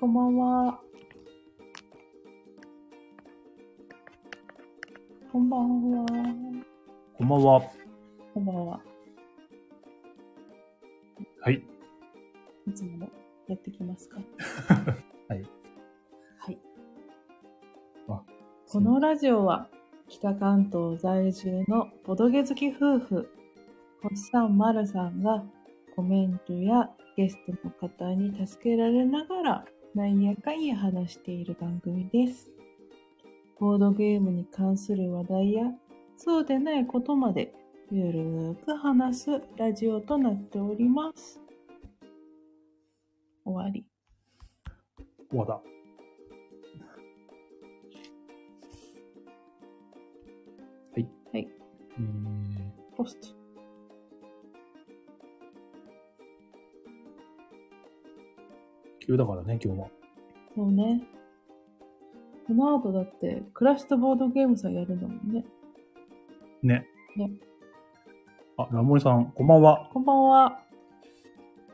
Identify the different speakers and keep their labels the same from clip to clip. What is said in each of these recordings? Speaker 1: こんばんは。こんばんは。
Speaker 2: こんばんは。
Speaker 1: こんばんは。
Speaker 2: はい。
Speaker 1: いつものやってきますか。
Speaker 2: はい。
Speaker 1: はい。
Speaker 2: あ
Speaker 1: このラジオは北関東在住のボドゲ好き夫婦、ホッサンマルさんがコメントやゲストの方に助けられながらなんやかんや話している番組です。ボードゲームに関する話題やそうでないことまでゆるーく話すラジオとなっております。終わり。
Speaker 2: 終わだ。は
Speaker 1: は
Speaker 2: い。
Speaker 1: い。
Speaker 2: えー、
Speaker 1: ポスト。
Speaker 2: 急だからね、今日は。
Speaker 1: そうね。この後だって、クラシットボードゲームさんやるんだもんね。
Speaker 2: ね。
Speaker 1: ね
Speaker 2: あ、ラモリさん、こんばんは。
Speaker 1: こんばんは。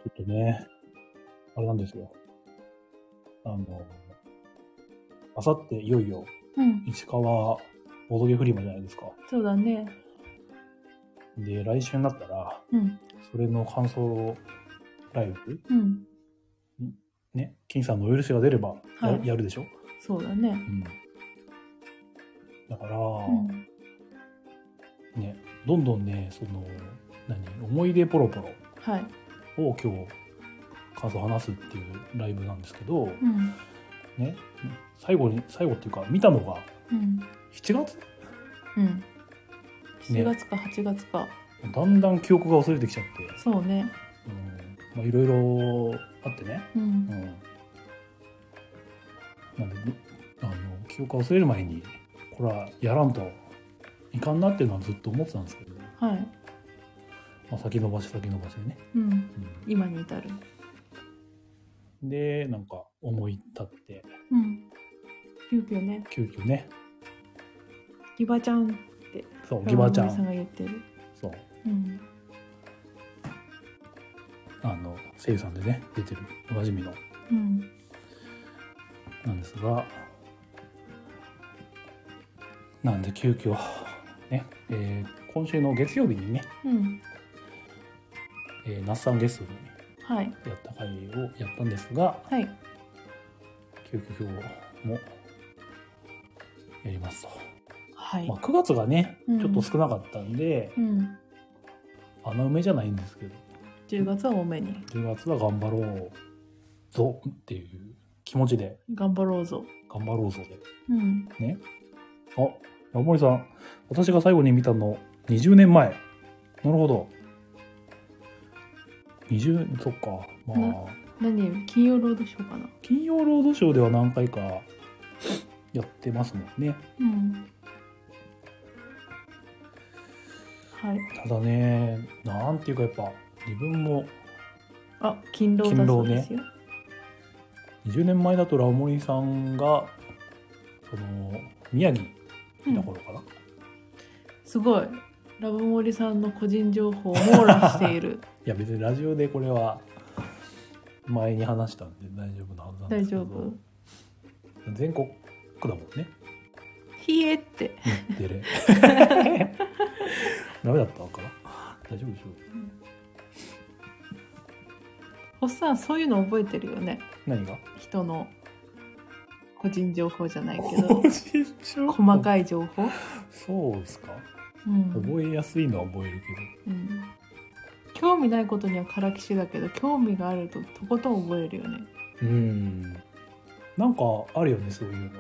Speaker 2: ちょっとね、あれなんですよ。あの、あさっていよいよ、
Speaker 1: うん。
Speaker 2: 市川ボードゲフリマじゃないですか。
Speaker 1: そうだね。
Speaker 2: で、来週になったら、
Speaker 1: うん。
Speaker 2: それの感想ライブ
Speaker 1: うん。
Speaker 2: ね、金さんのお許しが出ればや,、
Speaker 1: はい
Speaker 2: やるでしょ、
Speaker 1: そうだね
Speaker 2: う。ん、だから、
Speaker 1: うん。
Speaker 2: ね、どんどんね、その、何、思い出ポロポロ
Speaker 1: はい。
Speaker 2: を今日、感想を話すっていうライブなんですけど、
Speaker 1: うん。
Speaker 2: ね、最後に、最後っていうか、見たのが、
Speaker 1: うん。
Speaker 2: 7月
Speaker 1: うん。7月か8月か。
Speaker 2: だんだん記憶が薄れてきちゃって、
Speaker 1: そうね。
Speaker 2: うん、まあいろいろあってね、
Speaker 1: う。
Speaker 2: うんん。なんで、あの、記憶が薄れる前に、これはやらんといかんなっていうのはずっと思ってたんですけど、ま
Speaker 1: はい。
Speaker 2: あ、先延ばし先延ばしでね。
Speaker 1: うん。
Speaker 2: うん
Speaker 1: 今に至る。
Speaker 2: でなんか思い立って
Speaker 1: うん。急遽ね、
Speaker 2: 急遽ね
Speaker 1: ギバちゃんって、
Speaker 2: そうギバちゃ
Speaker 1: さん
Speaker 2: ん
Speaker 1: が言ってる。
Speaker 2: そう
Speaker 1: うん。
Speaker 2: あの声優さんでね出てるおなじみの
Speaker 1: うん。
Speaker 2: なんですがなんで急遽ね、えー今週の月曜日にね、
Speaker 1: うん。
Speaker 2: えー、那須さんゲストに
Speaker 1: はい。
Speaker 2: やった回をやったんですが
Speaker 1: はい。
Speaker 2: 急遽今日もやりますと、
Speaker 1: はい
Speaker 2: まあ、。9月がね
Speaker 1: うん
Speaker 2: ちょっと少なかったんで、
Speaker 1: うん。
Speaker 2: 穴埋めじゃないんですけど
Speaker 1: 10月は多めに。
Speaker 2: 10月は頑張ろうぞっていう気持ちで
Speaker 1: 頑張ろうぞ。
Speaker 2: 頑張ろうぞで。
Speaker 1: うん。
Speaker 2: あ、ラモリさん、私が最後に見たの20年前。なるほど。20、そっか。まあ、
Speaker 1: 何金曜ロードショーかな
Speaker 2: 金曜ロードショーでは何回かやってますもんね。
Speaker 1: うんはい
Speaker 2: ただね、なんていうかやっぱ自分も
Speaker 1: あ勤労だそうですよ、
Speaker 2: 20年前だとラモリさんが、その、宮城
Speaker 1: うん
Speaker 2: いた頃かな。
Speaker 1: すごいラブモリさんの個人情報を網羅してい る
Speaker 2: いや別にラジオでこれは前に話したんで大丈夫なはずなんで
Speaker 1: 大
Speaker 2: すけ
Speaker 1: 丈
Speaker 2: ど
Speaker 1: 夫
Speaker 2: 全国区だもんね
Speaker 1: 冷えって
Speaker 2: デ レダメだったのかな大丈夫でしょう
Speaker 1: おっさんそういうの覚えてるよね
Speaker 2: 何が
Speaker 1: 人の個人情報じゃないけ ど
Speaker 2: 個人情報
Speaker 1: 細かい情報
Speaker 2: そうですか
Speaker 1: うん、
Speaker 2: 覚えやすいのは覚える
Speaker 1: うん、興味ないことにはからきしだけど興味があるととことん覚えるよね
Speaker 2: けどうんなんかあるよねそういう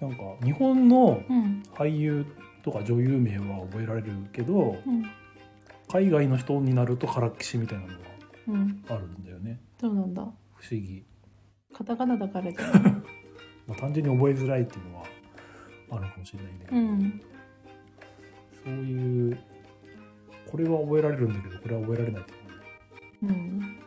Speaker 2: のなんか日本の
Speaker 1: うん
Speaker 2: 俳優とか女優名は覚えられるけど
Speaker 1: うん
Speaker 2: 海外の人になるとからっきしみたいなのが
Speaker 1: うん
Speaker 2: あるんだよね
Speaker 1: そうなんだ
Speaker 2: 不思議、
Speaker 1: カタカナだからじゃない
Speaker 2: まあ、単純に覚えづらいっていうのはあるかもしれないんだ
Speaker 1: う
Speaker 2: けど、
Speaker 1: ん
Speaker 2: そういうこれは覚えられるんだけどこれは覚えられないってこと
Speaker 1: うん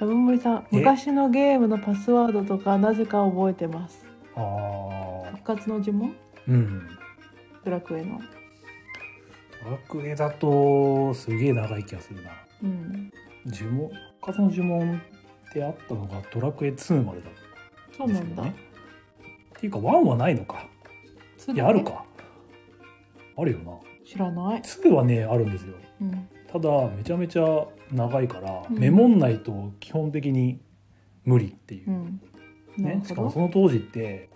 Speaker 1: ラブモリさん
Speaker 2: え
Speaker 1: 昔のゲームのパスワードとかなぜか覚えてます
Speaker 2: ああ
Speaker 1: 復活の呪文
Speaker 2: うん
Speaker 1: ドラクエの
Speaker 2: ドラクエだとすげえ長い気がするな
Speaker 1: うん
Speaker 2: 呪文復活の呪文てあったのがドラクエ2までだっ
Speaker 1: そ
Speaker 2: た
Speaker 1: うん
Speaker 2: で
Speaker 1: な
Speaker 2: すけ
Speaker 1: ん
Speaker 2: ど
Speaker 1: だ。
Speaker 2: ね。っていうか1はないのか。
Speaker 1: そう
Speaker 2: い
Speaker 1: だ
Speaker 2: や、
Speaker 1: ね
Speaker 2: ある。か。あるよな。
Speaker 1: 知らない。
Speaker 2: 2はね、あるんですよ。
Speaker 1: うん。
Speaker 2: ただ、めちゃめちゃ長いから、
Speaker 1: うん
Speaker 2: メモんないと基本的に無理っていう
Speaker 1: う。ん。な
Speaker 2: ね、し
Speaker 1: る
Speaker 2: かも
Speaker 1: ほ
Speaker 2: そ
Speaker 1: ど。
Speaker 2: の当時って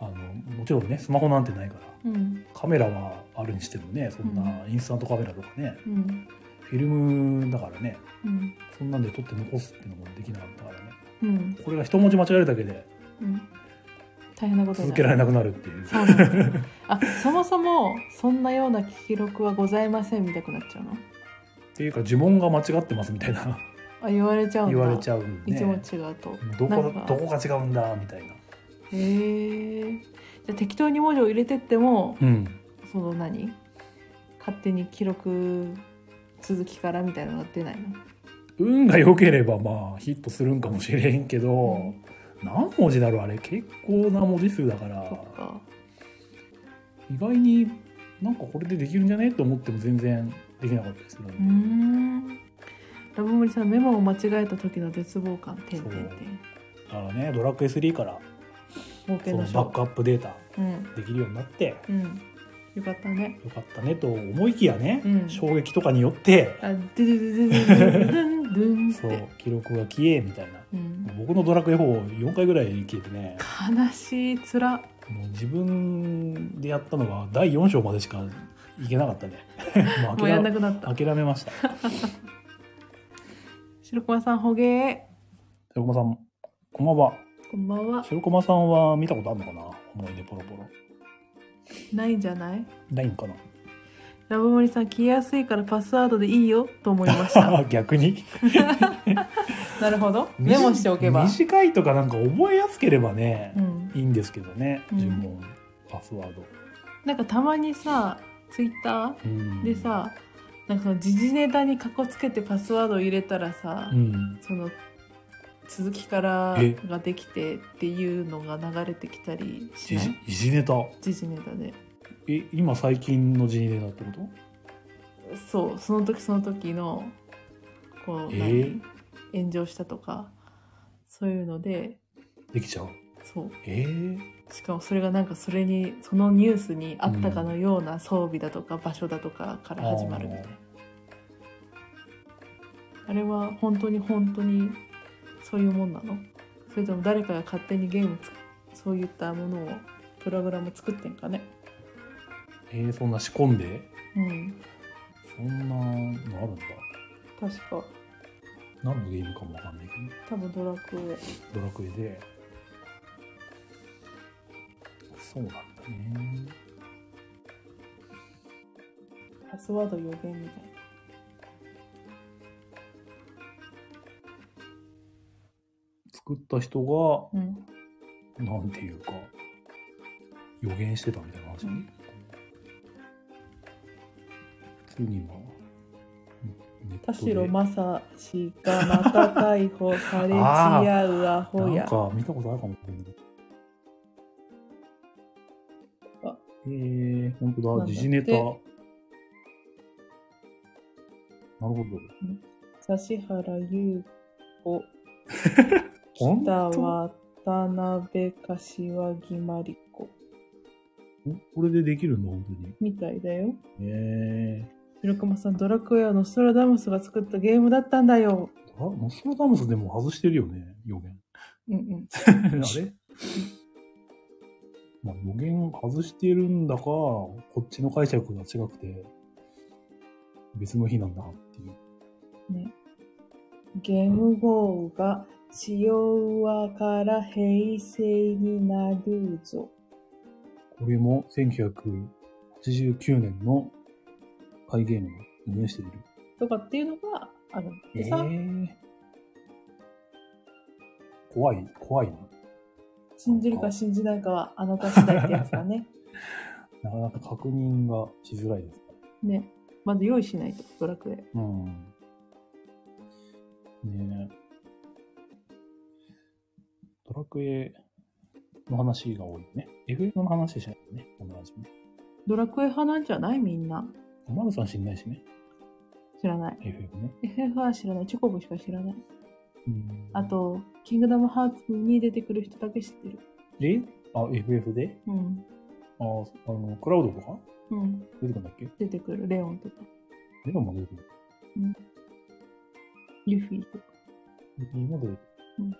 Speaker 2: あのもちろんねスマホなんてないから
Speaker 1: うん。
Speaker 2: カメラはあるにしてもねそんなインスタントカメラとかね、
Speaker 1: うん。
Speaker 2: フィルムだからね
Speaker 1: うん。
Speaker 2: そんなんで撮って残すっていうのもできなかったからね
Speaker 1: うん。
Speaker 2: これが一文字間違えるだけで
Speaker 1: うん。大変なことに
Speaker 2: 続
Speaker 1: な
Speaker 2: け
Speaker 1: る
Speaker 2: られなくなるっていう
Speaker 1: そうなんだあそもそもそんなような記録はございませんみたくなっちゃうの
Speaker 2: っていうか呪文が間違ってますみたいな
Speaker 1: あ言われちゃうんだ
Speaker 2: 言われち
Speaker 1: ゃ
Speaker 2: ゃうんで、
Speaker 1: いつも違うと
Speaker 2: ど
Speaker 1: な
Speaker 2: こ
Speaker 1: んか
Speaker 2: どこが違うんだみたいな、
Speaker 1: へえじゃあ適当に文字を入れてっても
Speaker 2: うん、
Speaker 1: その何勝手に記録続きからみたいなのが出ないの
Speaker 2: 運が良ければまあヒットするんかもしれんけど、
Speaker 1: うん
Speaker 2: 何文字だろうあれ結構な文字数だから
Speaker 1: そっか
Speaker 2: 意外になんかこれでできるんじゃねと思っても全然できなかったりする
Speaker 1: うーんラブモリさんメモを間違えた時の絶望感てんてんてん
Speaker 2: だからねドラクエ3から
Speaker 1: 冒
Speaker 2: そ
Speaker 1: 険
Speaker 2: の
Speaker 1: の
Speaker 2: バ
Speaker 1: 書
Speaker 2: ックアップデータ
Speaker 1: うん
Speaker 2: できるようになってよ
Speaker 1: うんよかったね
Speaker 2: かったねと思いきやね、
Speaker 1: うん
Speaker 2: 衝撃とかによって
Speaker 1: あドゥドゥドゥドゥドゥドゥンドゥンっ
Speaker 2: そ
Speaker 1: て
Speaker 2: う記録が消えみたいな
Speaker 1: うん
Speaker 2: 僕のドラクエ4 4回ぐらい消えてね
Speaker 1: 悲しいつら
Speaker 2: もう自分でやったのは第4章までしかいけなかった ねもう
Speaker 1: もうや
Speaker 2: 諦
Speaker 1: んな
Speaker 2: め
Speaker 1: くなった
Speaker 2: 諦めました
Speaker 1: 白駒さんほげ
Speaker 2: 白駒さんこんばんは
Speaker 1: ーこんばんは
Speaker 2: 白駒さんは見たことあるのかな思い出ポロポロ
Speaker 1: ないんじゃない
Speaker 2: ないんかな
Speaker 1: ラブモリさん消えやすいからパスワードでいいよと思いました
Speaker 2: 逆に
Speaker 1: なるほどメモしておけば
Speaker 2: 短いとかなんか覚えやすければね
Speaker 1: う、ん、
Speaker 2: いいんですけどね
Speaker 1: うん
Speaker 2: 呪文、パスワード、
Speaker 1: なんかたまにさツイッタ
Speaker 2: うん
Speaker 1: ーでさなんかその時事ネタにかこつけてパスワードを入れたらさ、
Speaker 2: うん
Speaker 1: その続きから
Speaker 2: え
Speaker 1: ができてっていうのが流れてきたりし
Speaker 2: 時
Speaker 1: な
Speaker 2: 事
Speaker 1: い
Speaker 2: 時事ネタ
Speaker 1: 時事ネタで
Speaker 2: え今最近の時事ネタってこと
Speaker 1: そうその時その時のこう、
Speaker 2: えー
Speaker 1: 何炎上したとかそういうので
Speaker 2: できちゃう
Speaker 1: そう
Speaker 2: えー、
Speaker 1: しかもそれがなんかそれにそのニュースにあったかのような装備だとか場所だとかから始まるみたいな、あれは本当に本当にそういうもんなのそれとも誰かが勝手にゲームつそういったものをプログラム作ってんかね
Speaker 2: えーそんな仕込んで
Speaker 1: うん
Speaker 2: そんなのあるんだ
Speaker 1: 確か
Speaker 2: 何のゲームかもわかんないけど
Speaker 1: 多分ドラクエ
Speaker 2: ドラクエでそうなんだね
Speaker 1: パスワード予言みたいな
Speaker 2: 作った人が
Speaker 1: うん
Speaker 2: なんていうか予言してたみたいな話ね、
Speaker 1: うん
Speaker 2: 普通に今ネット
Speaker 1: 田
Speaker 2: で
Speaker 1: 代正史がまた逮捕されち
Speaker 2: あ
Speaker 1: やうアホ
Speaker 2: な
Speaker 1: や
Speaker 2: ん。か見たことあるかもしれない
Speaker 1: あ
Speaker 2: えー、本当
Speaker 1: なんだ
Speaker 2: だ
Speaker 1: って
Speaker 2: 時事ネタなるほど
Speaker 1: 指原優子、
Speaker 2: 本
Speaker 1: 北
Speaker 2: 当
Speaker 1: 渡辺柏木真理子
Speaker 2: これでできるんだ本当に
Speaker 1: みたいだよ。
Speaker 2: え
Speaker 1: 白熊さん、ドラクエはノストラダムスが作ったゲームだったんだよ。
Speaker 2: ー、あノストラダムスでも外してるよね予言
Speaker 1: うんうん。
Speaker 2: あれまあ予言外してるんだか、こっちの解釈が違くて、別の日なんだっていう。
Speaker 1: ゲーム号が昭和から平成になるぞ。
Speaker 2: これも1989年の改ゲームを予言している。
Speaker 1: とかっていうのがあるんでさ、
Speaker 2: 怖い、怖いな。
Speaker 1: 信じるか信じないかはあの歌次第ってやつだね。
Speaker 2: なかなか確認がしづらいです。
Speaker 1: ね。まず用意しないと、ドラクエ。
Speaker 2: うん。ねえ。ドラクエの話が多いね。FM の話しないよね、この話ね。
Speaker 1: ドラクエ派なんじゃないみんな。
Speaker 2: おまるさん知んないしね、
Speaker 1: 知らない。
Speaker 2: FM ね。
Speaker 1: FF は知らない。チョコボしか知らない。
Speaker 2: うん
Speaker 1: あ、と、キングダムハーツに出てくる人だけ知ってる。
Speaker 2: えあ、FF で
Speaker 1: うん。
Speaker 2: あ、あの、クラウドとか
Speaker 1: うん。
Speaker 2: 出てくるんだっけ
Speaker 1: 出てくる。レオンとか、
Speaker 2: レオンも出てくる。
Speaker 1: ユフィとか。
Speaker 2: ルビーも出てく
Speaker 1: う
Speaker 2: る
Speaker 1: ん。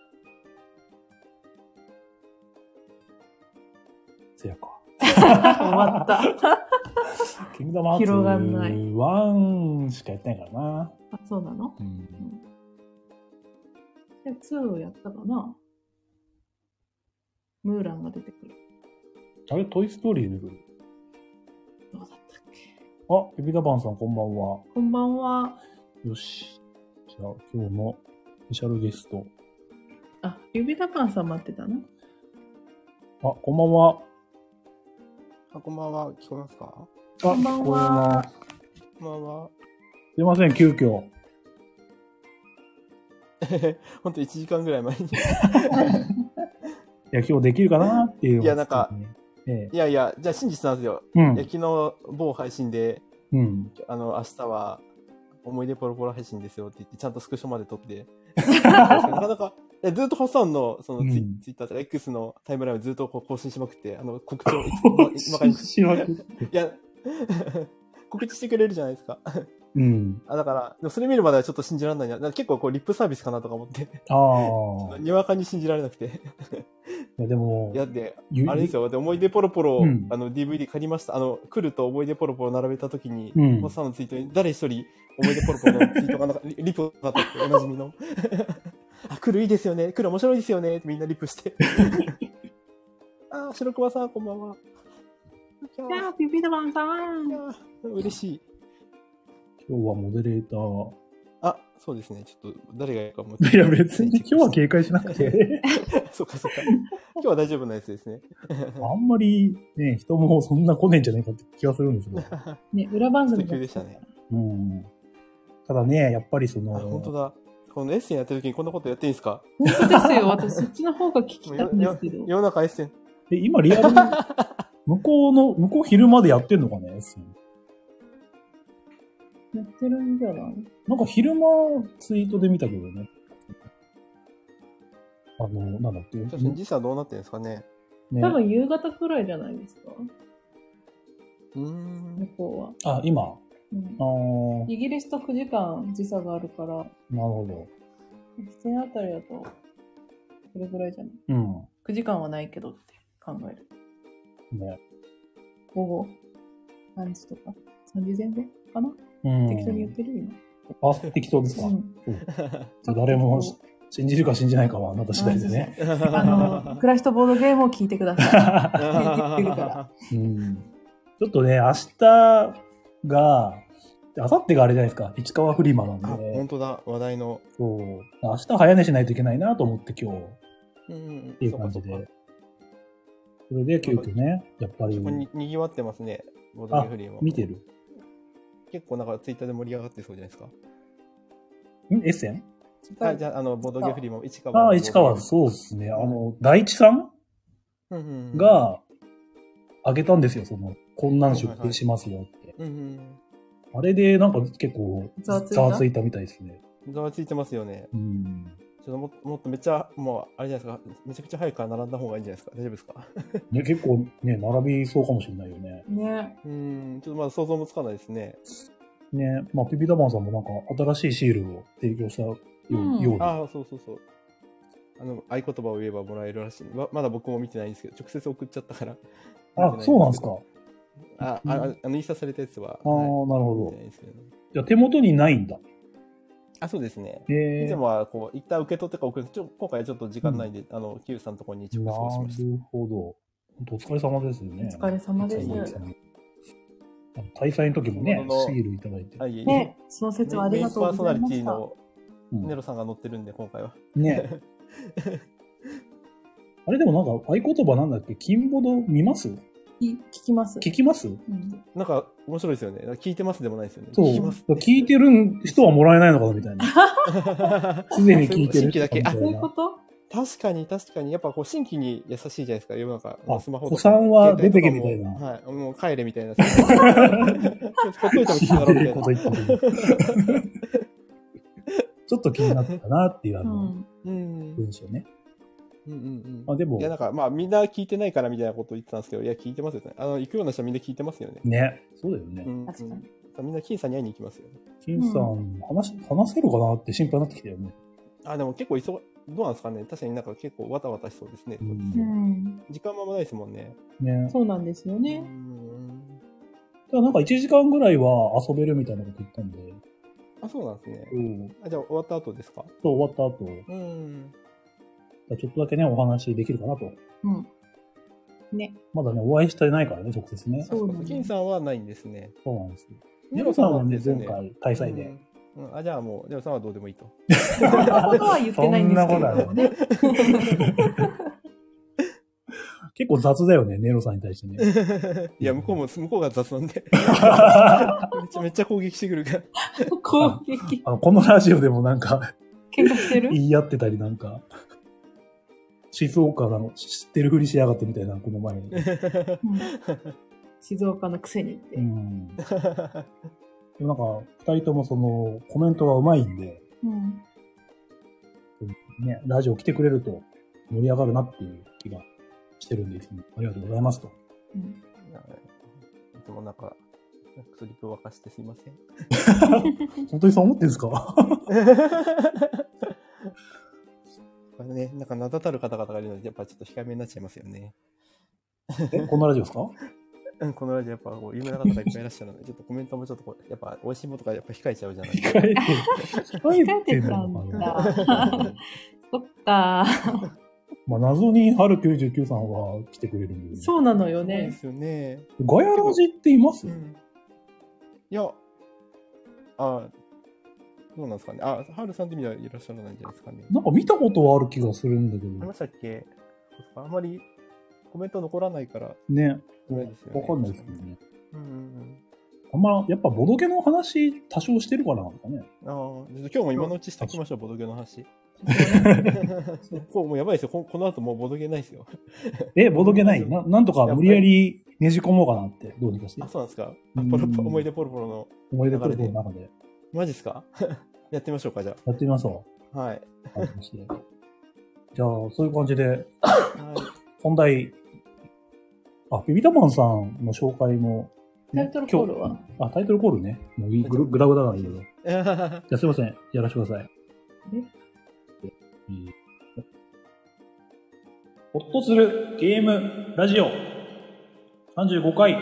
Speaker 2: せやか。
Speaker 1: 終わった。
Speaker 2: キングダムハーツ
Speaker 1: 広がんない
Speaker 2: 1しかやってないからな。
Speaker 1: あ、そうなの
Speaker 2: うん。
Speaker 1: で、2をやったかなムーランが出てくる。
Speaker 2: あれ、トイストーリー出てくる。
Speaker 1: どうだったっけ
Speaker 2: あ、エビダバンさんこんばんは。
Speaker 1: こんばんは。
Speaker 2: よし。じゃあ、今日のスペシャルゲスト。
Speaker 1: あ、指ダパンさん待ってたの
Speaker 2: あ、こんばんは。
Speaker 3: あ、こんばんは。聞こえますかこ
Speaker 2: あ、
Speaker 1: こんばんは
Speaker 2: 聞こえます。
Speaker 3: んばんは。
Speaker 2: すいません、急遽。
Speaker 3: ほんと1時間ぐらい前に。
Speaker 2: いや、今日できるかなっていう。
Speaker 3: いやなんか
Speaker 2: ええ。
Speaker 3: いやいや、じゃあ真実なんですよ。
Speaker 2: う
Speaker 3: いや
Speaker 2: ん。
Speaker 3: 昨日、某配信で、
Speaker 2: うん。
Speaker 3: あの、明日は、思い出ポロポロ配信ですよって言って、ちゃんとスクショまで 撮って。なかなか、いやずっとホッサンの、そのツイ、
Speaker 2: うん
Speaker 3: ツイッターとか X のタイムラインをずっとこう更新しまくって、あの、告 知をいつも
Speaker 2: 更
Speaker 3: 今から
Speaker 2: 新 しまくって。
Speaker 3: いや、 告知してくれるじゃないですか。
Speaker 2: うん。
Speaker 3: あ、だから、でもそれ見るまではちょっと信じられないな。なんか結構こう、リップサービスかなとか思って、
Speaker 2: ああ。
Speaker 3: にわかに信じられなくて。
Speaker 2: いや、でも
Speaker 3: い、や、で、
Speaker 2: ゆ
Speaker 3: あれですよ、で思い出ポロポロ、
Speaker 2: うん
Speaker 3: あの DVD 借りました。あの、来ると思い出ポロポロ並べたときに、
Speaker 2: うん
Speaker 3: モッサンのツイートに誰一人思い出ポロポロのツイートがなんか、リリプだったって、おなじみ の。あ、来るいいですよね。来る面白いですよね。ってみんなリプして。 あー、白熊さん、こんばんは。いや
Speaker 1: いやー、ビビダパンさん
Speaker 3: ーいやー嬉しい。
Speaker 2: 今日はモデレーター。
Speaker 3: あ、そうですね。ちょっと、誰がいるかもう。
Speaker 2: いや、別 に今日は警戒しなくて。
Speaker 3: そうか、そうか。今日は大丈夫なやつですね。
Speaker 2: あんまりね、人もそんな来ねえんじゃないかって気がするんですけ ど。
Speaker 1: ね、裏番組
Speaker 3: ちょっと急でしたね。
Speaker 2: うん。ただね、やっぱりその、
Speaker 3: あ、本当だ。このエッセンやってる時にこんなことやっていいんですか
Speaker 1: 本当ですよ。私、そっちの方が聞きたいんですけ ど。
Speaker 3: 世の中エッセン。
Speaker 2: え、今リア ルに、向こうの、向こう昼までやってんのかね
Speaker 1: やってるんじゃない
Speaker 2: なんか昼間ツイートで見たけどね。あの、なんだっけ
Speaker 3: 確かに時差どうなってるんですかね。
Speaker 2: ね
Speaker 1: 多分夕方くらいじゃないですか
Speaker 3: うー
Speaker 1: 向
Speaker 3: ん。
Speaker 1: こ
Speaker 2: あ、今。
Speaker 1: うは、
Speaker 2: あー
Speaker 1: うん。イギリスと9時間時差があるから、
Speaker 2: なるほど。
Speaker 1: 普通あたりだと、これぐらいじゃない
Speaker 2: うん。
Speaker 1: ?9 時間はないけどって考える。
Speaker 2: ね。
Speaker 1: 午後3時とか、3時前後かな、
Speaker 2: うん。
Speaker 1: 適当に言ってる
Speaker 2: あ、適当ですか
Speaker 1: 今。うん
Speaker 2: そう誰も信じるか信じないかはあなた次第でね。
Speaker 1: あの、暮らしとボードゲームを聞いてください。出てくるから
Speaker 2: うん。ちょっとね、明日が、明後日があれじゃないですか。市川フリマな
Speaker 3: あ、
Speaker 2: ん
Speaker 3: 本
Speaker 2: で。
Speaker 3: 当だ。話題の。
Speaker 2: そう。明日早寝しないといけないなと思って今日。
Speaker 3: うん。っ
Speaker 2: っていう感じで。それで急遽ね、やっぱり
Speaker 3: 結構ににぎわってますね。ボードゲームフリーも。
Speaker 2: 見てる。
Speaker 3: 結構なんかツイッターで盛り上がってそうじゃないですか。
Speaker 2: んエッセン
Speaker 3: はい、 じゃあ、あの、ボードゲームフリーも市川の
Speaker 2: ああ、市川、そうですね。あの、大地さん
Speaker 3: うんうん。、
Speaker 2: が、あげたんですよ、その、こんなの出品しますよって。
Speaker 3: うん
Speaker 2: あれで、なんか結構、
Speaker 1: ざわついた
Speaker 2: ざわついたみたいですね。
Speaker 3: うん。ざわついてますよね。
Speaker 2: うん。
Speaker 3: ちょっとももっとめっちゃ、もう、あれじゃないですか。めちゃくちゃ早くから並んだ方がいいんじゃないですか。大丈夫ですか。
Speaker 2: ね、結構ね、並びそうかもしれないよね。
Speaker 1: ね。
Speaker 3: うん。ちょっとまだ想像もつかないですね。
Speaker 2: ね、まあ、ピピタマンさんもなんか、新しいシールを提供したよう,、
Speaker 1: うん
Speaker 2: ようで。
Speaker 3: ああ、そうそうそう。あの、合言葉を言えばもらえるらしい。ままだ僕も見てないんですけど、直接送っちゃったから。
Speaker 2: あ、そうなんですか。
Speaker 3: か。
Speaker 2: あ
Speaker 3: あ、あああの、印刷されたやつは。
Speaker 2: あー、なる
Speaker 3: はい
Speaker 2: ほど
Speaker 3: 見てない。んですけど
Speaker 2: じゃあ手元にないんだ。
Speaker 3: あ、そうですね。
Speaker 2: ええ
Speaker 3: いつもは、こう、一旦受け取ってから送るんですちょ今回はちょっと時間ないんで、あの、キューさんのところに一応
Speaker 2: な
Speaker 3: 送信しまし
Speaker 2: るほど。本当お疲れ様ですね。
Speaker 1: お疲れ様です
Speaker 2: あの大祭の時もね
Speaker 3: 本、当
Speaker 2: シールいただいて
Speaker 3: た。。あ、いえいえ。
Speaker 1: ね、その説はありがとうございま
Speaker 3: メイ
Speaker 1: し
Speaker 3: ン
Speaker 1: た
Speaker 3: パー。ソ
Speaker 2: う
Speaker 3: ナリティのネ
Speaker 2: ん
Speaker 3: ロさんが乗ってるんで、今回は。
Speaker 2: ね。あれでもなんか合言葉なんだっけ金ボド見ます
Speaker 1: 聞きます。
Speaker 2: 聞きます
Speaker 1: うん
Speaker 3: なんか、面白いですよね。なんか聞いてますでもないですよね。
Speaker 2: そう。
Speaker 3: 聞き ます。
Speaker 2: 聞いてる人はもらえないのかなみ たいな。すでに聞いてる
Speaker 3: 新規だけ。あ
Speaker 1: そういうこと
Speaker 3: 確かに確かに、やっぱこう新規に優しいじゃないですか、世の中。
Speaker 2: あ
Speaker 3: スマホ
Speaker 2: 古参は出てけ
Speaker 3: 携帯とかも
Speaker 2: みた
Speaker 3: はい。もう帰れみたいな。こっといても聞くだろ
Speaker 2: 聞いて
Speaker 3: みた
Speaker 2: るこ
Speaker 3: い な
Speaker 2: と。言ってる。ちょっと気になったなっていうあ
Speaker 1: う
Speaker 2: の、
Speaker 1: ん。
Speaker 3: うん。うん
Speaker 2: 文章ね。
Speaker 3: うんうん。
Speaker 2: まあでも
Speaker 3: いや、なんか、まあ、みんな聞いてないからみたいなこと言ってたんですけど、いや、聞いてますよね。あの、行くような人はみんな聞いてますよね。
Speaker 2: ね、そうだよ
Speaker 3: う
Speaker 2: ね。
Speaker 3: ん。
Speaker 1: 確かに。
Speaker 3: みんな、金さんに会いに行きますよね。
Speaker 2: 金さ、
Speaker 1: うん
Speaker 2: 話、話せるかなって心配になってきたよね。
Speaker 3: あ、でも結構、いそ、どうなんですかね。確かになんか結構、わたわたしそうですね。
Speaker 2: うん
Speaker 1: うん。
Speaker 3: 時間もあんまないですもんね。
Speaker 2: ね。
Speaker 1: そうなんですよ
Speaker 3: う
Speaker 1: ね。
Speaker 3: ん。
Speaker 2: ただなんか1時間ぐらいは遊べるみたいなこと言ったんで、
Speaker 3: あ、そうなんですね。
Speaker 2: うん。
Speaker 3: あじゃあ、終わった後ですか
Speaker 2: と終わった後、じ
Speaker 3: うん。
Speaker 2: ゃあちょっとだけね、お話できるかなと。
Speaker 1: うん。
Speaker 2: まだね、お会いしてないからね、直接ね。
Speaker 1: そうなんだ
Speaker 3: 金さんはないんですね。
Speaker 2: そうなんですよ。
Speaker 3: ネ
Speaker 2: ネ
Speaker 3: ロ
Speaker 2: ロ
Speaker 3: さ
Speaker 2: さ
Speaker 3: ん
Speaker 2: ん
Speaker 3: は
Speaker 2: は
Speaker 3: で
Speaker 2: ね、
Speaker 3: すよね
Speaker 2: 前回開催で。
Speaker 3: うん。うんあ、じゃあもう、でもさんはどうでも いいと。
Speaker 1: そんなことは言ってないんですけれどもね。
Speaker 2: 結構雑だよね、ネロさんに対して ね。
Speaker 3: いや、向こうも、向こうが雑なん で。めっちゃめっちゃ攻撃してくるから。
Speaker 1: 攻撃、
Speaker 2: あの、このラジオでもなんか、
Speaker 1: 喧嘩してる
Speaker 2: 言い合ってたりなんか、静岡なの、知ってるふりしやがってみたいな、この
Speaker 1: う
Speaker 2: 前。
Speaker 1: ん静岡のくせにっ
Speaker 2: う
Speaker 1: て。
Speaker 2: ん。でもなんか、二人ともその、コメントがうまいんで、
Speaker 1: うん。
Speaker 2: ね、ラジオ来てくれると盛り上がるなっていう気がしてるんで、いつもありがとうございますと。
Speaker 1: うん
Speaker 3: いつもなんか、クリップ沸かしてすいません。
Speaker 2: 本当にそう思ってんですか
Speaker 3: これね、なんか名だたる方々がいるので、やっぱちょっと控えめになっちゃいますよね。
Speaker 2: え、こんなラジオですか
Speaker 3: うんこのラジオやっぱこう有名な方がいっぱいいらっしゃるので、ちょっとコメントもちょっとこう、やっぱ美味しいものとかやっぱ控えちゃうじゃないですか。
Speaker 2: 控えて、控
Speaker 1: えてたんだ そっか。
Speaker 2: まあ、謎に春99さんは来てくれるんで。
Speaker 1: そうなのよ
Speaker 3: そうで
Speaker 1: ね。
Speaker 3: すよね。
Speaker 2: ガヤラジっています、
Speaker 3: うん。いや、あ、どうなんですかね。あ、ハルさんってみはいらっしゃらないんじゃないですかね。
Speaker 2: なんか見たことはある気がするんだけ
Speaker 3: ありま
Speaker 2: ど、
Speaker 3: したっけあんまりコメント残らないから。
Speaker 2: ね。
Speaker 3: ないですよね
Speaker 2: わかんないですけどね。
Speaker 3: うんうん
Speaker 2: あんま、やっぱボドゲの話多少してるからなんですかね。
Speaker 3: うん。ああ、今日も今のうちしときましょう、ボドゲの 話。こうもうやばいですよ。ここの後もうボドゲないですよ。
Speaker 2: え、ボドゲないななんとか無理やりねじ込もうかなって、どうにかして
Speaker 3: あ、。そうなんですか。
Speaker 2: うん
Speaker 3: ポロポロ思い出ポロポロの。
Speaker 2: 思い出ポルトの中で
Speaker 3: マジっすかやってみましょうか、じゃ
Speaker 2: やってみましょ
Speaker 3: あ。はい。
Speaker 2: う。感じで じゃあ、そういう感じで、
Speaker 3: は
Speaker 2: 本題。あ、ビビタマンさんの紹介も、
Speaker 1: タイトルコールは
Speaker 2: 今日あ、タイトルコールね。もういいぐるぐだぐだなんだけ ど。じ
Speaker 3: い。
Speaker 2: ゃあすいません。やらせてください。
Speaker 1: え
Speaker 2: ほっとするゲームラジオ35回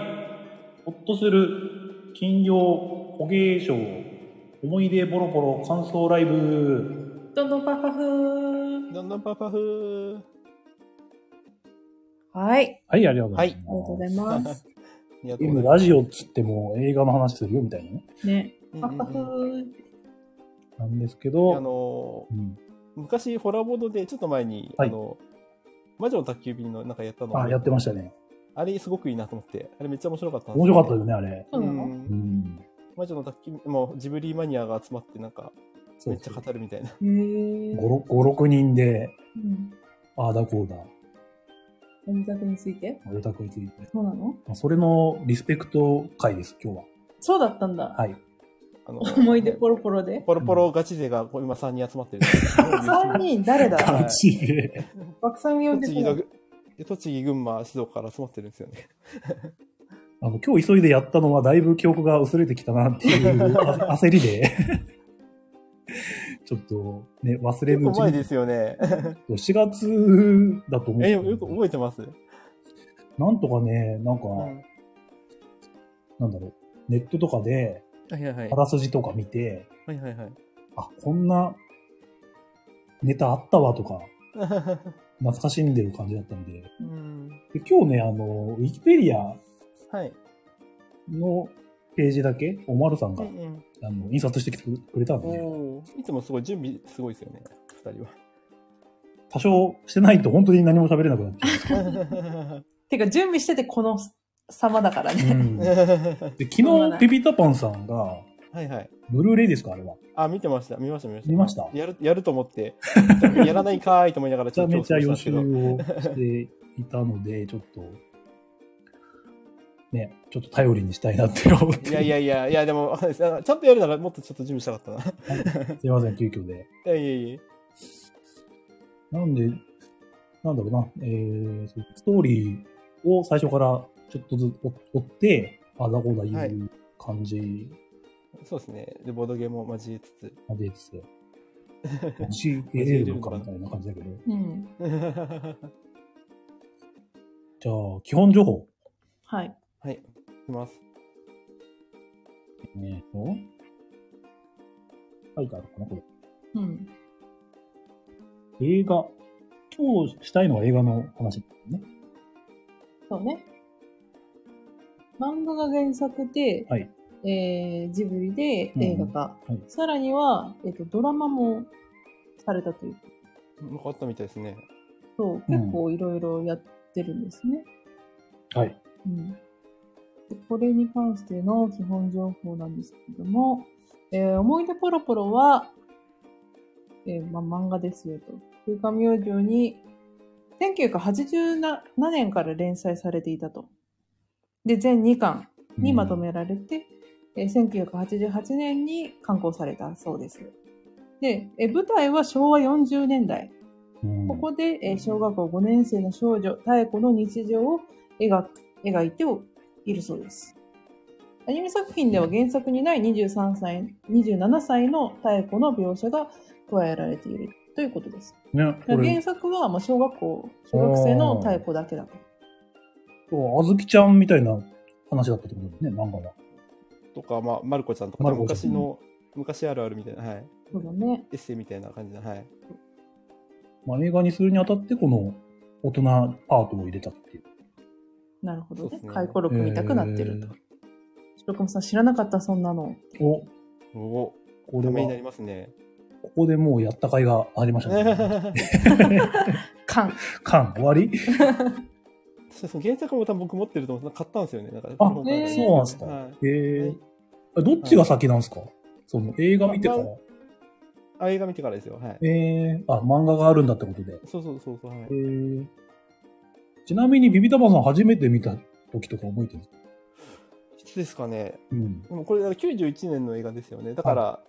Speaker 2: ほっとする金曜捕芸賞思い出ボロボロ感想ライブ
Speaker 1: どんどんパフパフー
Speaker 3: どんどんパパフー。
Speaker 1: はい。
Speaker 2: はい、ありがとうござい
Speaker 3: はい
Speaker 1: ありがとうござ
Speaker 2: ま
Speaker 1: い
Speaker 2: す。
Speaker 1: ます。
Speaker 3: ありがとう
Speaker 2: ゲーム
Speaker 3: ござ
Speaker 2: ラ
Speaker 3: い
Speaker 2: ジオっつっても映画の話するよみたいなね。
Speaker 1: ね。パ
Speaker 3: ます
Speaker 1: フパフー。
Speaker 2: なんですけ
Speaker 3: うんうんうんあ
Speaker 2: ど、
Speaker 3: の
Speaker 2: うん、
Speaker 3: ー、昔、ホラーボードで、ちょっと前に、
Speaker 2: はい
Speaker 3: あの、魔女の宅急便のなんかやったの
Speaker 2: あ、やってましたね。
Speaker 3: あれすごくいいなと思って、あれめっちゃ面白かったんです
Speaker 2: 面
Speaker 3: よ
Speaker 2: 白かったよね、あれ。
Speaker 1: そうな
Speaker 3: う。
Speaker 1: の
Speaker 2: うんん。
Speaker 3: 魔女の宅急便、もうジブリマニアが集まって、なんか、
Speaker 2: そ
Speaker 3: め
Speaker 2: う
Speaker 3: っちゃ語るみたいな。
Speaker 1: へぇー。
Speaker 2: 5、6人で、
Speaker 1: うん。
Speaker 2: ああだこうだ、
Speaker 1: お見について
Speaker 2: オタクについて。
Speaker 1: そうなの
Speaker 2: まあそれのリスペクト会です、今日は。
Speaker 1: そうだったんだ。
Speaker 2: はい。
Speaker 3: あの
Speaker 1: 思い出ポロポロで。
Speaker 3: ポロポロガチ勢がこう今3人集まってる。
Speaker 1: 3人誰だ
Speaker 2: ガチで。
Speaker 1: 枠さん呼んで
Speaker 3: 栃木
Speaker 1: こ
Speaker 3: の
Speaker 1: う。
Speaker 3: 栃木、群馬、静岡から集まってるんですよね。
Speaker 2: あの、今日急いでやったのは、だいぶ記憶が薄れてきたなって いうあ焦りで。 ちょっと、ね、忘れ
Speaker 3: 結
Speaker 2: る
Speaker 3: 構
Speaker 2: うち
Speaker 3: 前
Speaker 2: に
Speaker 3: で。すよね。
Speaker 2: 7月だと思う。
Speaker 3: え、よく覚えてます、
Speaker 2: なんとかね、なんか、
Speaker 3: うん
Speaker 2: なんだろう、ネットとかで、
Speaker 3: はいはいはい
Speaker 2: あ。らすじとか見て、
Speaker 3: はいはいはい。
Speaker 2: あ、こんなネタあったわとか、懐かしんでる感じだったんで。
Speaker 3: うん。
Speaker 2: で今日ね、あの、ウィキペディア
Speaker 3: はい。
Speaker 2: のページだけ、おまるさん
Speaker 3: う
Speaker 2: が、
Speaker 3: んうん
Speaker 2: あの、印刷してきてくれたんで、
Speaker 3: おーいつもすごい準備すごいですよね、二人は。
Speaker 2: 多少してないと本当に何も喋れなくなっちゃ
Speaker 1: てか、準備しててこの様だから
Speaker 2: う。
Speaker 1: ね。
Speaker 2: んで
Speaker 1: しょうがな
Speaker 2: 昨
Speaker 1: い
Speaker 2: 日、ピピタパンさんが、
Speaker 3: はいはい。
Speaker 2: ブルーレイですかあれは。
Speaker 3: あ、見てました、見ました、見ました。
Speaker 2: 見ました
Speaker 3: やる、やると思って、 やらないかーいと思いながら、
Speaker 2: めちゃめちゃ
Speaker 3: 恐
Speaker 2: 予
Speaker 3: 怖し
Speaker 2: 習
Speaker 3: ましたんです
Speaker 2: をしていたので、ちょっと、ね、ちょっと頼りにしたいなって思って。
Speaker 3: いやいやいや、いやでも、わ かんないですあちゃんとやるならもっとちょっと準備したかったな。
Speaker 2: すいません、急遽で。
Speaker 3: いやいやいや。
Speaker 2: なんで、なんだろうな、えー、そうストーリーを最初からちょっとずつ追追って、あだこだ
Speaker 3: は
Speaker 2: 言う感じ
Speaker 3: そうですね。で、ボードゲームを交えつつ。
Speaker 2: までですよ。教えてるのかみたいな感じだけど。
Speaker 1: うん。
Speaker 3: は
Speaker 2: じゃあ、基本情報。
Speaker 1: はい。
Speaker 3: い。いきます。
Speaker 2: ねえと、書いてあるかな、これ。
Speaker 1: うん。
Speaker 2: 映画。今日したいのは映画の話ですね。
Speaker 1: そうね。漫画が原作で、
Speaker 2: はい
Speaker 1: えージブリで映画化。
Speaker 2: うんはい
Speaker 1: さらには、えっと、ドラマもされたという。
Speaker 3: よかったみたいですね。
Speaker 1: そう、
Speaker 2: うん
Speaker 1: 結構いろいろやってるんですね。
Speaker 2: はい。
Speaker 1: うんでこれに関しての基本情報なんですけども、えー思い出ポロポロは、えーまあ、漫画ですよと。空間明星に、1987年から連載されていたと。で、全2巻にまとめられて、えー1988年に刊行されたそうです。で、えー舞台は昭和40年代。
Speaker 2: うん、
Speaker 1: ここで、えー小学校5年生の少女、妙子の日常を描く描いているそうです。アニメ作品では原作にない23歳、27歳の妙子の描写が加えられているということです。
Speaker 2: ね、こ
Speaker 1: 原
Speaker 2: れ、
Speaker 1: 作はまあ小学校、小学生の妙子だけだと。
Speaker 2: そうあずきちゃんみたいな話だったってことですね、漫画は。
Speaker 3: とか、まあ、まるこちゃんとか、
Speaker 2: まるこちゃん
Speaker 3: 昔の、昔あるあるみたいな、はい。
Speaker 1: そうだね。
Speaker 3: エッセイみたいな感じの、はい。
Speaker 2: まあ、映画にするにあたって、この大人パートを入れたっていう。
Speaker 1: なるほど
Speaker 3: そう
Speaker 1: ね
Speaker 3: っす。ね
Speaker 1: 回顧録見たくなってると
Speaker 2: えー。
Speaker 1: 白熊さん知らなかった、そんなの。
Speaker 2: お、
Speaker 3: お
Speaker 2: こ
Speaker 3: お、
Speaker 2: れ
Speaker 3: ためにな
Speaker 2: は
Speaker 3: り、ま すね。
Speaker 2: ここでもうやった甲斐がありました ね。
Speaker 1: 感。
Speaker 2: 缶終わり
Speaker 3: そうそう原作も多分僕持ってると思って買ったんですよね。なんか
Speaker 2: あ、そう
Speaker 3: 本
Speaker 2: な
Speaker 3: 買
Speaker 2: ん
Speaker 3: っ
Speaker 2: で
Speaker 3: た
Speaker 1: そう
Speaker 2: すか。
Speaker 3: はい
Speaker 2: えーえどっちが先なんですか、その映画見てから。
Speaker 3: まあ映画見てからですよ。はい。
Speaker 2: えー、あ、漫画があるんだってことで。
Speaker 3: そうそうそうそう。はい
Speaker 2: え、ー、ちなみにビビタバさん初めて見た時とか覚えてるんですか
Speaker 3: いつですかね。
Speaker 2: うん。
Speaker 3: でもこれ、91年の映画ですよね。だから、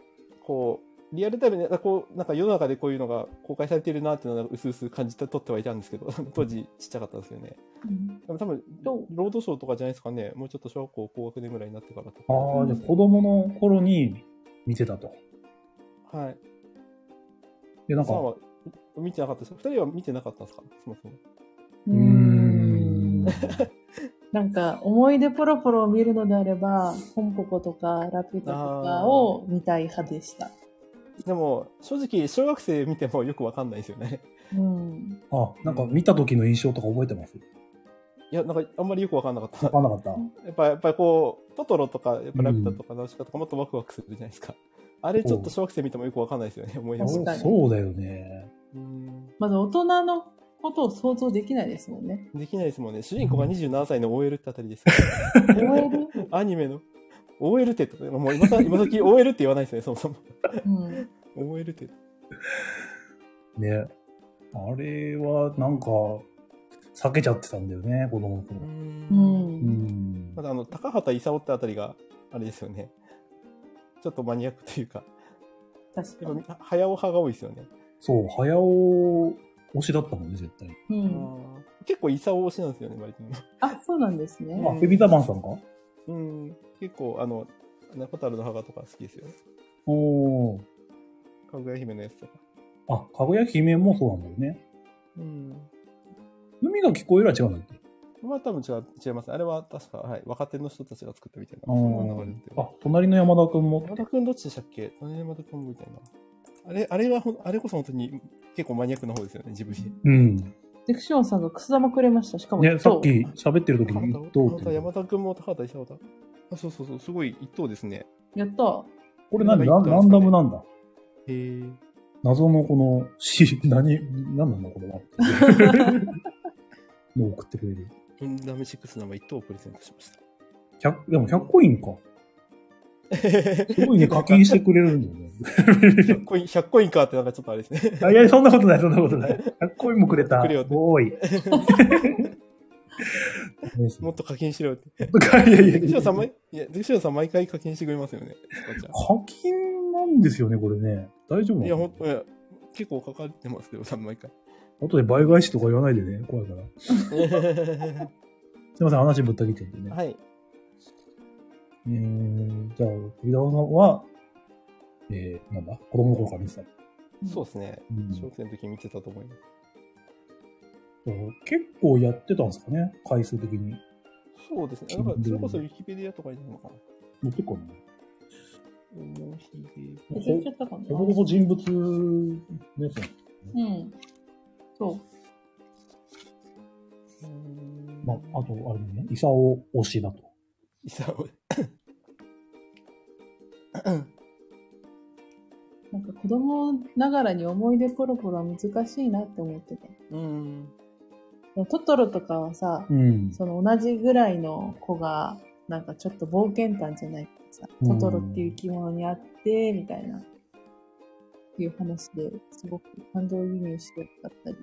Speaker 3: こう、リアルタイムで、こう、なんか世の中でこういうのが公開されてるなっていうのは、うすうす感じて撮ってはいたんですけど、 当時ちっちゃかったんですよね。
Speaker 1: うん
Speaker 3: でも多分、
Speaker 1: ど
Speaker 3: ロードショーとかじゃないですかね。もうちょっと小学校高学年ぐらいになってからとか。
Speaker 2: ああ、じゃあ子供の頃に見てたと。
Speaker 3: はい。
Speaker 2: で、なん
Speaker 3: さ
Speaker 2: か、
Speaker 3: ん
Speaker 2: う
Speaker 3: は見てなかったですか二人は見てなかったんですかそもそも。
Speaker 1: う
Speaker 2: ーん。
Speaker 1: なんか思い出ポロポロを見るのであれば、ポンポコとかラピュタとかを見たい派でした。
Speaker 3: でも、正直、小学生見てもよくわかんないですよね。
Speaker 1: うん。
Speaker 2: あ、なんか見た時の印象とか覚えてます
Speaker 3: いや、なんか、あんまりよくわかんなかった
Speaker 2: わ。かんなかった。
Speaker 3: やっぱ、やっぱりこう、トトロとか、やっぱラピュタとか、ナウシカとか、もっとワクワクするじゃないですか。あれ、ちょっと小学生見てもよくわかんないですよね、思い出
Speaker 1: 確
Speaker 2: そ
Speaker 3: も
Speaker 2: う
Speaker 1: かに
Speaker 2: そうだよね。
Speaker 3: うん
Speaker 1: まず大人のことを想像できないですもん ね。
Speaker 3: できないですもんね。主人公が27歳の OL ってあたりですから。
Speaker 1: OL?
Speaker 3: アニメの。OL って、もう今さ、今時 OL って言わないですね、そもそも。
Speaker 1: うん。
Speaker 3: OL って。
Speaker 2: ね。あれは、なんか、避けちゃってたんだよね、子供の頃。
Speaker 1: う。
Speaker 2: うんん
Speaker 3: ま。だあの、高畑勲ってあたりが、あれですよね。ちょっとマニアックというか、
Speaker 1: 確か
Speaker 3: やっ
Speaker 1: に。
Speaker 3: ぱ、早尾派が多いですよね。
Speaker 2: そう、早尾推しだったもんね、絶対。
Speaker 1: うん。
Speaker 3: 結構勲推しなんですよね、割と。
Speaker 1: あ、そうなんですね。
Speaker 2: あ、ビビタバンさんか
Speaker 3: うん。結構、あの、ホタルの墓とか好きですよね。
Speaker 2: おー。
Speaker 3: かぐや姫のやつとか。
Speaker 2: あ、かぐや姫もそうなんだよね。
Speaker 3: うん。
Speaker 2: 海が聞こえるは違うんだっけ
Speaker 3: まあ多分違う違います。あれは確か、はい、若手の人たちが作ったみたいな。
Speaker 2: あ
Speaker 3: そんな流れで
Speaker 2: あ、隣の山田くんも。
Speaker 3: 山田くんどっちでしたっけ隣山田くんみたいな。あれ、あれはほん、あれこそ本当に結構マニアックな方ですよね、ジブリ。
Speaker 2: うん。
Speaker 1: ディクションさんがくす玉くれました。しかも、
Speaker 2: ね、さっ
Speaker 1: そう
Speaker 2: き喋ってる時に一等
Speaker 3: あ
Speaker 2: っ
Speaker 3: なた山
Speaker 2: て。
Speaker 3: 田くんも高畑勲だ。あ、そうそうそう、すごい一等ですね。
Speaker 1: やった。
Speaker 2: これ何ラン
Speaker 3: 山田
Speaker 2: ラ
Speaker 3: 一等です
Speaker 2: ンダ
Speaker 3: かね
Speaker 2: ムなんだ。
Speaker 3: へえ。
Speaker 2: 謎のこの、し、何、何なんだこれは。もう送ってくれる。
Speaker 3: インダム6のま一等をプレゼントしました。
Speaker 2: 100、でも100コインか。すごいね、課金してくれるんだよね。
Speaker 3: 100コイン、100コインかってなんかちょっとあれですね。
Speaker 2: あいや、そんなことない、そんなことない。100コインもくれた。
Speaker 3: くれよって
Speaker 2: おーい。
Speaker 3: もっと課金しろよって。
Speaker 2: いやいやい
Speaker 3: シ ロ
Speaker 2: や
Speaker 3: さん毎、いや、シロさん毎回課金してくれますよね。スカちゃん
Speaker 2: 課金なんですよね、これね。大丈夫
Speaker 3: い
Speaker 2: な
Speaker 3: や、ほ
Speaker 2: の
Speaker 3: んと、いや、結構かかってますけど、さん毎回。
Speaker 2: 後で倍返しとか言わないでね、怖いから。すいません、話ぶった切っちゃってね。
Speaker 3: はい。
Speaker 2: えー、じゃあ、栗田さんは、えー、なんだ、子供の頃から見てた。
Speaker 3: そうですね。
Speaker 2: うん
Speaker 3: 小学生の時見てたと思います。
Speaker 2: 結構やってたんですかね、回数的に。
Speaker 3: そうですね。だから、それこそウィキペディアとかになるのかな。
Speaker 2: 結構ね、
Speaker 3: 思い出
Speaker 1: 忘れちゃったかな
Speaker 2: ほぼほぼ人物ですよね。
Speaker 1: うん。そう。
Speaker 2: まあ、あと、あれね、イサオ推しだと。
Speaker 3: イサオ。
Speaker 1: なんか子供ながらに思い出ポロポロは難しいなって思ってて。
Speaker 3: うん。
Speaker 1: トトロとかはさ、
Speaker 2: うん。
Speaker 1: その同じぐらいの子が、なんかちょっと冒険探じゃないけどさ、
Speaker 2: うん
Speaker 1: トトロっていう生き物にあって、みたいな、っていう話ですごく感情移入しやすかったり、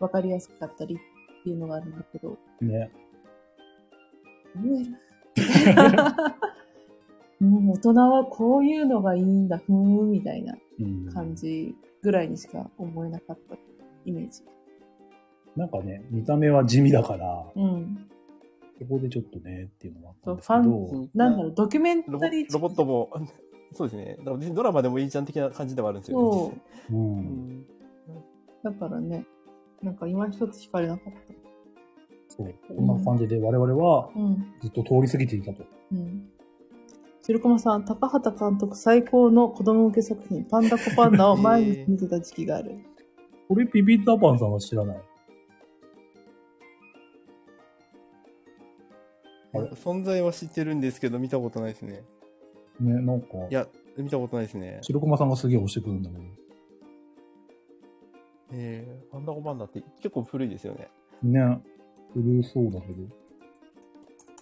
Speaker 1: わかりやすかったりっていうのがあるんだけど、
Speaker 2: ね。
Speaker 1: 思え るうん大人はこういうのがいいんだ、ふーん、みたいな
Speaker 2: うん
Speaker 1: 感じぐらいにしか思えなかったイメージ。
Speaker 2: なんかね、見た目は地味だから、
Speaker 1: うん。
Speaker 2: そこでちょっとね、っていうのもあったんです
Speaker 1: そ
Speaker 2: け
Speaker 1: なんだろう、ドキュメン
Speaker 3: ロボ
Speaker 1: タリー
Speaker 3: ロボットも、 そうですね。だから別にドラマでもいいじゃん的な感じではあるんですよね。
Speaker 1: そう
Speaker 2: ど、う。
Speaker 3: うんん。
Speaker 1: だからね、なんか今一つ惹かれなかっ
Speaker 2: そう。こんな感じで我々は
Speaker 1: た。うん。
Speaker 2: ずっと通り過ぎていたと。
Speaker 1: うん。鶴駒さん、高畑監督最高の子供向け作品、パンダコパンダを毎日見てた時期がある。
Speaker 2: これピピーターパンさんは知らない。あれ
Speaker 3: 存在は知ってるんですけど、見たことないですね。
Speaker 2: ね、なんか、
Speaker 3: いや、見たことないですね。
Speaker 2: 白駒さんがすげえ押してくるんだけど。
Speaker 3: えー、パンダコパンダって結構古いですよね。
Speaker 2: ね。古そうだけど。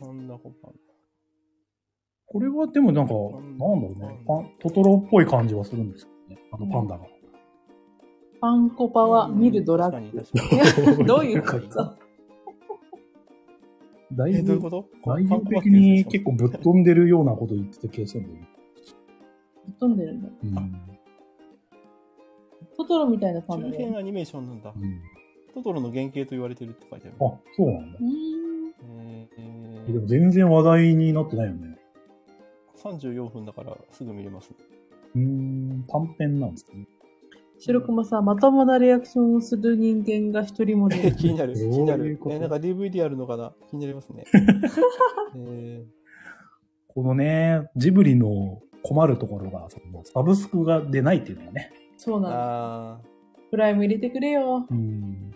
Speaker 3: パンダコパン
Speaker 2: これはでもなんか、
Speaker 3: う
Speaker 2: なん
Speaker 3: ん
Speaker 2: だろうね。パントトロっぽい感じはするんですけどね。あのパンダが。
Speaker 1: パンコパ
Speaker 3: ダ。
Speaker 1: は見るドラ
Speaker 3: 確
Speaker 1: ッ
Speaker 3: か
Speaker 1: グ
Speaker 3: に。確
Speaker 1: い
Speaker 3: かに
Speaker 1: や、 どういうこと
Speaker 2: だい
Speaker 3: えー、どういう
Speaker 2: ぶ
Speaker 3: こ、と
Speaker 2: 内
Speaker 3: パ
Speaker 2: 容
Speaker 3: ンコパンダっ
Speaker 2: 的
Speaker 3: て言うんです
Speaker 2: に
Speaker 3: か
Speaker 2: 結構ぶっ飛んでるようなこと言ってた気がしたんだよね。
Speaker 1: 飛んでるんだ。
Speaker 2: うん。
Speaker 1: トトロみたいなパンダ
Speaker 3: 中
Speaker 1: ね。
Speaker 3: 編アニメーションなんだ
Speaker 2: う。ん
Speaker 3: トトロの原型と言われてるって書いてある。
Speaker 2: あ、そうなんだ
Speaker 1: う。ーん。
Speaker 3: え
Speaker 2: でも
Speaker 3: ー、
Speaker 2: 全然話題になってないよね。
Speaker 3: 34分だからすぐ見れます、ね。
Speaker 2: うーん、短編なんですね。
Speaker 1: 白熊さん、まともなリアクションをする人間が一人も出
Speaker 3: え
Speaker 1: ない。
Speaker 3: 気になる、気
Speaker 2: どういう
Speaker 3: になる
Speaker 2: こ。と
Speaker 3: えなんか DVD あるのかな気になりますね。え
Speaker 2: このね、ジブリの困るところが、そのサブスクが出ないっていうのがね。
Speaker 1: そう
Speaker 3: ー、
Speaker 1: なんだ。
Speaker 3: あ
Speaker 1: プライム入れてくれよ。
Speaker 2: うん。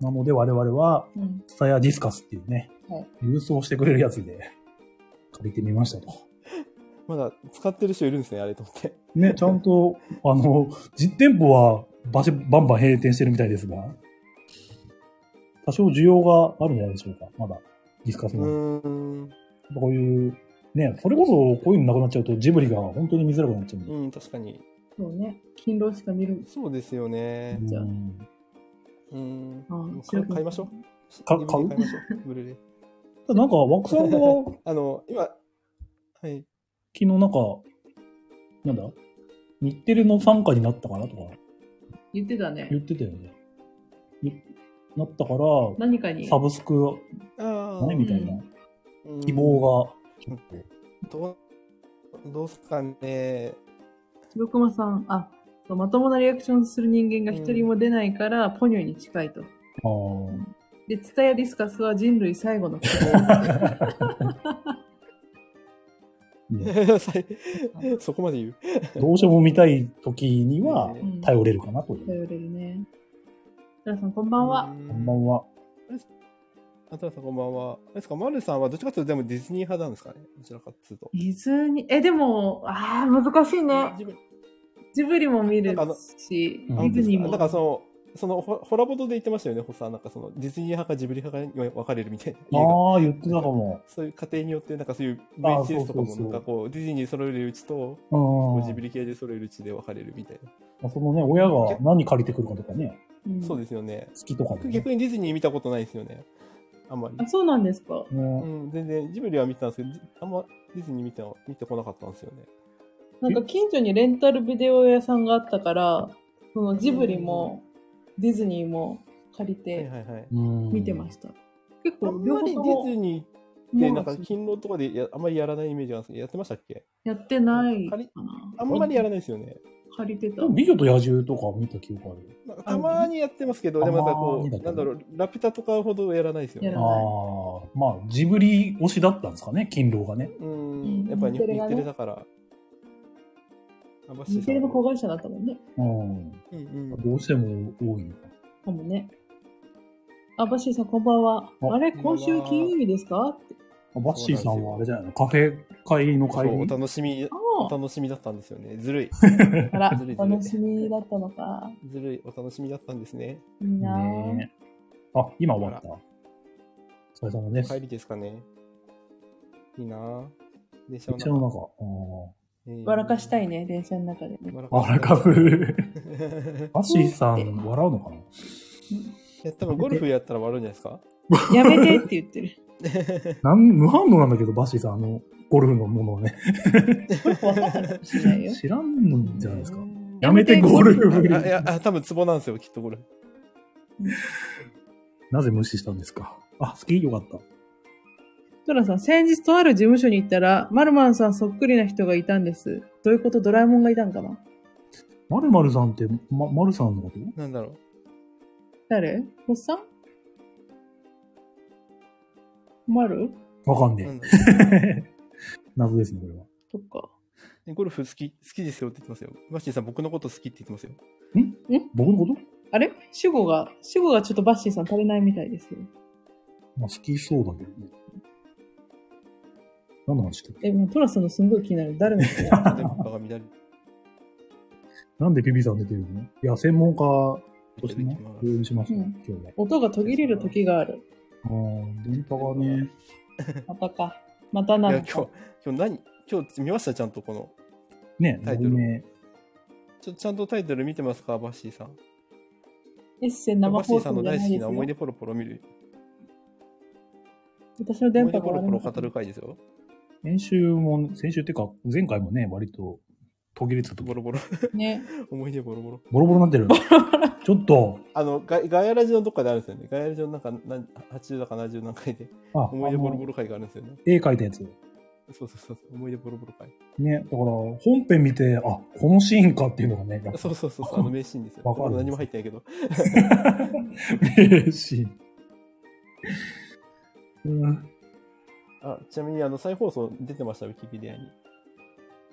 Speaker 2: なので我々は、
Speaker 1: うん。
Speaker 2: スタヤディスカスっていうね、
Speaker 1: はい
Speaker 2: 郵送してくれるやつで借りてみましたと。
Speaker 3: ー、まだ使ってる人いるんですね、あれと思って。
Speaker 2: ね、ちゃんと、あの、実店舗はバシバンバン閉店してるみたいですが、多少需要があるんじゃないでしょうか、まだ。ディスカス
Speaker 3: う
Speaker 2: も。
Speaker 3: ーん、
Speaker 2: こういう、ね、それこそこういうのなくなっちゃうとジブリが本当に見づらくなっちゃうんで。
Speaker 3: うん、確かに。
Speaker 1: そうね。勤労しか見る。
Speaker 3: そうですよね。
Speaker 1: じゃあ
Speaker 2: うん
Speaker 3: うん。
Speaker 1: あ
Speaker 3: もう買い買いましょう。
Speaker 2: か
Speaker 3: DVD
Speaker 2: 買う
Speaker 3: 買いましょう。ブルーレイ。
Speaker 2: ただなんか、枠さんは、昨
Speaker 3: あの、今、はい。
Speaker 2: 日なんか、なんだ日テレの参加になったかなとか
Speaker 1: 言ってたね
Speaker 2: 言。ってたよね。になったから、
Speaker 1: 何かに。
Speaker 2: サブスク、
Speaker 3: あ
Speaker 2: ね、みたいな希
Speaker 3: が。
Speaker 2: 望が。
Speaker 3: どう、どうすか ね。
Speaker 1: 白熊さん、あ、そうまともなリアクションする人間が一人も出ないから、ポニョに近いと。
Speaker 2: あー
Speaker 1: で、ツタヤディスカスは人類最後の希
Speaker 2: ね
Speaker 3: そこまで言う。
Speaker 2: どうしても見たい時には
Speaker 3: え
Speaker 1: 望。うん
Speaker 2: 頼れるかなとい
Speaker 1: 頼
Speaker 2: う。
Speaker 1: れるね。皆さん、こんばんは。
Speaker 2: こんばん
Speaker 3: は。
Speaker 2: は。
Speaker 3: あたらさんこんばんは。あれですか、まるさんはどっちかっていうとでもディズニー派なんですかね。どちらかっつうと。
Speaker 1: ディズニー、え、でも、ああ、難しいね。
Speaker 3: 自分
Speaker 1: ジブリも見る
Speaker 3: なんかあの
Speaker 1: し、デ
Speaker 2: うん
Speaker 1: ィズニーも。
Speaker 3: なんかその、そのホホラボドで言ってましたよね、ホさん。なんかその、ディズニー派かジブリ派かに分かれるみたいな。
Speaker 2: ああ、言ってたかも。
Speaker 3: そういう家庭によって、なんかそういう
Speaker 2: あー
Speaker 3: VHS とか
Speaker 2: そうそう
Speaker 3: も、
Speaker 2: そう
Speaker 3: なんかこう、ディズニー揃えるうちと、こうジ
Speaker 2: う
Speaker 3: ブリ系で揃えるうちで分かれるみたいな。
Speaker 2: ん。そのね、親が何借りてくるかとかね、
Speaker 1: うん
Speaker 3: そうですよね。
Speaker 2: 好きとか
Speaker 3: 僕
Speaker 2: でね。
Speaker 3: 逆にディズニー見たことないですよね。あんまり
Speaker 1: あ、。そうなんですか。
Speaker 3: う
Speaker 2: も
Speaker 3: ん、全然、ジブリは見てたんですけど、じあんまディズニー見ては見てこなかったんですよね。
Speaker 1: なんか近所にレンタルビデオ屋さんがあったから、そのジブリもディズニーも借り
Speaker 3: はい
Speaker 1: て
Speaker 3: はいはい。
Speaker 2: う、
Speaker 1: 見てま
Speaker 2: た。
Speaker 1: した。結
Speaker 3: あ
Speaker 1: 構
Speaker 3: ん
Speaker 1: 両
Speaker 3: ま
Speaker 1: 方
Speaker 3: りデ
Speaker 1: と
Speaker 3: ィズ
Speaker 1: も
Speaker 3: ニーって、なんか勤労とかでやあんまりやらないイメージなんですけど、やってましたっけ
Speaker 1: やってないか
Speaker 3: 借り
Speaker 1: な。
Speaker 3: あんまりやらないですよね。
Speaker 1: 借りてた
Speaker 2: でも。美女と野獣とか見た記憶ある。
Speaker 3: なんかたまにやってますけど、でもなんかこ
Speaker 2: たまにだ
Speaker 3: う、
Speaker 2: けど
Speaker 3: なんだろう、ラピュタとかほどやらないですよ
Speaker 1: や
Speaker 3: ね
Speaker 1: ら
Speaker 2: あ。
Speaker 1: ない
Speaker 2: あ、まあ、ジブリ推しだったんですかね、勤労がね。
Speaker 3: うん、やっぱり日
Speaker 1: 日テレが
Speaker 3: 日
Speaker 1: ね
Speaker 3: テレだから。あバッシーさん
Speaker 1: 日テレの子会社だったもんね。
Speaker 2: うん。
Speaker 3: うんうん。
Speaker 2: どうしても多いのか。
Speaker 1: かもね。あ、バッシーさんこんばんは。
Speaker 2: あ
Speaker 1: あれ、
Speaker 3: こんばん
Speaker 1: 今
Speaker 3: は
Speaker 1: 週金曜日ですかって。
Speaker 2: あバッシーさんはあれじゃないのカフェ会の帰
Speaker 3: そうお
Speaker 2: り
Speaker 3: 楽しみ、お
Speaker 1: あ
Speaker 3: 楽しみだったんですよね。ずるい。
Speaker 1: あ、ら
Speaker 3: ずるい、ずるい
Speaker 1: 楽しみだったのか。
Speaker 3: ずるい、お楽しみだったんですね。
Speaker 1: いいなぁ。
Speaker 2: ねえあ、今終わった。お疲れ様です。
Speaker 3: 帰りですかね。いいなぁ。電車
Speaker 2: 電車
Speaker 3: の中
Speaker 2: の中。
Speaker 3: えー
Speaker 1: 笑かしたいね、電車の中でね。
Speaker 3: 笑
Speaker 2: あーあらかぶ。
Speaker 3: い
Speaker 2: バッシーさん、笑うのかな
Speaker 3: や、多分ゴルフやったら笑うんじゃな
Speaker 1: やめてって言ってる。
Speaker 3: いです か
Speaker 2: なん無反応なんだけど、バッシーさん、あの、ゴルフのものをね。
Speaker 1: これ分かったかもしれないよ。
Speaker 2: 知らんのじゃないですか。
Speaker 3: ね
Speaker 2: やめてゴルフ。
Speaker 3: あいや、あ多分ツボなんですよ、きっとゴルフ。
Speaker 2: なぜ無視したんですかあ、好きよかった。
Speaker 1: トラさん、先日とある事務所に行ったら、マルマンさんそっくりな人がいたんです。どういうことドラえもんがいたんかな
Speaker 2: まるまるさんって、ま、まるさんのこと
Speaker 3: なんだろ
Speaker 1: 誰おっさんマル
Speaker 2: わかん
Speaker 3: う。なん
Speaker 2: ね
Speaker 3: だろ
Speaker 2: え。 謎ですね、これは。
Speaker 1: とか。
Speaker 3: うゴルフ好き、好きですよって言ってますよ。マッシーさん、僕のこと好きって言ってますよ。
Speaker 2: 僕のこと
Speaker 1: あれ主語が、主語がちょっとバッシーさん足りないみたいですよ。
Speaker 2: まあ、好きそうだけどね。何の話してる
Speaker 1: え、もうトラさんのすんごい気になる。誰の人
Speaker 3: 電波が乱れて
Speaker 2: なんでピピさん出てるのいや、専門家として
Speaker 3: る
Speaker 2: ね、共有しました、
Speaker 1: うん
Speaker 2: 今日は。
Speaker 1: 音が途切れる時がある。
Speaker 2: あー電波がね、
Speaker 1: またか。また
Speaker 3: い
Speaker 1: なの
Speaker 3: や、今日
Speaker 1: か。、
Speaker 3: 今日何今日見ましたちゃんとこの。
Speaker 2: ね、
Speaker 3: タイトル
Speaker 2: ね、
Speaker 3: ちょちゃんとタイトル見てますかバッシーさん。
Speaker 1: エッセン
Speaker 3: バ
Speaker 1: 生
Speaker 3: ッシ
Speaker 1: 放
Speaker 3: ーさん
Speaker 1: 送
Speaker 3: の
Speaker 1: じゃ
Speaker 3: 大
Speaker 1: な
Speaker 3: 好
Speaker 1: い
Speaker 3: き
Speaker 1: です
Speaker 3: な
Speaker 1: よ
Speaker 3: 思い出ポロポロ見る。
Speaker 1: 私の電
Speaker 3: 思い
Speaker 1: 波
Speaker 3: 出
Speaker 1: が
Speaker 3: ポロ
Speaker 1: 悪い
Speaker 3: ポロ
Speaker 1: のか
Speaker 3: 語る回ですよ。
Speaker 2: 先週も、先週っていうか、前回もね、割と途切れてたと
Speaker 3: ボ
Speaker 2: ボロ
Speaker 3: ロボ ロ。
Speaker 1: ね。
Speaker 3: 思い出ボロボロ。
Speaker 2: ボロになってる。 ちょっと、
Speaker 3: あの、ガガヤラジのどっかであるんですよね。ガヤラジのなんか、なん80だか70何回で、
Speaker 2: あ、あ
Speaker 3: 思い出ボロボ
Speaker 2: の
Speaker 3: ロ回があるんですよね。
Speaker 2: 絵描いたやつ。
Speaker 3: そうそうそうそう、思い出ボロボロ回。
Speaker 2: ね、だから、本編見て、あ、このシーンかっていうのがね、やっぱ
Speaker 3: そうそうそうそう、あの名シーンですよ。
Speaker 2: わかる
Speaker 3: 僕何も入ってないけど。
Speaker 2: 嬉しい。うん、
Speaker 3: あ、ちなみに、あの、再放送出てました、ウィキペディアに。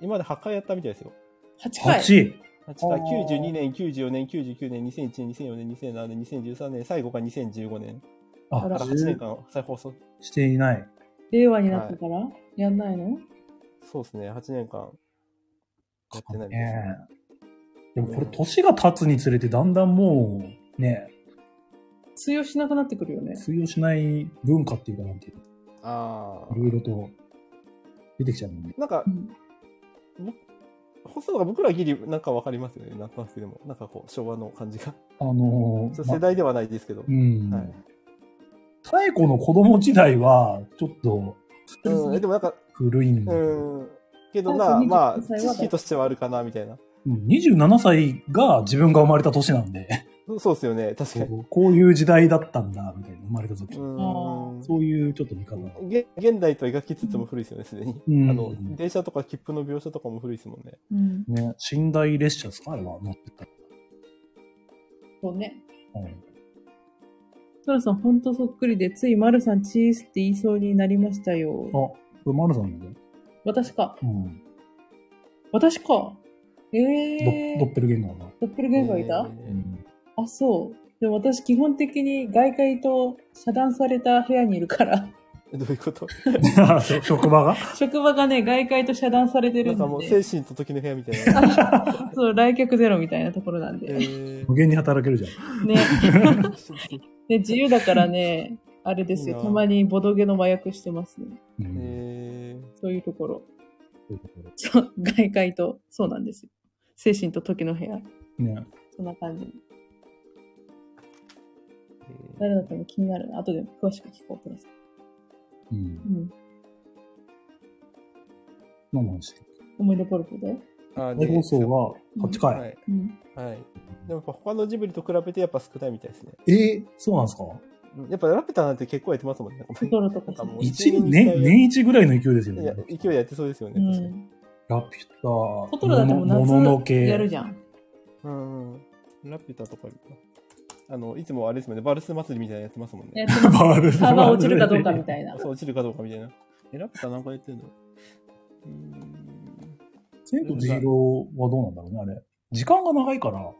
Speaker 3: 今まで8回やったみたいですよ。
Speaker 1: 8回。
Speaker 2: 8。
Speaker 3: 8回、
Speaker 2: あー
Speaker 3: 92年、94年、99年、2001年、2004年、2007年、2013年、最後が2015年。
Speaker 2: あ、
Speaker 1: あら
Speaker 3: だから8年間再放送。
Speaker 2: していない。
Speaker 1: 令和になったから、やんないの
Speaker 3: そうですね、8年間やってないんです
Speaker 2: ね
Speaker 3: ね。
Speaker 2: でもこれ、年が経つにつれて、だんだんもう、ね、
Speaker 1: 通用しなくなってくるよね。
Speaker 2: 通用しない文化っていうか、なんていうの
Speaker 3: あ
Speaker 2: いろい
Speaker 3: あ。
Speaker 2: ろと出てきちゃうもんね。
Speaker 3: なんか
Speaker 1: う、ん
Speaker 3: 細野が僕らギリなんかわかりますよね、なんとなくでも。なんかこう、昭和の感じが。
Speaker 2: あのー
Speaker 3: そう
Speaker 2: ま
Speaker 3: 世代ではないですけど
Speaker 2: う。ん。
Speaker 3: はい
Speaker 2: 太古の子供時代は、ちょっと
Speaker 3: うん、えでもなんか、
Speaker 2: 古いんだ
Speaker 3: う
Speaker 2: けど、
Speaker 1: 最
Speaker 3: ん。けどな、
Speaker 1: 後に
Speaker 3: まあ、
Speaker 1: 実際
Speaker 3: 知
Speaker 1: は
Speaker 3: 識としてはあるかな、みたいな。
Speaker 2: うん27歳が自分が生まれた年なんで、
Speaker 3: そうそうですよね、確かに。
Speaker 2: こういう時代だったんだ、みたいな、生まれた時。
Speaker 3: うん。
Speaker 2: そういうちょっと見方が。
Speaker 3: げ現代と描きつつも古いですよね、すでに。
Speaker 2: うん
Speaker 3: あの、電車とか切符の描写とかも古いですもんね。
Speaker 1: うん。
Speaker 2: ね、寝台列車ですかあれは乗ってた。
Speaker 1: そうね。
Speaker 2: うん
Speaker 1: トラさん、ほんとそっくりで、ついマルさんチーズって言いそうになりました
Speaker 2: あ、
Speaker 1: よ。
Speaker 2: これ丸さんだね。
Speaker 1: 私か。
Speaker 2: うん。
Speaker 1: 私か。えー、
Speaker 2: ドドッペルゲンガーが。
Speaker 1: ドッペルゲンガーいた、
Speaker 2: う
Speaker 3: えー
Speaker 2: ん。
Speaker 1: あ、そう。でも私、基本的に外界と遮断された部屋にいるから。
Speaker 3: どういうこと
Speaker 2: 職 職場が
Speaker 1: 職場がね、外界と遮断されて
Speaker 3: な
Speaker 1: る
Speaker 3: んか
Speaker 1: ん
Speaker 3: もう
Speaker 1: で
Speaker 3: 精。神と時の部屋みた いな。
Speaker 1: そう、来客ゼロみたいなところなん
Speaker 3: え
Speaker 1: で。
Speaker 3: ー
Speaker 2: 無限に働けるじゃん。
Speaker 1: ね。 で、自由だからね、あれです
Speaker 3: いい
Speaker 1: よ。
Speaker 3: な
Speaker 1: たまにボドゲの麻薬してますね。
Speaker 2: うん
Speaker 3: えー
Speaker 1: そういうところ。
Speaker 2: ということで
Speaker 1: そう、外界と、そうなんですよ。精神と時の部屋。
Speaker 2: ね
Speaker 1: そんな感じ。
Speaker 3: えー
Speaker 1: 誰だったのか気になるな。後で詳しく聞こうください。
Speaker 2: うん。
Speaker 1: うん。
Speaker 2: 何の話だっけ
Speaker 1: 思い出ポルポで。
Speaker 3: あ
Speaker 2: 再放送が8回。
Speaker 3: はい。
Speaker 1: うん。
Speaker 3: はい。でもやっぱ他のジブリと比べてやっぱ少ないみたいですね。
Speaker 2: えー、そうなんですか
Speaker 3: うんやっぱラピュタなんて結構やってますもんね。
Speaker 1: トトロとか
Speaker 3: なんかもう
Speaker 2: 一年、年一ぐらいの勢いですよ
Speaker 3: いや
Speaker 2: ね。
Speaker 3: 勢いやってそうですよ
Speaker 1: う
Speaker 3: ね。確かに
Speaker 1: ん。
Speaker 2: ラピュタ、
Speaker 1: トトロだってもう夏
Speaker 2: もののけ。
Speaker 1: やるじゃん。
Speaker 3: うんうん。ラピュタとか、あの、いつもあれですもんね、バルス祭りみたいなのやってますもんね。
Speaker 1: やって ます
Speaker 2: バールズ
Speaker 1: サーバー落ちるかどうかみたいな。
Speaker 3: そう、落ちるかどうかみたいな。え、ラピュタ何回やってんのうーん。
Speaker 2: 千と千尋はどうなんだろうね、あれ。時間が長いから。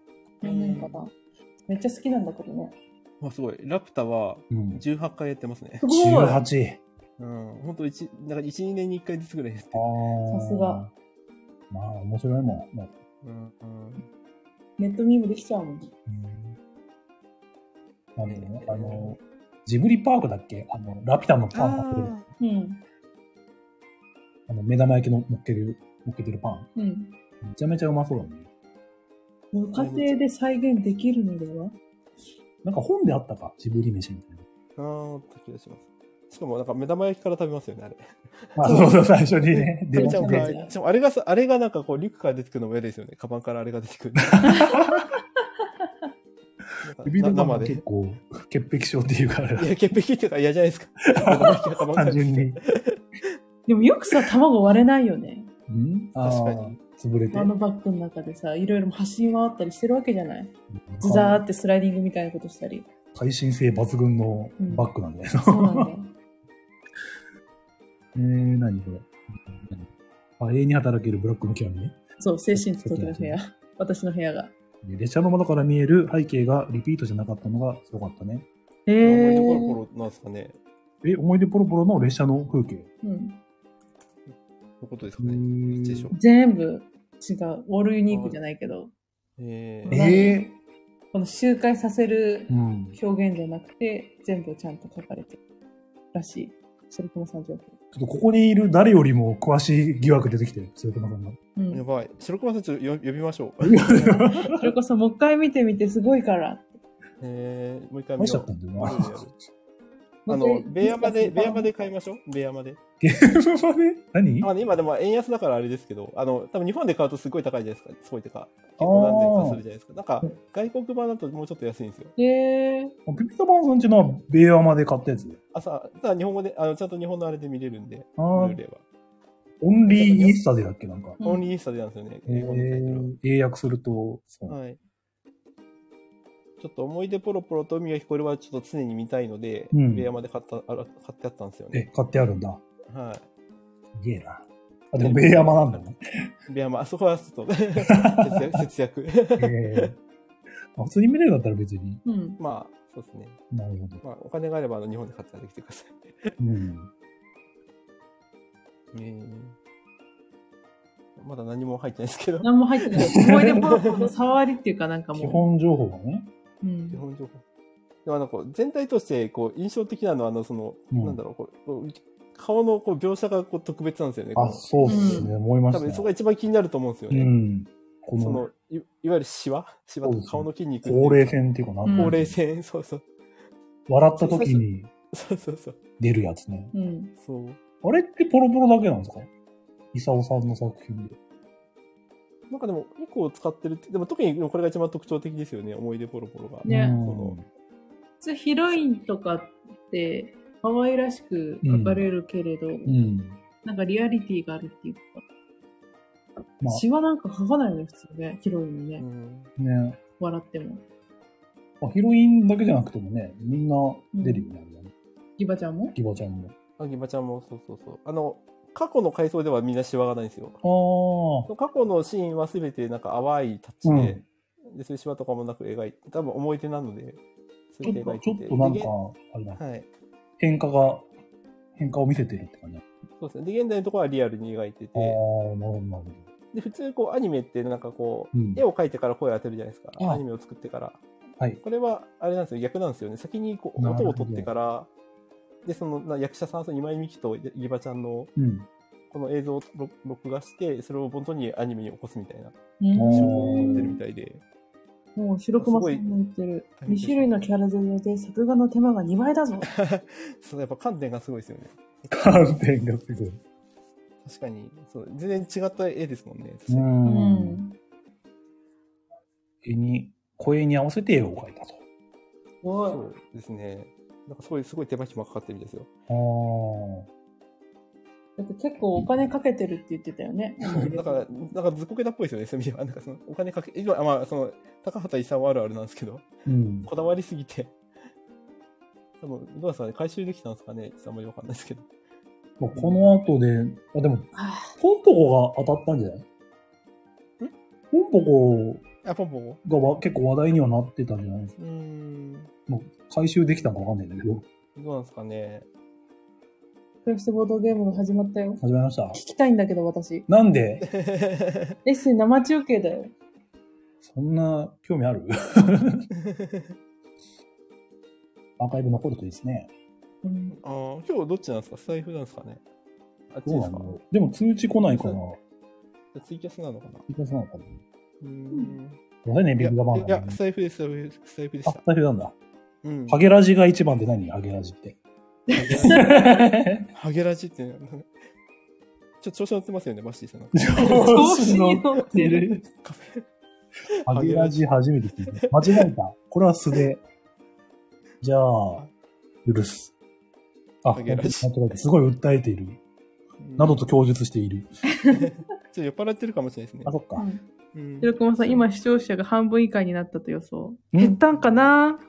Speaker 1: うんかなめっちゃ好きなんだけどね。
Speaker 3: まあすごい。ラピュタは
Speaker 2: うん。
Speaker 3: 18回やってますね
Speaker 1: す。ごい。
Speaker 2: 18。
Speaker 3: うん。ほんと1、なんか1、2年に1回ずつぐらいやって
Speaker 2: あ
Speaker 3: る。
Speaker 2: ー
Speaker 1: さすが。
Speaker 2: まあ、面白いもん。まあ
Speaker 3: うん。うん
Speaker 1: ネットミームできちゃうもん。
Speaker 2: うんなんだろうねあの、ジブリパークだっけあの、ラピュタのパンが出る。
Speaker 3: あ
Speaker 1: うん。
Speaker 2: あの、目玉焼きの乗っける、乗っけてるパン。
Speaker 1: うん。
Speaker 2: めちゃめちゃうまそうだね。
Speaker 1: ご家庭で再現できるのでは
Speaker 2: なんか本であったか、ジブリ飯みたいな。
Speaker 3: ーあーって気がします。しかもなんか目玉焼きから食べますよね、あれ。
Speaker 2: まあ、そうそう、最初に ね、出
Speaker 3: め
Speaker 2: ま
Speaker 3: ちゃ
Speaker 2: し
Speaker 3: め
Speaker 2: た
Speaker 3: ち
Speaker 2: ね
Speaker 3: ゃ可愛いしかもあれがさ、あれがなんかこう、リュックから出てくるのも嫌ですよね。カバンからあれが出てくる。
Speaker 2: 指
Speaker 3: な
Speaker 2: の
Speaker 3: んか生
Speaker 2: 生
Speaker 3: で
Speaker 2: 結。構、潔癖症っていうから
Speaker 3: い、や、潔癖っていうか嫌じゃないですか。目玉焼きがカバンから
Speaker 2: 単純に。
Speaker 1: でもよくさ、卵割れないよね。
Speaker 2: うんあー
Speaker 3: 確かに
Speaker 2: 潰れて
Speaker 1: あ。のバッグの中でさ、いろいろ走り回ったりしてるわけじゃないズザーってスライディングみたいなことしたり。
Speaker 2: 会心性抜群のバッグなんだよな。
Speaker 1: そうなんだよ。
Speaker 2: えー、何これ。あ、永遠に働けるブラックの極みね。
Speaker 1: そう、精神と時の部屋。私の部屋が。
Speaker 2: 列車の窓から見える背景がリピートじゃなかったのがすごかったね。
Speaker 1: へ
Speaker 3: 思い出
Speaker 1: ー
Speaker 3: コロコロなんですかね。
Speaker 2: え、思い出ポロポロの列車の風景。
Speaker 1: うん。
Speaker 3: そういうことです
Speaker 2: う
Speaker 3: かね。どっちでしょう
Speaker 2: ー。
Speaker 1: 全部違う。オールユニークじゃないけど、
Speaker 3: え
Speaker 1: え
Speaker 3: ー、
Speaker 2: え
Speaker 1: この周回させる
Speaker 2: ー、うん。ちょ
Speaker 1: 表現じゃなくて、全部ちゃんと書かれてるらしい。それとも30分。
Speaker 2: っとここにいる誰よりも詳しい疑惑出てきてる、白熊さんが。
Speaker 1: う
Speaker 3: や
Speaker 1: ん。
Speaker 3: ばい。白熊さんちょっとよ呼びま しょう。
Speaker 1: それこそもう一回見てみてすごいから。
Speaker 3: えー、もう一回
Speaker 2: 返
Speaker 3: 見
Speaker 2: しちゃ
Speaker 3: よ
Speaker 2: ったんだ
Speaker 3: う。
Speaker 2: よな。
Speaker 3: あの、ベヤマで、ベヤマで買いましょう。ベヤマで。
Speaker 2: 現場で何
Speaker 3: まあね、今でも円安だからあれですけど、あの、多分日本で買うとすごい高いじゃないですか。すごい高い。結構何千円かするじゃないですか。なんか、外国版だともうちょっと安いんですよ。
Speaker 1: えー、
Speaker 2: ピピタパンさんちのベーアマで買ったやつ。
Speaker 3: 朝、ただ日本語で、あの、ちゃんと日本のあれで見れるんで、
Speaker 2: あ
Speaker 3: ブ
Speaker 2: ー
Speaker 3: ルーレイは。
Speaker 2: オンリーイースタでだっけなんか。
Speaker 1: うん
Speaker 3: オンリーインスタでなんですよね、
Speaker 2: え
Speaker 3: 日本のタイトル
Speaker 2: ー、英訳すると、そう
Speaker 3: は。はい。ちょっと思い出ポロポロと海が聞こえるはちょっと常に見たいので、
Speaker 2: うん
Speaker 3: ベアまで買った、あら買ってあったんですよ
Speaker 2: え、
Speaker 3: ね。
Speaker 2: 買ってあるんだ。
Speaker 3: は
Speaker 2: すげえな。あ、でもベーアマなんだね。
Speaker 3: い。ベアま、あそこはちょっと 節約、節約。
Speaker 2: ええまあ普通に見れるんだったら別に。
Speaker 1: うん。
Speaker 3: まあ、そうですね。
Speaker 2: なるほど。
Speaker 3: まあ、お金があればあの日本で買ってあげてくださ
Speaker 2: う
Speaker 3: い。
Speaker 2: ん。
Speaker 3: えーまだ何も入ってないですけど、
Speaker 1: 何も入ってない。思い出ポロポロの触りっていうかなんかもう。
Speaker 2: 基本情報がね。
Speaker 1: うん
Speaker 3: 基本情報。でもあのこう全体としてこう印象的なのはあのその、
Speaker 2: うん
Speaker 3: なんだろうこうこう顔のこう描写がこう特別なんですよね。
Speaker 2: あ、そうっすね。思いま
Speaker 3: 多
Speaker 2: した
Speaker 3: 分そこ
Speaker 2: ね。
Speaker 3: が一番気になると思うんですよ
Speaker 2: う
Speaker 3: ね。
Speaker 2: ん。こ
Speaker 3: そ
Speaker 2: の
Speaker 3: のいいわゆるシワシワとか顔の筋肉っていう
Speaker 2: 高齢線っていうかな。
Speaker 1: うん
Speaker 3: ほうれい線そうそう
Speaker 2: 笑った時に
Speaker 3: そうそうそう
Speaker 2: 出るやつね。
Speaker 1: うん。
Speaker 3: そう
Speaker 2: あれってポロポロだけなんですかイサオさんの作品で。
Speaker 3: なんかでも2個を使ってるってでも特にこれが一番特徴的ですよね思い出ポロポロが、
Speaker 1: ね
Speaker 2: うん
Speaker 3: その
Speaker 1: 普通ヒロインとかって可愛らしく描かれるけれど、
Speaker 2: うん。
Speaker 1: なんかリアリティがあるっていうか。
Speaker 2: まあ
Speaker 1: シワなんか描かないよね、普通ね。ヒロインにね、
Speaker 3: うん
Speaker 2: ね。
Speaker 1: 笑っても。
Speaker 2: まあヒロインだけじゃなくてもね、みんな出るよね。あれね
Speaker 1: ギバちゃんも
Speaker 2: ギバちゃん
Speaker 3: あギバちゃんもそうそうそうあの過去の回想ではみんなシワがないんですよ
Speaker 2: も。ああ。
Speaker 3: 過去のシーンは全てなんか淡いタッチで,、でそういうシワとかもなく描いて多分思い出なのでそ
Speaker 2: ちょ
Speaker 3: れ
Speaker 2: っ
Speaker 3: で描
Speaker 2: と、
Speaker 3: い
Speaker 2: ち
Speaker 3: て
Speaker 2: ょ
Speaker 3: て
Speaker 2: っとなん
Speaker 3: で
Speaker 2: か
Speaker 3: げ、
Speaker 2: あれだ。
Speaker 3: はい
Speaker 2: 変化が、変化を見せてるって感じ。あ
Speaker 3: そうですねで現代のところはリアルに描いてて
Speaker 2: あ、なるほど、なるほど。
Speaker 3: で普通こうアニメってなんかこう、
Speaker 2: うん
Speaker 3: 絵を描いてから声を当てるじゃないですか、
Speaker 2: ああ
Speaker 3: アニメを作ってから、
Speaker 2: はい
Speaker 3: これはあれなんですよ逆なんですよね先にこう
Speaker 2: なるほ
Speaker 3: 音
Speaker 2: ど
Speaker 3: を取ってからでそのな役者さんその今井美樹とギバちゃんの
Speaker 2: うん。
Speaker 3: この映像を録録画してそれを本当にアニメに起こすみたいな
Speaker 1: うん
Speaker 2: お
Speaker 3: 手
Speaker 2: ー
Speaker 3: 法を取ってるみたいで
Speaker 1: もう白熊さんも言ってる。
Speaker 3: すごい
Speaker 1: 2種類のキャラ攻めで作画の手間が2倍だぞ。
Speaker 3: そう、やっぱ観点がすごいですよね。
Speaker 2: 観点がすごい。
Speaker 3: 確かに、そう、全然違った絵ですもんね。
Speaker 2: う。
Speaker 1: うんん。
Speaker 2: 絵に、声に合わせて絵を描いたと。
Speaker 1: すごい。
Speaker 3: そうですね。なんかすごい、すごい手間暇かかってるんですよ。
Speaker 2: あー
Speaker 1: だって結構お金かけてるって言ってたよね。
Speaker 3: だから、なんかずっこけたっぽいですよね、そういう意味では。なんかその、お金かけ、今、あまあ、その、高畑勲はあるあるなんですけど、
Speaker 2: うん。
Speaker 3: こだわりすぎて、多分、どうですかね、回収できたんですかね、ちょっとあんまりわかんないですけど。
Speaker 2: まあこの後で、あ、でも、
Speaker 1: は
Speaker 2: ポンポコが当たったんじゃないポンポコ
Speaker 3: あ、ポンポン
Speaker 2: がわ結構話題にはなってたんじゃないですか。
Speaker 3: うーん、
Speaker 2: もう回収できたのかわかんないんだけど。
Speaker 3: どうなんですか ね。
Speaker 1: ぁクラフトボードゲームが始まったよ。
Speaker 2: 始まりました。
Speaker 1: 聞きたいんだけど、私。
Speaker 2: なんで、
Speaker 1: レッスン生中継だよ。
Speaker 2: そんな興味あ るアーカイブ残るといいですね。
Speaker 1: うん。
Speaker 3: あー今日どっちなんですかスタイフなんですかねあっち
Speaker 2: どう
Speaker 3: で
Speaker 2: な
Speaker 3: す
Speaker 2: ん
Speaker 3: か
Speaker 2: だろう。でも通知来ないから、
Speaker 3: ツイキャスなのかな
Speaker 2: 追加すなのかな。
Speaker 3: うーん。
Speaker 2: ごめんね、
Speaker 3: い
Speaker 2: ビッ
Speaker 3: や、
Speaker 2: グババン
Speaker 3: い
Speaker 2: が。
Speaker 3: やスタイフです、スタイフですスタイフでし
Speaker 2: あ、
Speaker 3: た。
Speaker 2: 大変なんだ。
Speaker 3: うん。
Speaker 2: ハゲラジが一番で何ハゲラジって。
Speaker 3: ハゲラジってね、ちょっと調子乗ってますよね、バッシーさん。
Speaker 1: 調子に乗ってる。
Speaker 3: カフェ
Speaker 2: ハゲラジ初めて聞いた。間違えた。これは素で。じゃあ、許す。あ、
Speaker 3: ハゲラジ
Speaker 2: 本当だすごい訴えている。などと供述している。
Speaker 3: ちょっと酔っ払ってるかもしれないですね
Speaker 2: あ、。そっか。
Speaker 3: うん、いや
Speaker 1: 白熊さん、今視聴者が半分以下になったと予想。
Speaker 2: ん
Speaker 1: 減ったんかな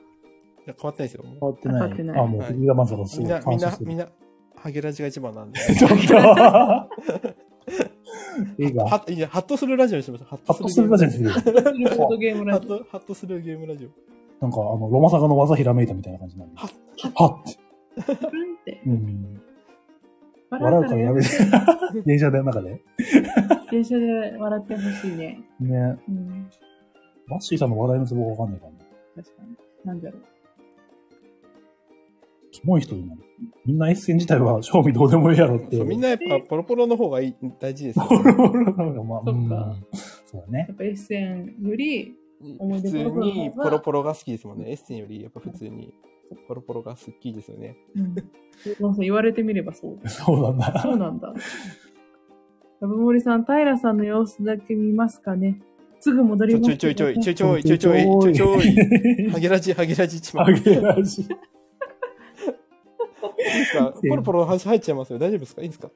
Speaker 3: 変わってないですよ。
Speaker 2: 変わってない。
Speaker 1: 変わってない
Speaker 2: あ、もう、
Speaker 3: はい
Speaker 2: ビッグババンさんがす
Speaker 3: み
Speaker 2: ご
Speaker 3: ん
Speaker 2: い
Speaker 3: な、
Speaker 2: 感
Speaker 3: みん
Speaker 2: 謝
Speaker 3: な
Speaker 2: し、て
Speaker 3: みん
Speaker 2: る。
Speaker 3: な、ハゲラジが一番なんで。
Speaker 2: ちょっと。映画。ハ
Speaker 3: は、いや、ハッとするラジオにしましょう。ハッ
Speaker 2: ッとするかじゃないです
Speaker 3: ゲーム
Speaker 2: けど
Speaker 1: クラフトボードゲーム
Speaker 3: ラ
Speaker 1: ラ
Speaker 3: ジ
Speaker 1: ジ
Speaker 3: オ
Speaker 1: オ。
Speaker 3: ハッと、ハッとするゲームラジオ。
Speaker 2: なんか、あの、ロマサガの技ひらめいたみたいな感じなんで。
Speaker 3: は
Speaker 2: はっ
Speaker 1: プルンって。
Speaker 2: うん。笑
Speaker 1: 笑う
Speaker 2: うか
Speaker 1: からら
Speaker 2: や
Speaker 1: や
Speaker 2: め
Speaker 1: め
Speaker 2: て
Speaker 1: て。。
Speaker 2: 電車の中で。
Speaker 1: 電車で笑ってほしいね。
Speaker 2: ね。
Speaker 1: うん。
Speaker 2: バッシーさんの話題のツボがわかんないからね。
Speaker 1: 確かに。なんだろう。
Speaker 2: キモい人になる。みんなエッセン自体は賞味どうでもいいやろって。
Speaker 3: そうみんなやっぱポロポロの方がいい大事で すよ。
Speaker 2: ポロポロなんかま
Speaker 1: そ
Speaker 2: あ、
Speaker 1: っか
Speaker 2: うんそうだね
Speaker 1: や。っぱエッセンより、思
Speaker 3: 普
Speaker 1: い出
Speaker 3: 通
Speaker 1: ポロポロの方が
Speaker 3: にポロポロが好きですもんね。エッセンよりやっぱ普通にポロポロが好きですよね。
Speaker 1: うん。白熊さん、言われてみればそう。
Speaker 2: そうなん
Speaker 1: そう
Speaker 2: だ。
Speaker 1: なんだ。ラブモリさん、平さんの様子だけ見ますかね。すぐ戻
Speaker 3: ち
Speaker 1: り
Speaker 3: ょ
Speaker 1: ます
Speaker 3: ちょいちょいちょいちょいちょいちょいちょいちょいちょい。ハゲラジ、ハゲラジ一番。
Speaker 2: あ
Speaker 3: いい
Speaker 2: げらしい。
Speaker 3: ですかポロポロの話入っちゃいますよ。大丈夫ですかいいですか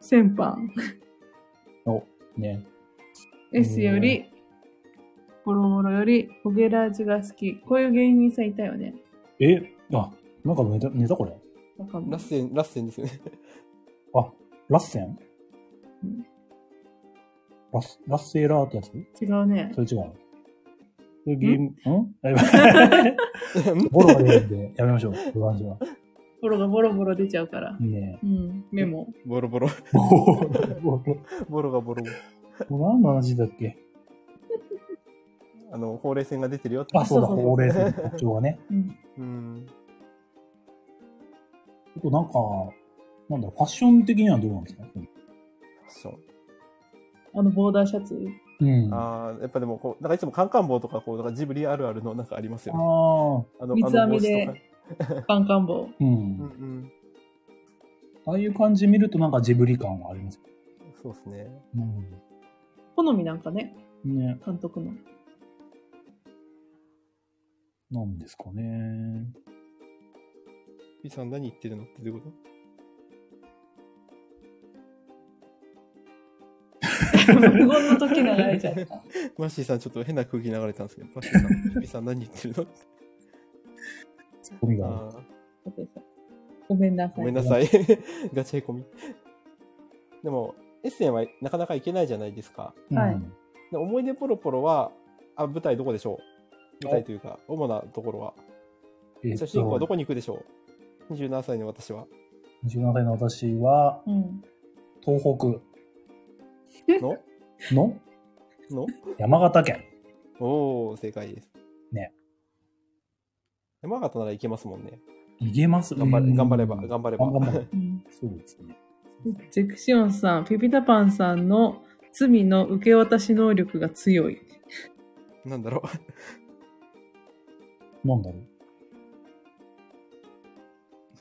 Speaker 1: 先般。
Speaker 2: ね。
Speaker 1: S より、ボロボロより、ホゲラ味が好き。こういう芸人さんいたよね。
Speaker 2: え、あ、なんかネタ、ネタこれ
Speaker 1: わかんな
Speaker 3: ラ
Speaker 1: い
Speaker 3: ッ。セン、ラッセンですよね。
Speaker 2: あ、ラッセン
Speaker 1: うん
Speaker 2: ラス、ラッセーラーってやつ
Speaker 1: 違うね
Speaker 2: そ。れ違う。それゲーム、んあやば いボロが出るんで、やめましょう。この話は。
Speaker 1: ボロがボロボロ出ちゃうから。
Speaker 2: ね
Speaker 1: うん、メモ。
Speaker 3: ボロボロ。
Speaker 2: え。もうも
Speaker 3: ボロがボロボロ。
Speaker 2: う何の話だっけ
Speaker 3: あの、ほうれい線が出てるよって
Speaker 2: あ、そうだ、
Speaker 1: そうそう
Speaker 2: ほうれい線の特徴がね。
Speaker 1: うん。
Speaker 3: うん。
Speaker 2: あとなんか、なんだろう、ファッション的にはどうなんですか
Speaker 3: そう。
Speaker 1: あの、ボーダーシャツ。
Speaker 2: うん。あ
Speaker 3: ああ、やっぱでもこう、なんかいつもカンカン帽とか、こう、なんかジブリあるあるのなんかあります
Speaker 2: あ
Speaker 3: よね。
Speaker 2: ー、
Speaker 3: あの、
Speaker 1: 三つ編
Speaker 3: あの
Speaker 1: み
Speaker 3: 帽子
Speaker 1: で
Speaker 3: とか。
Speaker 1: カンカン帽。
Speaker 2: う
Speaker 3: うん
Speaker 2: ん。
Speaker 3: うん。
Speaker 2: ああいう感じ見るとなんかジブリ感はあります。
Speaker 3: そうですね。
Speaker 2: うん。
Speaker 1: 好みなんかね、
Speaker 2: ね、
Speaker 1: 監督 の。
Speaker 2: なんですかね。
Speaker 3: P さん何言ってるのってどういうこ
Speaker 1: 無言の時流れちゃった。
Speaker 3: とマッシーさんちょっと変な空気流れたんですけど、マッシーさん、P さん何言ってるのって。
Speaker 2: ツッコミがある。
Speaker 3: あー
Speaker 1: ごめんなさい。
Speaker 3: ごめんなさい。 ガチへこみ。でも、エッセンはなかなか行けないじゃないですか。
Speaker 1: はい
Speaker 2: うん
Speaker 3: で思い出ポロポロは、あ、舞台どこでしょう舞台というか、主なところは。
Speaker 2: えっ
Speaker 3: 主
Speaker 2: と、
Speaker 3: 人公はどこに行くでしょう ?27 歳の私は。
Speaker 2: 17歳の私は、
Speaker 1: うん。
Speaker 2: 東北
Speaker 3: の
Speaker 2: の
Speaker 3: の
Speaker 2: 山形県。
Speaker 3: おお正解です。
Speaker 2: ね。
Speaker 3: 山形なら行けますもんね。
Speaker 2: 逃げます。
Speaker 3: 頑張れ
Speaker 2: うん
Speaker 3: 頑張れば頑張れば
Speaker 2: 頑張れ
Speaker 1: うん
Speaker 2: そうですね。
Speaker 1: ゼクシオンさん、ピピタパンさんの罪の受け渡し能力が強い。
Speaker 3: なんだろう。
Speaker 2: なんだろう。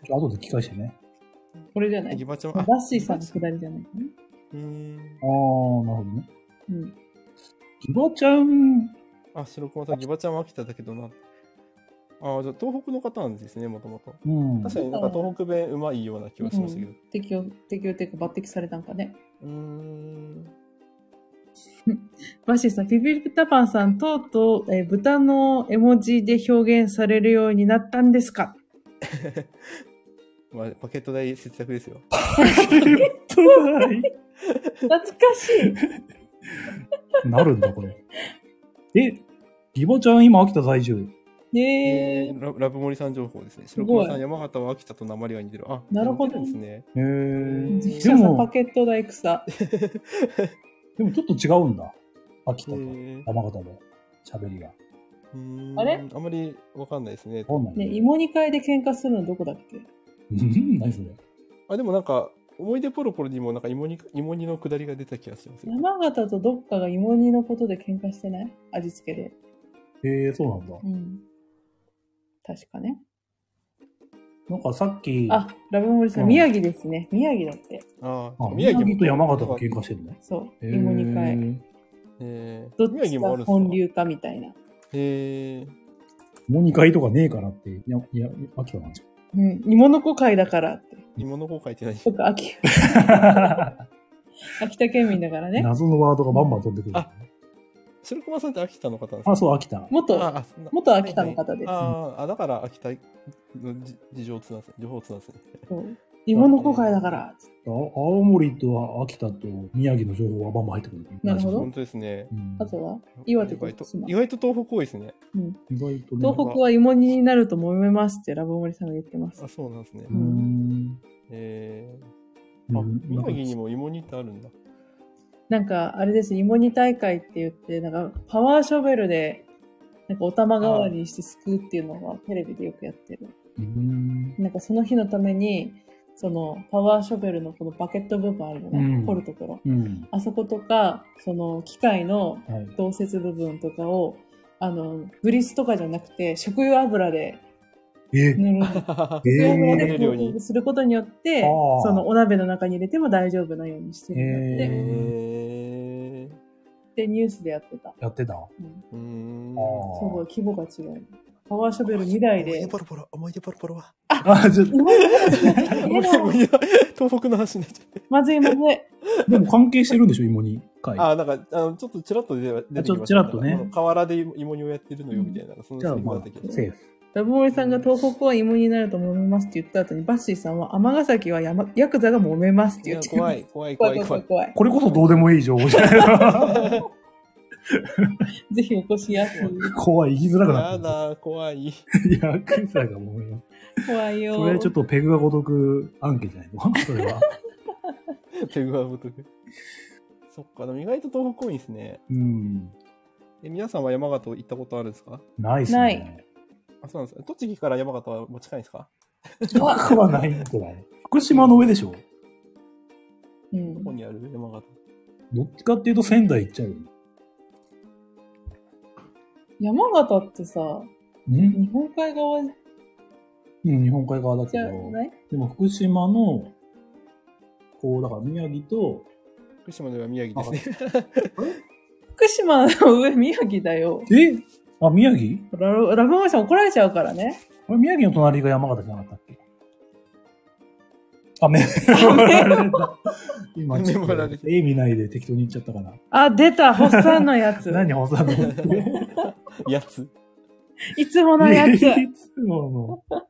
Speaker 2: ちょっと後で聞き返してね。
Speaker 1: これじゃない。
Speaker 3: ギバちゃん、
Speaker 1: バ
Speaker 3: あ
Speaker 1: ッ、シーさんのくだりじゃないかな。
Speaker 3: えー
Speaker 2: ああ、なるほどね。
Speaker 1: うん。
Speaker 2: ギバちゃん、
Speaker 3: あ、白熊さん、ギバちゃんは秋田だけどな。ああ、じゃあ東北の方なんですね、もともと。
Speaker 2: うん。
Speaker 3: 確かになんか東北弁うまいような気はしましたけど。
Speaker 1: 適用、適用っていうか抜擢されたんかね。
Speaker 3: うーん。
Speaker 1: バッシーさん、ピピタパンさん、とうとう、えー豚の絵文字で表現されるようになったんですか
Speaker 3: まあ、パケット代節約ですよ。
Speaker 1: 懐かしい。
Speaker 2: なるんだ、これ。え、ギバちゃん、今、秋田在住。
Speaker 1: ねえ
Speaker 3: ララブモリさん情報ですね。
Speaker 1: ごい
Speaker 3: 白熊さん、山形は秋田と鉛が似てる。あ、
Speaker 1: なるほど
Speaker 3: 似てんですね。
Speaker 2: へえ。
Speaker 3: うん
Speaker 1: 自
Speaker 2: で
Speaker 1: 社のパ
Speaker 2: も、
Speaker 1: ケット大草。
Speaker 2: でもちょっと違うんだ。秋田と
Speaker 3: へー
Speaker 2: 山形の喋りが。
Speaker 3: うーん
Speaker 1: あれ
Speaker 3: あんまりわかんないですね。
Speaker 2: わかんない
Speaker 1: ね、芋煮会で喧嘩するのどこだっけ
Speaker 2: うん何それ。
Speaker 3: あ、でもなんか、思い出ポロポロにもなんか芋煮、芋煮のくだりが出た気がしますよ。
Speaker 1: 山形とどっかが芋煮のことで喧嘩してない味付けで。
Speaker 2: へえ、そうなんだ。
Speaker 1: うん。確かね。
Speaker 2: なんかさっき、
Speaker 1: あ、ラブモリさ
Speaker 2: うん
Speaker 1: ん、宮城ですね。宮城だって。
Speaker 3: あ
Speaker 2: あ
Speaker 3: あ、
Speaker 2: 宮城と山形が
Speaker 3: が
Speaker 2: 喧嘩してるね。
Speaker 1: そう。芋煮
Speaker 2: へ
Speaker 1: 会。
Speaker 2: ー
Speaker 3: え
Speaker 1: ど
Speaker 3: ー、
Speaker 1: っ
Speaker 3: 宮
Speaker 1: ち
Speaker 3: 城もあ
Speaker 1: が
Speaker 3: るんです
Speaker 1: 本
Speaker 3: か
Speaker 1: 流かみたいな。
Speaker 3: へえ
Speaker 2: 芋煮会とかねえからって、いや、いや、秋田なんじ
Speaker 1: うん。芋の子会だからって。
Speaker 3: 芋の方書いてない。
Speaker 1: とか、 秋、
Speaker 2: ゃん。
Speaker 1: 秋田県民だからね。
Speaker 2: 謎のワードがバンバン飛んでくる。
Speaker 3: あ白熊さんって秋田の方なんですか
Speaker 2: あ、そう、秋田。
Speaker 1: 元、
Speaker 3: ああそんな
Speaker 1: 元秋田の方です
Speaker 3: はいはいあーあ、だから秋田のじ事情つなんですね。情報つなんですね。
Speaker 1: そう芋の子会だから。
Speaker 2: あ青森と秋田と宮城の情報はバンバン入ってくる。
Speaker 1: なるほど
Speaker 3: 本当ですね。
Speaker 2: うん
Speaker 1: あとは、岩手
Speaker 3: 意
Speaker 1: と
Speaker 3: 外と
Speaker 1: 徳島
Speaker 3: 意外と東北多いですね。
Speaker 2: 意外とね。
Speaker 1: 東北は芋煮になると揉めますってラブモリさんが言ってます
Speaker 3: あ、。そうなんですね
Speaker 2: う。ん。
Speaker 3: えー、
Speaker 2: うん
Speaker 3: あ、宮城にも芋煮ってあるんだ。
Speaker 1: なんか、あれです、芋煮大会って言って、なんか、パワーショベルで、なんか、お玉代わりにしてすくうっていうのが、テレビでよくやってる。
Speaker 2: うん
Speaker 1: なんか、その日のために、その、パワーショベルのこのバケット部分あるじゃない、
Speaker 2: うん
Speaker 1: 掘るところ。
Speaker 2: うん。
Speaker 1: あそことか、その、機械の
Speaker 2: はい。
Speaker 1: 動接部分とかを、あの、グリスとかじゃなくて、食用油で
Speaker 2: え
Speaker 1: 塗る。そ
Speaker 2: え
Speaker 1: れを
Speaker 3: 塗れるよう
Speaker 1: ね
Speaker 3: に
Speaker 1: することによって、
Speaker 2: あー
Speaker 1: そのお鍋の中に入れても大丈夫なようにしてるんだ
Speaker 2: へ
Speaker 1: って、
Speaker 3: えー、
Speaker 1: でニュースでやってた。
Speaker 2: やってた。あ
Speaker 1: うん
Speaker 3: うーん。
Speaker 1: すごい規模が違う。パワーショベル2台
Speaker 3: 思い出
Speaker 1: で。
Speaker 3: ポロポロ、思い出ポロポロは。
Speaker 2: あ。あ、ちょっと
Speaker 3: もういや東北の話になっちゃう。
Speaker 1: まずいまずい。
Speaker 2: でも関係してるんでしょ、芋煮会。
Speaker 3: あ、なんか、あの、ちょっとちらっと出て出てきました、
Speaker 2: ちょっとちらっとね
Speaker 3: なんかこの河原で芋煮をやってるのよ、みたいな。その
Speaker 2: じゃあ、
Speaker 3: セリフ
Speaker 2: ま
Speaker 3: だ
Speaker 2: あ
Speaker 3: った気がし、ます
Speaker 2: セーフ。
Speaker 1: ラブモリさんが東北は芋になると揉めますって言った後に、バッシーさんは尼崎はや、ま、ヤクザが揉めますっ
Speaker 3: い
Speaker 1: て言
Speaker 3: や
Speaker 1: ってる
Speaker 3: 怖い、怖い、
Speaker 1: 怖
Speaker 3: 怖
Speaker 1: い
Speaker 3: い、
Speaker 1: 怖
Speaker 3: 怖
Speaker 1: い
Speaker 3: い。
Speaker 1: 怖い。
Speaker 2: これこそどうでもいい情報じゃない
Speaker 1: ぜひお越しやす い。
Speaker 2: 怖い、生きづらくな
Speaker 3: や
Speaker 2: った。
Speaker 3: だ、怖い。
Speaker 2: ヤクザがもう、
Speaker 1: 怖いよ。
Speaker 2: それちょっとペグがごとく案件じゃないのそれは。
Speaker 3: 手具合ごとく。そっか、でも意外と東北多いんですね。
Speaker 2: うん。
Speaker 3: え、皆さんは山形行ったことあるんですか
Speaker 2: ないっすね。
Speaker 1: ない
Speaker 3: あ、そうなんです。栃木から山形はもう近いんですか
Speaker 2: 深くはないんじゃない福島の上でし
Speaker 1: う
Speaker 2: ょ
Speaker 3: どこ
Speaker 1: ん。
Speaker 3: にある山形。
Speaker 2: どっちかっていうと仙台行っちゃうよ。
Speaker 1: 山形ってさ、
Speaker 2: ん
Speaker 1: 日本海側
Speaker 2: うん、日本海側だけ
Speaker 1: じゃ
Speaker 2: ど。
Speaker 1: ない
Speaker 2: でも福島の、こう、だから宮城と、
Speaker 3: 福島では宮城です ね。
Speaker 1: 福島の上宮城だよ。
Speaker 2: えあ、宮城
Speaker 1: ララブモリさん怒られちゃうからね。
Speaker 2: あれ宮城の隣が山形じゃなかったっけ あ、め、今、ちょっ
Speaker 3: メモられ
Speaker 2: と意味ないで適当に言っちゃったから。
Speaker 1: あ、出た、ホッサンのや つ。
Speaker 2: 何をさ、の
Speaker 3: やつ。
Speaker 1: いつものや つ。や
Speaker 2: いつもの。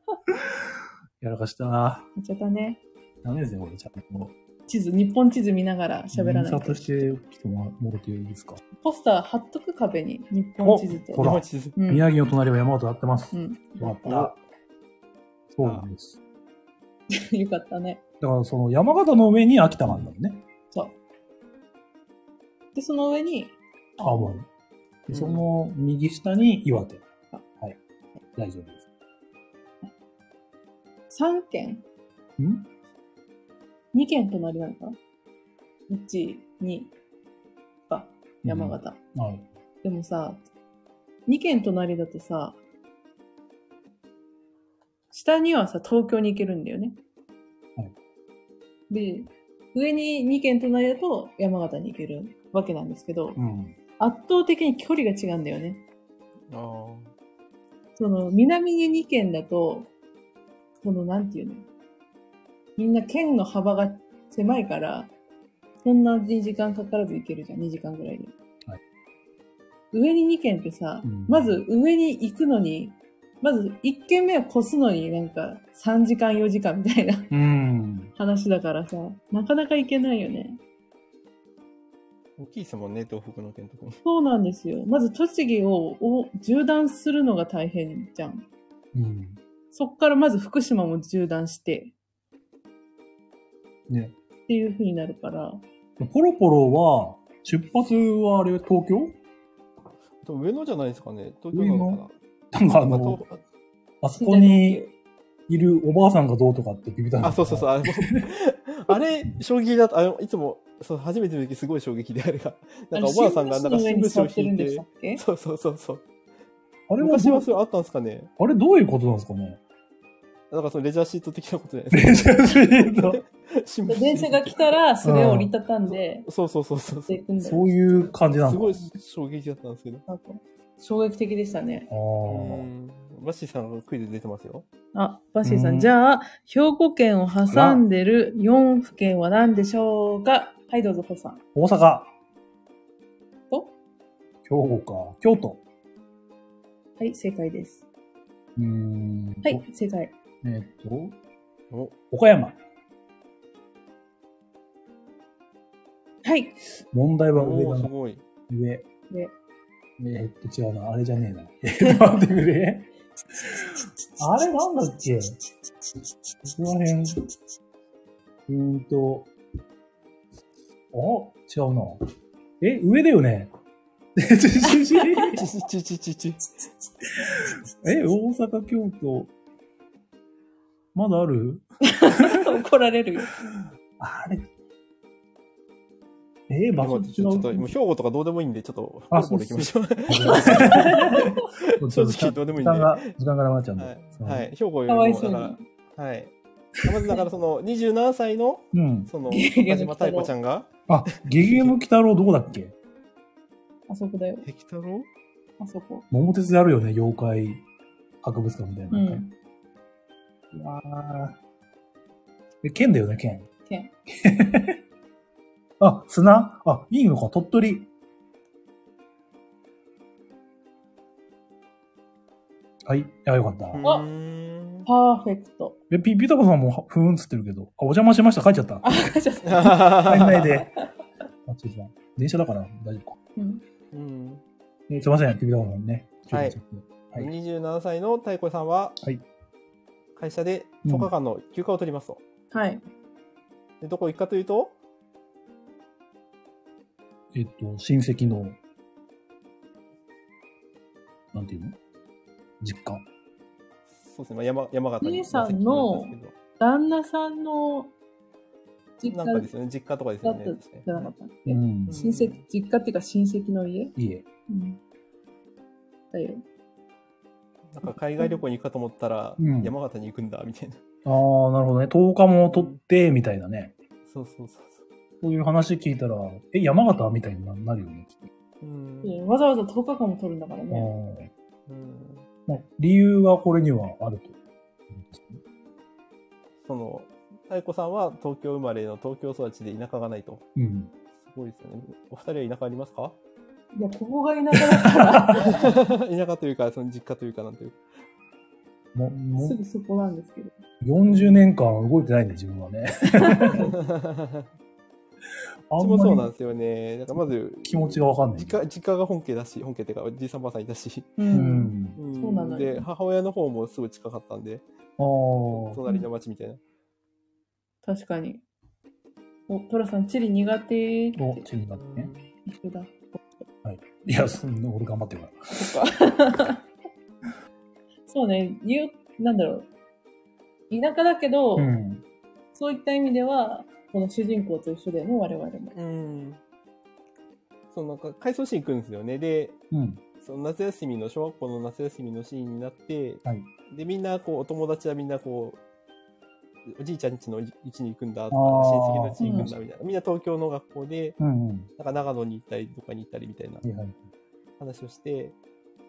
Speaker 2: やらかしたな。
Speaker 1: っちゃったね。
Speaker 2: ダメですね、これ。ちゃんと。
Speaker 1: 地図、日本地図見ながら喋らない
Speaker 2: 印
Speaker 1: と
Speaker 2: 刷。してきてもらっていいですか。
Speaker 1: ポスター貼っとく壁に、日本地図
Speaker 2: ほ
Speaker 1: と。
Speaker 2: ら
Speaker 3: 山地図。
Speaker 1: うん、
Speaker 2: 宮城の隣は山形あってます
Speaker 1: う。ん。
Speaker 2: よかった。そうなんです。
Speaker 1: よかったね。
Speaker 2: だから、その山形の上に秋田なんだもんね。
Speaker 1: で、その上に、
Speaker 2: 青森。でその右下に岩手。はい。大丈夫です。
Speaker 1: 3軒
Speaker 2: ん
Speaker 1: ?2 軒隣なのかな ?1、2が山形。
Speaker 2: うん。はい。
Speaker 1: でもさ、2軒隣だとさ、下にはさ、東京に行けるんだよね。
Speaker 2: はい
Speaker 1: で、上に2軒隣だと山形に行けるわけなんですけど、
Speaker 2: うん。
Speaker 1: 圧倒的に距離が違うんだよね。
Speaker 3: ああ。
Speaker 1: その、南に2県だと、その、なんていうのみんな県の幅が狭いから、そんなに時間かからず行けるじゃん、2時間ぐらいで。
Speaker 2: はい
Speaker 1: 上に2県ってさ、
Speaker 2: うん
Speaker 1: まず上に行くのに、まず1軒目を越すのになんか3時間4時間みたいな
Speaker 2: うん。
Speaker 1: 話だからさ、なかなか行けないよね。
Speaker 3: 大きいですもんね、東北の県とかも。
Speaker 1: そうなんですよ。まず栃木をを縦断するのが大変じゃん。
Speaker 2: うん。
Speaker 1: そっからまず福島も縦断して、
Speaker 2: ね。
Speaker 1: っていう風になるから、
Speaker 2: ポロポロは、出発はあれ、東京
Speaker 3: でも上野じゃないですかね。東京なのかな。
Speaker 2: なんかあ
Speaker 3: あ
Speaker 2: の
Speaker 3: 東、北
Speaker 2: あそこにいるおばあさんがどうとかってビビったんだ
Speaker 3: あ、そうそう そう。あれ、あれ衝撃だった。あれ、いつも、そう、初めての時すごい衝撃で、あれが。なんかおばあさんが、なんか新聞紙を引いて。
Speaker 1: て
Speaker 3: そうそうそうそう。
Speaker 2: あれは
Speaker 3: 昔
Speaker 2: ど
Speaker 3: は
Speaker 2: う
Speaker 3: それあったんですかね
Speaker 2: あれどういうことなんですかね
Speaker 3: なんかそのレジャーシート的なことじゃない
Speaker 2: 電
Speaker 3: ですか。
Speaker 2: 車シート。
Speaker 3: 新聞紙
Speaker 1: 電車が来たら、それを折りたたんで、
Speaker 3: そうそうそうそう。
Speaker 1: 持って
Speaker 3: す
Speaker 1: いくんだ
Speaker 2: そ
Speaker 1: よ。
Speaker 2: ういう感じなの
Speaker 3: ご
Speaker 2: か
Speaker 3: い衝撃だったんですけど。
Speaker 1: なんか衝撃的でしたね。
Speaker 2: あ
Speaker 3: う
Speaker 2: ー
Speaker 3: ん。バッシーさんがクイズ出てますよ。
Speaker 1: あ、バッシーさ
Speaker 2: うん
Speaker 1: ん、じゃあ、兵庫県を挟んでる4府県は何でしょうかはい、どうぞ、ホさん。
Speaker 2: 大阪。
Speaker 1: お
Speaker 2: 兵庫か。京都。
Speaker 1: はい、正解です。
Speaker 2: うーんと。
Speaker 1: はい、正解。
Speaker 2: えーっと、
Speaker 3: お、
Speaker 2: 岡山。
Speaker 1: はい。
Speaker 2: 問題は上
Speaker 3: お
Speaker 2: だ
Speaker 3: ーす
Speaker 2: な。
Speaker 3: ごい。
Speaker 2: 上。
Speaker 1: 上
Speaker 2: えーっと、違うな。あれじゃねえな。えーっと、待ってくれ。あれなんだっけここら辺。うーんと。あ違うな。え、上だよね。 え、ちちち
Speaker 3: ちちちちちち。
Speaker 2: え、大阪、京都。まだある
Speaker 1: 怒られるよ。
Speaker 2: あれ。えー、
Speaker 3: ち
Speaker 2: 場所
Speaker 3: ょ
Speaker 2: 違う。
Speaker 3: ちょっと、もう兵庫とかどうでもいいんで、ちょっと、
Speaker 2: あ
Speaker 3: ボロボロ行きましょう。
Speaker 2: ち
Speaker 3: 正
Speaker 2: ょっと時
Speaker 3: 直
Speaker 2: 間
Speaker 3: どうでもい
Speaker 2: 時
Speaker 3: いん
Speaker 2: 間
Speaker 3: で。
Speaker 2: が、時間がなくなっちゃうん
Speaker 3: は
Speaker 2: で。
Speaker 3: い。はい。兵庫より
Speaker 1: かわい
Speaker 3: も、
Speaker 1: そう
Speaker 3: だ
Speaker 1: に。
Speaker 3: から、はい。まずだからその、27歳の、
Speaker 2: うん。
Speaker 3: その、
Speaker 1: ゲゲゲ
Speaker 3: 中島太鼓ちゃんが、
Speaker 2: あ、ゲゲゲの鬼太郎どこだっけ
Speaker 1: あそこだよ。
Speaker 3: ヘキタロ
Speaker 1: あそこ。
Speaker 2: 桃鉄であるよね、妖怪博物館みたいな。
Speaker 1: う
Speaker 2: なんか
Speaker 1: ん。
Speaker 2: うわーえ、県だよね、県。
Speaker 1: 県。
Speaker 2: あ、砂あ、いいのか、鳥取。はい。あ、よかった。
Speaker 3: う
Speaker 1: あ
Speaker 3: ーん。
Speaker 1: パーフェクト。
Speaker 2: え、ピ、ピタコさんもは、ふーんっつってるけど。あ、お邪魔しました。帰っちゃ った。
Speaker 1: あ、ちょっと。
Speaker 2: 帰んない
Speaker 3: は
Speaker 2: で。あ、ちょっと、電車だから大丈夫か。
Speaker 1: うん。
Speaker 3: い。うん。
Speaker 2: えーすいません、ピピタコさんね。
Speaker 3: はい
Speaker 2: ちょっとはい
Speaker 3: 27歳の太鼓さんは、
Speaker 2: はい
Speaker 3: 会社で10日間の休暇を取りますと。
Speaker 1: はい。
Speaker 3: でどこ行くかというと、
Speaker 2: えっと、親戚の、なんていうの実家。
Speaker 3: そうですね、まあ、山山形に。
Speaker 1: 兄さんの旦那さんの実家
Speaker 3: なんか
Speaker 1: だっ
Speaker 3: ですよね、実家とかですよ
Speaker 1: た
Speaker 3: ね。確
Speaker 1: ん
Speaker 3: か
Speaker 1: じゃなかったっけ、
Speaker 2: ん
Speaker 1: 親戚、実家っていうか親戚の家
Speaker 2: いいえ。
Speaker 1: うん。だよ。
Speaker 3: になんか海外旅行に行くかと思ったら、
Speaker 2: うん
Speaker 3: 山形に行くんだ、みたいな。
Speaker 2: ああ、なるほどね。10日も取って、みたいなね。
Speaker 3: そうそうそう
Speaker 2: そういう話聞いたら、え、山形みたいにななるよね。きっ
Speaker 3: そう。うん。
Speaker 1: でわざわざ10日間も取るんだから
Speaker 2: と
Speaker 1: ね。
Speaker 3: うん
Speaker 2: まあ理由はこれにはあると。
Speaker 3: その、太鼓さんは東京生まれの東京育ちで田舎がないと。
Speaker 2: うん。
Speaker 3: すごいですよね。お二人は田舎ありますか
Speaker 1: いや、ここが田舎だから、
Speaker 3: 田舎というか、その実家という か、なんというか。
Speaker 2: もも
Speaker 1: すぐそこなんですけど。
Speaker 2: 40年間動いてないんで、自分はね。あ
Speaker 3: うんちも そうな
Speaker 2: ま
Speaker 3: ん
Speaker 2: り
Speaker 3: ですよね。なんかまず、
Speaker 2: 気持ちがわかんない。
Speaker 3: 実家、実家が本家だし、本家っていうか、じいさんばあさんいたし。
Speaker 1: う。
Speaker 2: うんん。
Speaker 3: ん
Speaker 1: そうなのよ
Speaker 3: で、母親の方もすぐ近かったんで、
Speaker 2: ああ。
Speaker 3: 隣の町みたいな。
Speaker 1: 確かに。お、トラさん、地理苦手って
Speaker 2: と、チになってね。
Speaker 1: 一緒だ。
Speaker 2: いや、そんな俺頑張ってるから。
Speaker 1: そうね、言う、なんだろう。田舎だけど、
Speaker 2: ん。
Speaker 1: そういった意味では、この主人公と一緒だよね、我々も。
Speaker 3: うん。そう、なんか、回想シーン来るんですよね。で、
Speaker 2: うん。
Speaker 3: その夏休みの、小学校の夏休みのシーンになって、
Speaker 2: はい
Speaker 3: で、みんな、こう、お友達はみんな、こう、おじいちゃん家の家に行くんだとか、
Speaker 2: あー
Speaker 3: 親戚の家に行くんだみたいな、みんな東京の学校で、
Speaker 2: うんうん。
Speaker 3: なんか長野に行ったり、どっかに行ったりみたいな
Speaker 2: はいはい。
Speaker 3: 話をして、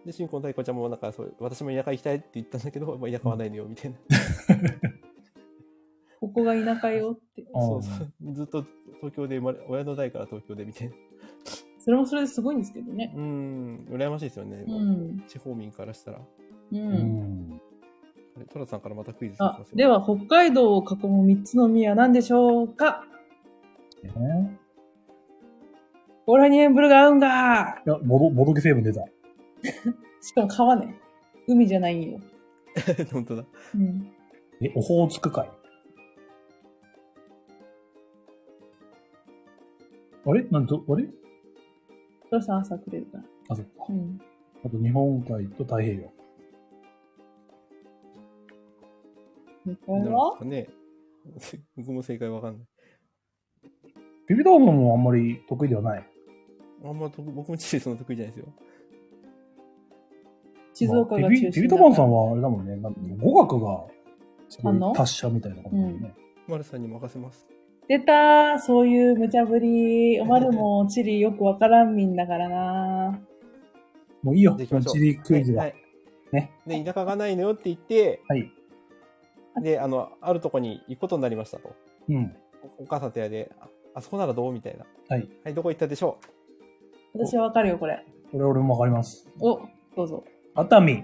Speaker 3: で、新婚太鼓ちゃんも、なんかそう、私も田舎行きたいって言ったんだけど、まあ、田舎はないのよ、みたいな。
Speaker 1: ここが田舎よって。
Speaker 2: あー
Speaker 3: そうそう。ずっと東京で生まれ、親の代から東京でみたいな。
Speaker 1: それもそれですごいんですけどね。
Speaker 3: うん、羨ましいですよね。
Speaker 1: うん。
Speaker 3: 地方民からしたら。あ
Speaker 1: う。
Speaker 2: うんん。
Speaker 3: れ、トラさんからまたクイズ
Speaker 1: あ
Speaker 3: ます、よ
Speaker 1: では、北海道を囲む3つの海は何でしょうか
Speaker 2: え
Speaker 1: オーラニエンブルが合うんだ
Speaker 2: いや、ボド、ボドゲ成分出た。
Speaker 1: しかも川ね。海じゃないんよ。
Speaker 3: 本当だ。
Speaker 1: うん。
Speaker 2: え、オホーツク海。あれなんと、あれ
Speaker 1: ロさん朝くれるから。
Speaker 2: あ、そっか
Speaker 1: う。ん。
Speaker 2: あと日本海と太平洋。
Speaker 1: これは
Speaker 3: なんですかね。 僕も正解わかんない。
Speaker 2: ビビターもあんまり得意ではない。
Speaker 3: あんまと僕も地理そんな得意じゃないですよ。
Speaker 1: 静岡が
Speaker 2: ま
Speaker 1: 中
Speaker 2: あビ
Speaker 1: 心
Speaker 2: ビ
Speaker 1: だ
Speaker 2: ビビタバンさんはあれだもんね、なんか語学がすご
Speaker 1: あの
Speaker 2: い達者みたいな感じだよね。
Speaker 3: 丸さんに任せます。
Speaker 1: 出たーそういう無茶ぶり。おまるもチリよくわからんみんだからな
Speaker 2: もういいよ、
Speaker 3: じゃあ行きましょう
Speaker 2: 地理クイズは。は
Speaker 3: は
Speaker 2: い
Speaker 3: い。
Speaker 2: ね
Speaker 3: で、田舎がないのよって言って、
Speaker 2: はい。
Speaker 3: で、あの、あるとこに行くことになりましたと。
Speaker 2: うん。
Speaker 3: おお母さんとやで、ああそこならどうみたいな。
Speaker 2: はい。
Speaker 3: はい、どこ行ったでしょ
Speaker 1: 私はわかるよ、これ。
Speaker 2: これ俺もわかります。
Speaker 1: お、どうぞ。
Speaker 2: 熱海。
Speaker 3: う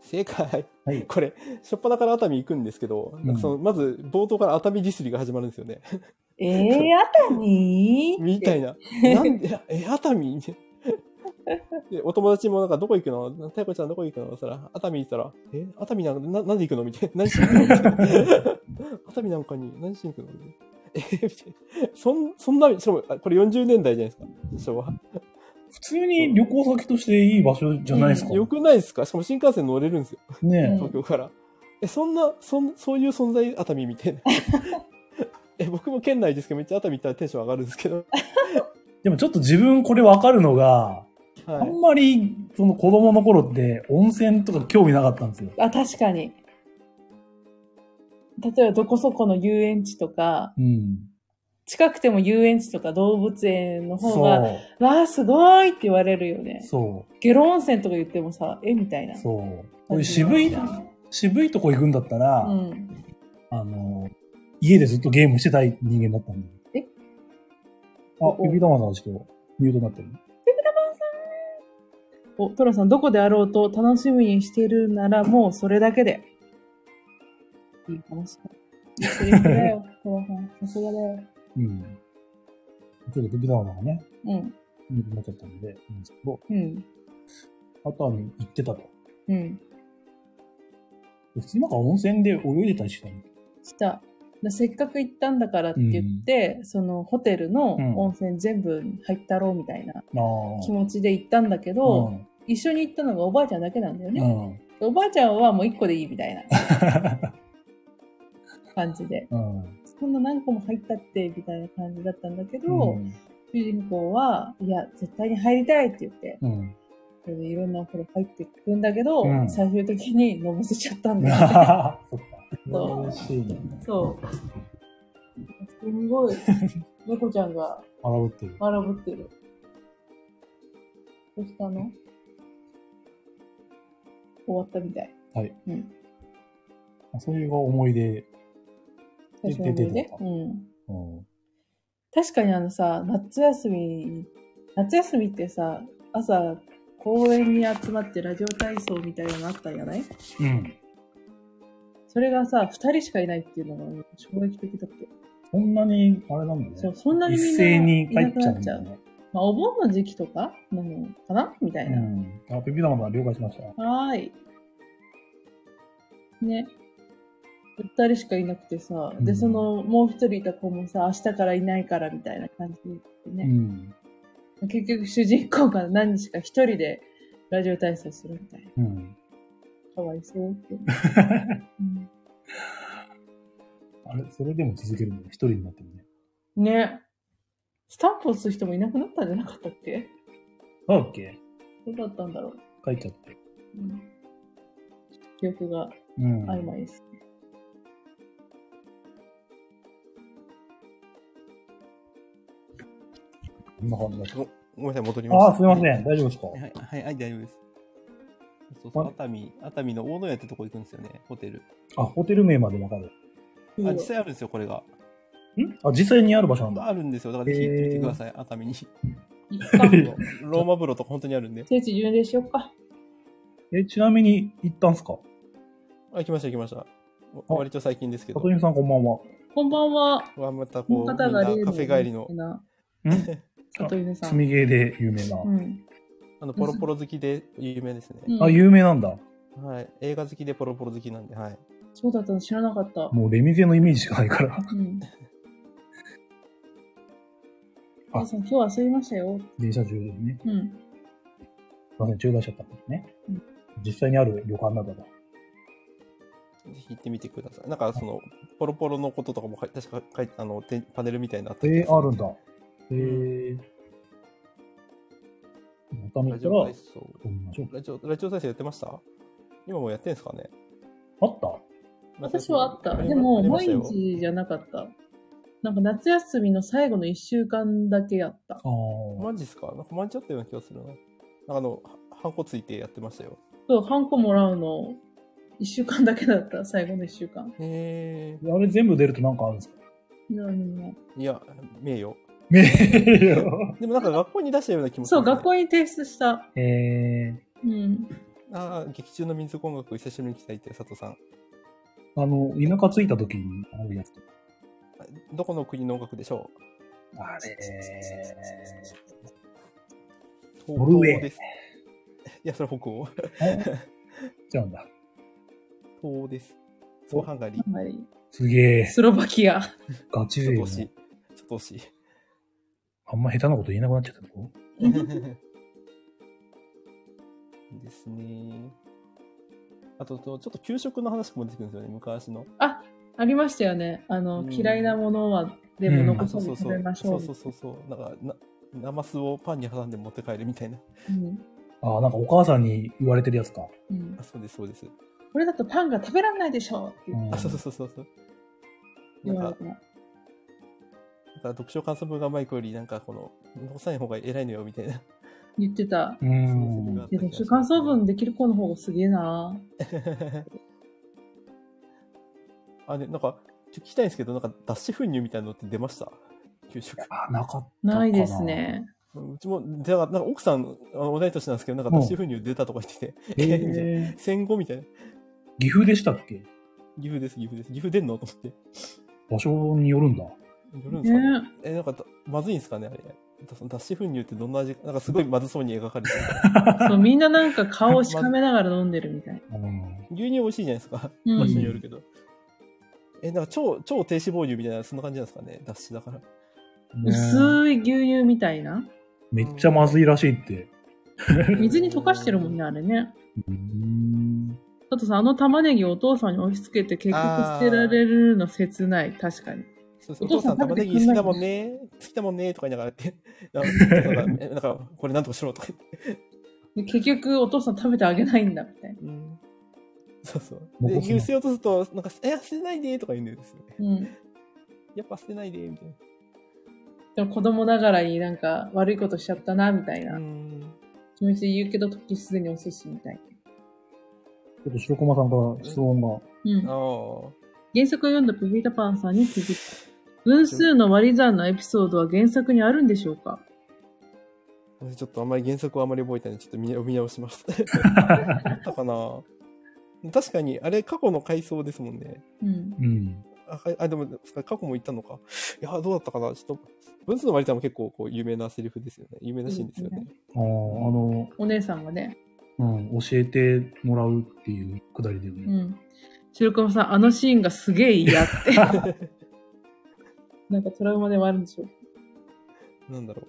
Speaker 3: 正解。
Speaker 2: はい。
Speaker 3: これ、初っ端から熱海行くんですけど、なんかそのまず冒頭から熱海ディスりが始まるんですよね。
Speaker 1: えー、あたにー
Speaker 3: みたいな。なんで、え、熱海 で、お友達もなんか、どこ行くの太子ちゃんどこ行くのそしたら、熱海行ったら、え、熱海なんか、な、なんで行くのみたいな。何し に行くのみたいな 熱海なんかに、何しに行くのみたいな。 えみたいな。そん、そんな、しかも、あこれ40年代じゃないですか。昭和。
Speaker 2: 普通に旅行先としていい場所じゃないですか。
Speaker 3: よくないですかしかも新幹線乗れるんですよ。
Speaker 2: ね
Speaker 3: 東京から。え、そんな、そん、そういう存在、熱海みたいな。 え、僕も県内ですけど、めっちゃ熱海行ったらテンション上がるんですけど。
Speaker 2: え。でもちょっと自分これわかるのが、あ
Speaker 3: は
Speaker 2: んまり、その子供の頃って温泉とか興味なかったんですよ。
Speaker 1: あ、確かに。例えば、どこそこの遊園地とか、
Speaker 2: うん。
Speaker 1: 近くても遊園地とか動物園の方が、
Speaker 2: そ
Speaker 1: わあ、すごいって言われるよね
Speaker 2: う。。そ
Speaker 1: ゲロ温泉とか言ってもさ、えみたいな
Speaker 2: う。。そう。これ渋い、渋いとこ行くんだったら、
Speaker 1: うん。
Speaker 2: あの、家でずっとゲームしてたい人間だったんで。
Speaker 1: え
Speaker 2: あ、ビビダマさんはちょっとミュートになってる。
Speaker 1: お、トラさん、どこであろうと楽しみにしてるなら、もうそれだけで。いい話だ。いいセリフだ よ、トラさん。さすがだよ。
Speaker 2: うん。ちょっとビビダマさんがね、
Speaker 1: うん。
Speaker 2: ミュートになっちゃったんで、なんですけど、
Speaker 1: うん。
Speaker 2: 熱海行ってたと。
Speaker 1: うん。
Speaker 2: 普通になんか温泉で泳いでたりしてたの。
Speaker 1: した。でせっかく行ったんだからって言って、そのホテルの温泉全部入ったろうみたいな
Speaker 2: あ
Speaker 1: 気持ちで行ったんだけど、一緒に行ったのがおばあちゃんだけなんだよ
Speaker 2: う
Speaker 1: ね。
Speaker 2: ん。 うん。
Speaker 1: おばあちゃんはもう一個でいいみたいな感じで。
Speaker 2: うん。
Speaker 1: そんな何個も入ったって、みたいな感じだったんだけど、
Speaker 2: うん。
Speaker 1: 主人公は、いや、絶対に入りたいって言って、
Speaker 2: うん。
Speaker 1: それでいろんなお風呂入っていくんだけど、
Speaker 2: うん
Speaker 1: 最終的に飲ませちゃったんだ
Speaker 2: そっ
Speaker 1: よ、ね。そう
Speaker 2: か。嬉しいね。
Speaker 1: そう。すごい、猫ちゃんが
Speaker 2: 荒ぶってる。
Speaker 1: 荒ぶってる。どうしたの終わったみたい。
Speaker 2: はい。
Speaker 1: うん。
Speaker 2: そういう思い出。
Speaker 1: 最初の思い
Speaker 2: 出て
Speaker 1: 出
Speaker 2: た
Speaker 1: うん。
Speaker 2: うん。
Speaker 1: 確かにあのさ、夏休み、夏休みってさ、朝、公園に集まってラジオ体操みたいなのあったんじゃない
Speaker 2: うん。
Speaker 1: それがさ、二人しかいないっていうのが衝撃的だって。
Speaker 2: そんなに、あれなんだね。
Speaker 1: そうそんなに
Speaker 2: 一
Speaker 1: みんな
Speaker 2: 斉に帰っ
Speaker 1: いな
Speaker 2: ちゃう
Speaker 1: く
Speaker 2: ん
Speaker 1: なっち
Speaker 2: だ
Speaker 1: ゃ
Speaker 2: よ
Speaker 1: う。
Speaker 2: ね。
Speaker 1: まあ、お盆の時期とかなのかなみたいな。
Speaker 2: うん。あ、ペピダマさん了解しました。
Speaker 1: はーい。ね。二人しかいなくてさ、
Speaker 2: う
Speaker 1: で、
Speaker 2: ん
Speaker 1: その、もう一人いた子もさ、明日からいないからみたいな感じで
Speaker 2: う
Speaker 1: ね。
Speaker 2: ん。
Speaker 1: 結局主人公が何日か一人でラジオ体操するみたいな。
Speaker 2: うん。
Speaker 1: かわいそう って。うん
Speaker 2: あれ、それでも続けるんだ。一人になってるね。
Speaker 1: ね。スタンプを押す人もいなくなったんじゃなかったっけ
Speaker 2: そうだっけ
Speaker 1: どうだったんだろう。
Speaker 2: 書いちゃって。
Speaker 1: うん、記憶が
Speaker 2: うん。
Speaker 1: 曖昧ですね。
Speaker 2: こんな感じだった
Speaker 3: ごごめんなさい、戻りました。
Speaker 2: あー、すいません。大丈夫ですか
Speaker 3: はい、はい、はい、大丈夫です。そうそ
Speaker 2: ま
Speaker 3: う、熱海、熱海の大野屋ってとこ行くんですよね、ホテル。
Speaker 2: あ、ホテル名までわかる。
Speaker 1: う
Speaker 3: あ、
Speaker 1: ん
Speaker 3: 実際あるんですよ、これが。
Speaker 2: んあ、実際にある場所なんだ。
Speaker 3: あるんですよ、だからぜひ行ってみてください、熱海に。
Speaker 1: 行った
Speaker 3: ロローマ風呂とか本当にあるんで。
Speaker 1: 聖地巡礼しよっか。
Speaker 2: え、ちなみに行ったんすか
Speaker 3: あ、来ました、来ました。お割と最近ですけど
Speaker 2: 里。見さんこんばんは。
Speaker 1: こんばんは。
Speaker 3: わ、また
Speaker 1: この
Speaker 3: こう、みん
Speaker 1: 方が
Speaker 3: な
Speaker 1: 例の
Speaker 3: カフェ帰りの
Speaker 1: 有、名な
Speaker 2: うん
Speaker 1: 里犬さ
Speaker 2: 積
Speaker 1: ん。
Speaker 2: みゲーで有名な。
Speaker 1: うん。
Speaker 3: あの、ポロポロ好きで有名ですね。
Speaker 1: うん
Speaker 2: あ、有名なんだ。
Speaker 3: はい。映画好きでポロポロ好きなんで、はい。
Speaker 1: そうだったの知らなかった。
Speaker 2: もうレミゼのイメージしかないから。
Speaker 1: うん。母さん、今日は遊びましたよ。
Speaker 2: 電車中でね。
Speaker 1: うん。
Speaker 2: すいません、中断しちゃったんですね
Speaker 1: うん。
Speaker 2: 実際にある旅館なんだと。
Speaker 3: ぜひ行ってみてください。なんか、その、ポロポロのこととかも書い、確か書いて、あの、てパネルみたいなあった気が
Speaker 2: え
Speaker 3: す
Speaker 2: ー、あるんだ。えー。また見
Speaker 3: ラ
Speaker 2: た
Speaker 3: ジ
Speaker 2: ら
Speaker 3: オ、体操。
Speaker 2: 飛びましょう。
Speaker 3: ラジオ、ラジオ体操やってました今もやってんすかね
Speaker 2: あった
Speaker 1: 私はあった。
Speaker 3: り
Speaker 1: で
Speaker 3: ま
Speaker 1: も、
Speaker 3: ありま
Speaker 1: 毎
Speaker 3: したよ
Speaker 1: 日じゃなかった。なんか夏休みの最後の1週間だけやった。
Speaker 2: あー
Speaker 3: マジっすかなんか毎日あったような気がするな。なんかあの、はハンコついてやってましたよ。
Speaker 1: そう、ハンコもらうの1週間だけだった。最後の1週間。
Speaker 3: へ
Speaker 2: あれ全部出るとなんかあるんですか
Speaker 1: うんうん
Speaker 3: え。いや、名誉。
Speaker 2: めえ よ。
Speaker 3: でもなんか学校に出したような気もす
Speaker 1: そ
Speaker 3: る、
Speaker 1: う、学校に提出した。
Speaker 2: えー、
Speaker 1: うん。
Speaker 3: ああ、劇中の民族音楽久しぶりに来たいって、佐藤さん。
Speaker 2: あの、田舎着いた時にあるやつ。
Speaker 3: どこの国の音楽でしょ
Speaker 2: あれ
Speaker 3: う
Speaker 2: ノルウェー
Speaker 3: 東欧です。 いや、それ北欧。
Speaker 2: ー。じゃうんだ。
Speaker 3: 東欧です。そう、ハンガリー。
Speaker 1: ハンガリ
Speaker 2: すげ
Speaker 1: ー
Speaker 2: え。
Speaker 1: スロバキ ア。
Speaker 2: ガチ
Speaker 3: ち
Speaker 2: 勢
Speaker 3: ょっと
Speaker 2: の
Speaker 3: 惜しい。ちょっと 惜しい。
Speaker 2: あんま下手なこと言えなくなっちゃったとこ
Speaker 3: ですね。あと、とちょっと給食の話も出てくるんですよね、昔の。
Speaker 1: ありましたよね。あの、
Speaker 3: うん
Speaker 1: 嫌いなものは、でも
Speaker 2: あ
Speaker 1: 残
Speaker 3: そ
Speaker 1: さ
Speaker 3: う
Speaker 1: ず食
Speaker 3: そうそ
Speaker 1: べ
Speaker 3: う
Speaker 1: ま。し
Speaker 3: そ
Speaker 1: ょ
Speaker 3: う
Speaker 1: う。
Speaker 3: そうそうそう。なんか、な生酢をパンに挟んで持って帰るみたいな。
Speaker 1: うん
Speaker 2: ああ、なんかお母さんに言われてるやつか。
Speaker 1: うん
Speaker 3: あ、そうです、そうです。
Speaker 1: これだとパンが食べられないでしょうって
Speaker 2: うん
Speaker 3: あ、そうそうそうそう。な
Speaker 1: 言
Speaker 3: ん
Speaker 1: われ
Speaker 3: か、
Speaker 1: てない。
Speaker 3: なんか読書感想文がマイクより、なんかこの、残さない方が偉いのよ、みたいな。
Speaker 1: 言ってた。
Speaker 2: う。
Speaker 3: うん
Speaker 1: で、読書感想文できる子の方がすげえな
Speaker 3: あ、ね、なんか、ちょっと聞きたいんですけど、なんか、脱脂粉乳みたいなのって出ました給食。
Speaker 2: あ、なかったか
Speaker 1: ないです。ね。
Speaker 3: うちも、でなんか奥さん、あの同い年なんですけど、なんか脱脂粉乳出たとか言ってて、
Speaker 2: え
Speaker 3: えみたいな
Speaker 2: ー、
Speaker 3: 戦後みたいな。
Speaker 2: 岐阜でしたっけ
Speaker 3: 岐阜です、岐阜です。岐阜出んのと思って。よ
Speaker 2: 場所によるんだ。
Speaker 3: るんです
Speaker 1: ね
Speaker 3: かね。え、なんかだ、まずいんですかね、あれ。だその脱脂粉乳ってどんな味なんかすごいまずそうに描かれて る。
Speaker 1: そうみんななんか顔をしかめながら飲んでるみたい。
Speaker 2: うん。
Speaker 3: 牛乳美味しいじゃないですか。
Speaker 1: うん
Speaker 3: 場所によるけど。え、なんか超、超低脂肪乳みたいな、そんな感じなんですかね。脱脂だから。
Speaker 2: ね
Speaker 1: 薄い牛乳みたいな。
Speaker 2: めっちゃまずいらしいって。
Speaker 1: 水に溶かしてるもんね、あれね。
Speaker 2: うん。
Speaker 1: 佐藤さん、あの玉ねぎをお父さんに押し付けて結局捨てられるの切ない。確かに。
Speaker 3: そうそ
Speaker 1: お
Speaker 3: うお
Speaker 1: 父
Speaker 3: 父
Speaker 1: さ
Speaker 3: さ
Speaker 1: ん
Speaker 3: ん玉ねぎ好きだもんね、好きだもんね、とか言いながらって、 なんか、な んかえなんかこれなんとかしろとか言って。
Speaker 1: で結局お父さん食べてあげないんだ、みたいな。
Speaker 3: うん、そうそう。で、
Speaker 2: 残すな
Speaker 3: 牛捨てようとすると、なんか、え、捨てないで、とか言うんですよね。
Speaker 1: うん。
Speaker 3: やっぱ捨てないで、みたい
Speaker 1: でも子供ながらになんか悪いことしちゃったな、みたい
Speaker 3: な。
Speaker 1: な
Speaker 3: う。
Speaker 1: ん気持ちで言うけど、時すでにお寿司みたい
Speaker 2: ちょっと白駒さんから質問が。
Speaker 1: な。うん
Speaker 3: あ。あ。
Speaker 1: 原作を読んだピピタパンさんに続く。分数の割り算のエピソードは原作にあるんでしょうか
Speaker 3: ちょっとあんまり原作をあんまり覚えてないんで、ちょっと見読み直 します。あったかな確かに、あれ過去の回想ですもんね。
Speaker 1: うん。
Speaker 2: うん。
Speaker 3: あ、はいあでも、過去も言ったのか。いや、どうだったかなちょっと、文通の割りさんも結構こう有名なセリフですよね。有名なシーンですよね。
Speaker 2: ああ、あの、
Speaker 1: お姉さんがね。
Speaker 2: うん、教えてもらうっていうくだりだよね。
Speaker 1: うん。白熊さん、あのシーンがすげえ嫌って。なんかトラウマでもあるんでしょう
Speaker 3: なんだろ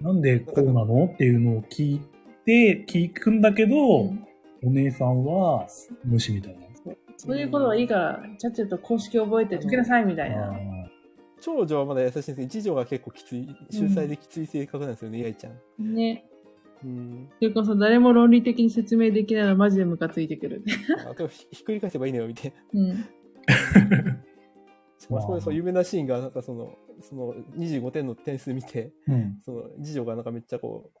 Speaker 3: う。
Speaker 2: なんでこうなのっていうのを聞いて、聞くんだけど、
Speaker 1: うん
Speaker 2: お姉さんは無視みたいな。
Speaker 1: そういうことはいいから、ちゃっちゃと公式覚えて解きなさいみたい
Speaker 2: あ
Speaker 1: な。
Speaker 3: 長女はまだ優しいんですけど、一女が結構きつい、秀才できつい性格なんですよね、イヤイちゃん。
Speaker 1: ね。
Speaker 3: うん。
Speaker 1: それこそ誰も論理的に説明できないのマジでムカついてくる。
Speaker 3: あでもひひっくり返せばいいのよ、み たいな。
Speaker 1: うん。
Speaker 3: まあ、そうそう、有名なシーンが、なんかその、その25点の点数見て、
Speaker 2: うん。
Speaker 3: その、次女がなんかめっちゃこう、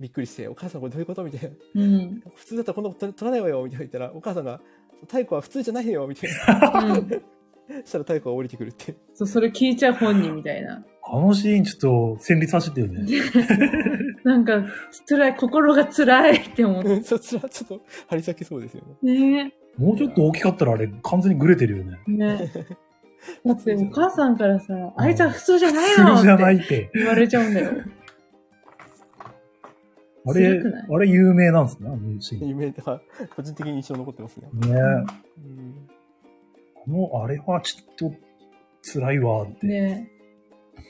Speaker 3: びっくりして、お母さんこれどういうことみたいな。
Speaker 1: うん。うん。
Speaker 3: 普通だったらこんなこと取取らないわよ、みたいな言ったら、お母さんが、太鼓は普通じゃない よ、みたいな。したら太鼓が降りてくるって。
Speaker 1: そう、それ聞いちゃう本人みたいな。
Speaker 2: あのシーンちょっと戦慄走ってるね。
Speaker 1: なんか、辛い、心が辛いって思って。
Speaker 3: うんそちら、ちょっと、張り裂けそうですよね。
Speaker 1: ね
Speaker 2: もうちょっと大きかったらあれ完全にグレてるよね。
Speaker 1: え。ねえ。だってお母さんからさ、あいつは普通じゃない
Speaker 2: 普通じゃな
Speaker 1: の
Speaker 2: い
Speaker 1: って
Speaker 2: って。
Speaker 1: 言われちゃうんだよ。
Speaker 2: あれ
Speaker 1: すごくない、
Speaker 2: あれ有名なんですね、あのシーン。ね
Speaker 3: 夢は、個人的に印象残ってますね。
Speaker 2: え。
Speaker 3: うん。
Speaker 2: あの、あれはちょっと辛いわって。
Speaker 1: ねえ。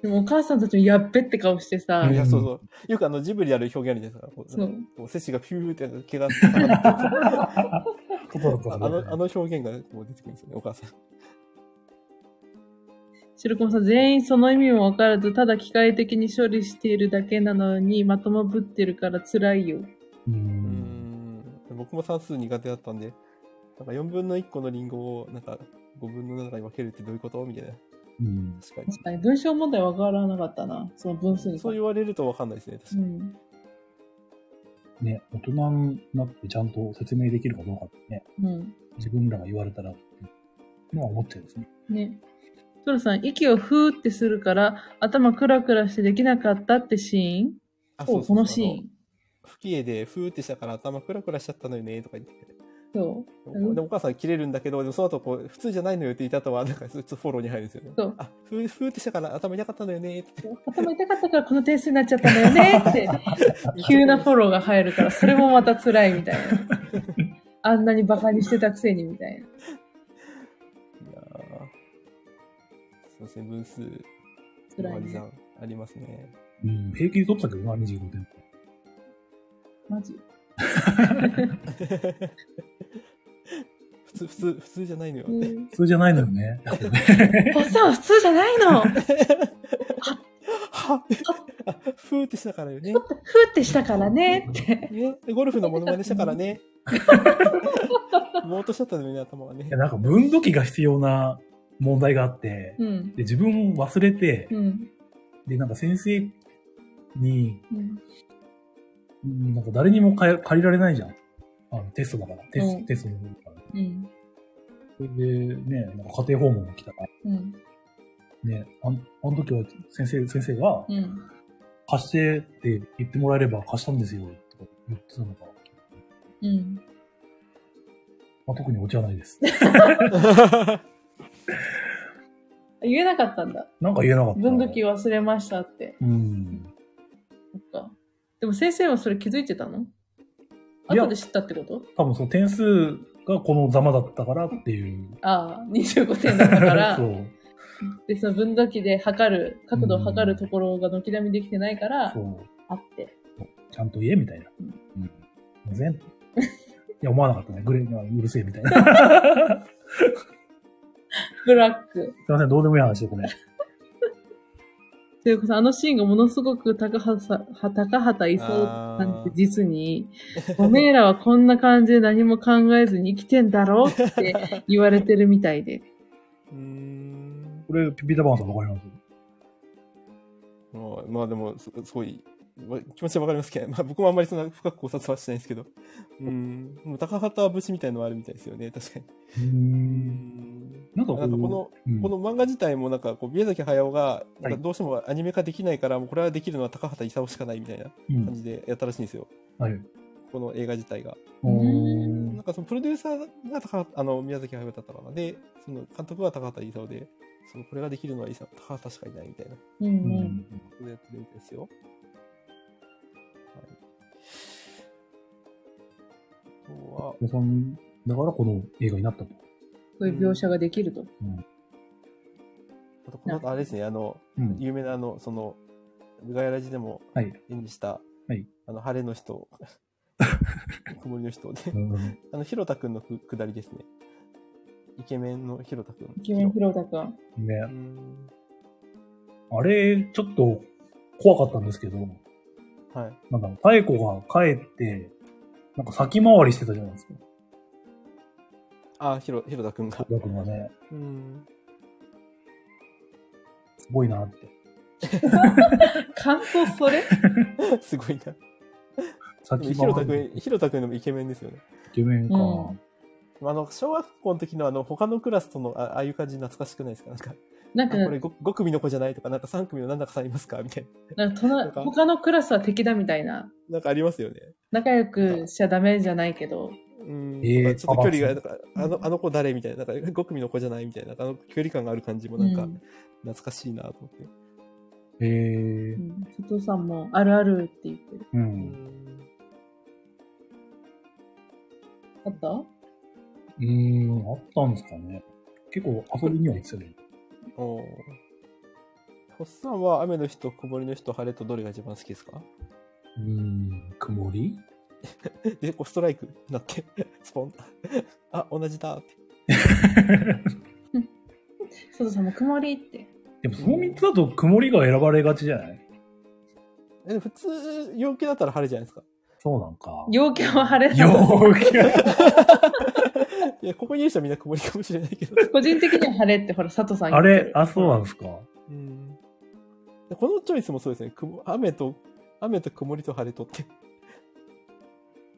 Speaker 1: でもお母さんたちもやっべって顔してさ
Speaker 2: う
Speaker 3: い、
Speaker 2: ん
Speaker 3: や、そうそう。よくあの、ジブリある表現あるじゃないですか。こう
Speaker 1: そう。
Speaker 3: こう背筋がピューって毛が下がってくる
Speaker 2: トトロと
Speaker 3: あ
Speaker 2: か
Speaker 3: の、あの表現がこう出てくるんですよね、お母さん。
Speaker 1: シルコンさん、全員その意味もわからず、ただ機械的に処理しているだけなのに、まともぶってるから辛いよ。
Speaker 2: う。
Speaker 3: うんん。僕も算数苦手だったんで、なんか4分の1個のリンゴを、なんか5分の7に分けるってどういうことみたいな。
Speaker 2: うん。
Speaker 3: 確かに。
Speaker 1: 確かに、文章問題わからなかったな。その分数に。
Speaker 3: そう言われるとわかんないですね、確か
Speaker 1: うん。
Speaker 3: に。
Speaker 2: ね、大人になってちゃんと説明できるかどうかってね、
Speaker 1: うん。
Speaker 2: 自分らが言われたら、まあ思ってるんですね。
Speaker 1: ね。トロさん、息をふーってするから、頭クラクラしてできなかったってシーン
Speaker 3: あ、
Speaker 1: お、このシー
Speaker 3: ン。
Speaker 1: ン。
Speaker 3: 不機嫌で、ふーってしたから頭クラクラしちゃったのよね、とか言って。
Speaker 1: そう。うん
Speaker 3: でお母さん切れるんだけど、でもその後こう、普通じゃないのよって言った後は、なんかちょっとフォローに入るんですよね。
Speaker 1: そう
Speaker 3: あ、ふー、ふーってしたから頭痛かったのよね、って。
Speaker 1: 頭痛かったからこの点数になっちゃったんだよねって、急なフォローが入るから、それもまた辛いみたいな。あんなにバカにしてたくせにみたいな。
Speaker 3: いやーそうですね、分数、
Speaker 1: 辛い
Speaker 3: 割
Speaker 1: ね。
Speaker 3: り算ありますね。
Speaker 2: うん、平気で取ってたけどな、25点。
Speaker 1: マジ
Speaker 3: 普通、普通、普通じゃないのよって。
Speaker 1: うん
Speaker 2: 普通じゃないのよね。
Speaker 1: おっさんは普通じゃないのふ
Speaker 3: はあ ふーってしたから よね。
Speaker 1: ってしたからねって。
Speaker 3: ね、ゴルフのモノマネしたから ね。ぼーっとしちゃったのよね、頭は ね
Speaker 2: いや。なんか分度器が必要な問題があって、
Speaker 1: うん。
Speaker 2: で、自分を忘れて
Speaker 1: う、ん。
Speaker 2: で、なんか先生に、
Speaker 1: うん。
Speaker 2: うんなんか誰にも借り借りられないじゃん。あのテストだから、テス
Speaker 1: う
Speaker 2: ト、
Speaker 1: ん
Speaker 2: テストの部分から。
Speaker 1: うん。
Speaker 2: それでね、なんか家庭訪問が来たから、
Speaker 1: うん。
Speaker 2: ね、あんあの時は先生、先生が、
Speaker 1: うん。
Speaker 2: 貸してって言ってもらえれば貸したんですよ、とか言ってたのが、
Speaker 1: うん。
Speaker 2: まあ、特にオチはな いです。
Speaker 1: 言えなかったんだ。
Speaker 2: なんか言えなかった。
Speaker 1: 分度器忘れましたって。
Speaker 2: うん。
Speaker 1: そっか。でも先生はそれ気づいてたの
Speaker 2: いや
Speaker 1: 後で知ったってこと
Speaker 2: 多分その点数がこのざまだったからっていう。
Speaker 1: ああ、25点だったから
Speaker 2: そ。う。
Speaker 1: で、その分度器で測る、角度を測るところが軒並みできてないから
Speaker 2: そ、う。
Speaker 1: あって。
Speaker 2: ちゃんと言えみたいな。
Speaker 1: うん
Speaker 2: う ん。全いや、思わなかったね。グレーがうるせえみたいな。
Speaker 1: ブラック。
Speaker 2: すいません、どうでもいい話でこれ。
Speaker 1: というかさ、あのシーンがものすごく高畑さ、高畑勲なんて実に、おめえらはこんな感じで何も考えずに生きてんだろって言われてるみたいで。
Speaker 3: うーん
Speaker 2: これ、ピピタパンさんわかります
Speaker 3: まあ、まあでもす、すごい、まあ気持ちはわかりますけど、まあ 僕もあんまりそんな深く考察はしてないですけど、うん、もう高畑節みたいのはあるみたいですよね、確かに。
Speaker 2: う。
Speaker 3: うんん
Speaker 2: なんかこう
Speaker 3: なんかこの、
Speaker 2: うん
Speaker 3: この漫画自体もなんかこう宮崎駿がな
Speaker 2: は
Speaker 3: んか
Speaker 2: い
Speaker 3: どうしてもアニメ化できないからもうこれはできるのは高畑勲しかないみたいな
Speaker 2: う
Speaker 3: 感
Speaker 2: ん。
Speaker 3: じでやったらしいんですよ、
Speaker 2: はい。
Speaker 3: この映画自体が。
Speaker 1: うん
Speaker 3: なんかそのプロデューサーが高あの宮崎駿だったかなで、その監督は高畑勲で、そのこれができるのは勲高畑しかいないみたいなこ
Speaker 1: うん
Speaker 2: う
Speaker 1: うん。
Speaker 2: ん。
Speaker 3: とでやってるみたいですよ。はい、あとは
Speaker 2: お子さんだからこの映画になったと。
Speaker 1: そういう描写ができると。
Speaker 3: あとこの後あれですね、あの、
Speaker 2: うん。
Speaker 3: 有名なあの、その、ガヤラジでも
Speaker 2: はい。
Speaker 3: 演じした、
Speaker 2: はい
Speaker 3: あの、晴れの 人、曇りの人で
Speaker 2: う、ん
Speaker 3: あの、ひろたくんのくくだりですね。イケメンのひろたくん。
Speaker 1: イケメンヒロタくん。
Speaker 2: ね
Speaker 3: う。ん
Speaker 2: あれ、ちょっと怖かったんですけど、
Speaker 3: はい。
Speaker 2: なんだろう、太鼓が帰って、なんか先回りしてたじゃないですか。
Speaker 3: あ、ひろ、ひろたくんが。
Speaker 2: 僕がね、
Speaker 3: うん。
Speaker 2: すごいなって。
Speaker 1: 感想それ
Speaker 3: すごいな。でも
Speaker 2: 先
Speaker 3: ひろ
Speaker 2: 回
Speaker 3: た
Speaker 2: り
Speaker 3: くん、ひろたくんでもイケメンですよね。
Speaker 2: イケメンか。
Speaker 1: うん
Speaker 3: あの、小学校の時のあの、他のクラスとの、あああいう感じ懐かしくないですかなんか、
Speaker 1: なん
Speaker 3: あ
Speaker 1: か
Speaker 3: こ、れ 5, 組の子じゃないとか、なんか3組の何だかさんいますかみたい
Speaker 1: なんか隣
Speaker 3: なんか
Speaker 1: 他のクラスは敵だみたいな。
Speaker 3: な。なんかありますよね。
Speaker 1: 仲良くしちゃダメじゃないけど。
Speaker 3: うん。
Speaker 2: えー
Speaker 3: なんかちょっと距離が、
Speaker 2: あ
Speaker 3: なんか、あの、あの子誰みたいな、なんか5組の子じゃないみたいな、あの距離感がある感じもなんか、
Speaker 1: うん
Speaker 3: 懐かしいなと思って。
Speaker 2: へ
Speaker 1: う
Speaker 2: え。
Speaker 1: ん、佐藤さんもあるあるって言ってる。
Speaker 2: う。
Speaker 3: うんん。
Speaker 1: あった
Speaker 2: うーん、あったんですかね。結構遊びには行ってたけど。
Speaker 3: おーホッサンは雨の日と曇りの日と晴れとどれが一番好きですか
Speaker 2: うーん、曇 り
Speaker 3: で、こうストライクになって、 スポン。あ、同じだって。
Speaker 1: 佐藤さんも曇りって。
Speaker 2: でもその3つだと曇りが選ばれがちじゃない
Speaker 3: えでも普通、陽気だったら晴れじゃないですか。
Speaker 2: そうなんか。
Speaker 1: 陽気は晴れだ
Speaker 2: 陽気が
Speaker 3: いや、ここにいる人はみんな曇りかもしれないけど。
Speaker 1: 個人的には晴れってほら佐藤さん
Speaker 2: あ
Speaker 1: 言って
Speaker 2: れ
Speaker 1: る、
Speaker 2: あ、そうなんですか。
Speaker 3: うん。このチョイスもそうですね。曇雨と、雨と曇りと晴れとって。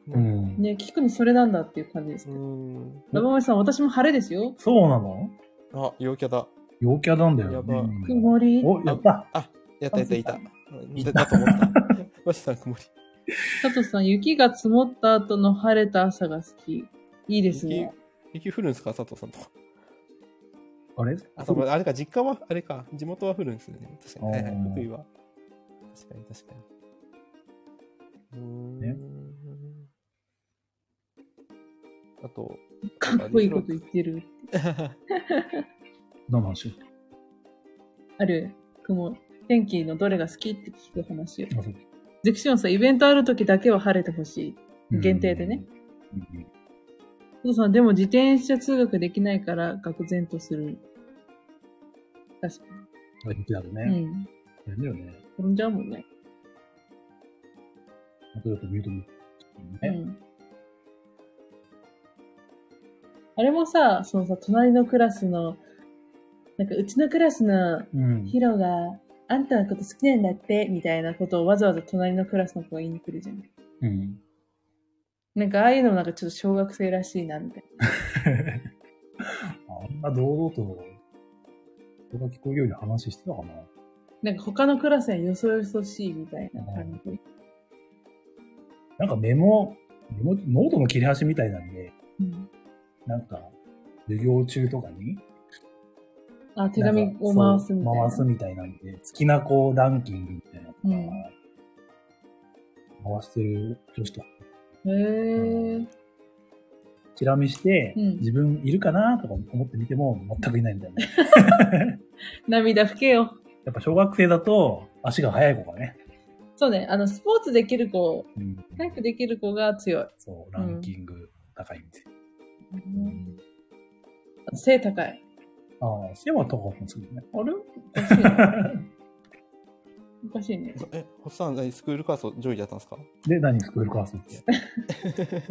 Speaker 2: う。ん。
Speaker 1: ね聞くのそれなんだっていう感じです
Speaker 3: う
Speaker 1: けど、
Speaker 3: ん。
Speaker 1: ラバマイさん私も晴れですよ
Speaker 2: そうなの
Speaker 3: あ、陽キャだ。
Speaker 2: 陽キャなんだ
Speaker 3: や
Speaker 2: よ、
Speaker 3: ばい
Speaker 2: ね。
Speaker 1: 曇り
Speaker 2: お、やった。
Speaker 3: やったやったいた。い
Speaker 2: い
Speaker 3: た
Speaker 2: た
Speaker 3: だと思った。わしさん曇り。
Speaker 1: 佐藤さん雪が積もった後の晴れた朝が好きいいですね
Speaker 3: 雪降るんですか佐藤さんと。
Speaker 2: あれ
Speaker 3: あ、そう、あれか、実家は、あれか、地元は降るんですよね。確かに。はいは
Speaker 2: あ
Speaker 3: い、
Speaker 2: ー
Speaker 3: 福井は。確かに、確かに。うーん。
Speaker 2: ね
Speaker 3: あと、
Speaker 1: かっこいいこと言ってる
Speaker 2: 何の話
Speaker 1: ある雲天気のどれが好きって聞く話を
Speaker 2: あそう
Speaker 1: ゼクシオンさんイベントある時だけは晴れてほしい
Speaker 2: うん
Speaker 1: 限定でね。
Speaker 2: うん
Speaker 1: 佐藤さんでも自転車通学できないから愕然とする確か
Speaker 2: うん陽気だよね。
Speaker 1: に、うん
Speaker 2: やるよね。
Speaker 1: 転んじゃうもんね
Speaker 2: あとだと見るとね。
Speaker 1: うんあれもさ、そのさ、隣のクラスの、なんかうちのクラスの
Speaker 2: うん。
Speaker 1: ヒロが、あんたのこと好きなんだって、みたいなことをわざわざ隣のクラスの子が言いに来るじゃん。
Speaker 2: うん。
Speaker 1: なんかああいうのなんかちょっと小学生らしいな、みたい
Speaker 2: あんな堂々と、人が聞こえるように話してたかな。
Speaker 1: な。なんか他のクラスにはよそよそしいみたいな感じ。
Speaker 2: なんかメモ、メモ、ノートの切れ端みたいなんで、
Speaker 1: うん、
Speaker 2: なんか、授業中とかに、
Speaker 1: あ、手紙を
Speaker 2: な
Speaker 1: 回
Speaker 2: んか
Speaker 1: すみたい
Speaker 2: そう
Speaker 1: な。
Speaker 2: 回すみたいなんで、好きな子ランキングみたいなのとか、回してる女子とか、
Speaker 1: へー。
Speaker 2: チラ見して、
Speaker 1: うん
Speaker 2: 自分いるかなとか思ってみても全くいないみたいな。
Speaker 1: 涙拭けよ。
Speaker 2: やっぱ小学生だと足が速い子がね、
Speaker 1: そうね、あの、スポーツできる子、
Speaker 2: うん
Speaker 1: 体育できる子が強い。
Speaker 2: そう、ランキング高いんで。
Speaker 1: あの背高い。
Speaker 2: ああ、背は高かったんですけどね。
Speaker 1: あれおかしいな。おかしいね。
Speaker 3: え、ホッサン何、スクールカースト上位だったんですか
Speaker 2: で、何スクールカースって。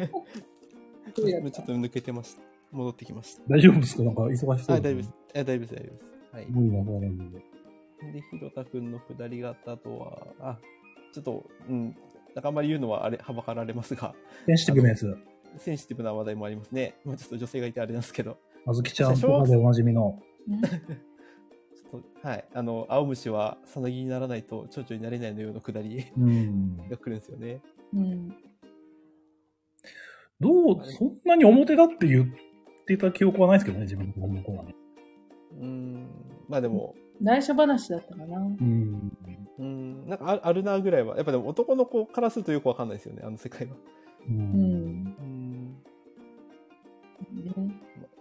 Speaker 3: ちょっと抜けてました。戻ってきました。
Speaker 2: 大丈夫ですかなんか忙しそうです、
Speaker 3: はい、大丈夫です。。え、大丈夫です、大丈夫です。はい。
Speaker 2: 無理な大丈夫で。
Speaker 3: で、ひろたくんの下り方とは、あ、ちょっと、うん、なんかあんまり言うのはあれ、はばかられますが、
Speaker 2: センシティブなやつ。
Speaker 3: センシティブな話題もありますね。まあちょっと女性がいてあれなんですけど、
Speaker 2: あずきちゃんとかでおなじみの。
Speaker 3: ちょっと、はい、あの、青虫はさなぎにならないと蝶々になれないのような下り
Speaker 2: うん。
Speaker 3: が来るんですよね。
Speaker 1: うん。
Speaker 2: どう、そんなに表だって言ってた記憶はないですけどね、自分の子供の頃はね。
Speaker 3: うん、まあでも、
Speaker 1: 内緒話だったかな。
Speaker 2: うん。
Speaker 3: うん、なんかああるなぐらいは、やっぱでも男の子からするとよくわかんないですよね、あの世界は。
Speaker 2: う。
Speaker 1: うんん。
Speaker 3: うん、
Speaker 1: ね、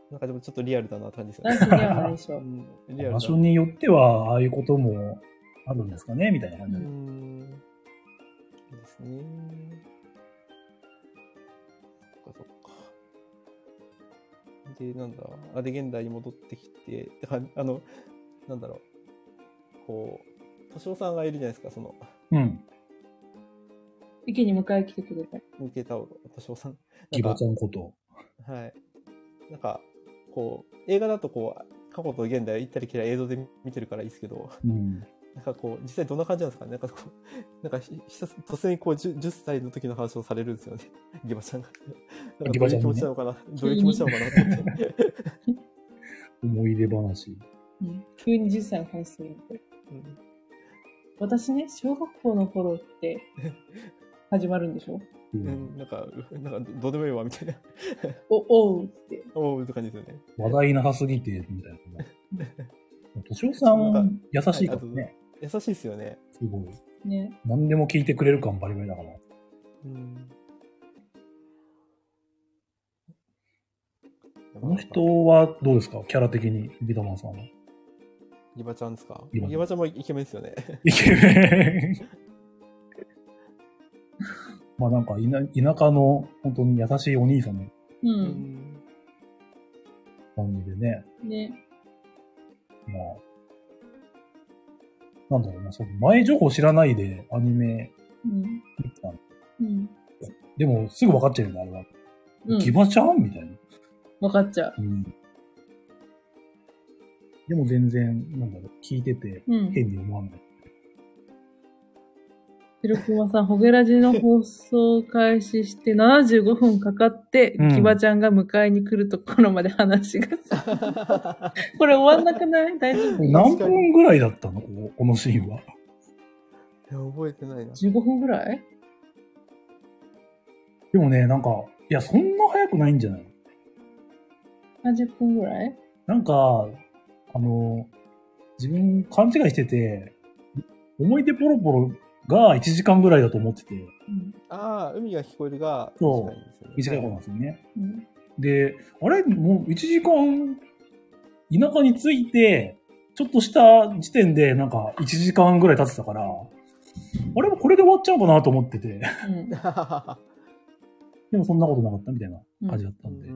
Speaker 3: なんかでもちょっとリアルだなって感じですよ
Speaker 1: 男子
Speaker 3: ね。
Speaker 1: には内緒。
Speaker 3: うん、リアル
Speaker 2: 場
Speaker 3: だ
Speaker 2: 所。によっては、ああいうこともあるんですかね、みたいな感
Speaker 3: う
Speaker 2: じで。
Speaker 3: ん、ですね。そっかそっか。で、なんだ、あで、現代に戻ってきて、だから、あの、なんだろう、こう、敏夫さんがいるじゃないですか、その、
Speaker 2: うん。
Speaker 1: 池に迎え来てくれた。
Speaker 3: 抜けた私おさん。
Speaker 2: ギバちゃんこと。
Speaker 3: はい。なんか、こう、映画だとこう、過去と現代行ったり来たり映像で見てるからいいですけど、
Speaker 2: うん。
Speaker 3: なんかこう、実際どんな感じなんですかねなんかこう、 なんかひ、ひさ突然こう10、10歳の時の話をされるんですよね。 ギバちゃんが。なんか
Speaker 2: ギ
Speaker 3: ど
Speaker 2: バ
Speaker 3: うい
Speaker 2: ちゃ
Speaker 3: うん
Speaker 2: にね
Speaker 3: 気持ちなのかなどういう気持ちなのかなと思って。
Speaker 2: 思い出話。
Speaker 1: うん急に10歳の話するなんて。
Speaker 3: うん
Speaker 1: 私ね、小学校の頃って、始まるんでしょ
Speaker 2: う。
Speaker 3: うんん、なんか、 なんか、どうでもいいわ、みたいな。
Speaker 1: お、おうって。
Speaker 3: おう、って感じですよね。
Speaker 2: 話題なさすぎて、みたいな。 敏夫さ
Speaker 3: なんん、
Speaker 2: 優しいから
Speaker 3: はい
Speaker 2: ね。
Speaker 3: 優しいですよね。
Speaker 2: すごい。
Speaker 1: ね。
Speaker 2: 何でも聞いてくれる感バリバリだから。
Speaker 3: うん。
Speaker 2: この人はどうですかキャラ的に、ビタマンさんは。
Speaker 3: ギバちゃんですか
Speaker 2: ギバちゃん
Speaker 3: ギバちゃんもイケメンですよね。
Speaker 2: イケメン。 まあなんか、田田舎の、本当に優しいお兄さんの
Speaker 1: う。
Speaker 3: うんん。
Speaker 2: 感じでね。
Speaker 1: ね。
Speaker 2: まあ、なんだろうな、その前情報知らないでアニメ
Speaker 1: うん。
Speaker 2: 見てたの。
Speaker 1: うん。
Speaker 2: でも、すぐ分かっちゃうよね、あれは。
Speaker 1: う
Speaker 2: ギ
Speaker 1: ん。
Speaker 2: バちゃんみたいな。
Speaker 1: わかっちゃう。
Speaker 2: うん。でも全然、なんだろう、聞いてて
Speaker 1: うん。
Speaker 2: 変に思わない。
Speaker 1: 白熊さん、ホゲラジの放送開始して75分かかって、
Speaker 2: うん
Speaker 1: ギバちゃんが迎えに来るところまで話 がさ、これ終わんなくない大丈夫
Speaker 2: 何分ぐらいだったのこここのシーンは。
Speaker 3: いや覚えてないな。
Speaker 1: ?15 分ぐらい
Speaker 2: でもね、なんか、いや、そんな早くないんじゃない
Speaker 1: ?30 分ぐらい
Speaker 2: なんか、あの、自分勘違いしてて、思い出ポロポロが1時間ぐらいだと思ってて、
Speaker 1: うん。
Speaker 3: ああ、海が聞こえるが、
Speaker 2: そう
Speaker 3: いんです
Speaker 2: 短
Speaker 3: よね
Speaker 2: いことなんですよね。
Speaker 1: うん。
Speaker 2: で、あれもう1時間、田舎に着いて、ちょっとした時点でなんか1時間ぐらい経ってたから、あれもこれで終わっちゃうかなと思って て、でもそんなことなかったみたいな
Speaker 1: うん
Speaker 2: 感じだった
Speaker 3: うん
Speaker 2: で。
Speaker 3: ん。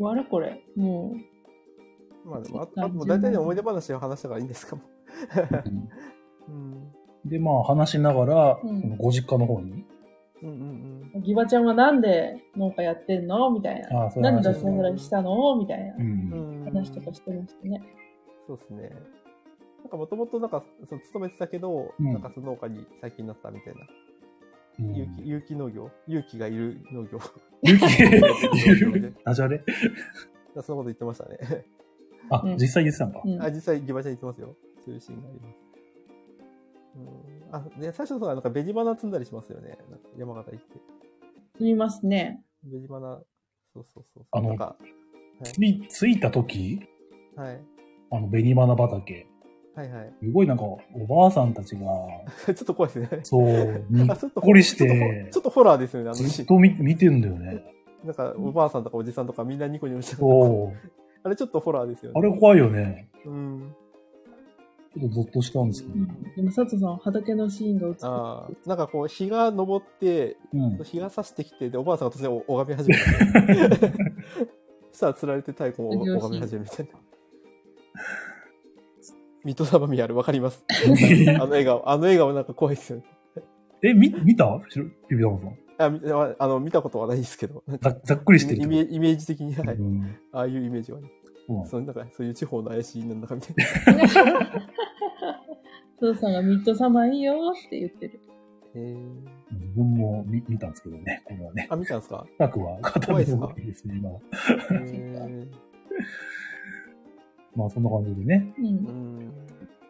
Speaker 1: うん、あれこれ。も
Speaker 3: まあでも、あと、あともう大体ね、思い出話を話したからいいんです かも
Speaker 2: うん
Speaker 3: う。うん。
Speaker 2: で、まあ話しながら、
Speaker 1: うん
Speaker 2: そのご実家の方に、
Speaker 3: うんうん
Speaker 1: う、ギバちゃんはなんで農家やってんのみたいな。
Speaker 2: ああ、そうい
Speaker 1: な
Speaker 2: う
Speaker 1: ん
Speaker 2: 話
Speaker 1: で
Speaker 2: で
Speaker 1: 脱
Speaker 2: す
Speaker 1: サ
Speaker 2: ね。
Speaker 1: ラしたのみたいな
Speaker 2: う。
Speaker 3: うんん。うん。
Speaker 1: 話とかしてましたね。
Speaker 3: そうですね。なんかもともとなんか、その勤めてたけど、
Speaker 2: うん
Speaker 3: なんかその農家に最近なったみたいな。
Speaker 2: うん
Speaker 3: 有機、有機農業有機がいる農業。
Speaker 2: 勇気
Speaker 3: 気
Speaker 2: ダジャレ
Speaker 3: そのこと言ってましたね。
Speaker 2: あ、
Speaker 1: うん
Speaker 2: 実際言ってたのか。
Speaker 1: うん
Speaker 3: あ、実際、ギバちゃん言ってますよ。そういうシーンがあります。うん、あ、で、最初とか、なんか、紅花摘んだりしますよね。なんか山形行って。
Speaker 1: すみますね。
Speaker 3: 紅花、そうそうそうそう。
Speaker 2: あの
Speaker 3: なんか、
Speaker 2: に着いた時、
Speaker 3: はい。
Speaker 2: あの、紅花畑。
Speaker 3: はいはい。
Speaker 2: すごいなんか、おばあさんたちが、
Speaker 3: ちょっと怖いですね。
Speaker 2: そう、に
Speaker 3: あ
Speaker 2: っ
Speaker 3: ちょっと
Speaker 2: こりし
Speaker 3: ちょっと
Speaker 2: て
Speaker 3: ちょ、っとホラーですよね、あの
Speaker 2: ず
Speaker 3: シ
Speaker 2: っ
Speaker 3: ー
Speaker 2: と見見てんだよね。
Speaker 3: ン。なんか、おばあさんとかおじさんとかみんなニコニコしてる。
Speaker 2: そう。
Speaker 3: あれちょっとホラーですよね。
Speaker 2: あれ怖いよね。
Speaker 3: うん。
Speaker 2: ちょっとゾッとしたんですけど
Speaker 1: う。ん、でも佐藤さんは畑のシーンが映って
Speaker 3: ああ、なんかこう、日が昇って、
Speaker 2: うん。
Speaker 3: 日が差してきて、で、おばあさんが 突然お拝み始めた。 そしたら釣られて太鼓を
Speaker 1: 上品
Speaker 3: 拝み始めるみたいな。水戸様見ある、わか ります。あの笑顔、あの笑顔なんか怖いですよね。
Speaker 2: え、み、見たしろピピタマンさん。
Speaker 3: あ、みああの、見たことはないですけど、なんか
Speaker 2: ざざっくりして
Speaker 3: イ
Speaker 2: る
Speaker 3: メイメージ的に、はい、
Speaker 2: うん
Speaker 3: ああいうイメージはね、
Speaker 2: そうなんです
Speaker 3: そのなんかそういう地方の怪しいなんだかみた いな。
Speaker 1: 佐藤さんがミッドサマーいいよって言ってる。
Speaker 3: えー、
Speaker 2: 自分も見見たんですけどね。これはね。
Speaker 3: あ、見たんです か、
Speaker 2: 深くは語るのがいいですね、今は。
Speaker 3: えー、
Speaker 2: まあ、そんな感じでね。
Speaker 1: う。
Speaker 3: うんん。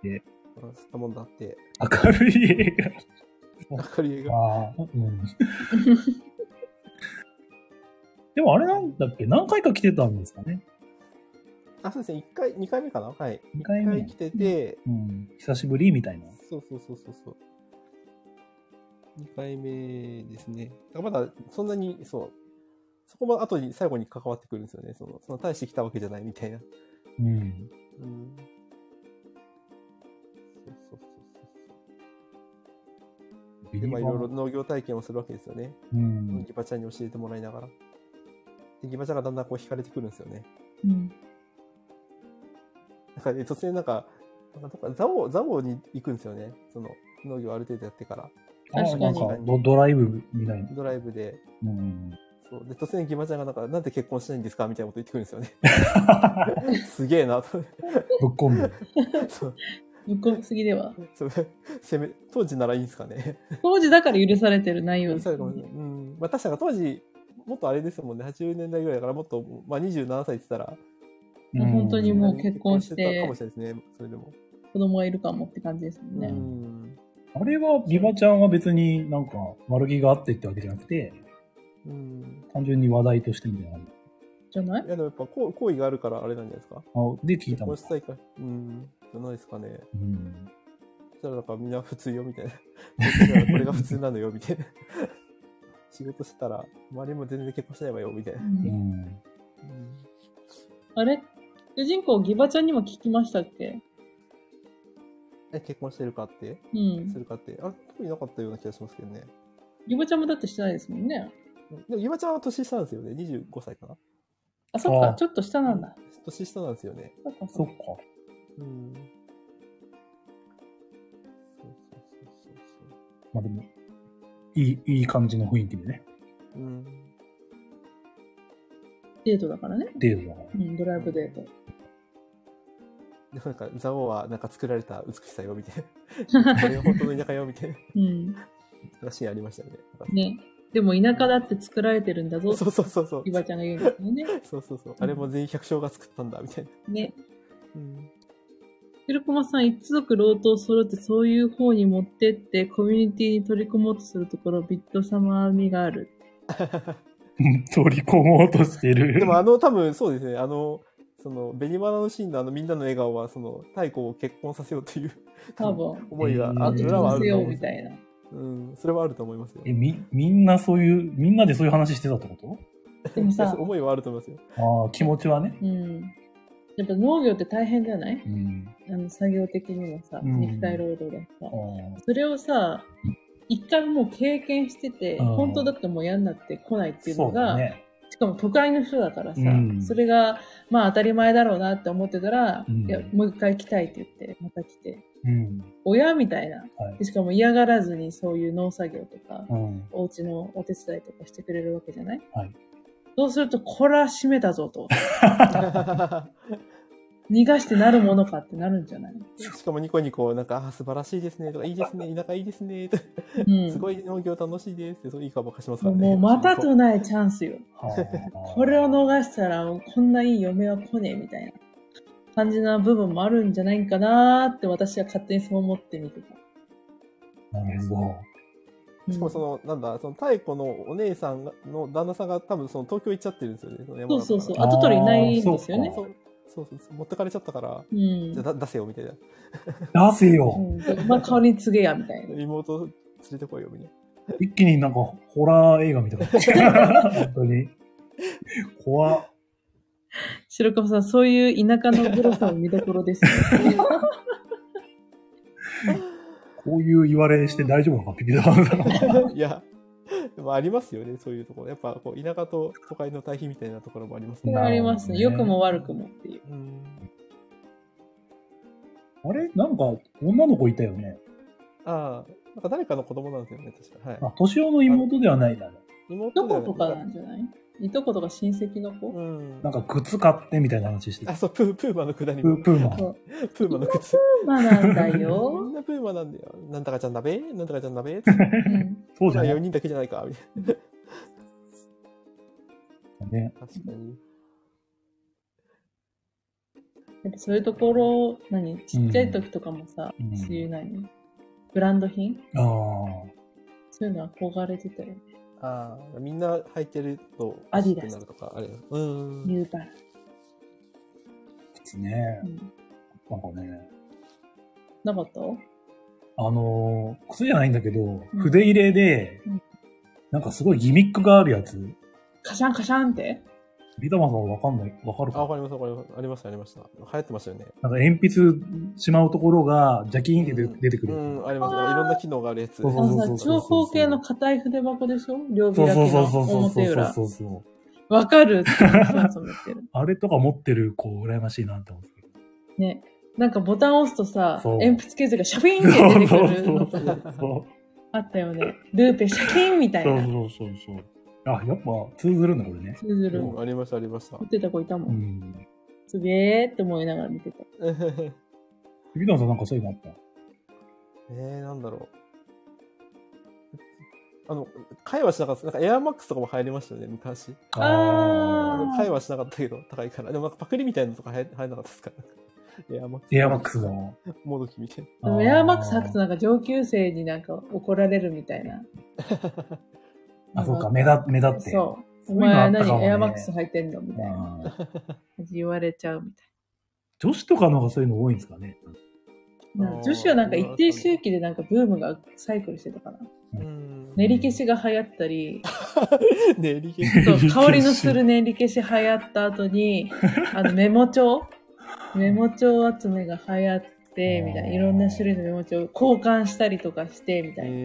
Speaker 2: で
Speaker 3: まあ、吸ったもんだって、
Speaker 2: 明るい映
Speaker 3: 明るい映
Speaker 2: 画。
Speaker 3: 画。
Speaker 2: ああ、うん。 でもあれなんだっけ何回か来てたんですかね
Speaker 3: あ、そうですね、1回、2回目かなはい。
Speaker 2: 二回
Speaker 3: 一
Speaker 2: 目
Speaker 3: 回来てて、
Speaker 2: うん。久しぶりみたいな。
Speaker 3: そうそうそうそうそう。2回目ですね。だからまだそんなに、そう、そこも後に最後に関わってくるんですよね。その、その大してきたわけじゃないみたいな。
Speaker 2: うん。
Speaker 3: うん。そうそうそうそう。で、まあいろいろ農業体験をするわけですよね。
Speaker 2: うん。
Speaker 3: ギバちゃんに教えてもらいながら。で、ギバちゃんがだんだんこう惹かれてくるんですよね。
Speaker 1: うん。
Speaker 3: なんかね、突然なんか、なんかどっか、ザオ、ザオに行くんですよね。その、農業ある程度やってから。
Speaker 2: あ
Speaker 1: 確か
Speaker 2: なん
Speaker 1: に。
Speaker 2: かドドライブみたいな。
Speaker 3: ドライブで。
Speaker 2: うん。
Speaker 3: そう。で、突然ギマちゃんがなんか、なんで結婚しないんですかみたいなこと言ってくるんですよね。 すげえな、と。
Speaker 2: ぶっ込んで。
Speaker 3: そう。
Speaker 1: ぶっ込みすぎでは。
Speaker 3: そうせめ、当時ならいいんですかね。
Speaker 1: 当時だから許されてる内容です
Speaker 3: そう
Speaker 1: よ
Speaker 3: かもしれ
Speaker 1: ね
Speaker 3: ない。うん。まあ確かに当時、もっとあれですもんね。80年代ぐらいだから、もっと、まあ27歳って言ったら、
Speaker 1: もう本当にもう結婚して
Speaker 3: たかもしれないですね。それでも。
Speaker 1: 子供がいるかもって感じですもん
Speaker 3: う
Speaker 1: ね。
Speaker 3: ん。
Speaker 2: あれは、ビバちゃんは別になんか悪気があってってわけじゃなくて、
Speaker 3: うん。
Speaker 2: 単純に話題としてみたいな。
Speaker 1: じゃない
Speaker 3: いや、でもやっぱ、こう好意があるからあれなんじゃないですか。
Speaker 2: あで、聞いた
Speaker 3: 結
Speaker 2: の
Speaker 3: 婚。したいから。うん。じゃないですかね。
Speaker 2: うん。
Speaker 3: そしたらなんかみんな普通よみたいな。僕らこれが普通なのよみたいな。仕事してたら、周りも全然結婚しないわよみたいうな。
Speaker 2: うんん。
Speaker 1: あれ主人公ギバちゃんにも聞きましたっけ
Speaker 3: え、結婚してるかって
Speaker 1: うん
Speaker 3: す。るかって。あれ、特になかったような気がしますけどね。
Speaker 1: ギバちゃんもだってしてないですもんね。
Speaker 3: でも、ゆまちゃんは年下なんですよね。25歳かな。
Speaker 1: あ、そっ
Speaker 2: あ
Speaker 1: か
Speaker 2: あ、
Speaker 1: ちょっと下なんだ。
Speaker 3: 年下なんですよね。
Speaker 1: そっか、
Speaker 2: そ
Speaker 1: そ
Speaker 2: っ
Speaker 1: っ
Speaker 2: か
Speaker 1: か。。
Speaker 3: うん。そうそうそうそう
Speaker 2: まあでも、いい、いい感じの雰囲気でね。
Speaker 3: そう。うん。
Speaker 1: デートだからね。
Speaker 2: デートだから。
Speaker 1: うん、ドライブデート。
Speaker 3: でもなんか、ザオはなんか作られた美しさよみたいな。これが本当の田舎よみたいな。
Speaker 1: うん。
Speaker 3: シーンありましたよね。
Speaker 1: ね。でも田舎だって作られてるんだぞ。
Speaker 3: そうそうそうそう
Speaker 1: ギ。バちゃんが言うんですよね。
Speaker 3: そうそうそう。あれも全員百姓が作ったんだ、みたいな。
Speaker 1: ね。
Speaker 3: うん。
Speaker 1: ヘルコマさん、一族老頭揃ってそういう方に持ってって、コミュニティに取り込もうとするところ、ビット様味がある。
Speaker 2: うん 取り込もうとしてる。
Speaker 3: でもあの、多分そうですね、あの、その、紅花のシーンのあの、みんなの笑顔は、その、太鼓を結婚させようという
Speaker 1: 多分。
Speaker 3: 思いが、あ
Speaker 2: うん
Speaker 1: 結
Speaker 3: 裏はあ
Speaker 1: 婚
Speaker 3: る
Speaker 1: せよ
Speaker 3: と
Speaker 1: う
Speaker 3: 思うん
Speaker 1: み
Speaker 3: です
Speaker 1: た
Speaker 3: よ。
Speaker 1: いな。
Speaker 3: うん、それはあると思いますよ。
Speaker 2: え、み、みんなそういう、みんなでそういう話してたってこと
Speaker 1: でも
Speaker 3: いや
Speaker 1: さ
Speaker 3: そう、思いはあると思 いますよ。
Speaker 2: ああ、気持ちはね。
Speaker 1: うん。やっぱ農業って大変じゃない
Speaker 2: うん。
Speaker 1: あの作業的にもさ、
Speaker 2: うん
Speaker 1: 肉体労働だしさ
Speaker 2: あ。あ
Speaker 1: それをさ、一回もう経験してて、
Speaker 2: うん
Speaker 1: 本当だってもう嫌になって来ないっていう
Speaker 2: そ
Speaker 1: の
Speaker 2: うだ
Speaker 1: が、
Speaker 2: ね。
Speaker 1: しかも都会の人だからさ、
Speaker 2: うん
Speaker 1: それがまあ当たり前だろうなって思ってたら、
Speaker 2: う
Speaker 1: い
Speaker 2: ん
Speaker 1: やもう一回来たいって言って、また来て、
Speaker 2: うん。
Speaker 1: 親みたいな。
Speaker 2: はい
Speaker 1: で。しかも嫌がらずにそういう農作業とか、
Speaker 2: うん。
Speaker 1: お家のお手伝いとかしてくれるわけじゃない、
Speaker 2: はい
Speaker 1: そうすると、これは閉めたぞと。
Speaker 3: し
Speaker 1: 逃がしてなるものかってなるんじゃない、
Speaker 3: かもニコニコ、なんか、あー素晴らしいですね、とか、いいですね、田舎いいですね、とか、
Speaker 1: うん、
Speaker 3: すごい農業楽しいですって、そういい顔ばっかしますか
Speaker 1: も
Speaker 3: ら
Speaker 1: うも
Speaker 3: ね。
Speaker 1: うまたとないチャンスよ。 こ
Speaker 2: こ
Speaker 1: れを逃したら、こんないい嫁は来ねえみたいな感じな部分もあるんじゃないかなーって私は勝手にそう思って見てた。
Speaker 2: なるほど。
Speaker 1: うん
Speaker 3: しかもその、なんだ、その太鼓のお姉さんがの旦那さんが多分その東京行っちゃってるんですよね。その
Speaker 1: そ
Speaker 3: 山形
Speaker 1: うそうそう。
Speaker 3: から
Speaker 1: 後取りいないんですよね
Speaker 2: あー。
Speaker 3: そうそうそうそう持ってかれちゃったから、
Speaker 1: うん
Speaker 3: じゃあだ出せよみたいな。
Speaker 2: 出せよ。
Speaker 1: うん。まあ、代わりに告げや、みたいな。
Speaker 3: 妹連れてこいよみたい
Speaker 2: 一気になんかホラー映画みた いな。本当に。怖っ
Speaker 1: 白川さん、そういう田舎のグロさも見どころです、ね。
Speaker 2: こういう言われして大丈夫なのか、ピピタパンさん。
Speaker 3: な。 いや、でもありますよね、そういうところ。やっぱこう田舎と都会の対比みたいなところもあります
Speaker 1: それ
Speaker 3: ね。
Speaker 1: はありますね。
Speaker 2: なる
Speaker 1: 良
Speaker 2: ほどね
Speaker 1: くも悪くもっていう。
Speaker 3: うん。
Speaker 2: あれなんか女の子いたよね。
Speaker 3: ああ、なんか誰かの子供なんですよね、確か。はい。
Speaker 2: あ、年男の妹ではないだね。
Speaker 1: いと
Speaker 3: 妹だ
Speaker 1: こ
Speaker 3: よね
Speaker 1: とかなんじゃないいとことか親戚の子、
Speaker 3: うん。
Speaker 2: なんか靴買ってみたいな話してた
Speaker 3: あ、。そう、プー、プーマのくだり
Speaker 2: プ
Speaker 3: も。
Speaker 2: ープーマン
Speaker 1: そう。
Speaker 3: プーマの靴。
Speaker 1: まあなんだ
Speaker 3: みん
Speaker 1: よ。
Speaker 3: なプーマなんだよ。なんだかちゃんだべなんだかちゃんだべって。
Speaker 1: うん
Speaker 2: そうじゃない
Speaker 3: 4人だけじゃないか、みたい
Speaker 2: ね。
Speaker 3: な。確かに。
Speaker 1: やっぱそういうところ、何ちっちゃい時とかもさ、
Speaker 2: うん
Speaker 1: そういう何ブランド品
Speaker 2: ああ。
Speaker 1: そういうの憧れてたよ。
Speaker 3: ああ、みんな履いてると、
Speaker 1: アディダス
Speaker 3: なるとか、あれ。うん。
Speaker 1: ニューバランス。
Speaker 2: 靴ね
Speaker 1: う。ん
Speaker 2: なんかね。
Speaker 1: なかった
Speaker 2: あのー、靴じゃないんだけど、
Speaker 1: うん
Speaker 2: 筆入れで
Speaker 1: うん、
Speaker 2: なんかすごいギミックがあるやつ。
Speaker 1: カシャンカシャンって
Speaker 2: ビタマンさんわかんない、わかる
Speaker 3: あ、
Speaker 2: か
Speaker 3: わかります、わかります。ありました、ありました。流行ってましたよね。
Speaker 2: なんか鉛筆しまうところが、ジャキーンって出
Speaker 3: うん
Speaker 2: 出てくる
Speaker 3: う
Speaker 2: やつ。
Speaker 3: ん、あります。なんかいろんな機能があるやつ。
Speaker 2: そう
Speaker 1: あの
Speaker 2: そうそう
Speaker 1: さ、
Speaker 2: そう
Speaker 1: 長方形の硬い筆箱でしょ両
Speaker 2: そ
Speaker 1: 開
Speaker 2: う
Speaker 1: き
Speaker 2: そうそう
Speaker 1: の
Speaker 2: そうそう
Speaker 1: 表裏
Speaker 2: そ。うそう。
Speaker 1: わかるって話だと思ってる。
Speaker 2: あれとか持ってる子、羨ましいなって思 って。
Speaker 1: ね。なんかボタンを押すとさ、
Speaker 2: そう
Speaker 1: 鉛筆削りがシャピーンって出てくるのと
Speaker 2: そう
Speaker 1: あったよね。ルーペシャキンみたい
Speaker 2: そう
Speaker 1: な。
Speaker 2: そうそうそう。あ、やっぱ通ずるんだ、これね。
Speaker 1: 通ずる。
Speaker 3: うんありました、ありました
Speaker 1: 見。てた子いたも。
Speaker 2: うんん。
Speaker 1: すげーって思いながら見てた。
Speaker 2: 杉田さんなんかそういうのあった
Speaker 3: えー、なんだろう。あの、会話しなかった。なんかエアマックスとかも流行りましたよね、昔。
Speaker 1: あー
Speaker 3: 会話しなかったけど、高いから。でもなんかパクリみたいなのとか流行流行らなかったですから。エアマックス。
Speaker 2: エアマックスだ。な。
Speaker 3: もどきみたい
Speaker 1: でもエアマックス履くとなんか上級生になんか怒られるみたいな。
Speaker 3: な。
Speaker 2: あ、そうか、目立目立って。
Speaker 1: そう。お
Speaker 2: そういうのあ
Speaker 1: 前
Speaker 2: ったかも
Speaker 1: 何
Speaker 2: ね
Speaker 1: エアマックス履いてんのみたいな感
Speaker 2: うん
Speaker 1: じ言われちゃうみたい
Speaker 2: 女子とかの方がそういうの多いんですかね。
Speaker 1: な。
Speaker 3: あー
Speaker 1: 女子はなんか一定周期でなんかブームがサイクルしてたから。
Speaker 3: うん
Speaker 1: 練り消しが流行ったり、
Speaker 3: 練り消し。
Speaker 1: そう
Speaker 2: 練り消し
Speaker 1: 香りのする練り消し流行った後に、 あのメモ帳メモ帳集めが流行って、みたいな。いろんな種類のメモ帳を交換したりとかして、みたいな。
Speaker 3: え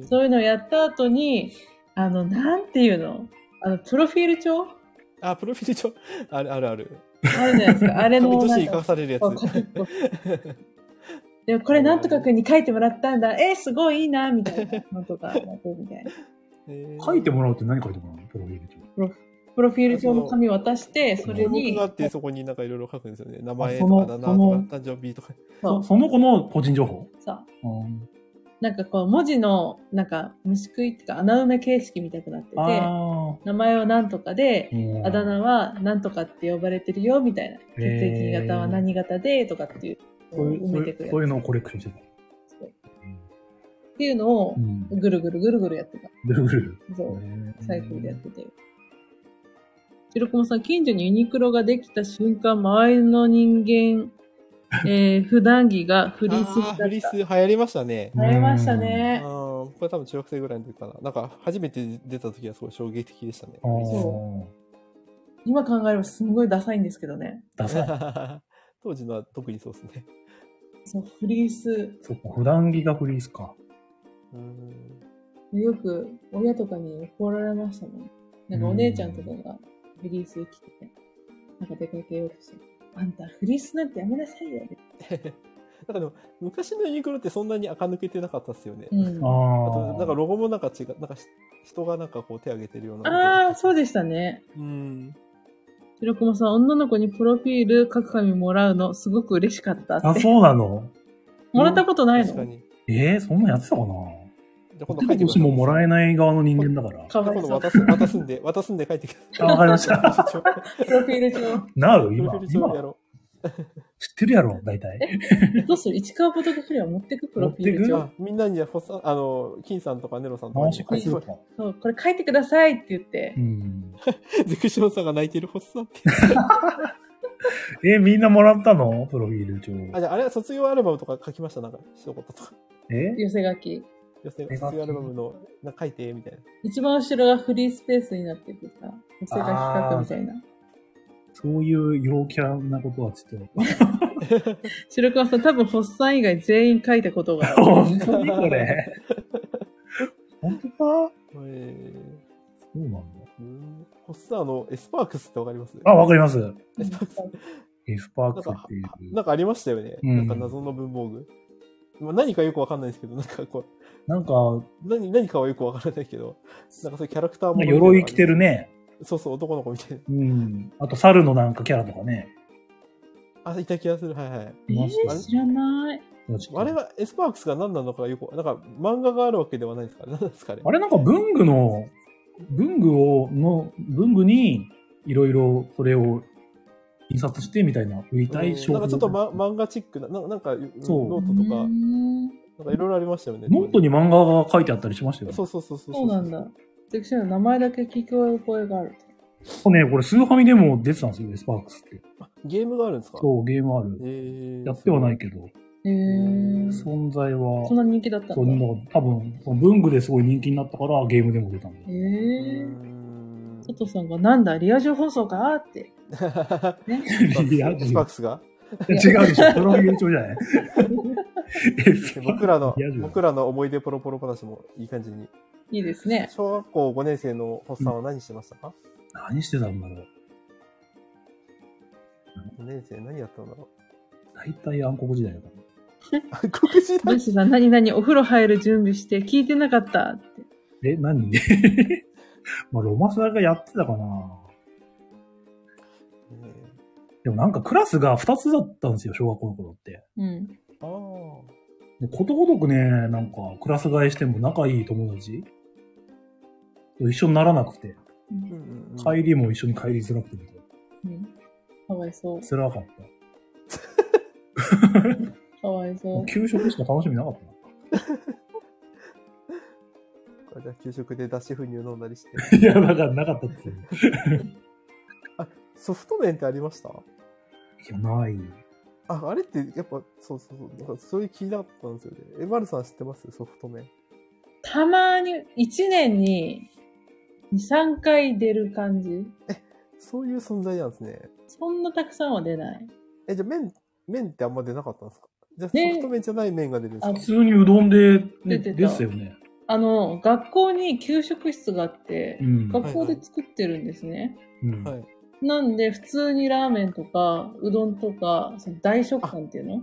Speaker 3: ー、
Speaker 1: そういうのをやった後に、あの、なんていうのあの、プロフィール帳
Speaker 3: あ、プロフィール帳。あるあるある。
Speaker 1: あるじゃないです か。あれ
Speaker 3: 紙
Speaker 1: の
Speaker 3: と
Speaker 1: な
Speaker 3: し
Speaker 1: ん
Speaker 3: て生か
Speaker 1: か、
Speaker 3: されるやつ。
Speaker 1: そう書きっぽいでもこれなんとかくんに書いてもらったんだ。えー、すごいいいな、みたいなのとか、なんかみたいな。
Speaker 3: えー
Speaker 2: 書いてもらうって何書いてもらうのプロフィール帳。
Speaker 1: プロフィール帳の紙渡して、それ
Speaker 3: 僕
Speaker 1: に
Speaker 3: があ、ってそこになんかいろいろ書くんですよね。名前
Speaker 2: あ
Speaker 3: と
Speaker 2: そ
Speaker 3: か
Speaker 2: の
Speaker 3: だな
Speaker 2: その
Speaker 3: とか、誕生日とか。
Speaker 1: そ
Speaker 2: そうその子の個人情報。
Speaker 1: そう
Speaker 2: うん
Speaker 1: なんかこう文字のなんか虫食いっていうか穴埋め形式みたくなってて
Speaker 2: あ
Speaker 1: 名前はなんとかで
Speaker 2: ー、うん
Speaker 1: あだ名はなんとかって呼ばれてるよみたいな血
Speaker 2: ー
Speaker 1: 液型は何型でとかっていう
Speaker 2: そういう
Speaker 1: 埋
Speaker 2: そう
Speaker 1: めて
Speaker 2: いう
Speaker 1: くやつ
Speaker 2: そういうのをコレクションして
Speaker 1: っていうのを
Speaker 2: た。うん。
Speaker 1: ぐるぐるぐるぐるやってた
Speaker 2: ぐるぐる。
Speaker 1: そうサイクルでやっ
Speaker 2: って
Speaker 1: て白駒さん近所にユニクロができた瞬間周りの人 間、えー、普段着がフリースにな
Speaker 3: あーフリー
Speaker 1: った
Speaker 3: ス流行りましたね。
Speaker 1: なりました
Speaker 3: うん、
Speaker 1: ね
Speaker 3: これ多分中学生ぐらいの時かな。なんか初めて出た時はすごい衝撃的で したね。
Speaker 2: あー
Speaker 1: そ今考えればすんごいダサいんですけどね
Speaker 2: ダサい。
Speaker 3: 当時のは特にそうですね。
Speaker 1: そうフリース
Speaker 2: そっか、普段着がフリースか。
Speaker 3: うん
Speaker 1: よく親とかに怒られましたもん。なんかお姉ちゃんとかがフリース着てて、なんか出かけようとして、あんたフリースなんてやめなさいよ。
Speaker 3: なんかでも昔のユニクロってそんなに垢抜けてなかったっすよね。
Speaker 1: うん、
Speaker 2: あ
Speaker 1: あ
Speaker 3: あとなんか
Speaker 2: あ。
Speaker 3: ロゴもなんか違う、なんかし人がなんかこう手挙げてるような。
Speaker 1: あー、そうでしたね。
Speaker 3: うん。
Speaker 1: 白駒さん、女の子にプロフィール書く紙もらうのすごく嬉しかったっ
Speaker 2: あ、
Speaker 1: て。
Speaker 2: そうなの
Speaker 1: もらったことない
Speaker 3: 確か
Speaker 1: の
Speaker 3: に。
Speaker 2: えー、そんなんやってたかな
Speaker 3: じゃあ今
Speaker 2: 今年ももらえない側の人間だから。
Speaker 1: かわ
Speaker 3: 今
Speaker 1: い
Speaker 3: 度
Speaker 1: そう。
Speaker 3: 渡す、渡すんで、渡すんで書いてください。
Speaker 2: あわかりま した
Speaker 1: プロフィール帳。
Speaker 2: なう
Speaker 3: プロ
Speaker 2: 今
Speaker 3: フィール帳
Speaker 2: 今
Speaker 3: でやろ
Speaker 2: 知ってるやろ大体。
Speaker 1: どうする市川ポトフリは持ってくプロフィール
Speaker 2: う
Speaker 3: う。
Speaker 1: 帳
Speaker 3: あ。、みんなに、ほさ、あの、金さんとかネロさんとか
Speaker 2: 回
Speaker 3: に。
Speaker 2: し返すか。
Speaker 1: そう、これ書いてくださいって言って
Speaker 2: う。ん。
Speaker 3: ゼクシオンさんが泣いてるホッサ って。
Speaker 2: え、みんなもらったのプロフィール帳。
Speaker 3: あ、じゃあ、あれは卒業アルバムとか書きましたなんか、一言とか。
Speaker 2: え
Speaker 1: 寄せ書き。
Speaker 3: 要する
Speaker 2: 手
Speaker 3: に
Speaker 2: 書き
Speaker 3: 卒業アルバムの、なんか書いて、みたいな。
Speaker 1: 一番後ろがフリースペースになっててさ、寄せ書き書くみたいな。
Speaker 2: そういう陽キャなことはちょっ
Speaker 1: 白川さん、多分、ホッサン以外全員書いたことがあ
Speaker 2: と。
Speaker 1: る。
Speaker 2: 本当にこれ。本当か
Speaker 3: えー、
Speaker 2: そうなんだ。
Speaker 3: うんホッサのエスパークスってわかります
Speaker 2: あ、わかります。
Speaker 3: エスパークス。
Speaker 2: エスパー
Speaker 3: な
Speaker 2: ク
Speaker 3: ん
Speaker 2: ス
Speaker 3: か
Speaker 2: ってい、う。
Speaker 3: なんかありましたよね。
Speaker 2: うん
Speaker 3: なんか謎の文房具。まあ、何かよくわかんないですけど、なんかこ
Speaker 2: なんか、
Speaker 3: う、何、何かはよくわからないけど、なんかそういうキャラクターものみたいなのがあり
Speaker 2: 鎧
Speaker 3: ます。
Speaker 2: 着てるね。
Speaker 3: そうそう、男の子みたい
Speaker 2: うん。あと、猿のなんかキャラとかね。
Speaker 3: な。あ、いた気がする。はいはい。
Speaker 1: え
Speaker 2: いました
Speaker 1: ー、知らない。
Speaker 2: あ
Speaker 3: あれはエスパークスが何なのかよく、なんか漫画があるわけではないですから、何ですかね。
Speaker 2: あれなんか文具の、文具を、の、文具に、いろいろそれを印刷してみたいな、売りたい商
Speaker 3: うんなんかちょっと、
Speaker 2: ノ
Speaker 3: ま、漫画チックな、ななんか、うん
Speaker 2: そう
Speaker 3: ノートと
Speaker 1: う
Speaker 3: か
Speaker 1: ー、ん
Speaker 3: なんかいろいろありましたよね。
Speaker 2: ートに漫画が書いてあったりしましたよ。
Speaker 3: そうそうそうそう。
Speaker 1: そうなんだ。セクションの名前だけ聞こえ声がある。
Speaker 2: そうね、これスーファミでも出てたんですよ、エスパークスって。
Speaker 3: ゲームがあるんですかう。
Speaker 2: そう、ゲームある。
Speaker 3: えー、
Speaker 2: やってはないけど、
Speaker 1: へえ。そ
Speaker 2: 存在は、
Speaker 1: んな人気だった
Speaker 2: そうん
Speaker 1: だ。
Speaker 2: なんか多分、その文具ですごい人気になったから、ゲームでも出たん
Speaker 1: へ
Speaker 2: だよ。
Speaker 3: うー
Speaker 1: え。
Speaker 3: ん。
Speaker 1: 佐藤さんが、なんだ、リア充放送かって。ね。
Speaker 2: リア
Speaker 3: エスパークスが
Speaker 1: いや
Speaker 2: 違うでしょ、プロフィール帳じゃない。エスパーク
Speaker 3: 僕らの
Speaker 2: リア充、
Speaker 3: 僕らの思い出ポロポロ話もいい感じに。
Speaker 1: いいですね。
Speaker 3: 小学校5年生のホッさんは何してましたか、
Speaker 2: 何してたんだろう。
Speaker 3: 五 ?5 年生何やったんだろ
Speaker 2: 大体暗黒時代だから。
Speaker 3: 告知だ
Speaker 1: ル。シさん、何々お風呂入る準備して聞いてなかったって。
Speaker 2: え、何 まあ、ロマサがやってたかな。
Speaker 3: ね
Speaker 2: でもなんかクラスが2つだったんですよ、小学校の頃って。
Speaker 1: うん。
Speaker 3: あー
Speaker 2: でことごとくね、なんかクラス替えしても仲いい友達と一緒にならなくて、
Speaker 3: うんうんうん
Speaker 2: 帰りも一緒に帰りづらくてみたいな、
Speaker 1: うん。かわいそう。
Speaker 2: 辛かった。
Speaker 1: かわい
Speaker 2: も
Speaker 1: そう
Speaker 2: 給食しか楽しみな かったな。
Speaker 3: これじゃあ給食で脱脂粉乳飲んだりし て。
Speaker 2: いや、だからなかったって。い
Speaker 3: ソフト麺ってありました
Speaker 2: や、ない。
Speaker 3: あ、あれってやっぱ、そうそうそう、なんかそういう聞いたかったんですよね。え、マルさん知ってますソフト麺。
Speaker 1: う。たまに、1年に2、3回出る感じ。
Speaker 3: そういう存在なんですね。
Speaker 1: そんなたくさんは出ない。
Speaker 3: え、じゃあ麺、麺ってあんま出なかったんですかじゃあ
Speaker 1: ね
Speaker 3: ソフト麺じゃない麺が出るんです
Speaker 1: あ
Speaker 3: か
Speaker 2: 普通にうどんで、
Speaker 1: 出
Speaker 2: ね、
Speaker 1: てた
Speaker 2: ですよね。
Speaker 1: あの、学校に給食室があって
Speaker 2: う、ん。
Speaker 1: 学校で作ってるんですね。
Speaker 2: うん
Speaker 3: はい。
Speaker 1: なんで、普通にラーメンとか、うどんとか、その大食感っていうの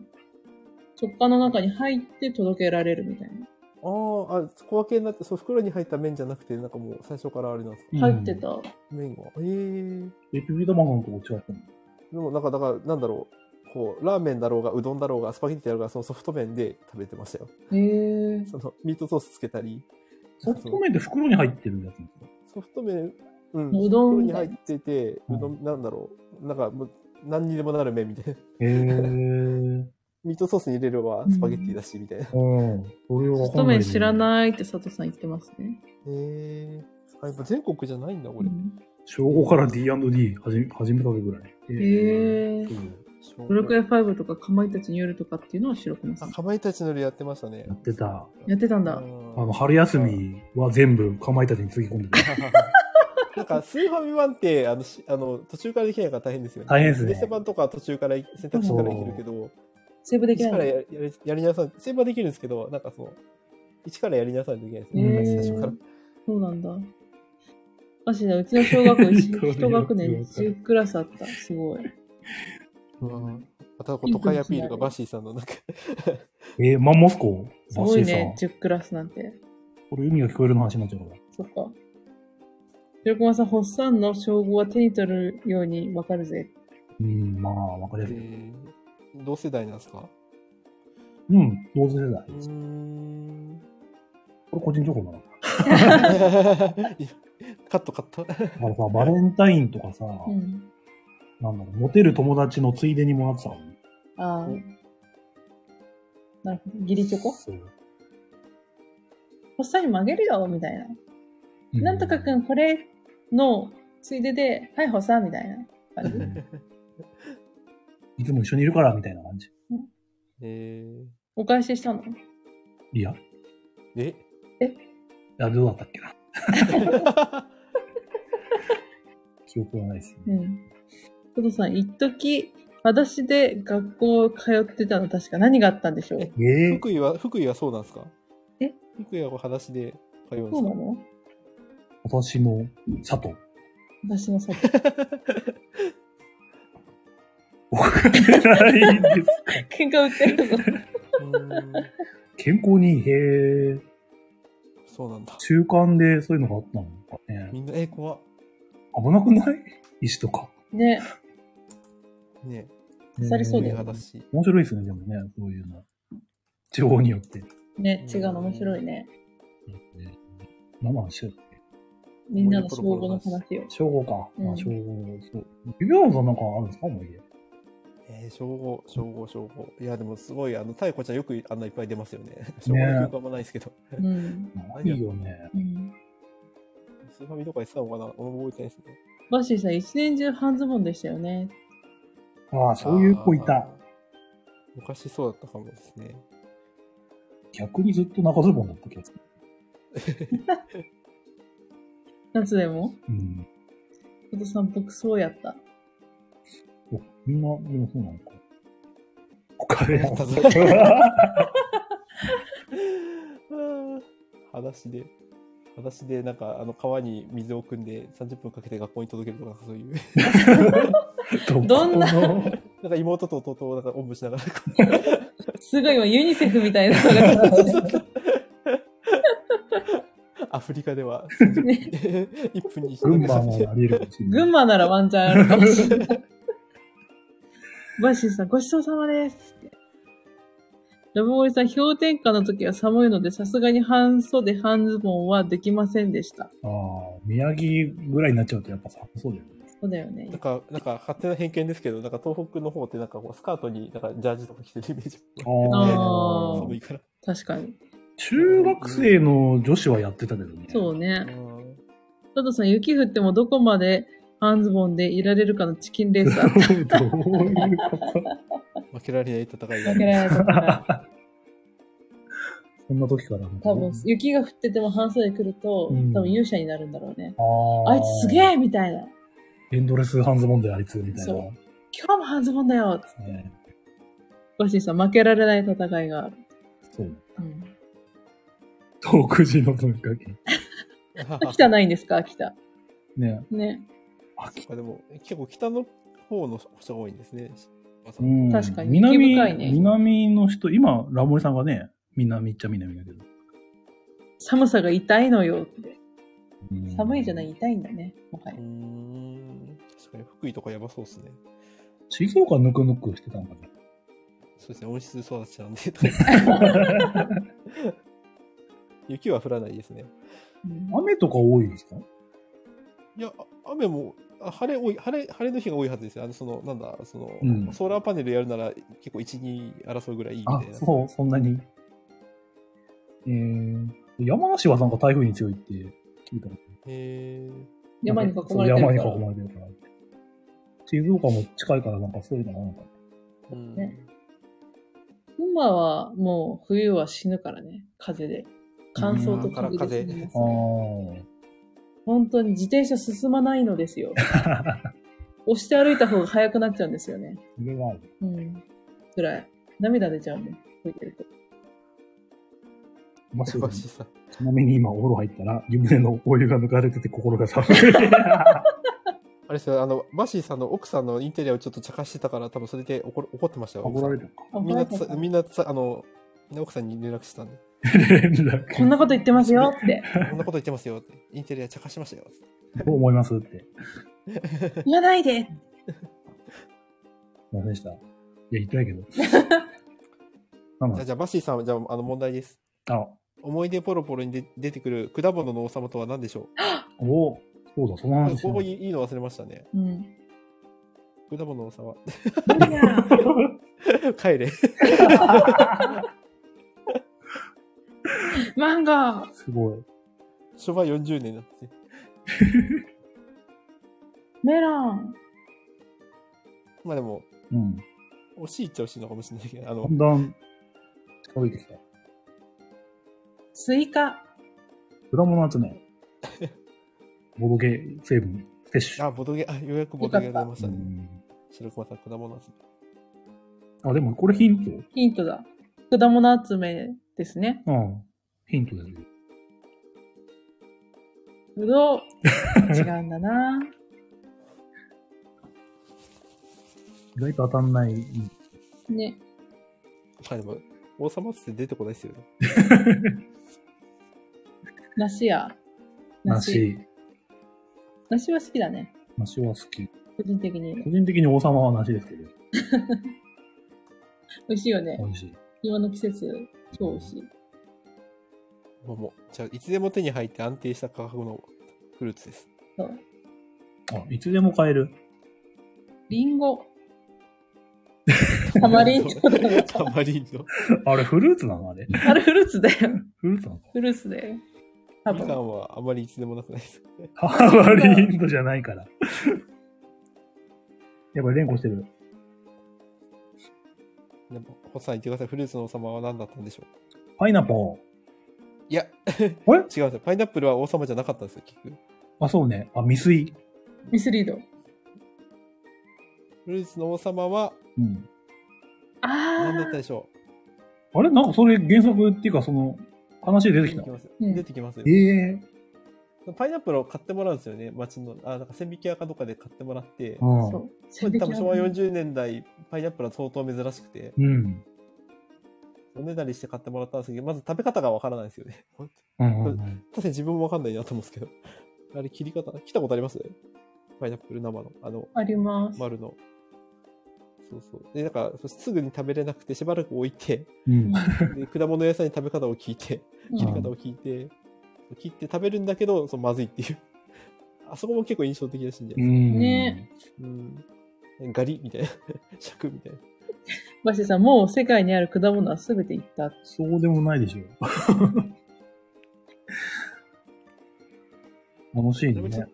Speaker 1: 食感の中に入って届けられるみたいな。
Speaker 3: あーあ、小分けになって、そう、袋に入った麺じゃなくて、なんかもう最初からあれなんですか
Speaker 1: 入ってた。
Speaker 3: 麺が。ええー。
Speaker 2: え、ピピタマさんとこ違ったの
Speaker 3: でもなんか、だから、なんだろう。こう、ラーメンだろうが、うどんだろうが、スパゲッティだろうが、そのソフト麺で食べてましたよ。
Speaker 1: へえ。
Speaker 3: その、ミートソースつけたり。
Speaker 2: ソフト麺って袋に入ってるやつなんですか
Speaker 3: ソフト麺、うん、
Speaker 1: うどん
Speaker 3: 袋に入ってて、
Speaker 2: うん
Speaker 3: うどん、なんだろう、なんかもう、何にでもなる麺みたいな。
Speaker 2: へー。
Speaker 3: ミートソースに入れればスパゲッティだし、みたいな。へ
Speaker 2: うん。それは
Speaker 1: ソ
Speaker 2: わ
Speaker 1: フ
Speaker 2: か
Speaker 1: ト
Speaker 2: んな
Speaker 1: 麺
Speaker 2: い。
Speaker 1: 知らないって佐藤さん言ってますね。
Speaker 3: え。あ、やっぱ全国じゃないんだ、こ
Speaker 1: う
Speaker 3: れ。
Speaker 1: ん
Speaker 2: 小5から D&D 始め始めた時ぐらい。
Speaker 1: へえ
Speaker 2: そう
Speaker 1: ブロクやファイブとか、かまいたちによるとかっていうのを白熊さ
Speaker 3: あ、
Speaker 1: ん。
Speaker 3: かまいたちのりやってましたね
Speaker 2: や。ってた。
Speaker 1: やってたん
Speaker 3: あ
Speaker 1: だ。
Speaker 2: あの、春休みは全部かまいたちにつぎ込んで た。
Speaker 3: なんか、スーファミ版って、あの、しあの途中からできないから大変ですよね。
Speaker 2: 大変ですね
Speaker 3: レセ版とかは途中からい、選択肢からいけるけど、
Speaker 1: セーブでき
Speaker 3: 一
Speaker 1: ないの
Speaker 3: からややりやりなさい。セーバーできるんですけど、なんかその、一からやりなさいといけないです
Speaker 1: へ
Speaker 3: ね。
Speaker 1: ー
Speaker 3: 最初から。
Speaker 1: そうなんだ。マジで、うちの小学校 一
Speaker 2: どういう
Speaker 1: 一学年10クラスあった。すごい。
Speaker 3: うんまたこう都会アピールがバッシーさんのなんか
Speaker 2: えー、マンモスコ
Speaker 1: す
Speaker 2: バッ
Speaker 1: ご
Speaker 2: シ
Speaker 1: い
Speaker 2: ーさ
Speaker 1: ね
Speaker 2: ん、。
Speaker 1: 10クラスなんて。
Speaker 2: これ海が聞こえるの話になっちゃうから。
Speaker 1: そっか。白熊さん、ホッサンの称号は手に取るようにわかるぜ。
Speaker 2: うん、まあ、わかりやすい。
Speaker 3: えー同世代なんですか
Speaker 2: うん、同世代
Speaker 3: う。ーん
Speaker 2: これ個人情報だな。
Speaker 3: カット カット
Speaker 2: だからさ、バレンタインとかさ、
Speaker 1: うん。
Speaker 2: なんだろう、モテる友達のついでにもらってたのね。
Speaker 1: ああ。なるほど。ギリチョコ
Speaker 2: そう
Speaker 1: ホッサンにもあげるよ、みたいな。
Speaker 2: う
Speaker 1: なんとかくん、これのついでで、はい、ホッサンみたいな 感じ。
Speaker 2: いつも一緒にいるから、みたいな感じ。
Speaker 3: えー
Speaker 1: お返ししたの
Speaker 2: いや、い
Speaker 3: え
Speaker 2: やどうだったっけな。 記憶はないです
Speaker 1: う
Speaker 2: ね。
Speaker 1: ん。トトさん、一時裸足で学校通ってたの確か何があったんでしょう
Speaker 3: え
Speaker 2: え
Speaker 3: 福井は福井はそうなんですか
Speaker 1: え
Speaker 3: 福井はこう裸足で通うんで
Speaker 1: そう
Speaker 3: す
Speaker 1: な
Speaker 3: か
Speaker 1: の
Speaker 2: 私の佐藤。
Speaker 1: 私のさ、
Speaker 2: お ないんです。
Speaker 1: 喧嘩売ってるの。
Speaker 3: うーん
Speaker 2: 健康にいい、へえ。
Speaker 3: そうなんだ
Speaker 2: 中間でそういうのがあったのかね。
Speaker 3: みんなえ怖っ
Speaker 2: 危なくない石とか。
Speaker 1: ね、
Speaker 3: ね
Speaker 1: 刺さりそうだ
Speaker 3: え
Speaker 1: よね
Speaker 3: 裸足
Speaker 2: 面白いですね、でもね、そういうの。地方によって。
Speaker 1: ね、違うの面白いね。
Speaker 2: 何の話だっけ
Speaker 1: みんなの称号の話を。
Speaker 2: 小5か。ま
Speaker 1: う
Speaker 2: あ
Speaker 1: ん
Speaker 2: 小5、そう。ビビアンさんなんかあるんですか思い出。
Speaker 3: えー、称号称号称号いやでもすごいあの妙子ちゃんよくあんないっぱい出ますよね称号の記憶あんまないですけど
Speaker 1: うん。
Speaker 2: ないよね。
Speaker 1: うん。
Speaker 3: スーファミとかやってたのかな俺も覚えてないですね
Speaker 1: バッシーさん、一年中半ズボンでしたよね。
Speaker 2: ああ、そういう子い
Speaker 3: あー
Speaker 2: た。。
Speaker 3: 昔そうだったかもです ね。
Speaker 2: 逆にずっと中ズボンだった気がする。
Speaker 1: 夏でも
Speaker 2: うん。
Speaker 1: トトさん、僕そうやった。
Speaker 2: そうみんな、でもそうなの か。 お金
Speaker 3: やったぞ裸足で、裸足でなんかあの川に水を汲んで30分かけて学校に届けるとかそういう。
Speaker 1: どんな
Speaker 2: どこの
Speaker 3: なんなんか妹と弟をなんかおんぶしながら。
Speaker 1: すごい今ユニセフみたいなのが出てきた
Speaker 3: アフリカ では、
Speaker 1: ね
Speaker 3: 1分に1
Speaker 2: 群
Speaker 3: 人
Speaker 2: 馬もありえるかもしれない。
Speaker 1: 群馬ならワンチャンあるかもしれない。バッシーさん、ごちそうさまです。ラブボーイさん、氷点下の時は寒いので、さすがに半袖半ズボンはできませんでした。
Speaker 2: ああ、宮城ぐらいになっちゃうとやっぱ寒そうだよね。
Speaker 1: そうだよね
Speaker 3: なん。か、なんか勝手な偏見ですけど、なんか東北の方ってなんかこうスカートになんかジャージとか着てるイメージ。
Speaker 1: あー
Speaker 3: 寒いから。
Speaker 1: 確かに。
Speaker 2: 中学生の女子はやってたけどね。
Speaker 1: そう
Speaker 2: ね。
Speaker 3: う
Speaker 1: ね。
Speaker 3: ん
Speaker 1: たださん、雪降ってもどこまで半ズボンでいられるかのチキンレースだっ
Speaker 2: どういうこと
Speaker 3: 負けられない戦い
Speaker 1: た
Speaker 3: が
Speaker 1: わけ。られた から。
Speaker 2: そんな時から。
Speaker 1: 多分、雪が降ってても半袖来ると、
Speaker 2: うん
Speaker 1: 多分勇者になるんだろうね。
Speaker 2: あ
Speaker 1: あいつすげえみたいな。
Speaker 2: えエンドレスハンズボンであいつみたいな。
Speaker 1: そ今日も半ズボンだよつって
Speaker 2: ね
Speaker 1: バッシーさん、負けられない戦いがある。
Speaker 2: そう。
Speaker 1: うん
Speaker 2: 独自の文化圏。
Speaker 1: 秋田ないんですか秋田。
Speaker 2: ね。
Speaker 1: ね。
Speaker 2: 秋
Speaker 3: あでも結構北の方の人が多いんですね。
Speaker 2: うん
Speaker 1: 確かに雪
Speaker 2: 南
Speaker 1: 深いね
Speaker 2: 南の人、今、ラモリさんがね、南っちゃ南だけど。
Speaker 1: 寒さが痛いのよって。
Speaker 2: うん
Speaker 1: 寒いじゃない、痛いんだね。もは
Speaker 3: う
Speaker 1: や
Speaker 3: ーん。確かに福井とかやばそうですね。
Speaker 2: 静岡ぬくぬくしてたんかな。
Speaker 3: そうですね、温室育ちなんで。 雪は降らないですね。
Speaker 1: うん
Speaker 2: 雨とか多いですか
Speaker 3: いや、あ雨も、あ晴れ多い、晴れ、晴れの日が多いはずですよ。あの、その、なんだ、その、
Speaker 2: うん
Speaker 3: ソーラーパネルやるなら結構1、2争うぐらいいいみ
Speaker 2: あ
Speaker 3: たい、な。
Speaker 2: そう、そんなに。えー、山梨はなんか台風に強いって聞いたこと
Speaker 3: へー
Speaker 1: 山に囲まれ
Speaker 2: そう
Speaker 1: て
Speaker 2: 山に
Speaker 1: るか
Speaker 2: 囲
Speaker 1: ら。
Speaker 2: まれてるから。静岡も近いからなんかそういうのがなんか。
Speaker 3: うん
Speaker 1: ね今はもう冬は死ぬからね。風で。乾燥と風
Speaker 3: うん
Speaker 1: で死
Speaker 3: から
Speaker 1: にま
Speaker 3: 風
Speaker 1: す。
Speaker 2: あ
Speaker 1: 本当に自転車進まないのですよ。
Speaker 2: あ。
Speaker 1: 押して歩いた方が速くなっちゃうんですよね。
Speaker 2: それはある、
Speaker 1: うん。辛い。涙出ちゃうもん。吹いてると。
Speaker 2: まあ、
Speaker 3: やばしさ。
Speaker 2: ちなみに今お風呂入ったら、湯船のお湯が抜かれてて心 が寒い。
Speaker 3: あれですよ、あの、バシーさんの奥さんのインテリアをちょっと茶化してたから、多分それで怒る怒ってましたよ。
Speaker 2: 怒られるか。
Speaker 3: みんなつ、
Speaker 1: あ
Speaker 3: みんなつ、あの、ね奥さんに連絡してたんで、
Speaker 2: 連絡
Speaker 1: こんなこと言ってます よって。
Speaker 3: こんなこと言ってますよって、インテリア茶化しましたよって。
Speaker 2: どう思いますって。すい
Speaker 1: 言わないで
Speaker 2: ませんでした。いや、言ってない けど。な
Speaker 3: じゃあ
Speaker 2: の
Speaker 3: じゃあ、バシーさん、じゃあ、あの、問題です。
Speaker 2: あ、
Speaker 3: 思い出ポロポロにで出てくる果物の王様とは何でしょ
Speaker 2: おそうだ、その
Speaker 3: う、
Speaker 2: 話し
Speaker 3: こ
Speaker 2: な
Speaker 3: こ
Speaker 2: い。
Speaker 3: いいいいの忘れましたね。
Speaker 1: うん。
Speaker 3: 果物の王様。
Speaker 1: いや
Speaker 3: 帰れ。
Speaker 1: マンゴー
Speaker 2: すごい。
Speaker 3: 昭和40年なんですね。
Speaker 1: メロン
Speaker 3: まあでも、
Speaker 2: うん。
Speaker 3: 惜しいっちゃ惜しいのかもしれないけど、あ
Speaker 2: だ
Speaker 3: の、
Speaker 2: んだん近づいてきた。
Speaker 1: スイカ
Speaker 2: 果物集 め。ボドゲ成分、摂取。
Speaker 3: あ、ボトゲ、あ、ようやくボトゲが出まし
Speaker 2: う
Speaker 3: たね。
Speaker 2: ん
Speaker 3: 白熊さん、果物集め。
Speaker 2: あ、でもこれヒント
Speaker 1: ヒントだ。果物集めですね。
Speaker 2: うん。ヒントですよ。
Speaker 1: ぶどう。違うんだな
Speaker 2: 意外と当たんない。
Speaker 1: ね。
Speaker 3: まあでも、王様っつって出てこないですよね。
Speaker 1: 梨や。
Speaker 2: 梨。
Speaker 1: 梨は好きだね。
Speaker 2: 梨は好き。
Speaker 1: 個人的に。
Speaker 2: 個人的に王様は梨ですけど。
Speaker 1: 美味しいよね
Speaker 2: 美。味しい。
Speaker 1: 今の季節、超美味しい。
Speaker 3: まあもう、じゃあ、いつでも手に入って安定した価格のフルーツです。
Speaker 1: そう。
Speaker 2: あ、いつでも買える。
Speaker 1: リンゴ。タマ リンドだよ。
Speaker 3: タマリンド。
Speaker 2: あれ、フルーツなのあれ。
Speaker 1: あれフルーツだよ。
Speaker 2: フルーツなの
Speaker 1: フルーツだよ。多
Speaker 3: みか
Speaker 1: 分。
Speaker 3: んはあまりいつでもなくないです。
Speaker 2: タマリンドじゃないから。やっぱり連呼してる。
Speaker 3: でも、ホッさん言ってください。フルーツの王様は何だったんでしょう
Speaker 2: パイナポ
Speaker 3: いや、
Speaker 2: ー。あれ
Speaker 3: 違うんですよ。パイナップルは王様じゃなかったんですよ、結局。
Speaker 2: あ、そうね。あ、未遂。
Speaker 1: ミスリード。
Speaker 3: フルーツの王様は
Speaker 2: うん。
Speaker 1: あ
Speaker 3: 何だった
Speaker 1: ー。
Speaker 3: でしょ
Speaker 2: あれなんかそれ原作っていうか、その、話で
Speaker 3: う
Speaker 2: 出てきた。
Speaker 3: ますよ。
Speaker 1: うん
Speaker 3: 出てきますよ。
Speaker 2: ええ
Speaker 3: パイナップルを買ってもらうんですよね、町の。あ、なんか千匹屋かどっかで買ってもらって。
Speaker 2: うん。
Speaker 1: そう。
Speaker 3: 多分昭和40年代パイナップルは相当珍しくて、
Speaker 2: うん。
Speaker 3: おねだりして買ってもらったんですけど、まず食べ方がわからないですよね。 本
Speaker 2: うんうんうん
Speaker 3: 当確かに自分もわかんないなと思うんですけど。あれ、切り方、来たことありますパイナップル生の。あの、
Speaker 1: あります。
Speaker 3: 丸の。そうそう。で、なんか、すぐに食べれなくて、しばらく置い て、
Speaker 2: うん。
Speaker 3: で果物屋さんに食べ方を聞いて、切り方を聞いて、切って食べるんだけど、そのまずいっていう。あそこも結構印象的なシーンじゃ
Speaker 2: う
Speaker 3: ないで
Speaker 2: ん
Speaker 1: ね
Speaker 3: すか。うん。ガリみたいな。 尺みたいな。
Speaker 1: バシさん、もう世界にある果物は全て言った。
Speaker 2: そうでもないでしょ う。楽しい
Speaker 3: でもちょ
Speaker 2: ね。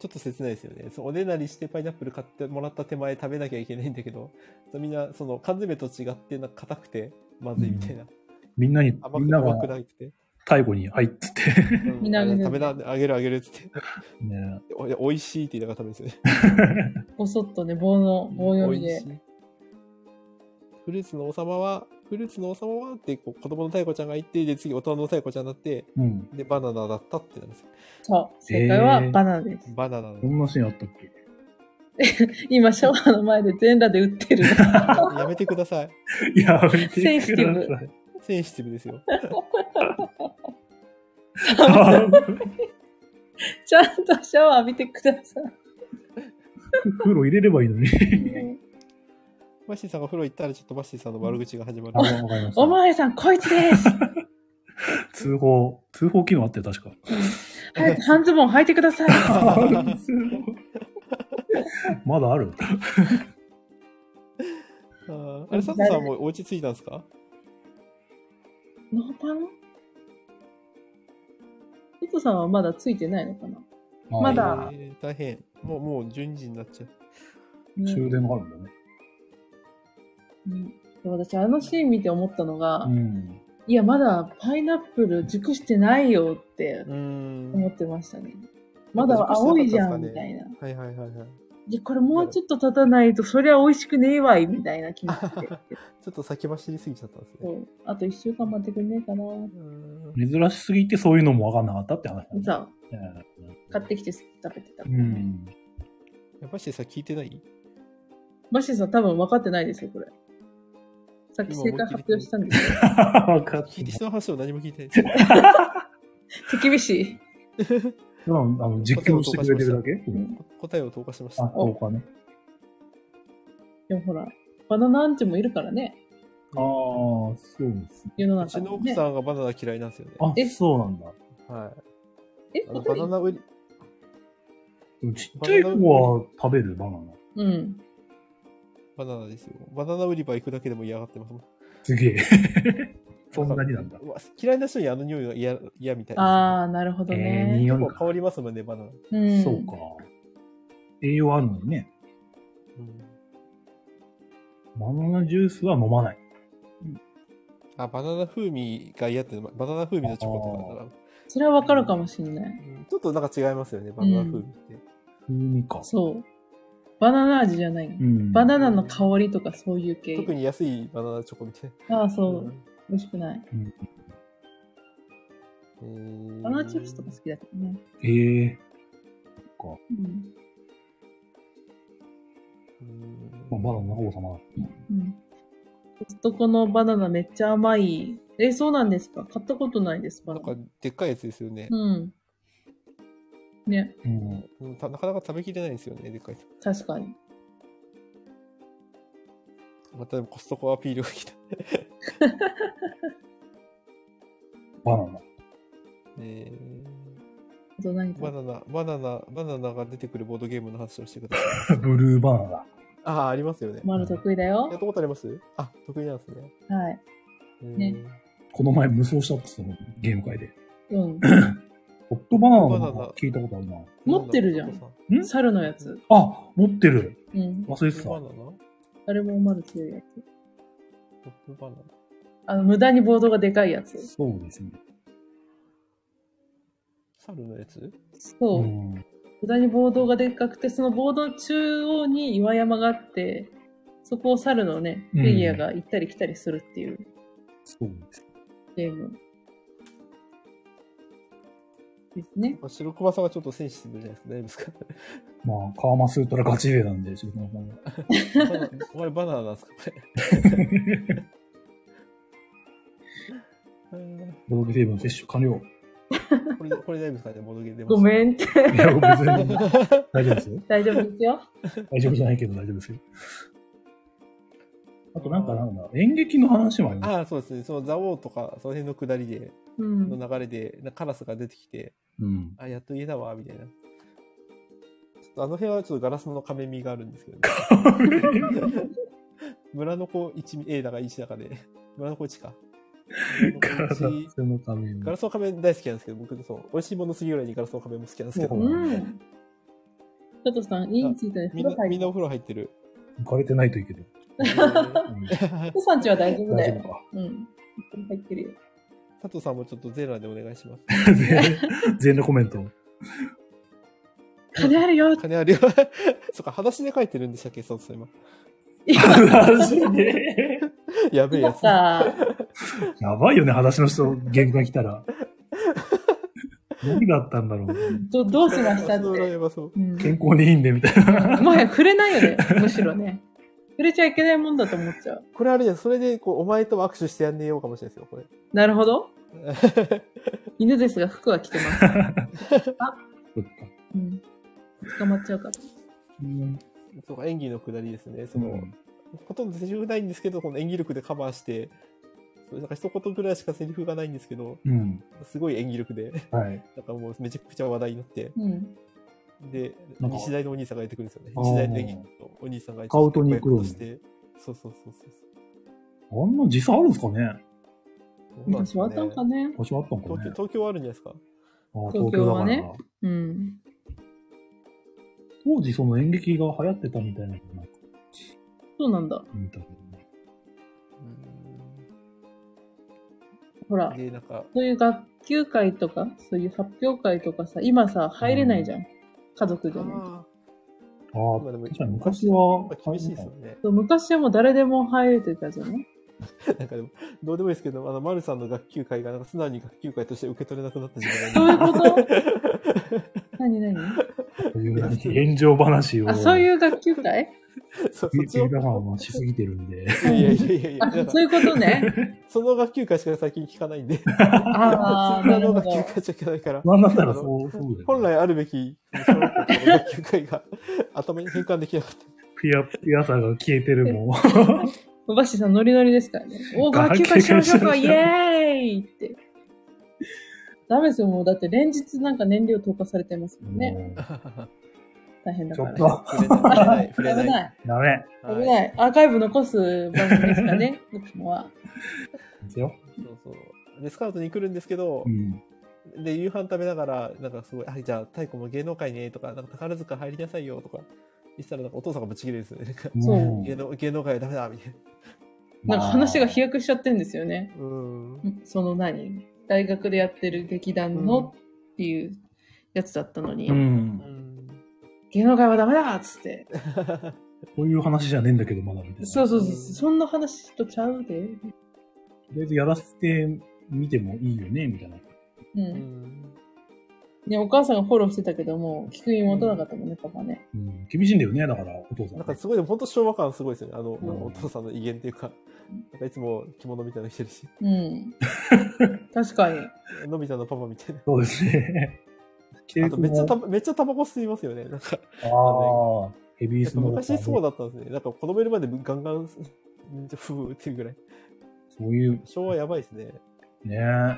Speaker 3: ちょっと切ないですよね。そうおねだりしてパイナップル買ってもらった手前食べなきゃいけないんだけど、そうみんな、その缶詰と違って、なんか硬くて、まずいみたいな。
Speaker 2: みんなに、
Speaker 3: 甘
Speaker 2: みん
Speaker 3: くて
Speaker 2: な
Speaker 3: 甘く
Speaker 2: が
Speaker 3: なくて。
Speaker 2: 太鼓に、はいっつって。
Speaker 3: うん
Speaker 1: みんなあげる
Speaker 3: あ食べな、あげるあげるっつって。
Speaker 2: ね
Speaker 3: おいや美味しいって言いながら食べるんですよね。
Speaker 1: ぼそっとね、棒の、棒読みで
Speaker 3: 美。味しいフルーツの王様は、フルーツの王様はってこう子供の太鼓ちゃんが言って、で次大人の太鼓ちゃんになって、
Speaker 2: うん。
Speaker 3: で、バナナだったってなんですよ。
Speaker 1: そう。正解は
Speaker 2: へー
Speaker 1: バナナです。
Speaker 3: バナナ
Speaker 2: こんなシーンあったっ け
Speaker 1: 今、シャワーの前で全裸で売 ってる。
Speaker 3: の。やめてください。
Speaker 2: やめて
Speaker 1: センシティブ
Speaker 2: ください
Speaker 3: センシティブですよ。
Speaker 1: ちゃんとシャワー浴びてくださ
Speaker 2: 風呂入れればいいのに。
Speaker 1: い。
Speaker 3: マッシーさんが風呂行ったら、ちょっとマッシーさんの悪口が始ま
Speaker 2: あ、わ
Speaker 3: る。
Speaker 2: かりまし
Speaker 1: お
Speaker 2: た。
Speaker 1: まわりさん、こいつです。
Speaker 2: 通報、通報機能あったよ、確か。
Speaker 1: 早く半ズボン履いてくだ さい。
Speaker 2: まだある
Speaker 3: あーあれ、サトさんもお家着いたんですか
Speaker 1: ノーパントトさんはまだついてないのかな、まだ
Speaker 3: えー大変。もう、もう12時になっちゃう。
Speaker 1: ね
Speaker 2: 終電があるんだね。
Speaker 1: うん私、あのシーン見て思ったのが、
Speaker 2: うん。
Speaker 1: いや、まだパイナップル熟してないよって
Speaker 3: うーん。
Speaker 1: 思ってましたね。まだ青いじゃん、みたいな。
Speaker 3: はいはいはいはい。
Speaker 1: で、これもうちょっと経たないと、そりゃ美味しくねえわい、みたいな気持ちで。
Speaker 3: ちょっと先走りすぎちゃったんです
Speaker 1: そ
Speaker 3: ね。
Speaker 1: うあと一週間待ってくんねえかな。
Speaker 3: うーん
Speaker 2: 珍しすぎてそういうのもわかんなかったって話だね。
Speaker 1: さあ、買
Speaker 2: う
Speaker 1: ってきて食べてた。
Speaker 2: ん。
Speaker 3: やっぱしさ、聞いてない
Speaker 1: バシさん多分分かってないですよ、これ。さっき正解発表したんですよ。
Speaker 2: わかっ
Speaker 3: 聞
Speaker 2: て
Speaker 3: い
Speaker 2: る。
Speaker 3: て人の話を何も聞いてないです。
Speaker 1: 手厳しい。
Speaker 2: 今、あの、実況してくれてるだけ
Speaker 1: ん
Speaker 3: 答えを投下しまし
Speaker 2: あ、
Speaker 3: た。
Speaker 2: そうかね。
Speaker 1: でもほら、バナナアンチもいるからね、
Speaker 2: ああ、そうですね。
Speaker 1: 世の
Speaker 3: う
Speaker 1: 中
Speaker 3: ち
Speaker 1: に
Speaker 3: の
Speaker 1: は
Speaker 3: 奥
Speaker 1: ね。
Speaker 3: さんがバナナ嫌いなんですよね。
Speaker 2: あ
Speaker 1: え、
Speaker 2: そうなんだ。
Speaker 3: はい。
Speaker 1: え、
Speaker 3: あの
Speaker 1: 本当
Speaker 3: バナ
Speaker 1: に
Speaker 3: ナ売り、
Speaker 2: でもちっちゃい子は食べるバナナ。
Speaker 1: うん。
Speaker 3: バナナですよ。バナナ売り場行くだけでも嫌がってますもん。
Speaker 2: すげえ。 そんなになんだ。
Speaker 3: うわ嫌いな人にあの匂いが嫌嫌みたいです、
Speaker 1: ああ、なるほど
Speaker 2: えー、
Speaker 1: ね。
Speaker 2: 匂
Speaker 3: 結
Speaker 2: い
Speaker 3: 構
Speaker 2: か。
Speaker 3: 香りますもんね、バナナ。
Speaker 1: うん。
Speaker 2: そうか。栄養あるのにね。
Speaker 3: うん
Speaker 2: バナナジュースは飲まない。
Speaker 3: あ、バナナ風味が嫌っていうの、バナナ風味のチョコとかだな
Speaker 1: それはわかるかもしれない。
Speaker 3: うんちょっとなんか違いますよね、バナナ風味って。
Speaker 2: 風味か。
Speaker 1: そう。バナナ味じゃないの。
Speaker 2: ん
Speaker 1: バナナの香りとかそういう系。
Speaker 3: 特に安いバナナチョコみたいな。
Speaker 1: ああ、そう。
Speaker 3: ん
Speaker 1: 美味しくない。
Speaker 3: えー
Speaker 1: バナナチップスとか好きだけどね。
Speaker 2: ええ
Speaker 1: うん。
Speaker 3: うん
Speaker 2: まあ、バナナの王様だ。
Speaker 1: うん。コストコのバナナめっちゃ甘い。え、そうなんですか買ったことないです、バ
Speaker 3: な
Speaker 1: ナ
Speaker 3: ん
Speaker 1: ナ
Speaker 3: か。でっかいやつですよね、
Speaker 1: うん。ね、
Speaker 2: うん。
Speaker 3: うんたなかなか食べきれないんですよね、でっかいと。
Speaker 1: 確かに。
Speaker 3: またでもコストコアピールが来た。
Speaker 2: バナナ。
Speaker 3: え
Speaker 1: あと何
Speaker 3: ー、バ
Speaker 1: か。
Speaker 3: ナナ、バナナ、バナナが出てくるボードゲームの話をしてください。
Speaker 2: ブルーバナナ。
Speaker 3: ああ、ありますよね。
Speaker 1: まる得意だよ
Speaker 3: やっ。たことありますあ、得意なんですね。
Speaker 1: はい。
Speaker 3: えー
Speaker 1: ね
Speaker 2: この前無双したってそのゲーム会で。
Speaker 1: うん。
Speaker 2: ホットバナナのな
Speaker 3: ホ
Speaker 2: ん
Speaker 3: ットバナ
Speaker 2: か
Speaker 3: ナ
Speaker 2: 聞いたことあるな。
Speaker 1: 持ってるじゃん
Speaker 3: バナナ
Speaker 1: 猿のやつ。
Speaker 2: あ、持ってる。
Speaker 1: うん。
Speaker 2: 忘れて
Speaker 3: トップ
Speaker 2: た
Speaker 3: バ。ナナト
Speaker 1: あれもまだ強いやつ。
Speaker 3: ップバナナ
Speaker 1: あの、無駄にボードがでかいやつ。
Speaker 2: そうですね。
Speaker 3: 猿のやつ
Speaker 1: そう。
Speaker 2: うん。
Speaker 1: 無駄にボードがでっかくて、そのボードの中央に岩山があって、そこを猿のね、フ
Speaker 2: うん
Speaker 1: ィギュアが行ったり来たりするっていう
Speaker 2: そうです。
Speaker 1: ゲーム。ですね。
Speaker 3: 白熊さんがちょっとセンシティブじゃないです か。
Speaker 2: まあ、カーマスートラガチ勢なんで、ちょっとなんかもう
Speaker 3: 大丈夫ですかお前バナナなん ですかこれ。うん
Speaker 2: ボードゲームの摂取完了。
Speaker 3: これ、これ大丈夫ですかねボードゲームでも。
Speaker 1: ご
Speaker 3: ん。
Speaker 1: めんって。
Speaker 2: いや、別に大丈夫ですよ。
Speaker 1: 大丈夫です よ。
Speaker 2: 大丈夫じゃないけど大丈夫ですよ。あとなんかなんだ、演劇の話もあります。
Speaker 3: ああ、そうですね。そのザオとか、その辺の下りで、
Speaker 1: うん。
Speaker 3: の流れで、なんかカラスが出てきて、
Speaker 2: うん。
Speaker 3: あ、やっと家だわ、みたいな。ちょっとあの辺はちょっとガラスの亀身があるんですけど、ね、 村の子1、A だか1だかで、村の子1か。村の子一
Speaker 2: 体のために
Speaker 3: ガ。ラスの仮面大好きなんですけど、僕、そう、美味しいものすぎぐらいにガラスの仮面も好きなんですけ
Speaker 2: お
Speaker 3: ど、
Speaker 1: うん。佐藤さん、家に着いたら風
Speaker 3: みん
Speaker 1: 呂
Speaker 3: な、み
Speaker 1: 入
Speaker 3: ん
Speaker 1: る。
Speaker 3: なお風呂入ってる。
Speaker 2: 浮かれてないといいけど。うん
Speaker 1: 佐藤さんちは大丈夫だ
Speaker 2: 大丈
Speaker 1: よ。
Speaker 2: 夫か。
Speaker 1: うん。入ってるよ。
Speaker 3: 佐藤さんもちょっとゼーラでお願いします。
Speaker 2: 全全裸コメン ト。
Speaker 1: 金あるよって。
Speaker 3: 金あるよ。 そっか、裸足で書いてるんでしたっけそうそう、今。
Speaker 2: マジで
Speaker 3: やべえ
Speaker 1: よ
Speaker 3: や
Speaker 1: かっ
Speaker 3: つ。
Speaker 1: た。
Speaker 2: やばいよね、裸足の人、原稿が来たら。何があったんだろう。
Speaker 1: どどうしましたっ
Speaker 3: 足の裏
Speaker 1: て。
Speaker 3: やばそう。
Speaker 1: うん
Speaker 2: 健康にいいんで、みたいな。
Speaker 1: もはや触れないよね。むしろね。触れちゃいけないもんだと思っちゃう。
Speaker 3: これあれじゃん、それで、こう、お前とも握手してやんねえようかもしれないですよ、これ。
Speaker 1: なるほ ど。犬ですが服は着てます。
Speaker 2: そっか
Speaker 1: うん。捕まっちゃうから。
Speaker 2: うん
Speaker 3: そうか、演技のくだりですね。その、ほとんどセリフないんですけど、この演技力でカバーして、そうなんか一言ぐらいしかセリフがないんですけど、
Speaker 2: うん。
Speaker 3: すごい演技力で、
Speaker 2: はい。
Speaker 3: なんかもうめちゃくちゃ話題になって、
Speaker 1: うん。
Speaker 3: で、
Speaker 2: なんか
Speaker 3: 日大のお兄さんがやってくるんですよね。
Speaker 2: あー
Speaker 3: 日大の演技のお兄さんがやって
Speaker 2: スカウトに行くのに
Speaker 3: して。そうそうそうそう
Speaker 2: あんな時差あるんですかね
Speaker 3: そう。なんで
Speaker 1: 昔
Speaker 3: す
Speaker 1: はあったんか
Speaker 3: ね
Speaker 1: ね。
Speaker 2: 場所あったんか
Speaker 3: 東京
Speaker 2: ね
Speaker 3: 東京はあるんじゃないですか。
Speaker 2: あー
Speaker 1: 東京はね
Speaker 2: 東だから
Speaker 1: うん。
Speaker 2: 当時その演劇が流行ってたみたいなのをなんか
Speaker 1: そうなんだ。
Speaker 2: 見たけどね。
Speaker 1: ほら
Speaker 3: うーん。で、なんか、
Speaker 1: そういう学級会とか、そういう発表会とかさ、今さ、入れないじゃん。家族でも。
Speaker 3: あ
Speaker 2: あ
Speaker 3: ー
Speaker 2: あ、
Speaker 3: まあでも
Speaker 2: 確かに昔は
Speaker 3: まあ、厳しいですよね。
Speaker 1: そう昔はもう誰でも入れてたじゃない
Speaker 3: なんかでも、どうでもいいですけど、あの、丸さんの学級会が、なんか素直に学級会として受け取れなくなったんじゃ ない
Speaker 1: そういうこと
Speaker 3: かな。
Speaker 1: 何何
Speaker 2: というなんか炎上話を、
Speaker 1: あ、そう
Speaker 2: う、
Speaker 1: いう学級会
Speaker 3: そそっ
Speaker 2: ビ
Speaker 3: ちを
Speaker 2: ーダーマンはしすぎてるんで。
Speaker 3: いやいやいやいやいや、
Speaker 1: あ、
Speaker 3: なんか
Speaker 1: そういうことね。
Speaker 3: その学級会しか最近聞かないんで、
Speaker 1: あ あ、なる
Speaker 3: の
Speaker 1: ほ
Speaker 3: 学級
Speaker 1: ど。
Speaker 3: 会じゃいけないから、
Speaker 2: なんだったらそう、そうだよ、ね。
Speaker 3: 本来あるべき小学校の学級会が頭に変換できなかっ
Speaker 2: ピア、ピアさが消えてるもん。
Speaker 1: おばしさんノリノリですからね。お、
Speaker 2: 学
Speaker 1: 学
Speaker 2: 級
Speaker 1: 級会
Speaker 2: 会し
Speaker 1: し
Speaker 2: ま
Speaker 1: ま
Speaker 2: し
Speaker 1: し
Speaker 2: ょ
Speaker 1: ょ
Speaker 2: う
Speaker 1: う
Speaker 2: か
Speaker 1: か、イエーイって。ダメですよ、もう。だって連日なんか燃料投下されてますもんね。
Speaker 2: も
Speaker 3: た。
Speaker 1: 大変だ
Speaker 2: ちょ
Speaker 1: か
Speaker 2: っ
Speaker 1: ら。
Speaker 2: と、
Speaker 3: 触れない、触
Speaker 1: 危
Speaker 3: れない。
Speaker 1: ない。
Speaker 2: ダメ。
Speaker 1: 危
Speaker 3: はい
Speaker 1: ない。アーカイブ残す番組ですから ね。僕もは。
Speaker 2: ですよ。
Speaker 3: そうそう。で、スカウトに来るんですけど
Speaker 2: う、ん。
Speaker 3: で、夕飯食べながら、なんかすごい、あ、じゃあ、太鼓も芸能界ね、とか、なんか宝塚入りなさいよ、とか、言ってたら、なんかお父さんがぶち切れるんですよね。なんか
Speaker 1: そうん
Speaker 3: 芸能芸能界はダメだ、みたい
Speaker 1: なんか話が飛躍しちゃってるんですよね。
Speaker 3: な。うん。
Speaker 1: その何大学でやってる劇団
Speaker 3: う
Speaker 1: のっていうやつだったのに、
Speaker 2: うん
Speaker 3: う。ん。
Speaker 1: 芸能界はダメだっつって。
Speaker 2: こういう話じゃねえんだけど、まだみたいな。
Speaker 1: そうそうそう。
Speaker 3: うん
Speaker 1: そんな話とちゃうで。
Speaker 2: とりあえずやらせてみてもいいよね、みたいな。
Speaker 1: う。
Speaker 3: うんん
Speaker 1: ね、お母さんがフォローしてたけども、聞く意味持たなかったもんね、パパね。
Speaker 2: うん。厳しいんだよね、だから、お父さん。
Speaker 3: なんかすごい、本当昭和感すごいですよね。あの、
Speaker 2: うん
Speaker 3: あのお父さんの威厳っていうか、なんかいつも着物みたいなの着てるし、
Speaker 1: うん。確かに。
Speaker 3: のび太のパパみたいな。
Speaker 2: そうですね。
Speaker 3: あとめっちゃためっちゃタバコ吸いますよね。なんか、
Speaker 2: ああ、ヘビー
Speaker 3: やっ
Speaker 2: ス
Speaker 3: ぱ
Speaker 2: モーカー
Speaker 3: 昔
Speaker 2: で
Speaker 3: そうだったんですね。なんか子供いるまでガンガン、めっちゃふーっていうぐらい。
Speaker 2: そういう、
Speaker 3: 昭和やばいですね。
Speaker 2: ね
Speaker 3: な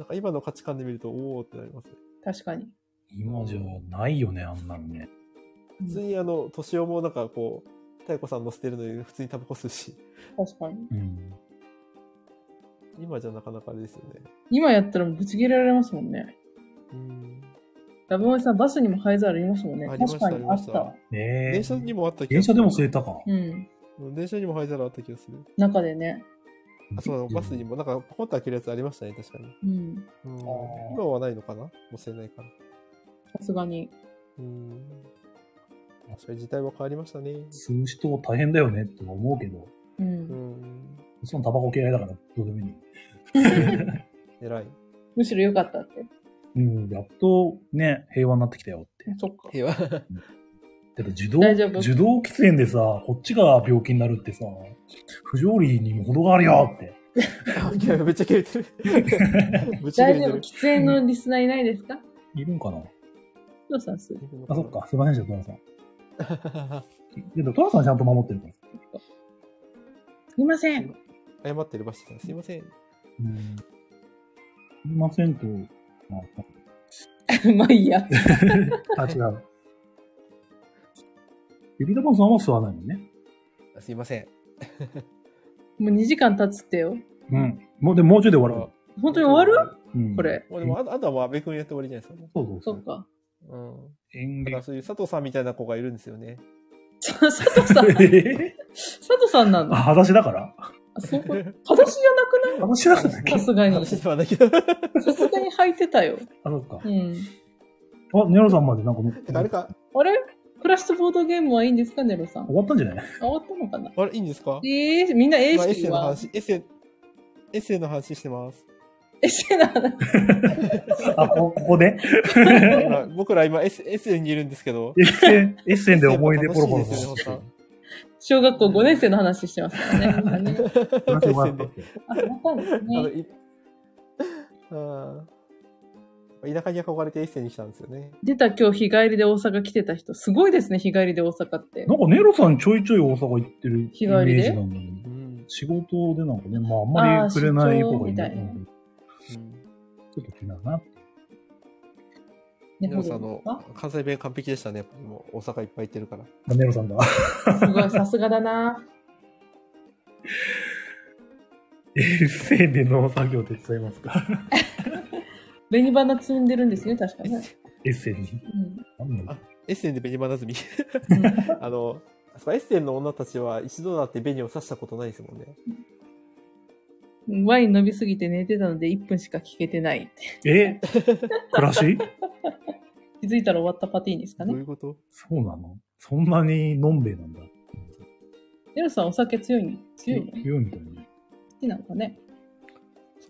Speaker 3: んか今の価値観で見ると、おおってなりますね。
Speaker 1: 確かに。
Speaker 2: 今じゃないよね、あんなのね。
Speaker 3: 普通にあの、年をもなんかこう、太子さんの捨てるのに普通にタバコ吸うし、
Speaker 1: 確かに。
Speaker 2: うん。
Speaker 3: 今じゃなかなかあれですよね。
Speaker 1: 今やったらぶち切れられますもんね。
Speaker 3: うん。
Speaker 1: ラブモイさん、バスにも灰皿ありましたもんね。
Speaker 3: ありまし
Speaker 1: 確
Speaker 3: た
Speaker 1: かにあ
Speaker 3: あ
Speaker 1: っ
Speaker 3: りました
Speaker 1: た。
Speaker 2: ねえ。
Speaker 3: 電車にもあった気
Speaker 2: 電
Speaker 3: がす
Speaker 2: 車
Speaker 3: る。
Speaker 2: でも吸えたか。
Speaker 1: うん。
Speaker 3: うん電車にも灰皿あった気がする。
Speaker 1: 中でね。
Speaker 3: あ、そうだ、バスにも、なんか、ポコンと開けるやつありましたね、確かに。
Speaker 1: うん。
Speaker 3: うん
Speaker 2: ー
Speaker 3: 今はないのかなもうせないから。
Speaker 1: さすがに。
Speaker 3: うん。確かに時代は変わりましたね。
Speaker 2: 吸う人大変だよねって思うけど、
Speaker 1: う。
Speaker 3: うんん。
Speaker 2: そのタバコ嫌いだからどうでもいい。
Speaker 3: 偉い。
Speaker 1: むしろ良かったって。
Speaker 2: うん、やっとね、平和になってきたよって。
Speaker 1: そっか。
Speaker 3: 平和。
Speaker 2: だって受動、
Speaker 1: 大丈夫
Speaker 2: 受動喫煙でさ、こっちが病気になるってさ、不条理にも程があるよって。
Speaker 3: いや、ぶっちゃけれ てる。ぶっちゃけ
Speaker 1: 大丈
Speaker 3: れて
Speaker 1: 夫
Speaker 3: る。
Speaker 1: 喫煙のリスナーいないですか
Speaker 2: いるんかな
Speaker 1: どうしたんす
Speaker 2: あ、そっか。すいませんでした、トラさん。い
Speaker 3: か。
Speaker 2: や、トラさんちゃんと守ってるから。
Speaker 1: すいません。
Speaker 3: 謝ってるバシさん、すいません。
Speaker 2: うん。すいませんと、あ
Speaker 1: まあいいや。
Speaker 2: あ、違う。ゆびたまさんは吸わないのね。
Speaker 3: すいません。
Speaker 1: もう2時間経つってよ。
Speaker 2: うん。もう、で、もうちょいで
Speaker 3: ほ
Speaker 2: 終わ
Speaker 1: 本当に終わる
Speaker 2: る。うん
Speaker 1: これ。
Speaker 3: もうでも、あとあとはもう安倍君やって終わりじゃないですか。
Speaker 2: そうそうそ
Speaker 1: そう っ。か。
Speaker 3: うん。
Speaker 2: 演
Speaker 3: だからそういう佐藤さんみたいな子がいるんですよね。
Speaker 1: さ佐藤さ ん、佐
Speaker 2: 芸。
Speaker 1: 藤さんなの
Speaker 2: あ、
Speaker 1: あ、
Speaker 2: 裸足だから
Speaker 1: そうか。裸足じゃなく
Speaker 2: 裸足だからだっけ
Speaker 1: ないさすがに。さ
Speaker 3: 話ではない けど。
Speaker 1: すがに履いてたよ。
Speaker 2: あ、そっか
Speaker 1: う。ん。
Speaker 2: あ、ネロさんまでなんかもう、
Speaker 3: てかあれか、
Speaker 1: あれクラッシュボードゲームはいいんですかネロさん。
Speaker 2: 終わったんじゃない
Speaker 1: 終わったのかな
Speaker 3: あれ、いいんですか
Speaker 1: ええみんな A
Speaker 3: 今エッセ
Speaker 1: 式
Speaker 3: イの
Speaker 1: は。
Speaker 3: 話、エッセイ、エッセイの話して ます。
Speaker 1: エッセイの話。
Speaker 2: あ、こここで
Speaker 3: 今僕ら今エッセイエッセイにいるんですけど。
Speaker 2: エッセン、エッセンで思い出ポロポロ
Speaker 3: エッセンも楽しいですよね
Speaker 1: 小学校5年生の話してますからね。 今ね
Speaker 2: 話終
Speaker 3: エッ
Speaker 2: わ
Speaker 3: セ
Speaker 2: ったっ
Speaker 3: イ
Speaker 1: あ、そう
Speaker 2: け
Speaker 3: で。
Speaker 1: です
Speaker 3: あの
Speaker 1: ね。
Speaker 3: いあー田舎に憧れてエッセイに来たんですよね。
Speaker 1: 出た今日日帰りで大阪来てた人。すごいですね、日帰りで大阪って
Speaker 2: な。んかネロさんちょいちょい大阪行ってるイメ
Speaker 1: 日帰りで
Speaker 2: ージなんだけど。
Speaker 3: うん。
Speaker 2: 仕事でなんかね、まああんまり触れない子がいない。
Speaker 1: あー出張みたいな
Speaker 2: うんちょっと気になるな。
Speaker 3: 皆
Speaker 1: ね
Speaker 3: さんあの関西弁完璧でしたね。もう大阪いっぱい行ってるから。
Speaker 2: あネロさんだ。
Speaker 1: すごい、さすがだな。
Speaker 2: エッセンで農作業手伝いますか
Speaker 1: 紅花積んでるんですよね、確かね。
Speaker 2: エッセンに。なんだ
Speaker 3: あエッセンで紅花摘 み。あの、そうエッセンの女たちは一度だって紅を刺したことないですもんね。
Speaker 1: うん、ワイン飲みすぎて寝てたので1分しか聞けてないって。
Speaker 2: え暮らし
Speaker 1: 気づいたら終わったパティーンですか
Speaker 3: どう
Speaker 1: ね
Speaker 3: い。うこと
Speaker 2: そうなのそんなにのんべえなんだ。
Speaker 1: ネロさんお酒強いの強いの好
Speaker 2: 言うみたいに。
Speaker 1: きなのかね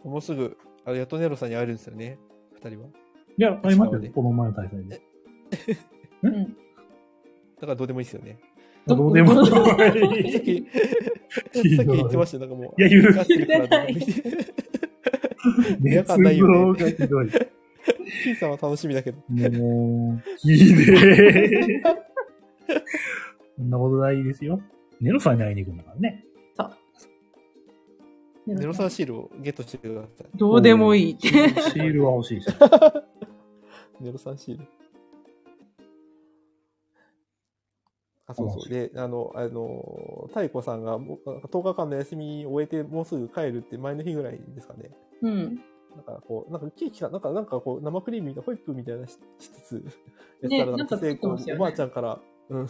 Speaker 3: もうすぐ、あれ、やっとネロさんに会えるんですよね。二人は。
Speaker 2: いや、ありますよ
Speaker 3: ね。
Speaker 2: この前の大会で。
Speaker 1: うん。
Speaker 3: だからどうでもいいですよ ね。
Speaker 1: ど
Speaker 2: どうでも
Speaker 1: どうでも
Speaker 2: い
Speaker 3: さ
Speaker 2: い。
Speaker 3: っき、さっき言ってましたよ。なんかもう。
Speaker 2: いや言う
Speaker 3: 出してるからどうでもいい。
Speaker 2: 熱
Speaker 3: 仲ないよ
Speaker 2: 量
Speaker 3: ね
Speaker 2: がひどい。
Speaker 3: 金さんは楽しみだけど。
Speaker 2: もう、いいね。そんなことないですよ。ネロさんに会いに行くんだからね。
Speaker 1: そう。
Speaker 3: ネ
Speaker 1: ネ
Speaker 3: ロ
Speaker 1: ロ
Speaker 3: さ
Speaker 1: さん
Speaker 3: んシールをゲットしてください。
Speaker 1: どうでもいいって。
Speaker 2: シールは欲しいし。
Speaker 3: ネロさんシール。あ、そうそう。で、あの、あの、太鼓さんがもうなんか10日間の休みを終えて、もうすぐ帰るって前の日ぐらいですかね。
Speaker 1: うん。
Speaker 3: なんかこう、なんかケーキか、なんか、なんかこう、生クリームみたいな、ホイップみたいなししつつ、やったら、なん
Speaker 1: ねな
Speaker 3: か
Speaker 1: んか作ってました
Speaker 3: こ
Speaker 1: よ
Speaker 3: うお
Speaker 1: ね
Speaker 3: ばあちゃんから、うん、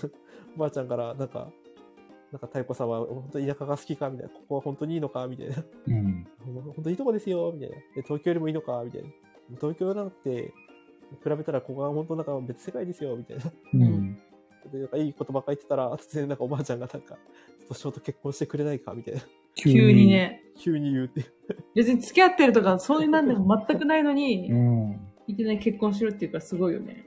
Speaker 3: おばあちゃんから、なんか、なんか太鼓さんは、本当に田舎が好きかみたいな、ここは本当にいいのかみたいな。
Speaker 2: うん。
Speaker 3: 本当いいとこですよ、みたいな。で、東京よりもいいのか、みたいな。東京なんて、比べたらここは本当なんか別世界ですよ、みたいな。
Speaker 2: うん。
Speaker 3: で、なんかいいことばっかり言ってたら、突然なんかおばあちゃんがなんか、年をと結婚してくれないか、みたいな。
Speaker 1: 急に。ね。
Speaker 3: 急に言うっていう。
Speaker 1: 別に付き合ってるとか、そういうなんでも全くないのに、
Speaker 2: うん。
Speaker 1: いきなり結婚しろっていうからすごいよね。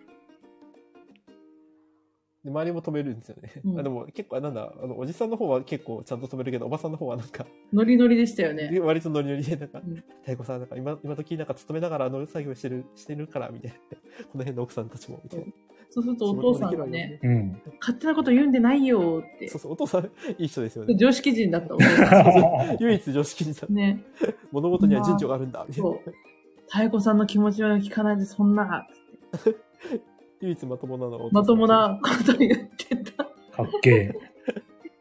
Speaker 3: で、周りも止めるんですよね。
Speaker 1: うん
Speaker 3: あでも結構、なんだ、あの、おじさんの方は結構ちゃんと止めるけど、おばさんの方はなんか、
Speaker 1: ノリノリでしたよね。
Speaker 3: 割とノリノリで、なんか
Speaker 1: うん、
Speaker 3: 太鼓さん、なんか今、今時なんか勤めながらあの作業してる、してるから、みたいな。 この辺の奥さんたちも、みたいな。
Speaker 1: そうするとお父さんがね、
Speaker 2: うん。
Speaker 1: 勝手なこと言うんでないよって
Speaker 3: 仕事もできるように。そ。うそう、お父さん、いい人ですよね。
Speaker 1: 常識人だったお父さ
Speaker 3: 唯一常識にた
Speaker 1: ん。 ね。
Speaker 3: 物事には順序があるんだ、みたい
Speaker 1: そ
Speaker 3: な。
Speaker 1: う。太鼓さんの気持ちは聞かないで、そんな、
Speaker 3: 唯一まともなのはお父さん
Speaker 1: まとも。なこと言ってた。
Speaker 2: かっけえ。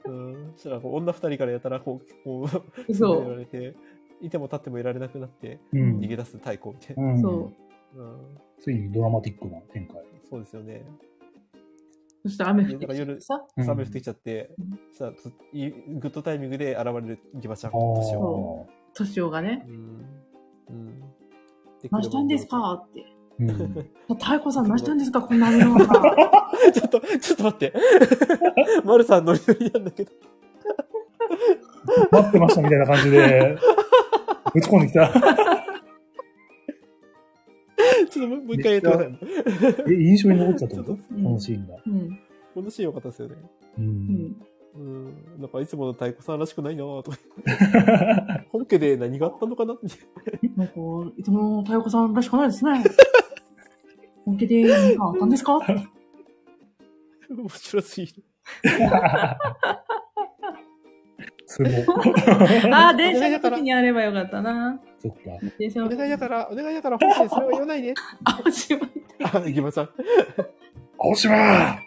Speaker 3: うん。そしたら、こう女二人からやたら、こう、こう、
Speaker 1: そ
Speaker 3: 詰めら
Speaker 1: う。
Speaker 3: れて、いても立ってもいられなくなって、
Speaker 2: うん
Speaker 3: 逃げ出す太鼓みたいな。
Speaker 2: うん
Speaker 1: そう。
Speaker 3: うん。
Speaker 2: ついにドラマティックな展開。
Speaker 3: そうですよね。
Speaker 1: そして雨降ってきてさ。
Speaker 2: うん
Speaker 3: 雨降ってきちゃって
Speaker 1: うん、
Speaker 3: そしたらついグッドタイミングで現れるギバちゃん、
Speaker 2: あ
Speaker 3: 年
Speaker 2: ー
Speaker 3: を。
Speaker 1: そ年をがね、
Speaker 3: うん。うん。
Speaker 1: 何したんですかって。
Speaker 2: うん。
Speaker 1: 太鼓さん何したんですかこんな雨 の中。
Speaker 3: ちょっと、ちょっと 待って。丸さんノリノリなんだけど。
Speaker 2: 待ってましたみたい な感じで、ぶち込んできた。
Speaker 3: ちょっともうもう一回やってください。
Speaker 2: え、印象に残っちゃったこと
Speaker 3: ち
Speaker 1: うん
Speaker 2: このシーンが。
Speaker 1: うん。
Speaker 3: このシーン良かったですよね。
Speaker 2: う。
Speaker 1: うんん。
Speaker 3: うん。なんかいつもの太鼓さんらしくないなぁとか。本家で何があったのかなって。
Speaker 1: なんか、いつもの太鼓さんらしくないですね。本気で何かあったんです か
Speaker 3: 面白すぎる。
Speaker 2: ツボ。
Speaker 1: ああ、電車の時にやればよかったな。
Speaker 2: そっか。
Speaker 1: 電車
Speaker 3: お
Speaker 1: の
Speaker 3: 願い
Speaker 1: 時
Speaker 3: だから、お願いだから本家でそれは言わないで。
Speaker 1: あ、おしまい。
Speaker 3: あ、ギバちゃん。
Speaker 2: 青島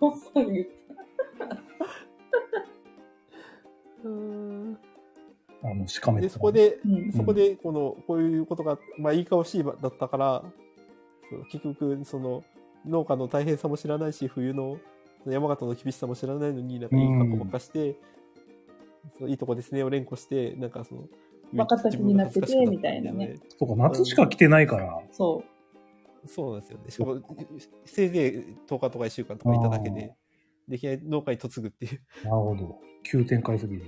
Speaker 1: ほんまに
Speaker 3: うん。
Speaker 2: あの、しかめ
Speaker 3: で、
Speaker 2: っ
Speaker 3: そこ。で、
Speaker 1: うん。
Speaker 3: そこで、この、こういうことが、まあ、いい顔しいばだったから、そう結局、その、農家の大変さも知らないし、冬の山形の厳しさも知らないのに、なんかいい格好ばっかして、そういいとこですね、お連呼して、なんかその、
Speaker 1: 若かった気になっててみたいなね。
Speaker 2: そうか、夏しか来てないから。
Speaker 1: そ
Speaker 3: そうなんですよね。しかも、せいぜい10日とか1週間とかいただけで、できない農家に嫁ぐっていう。
Speaker 2: なるほど。急展開すぎる。
Speaker 1: う。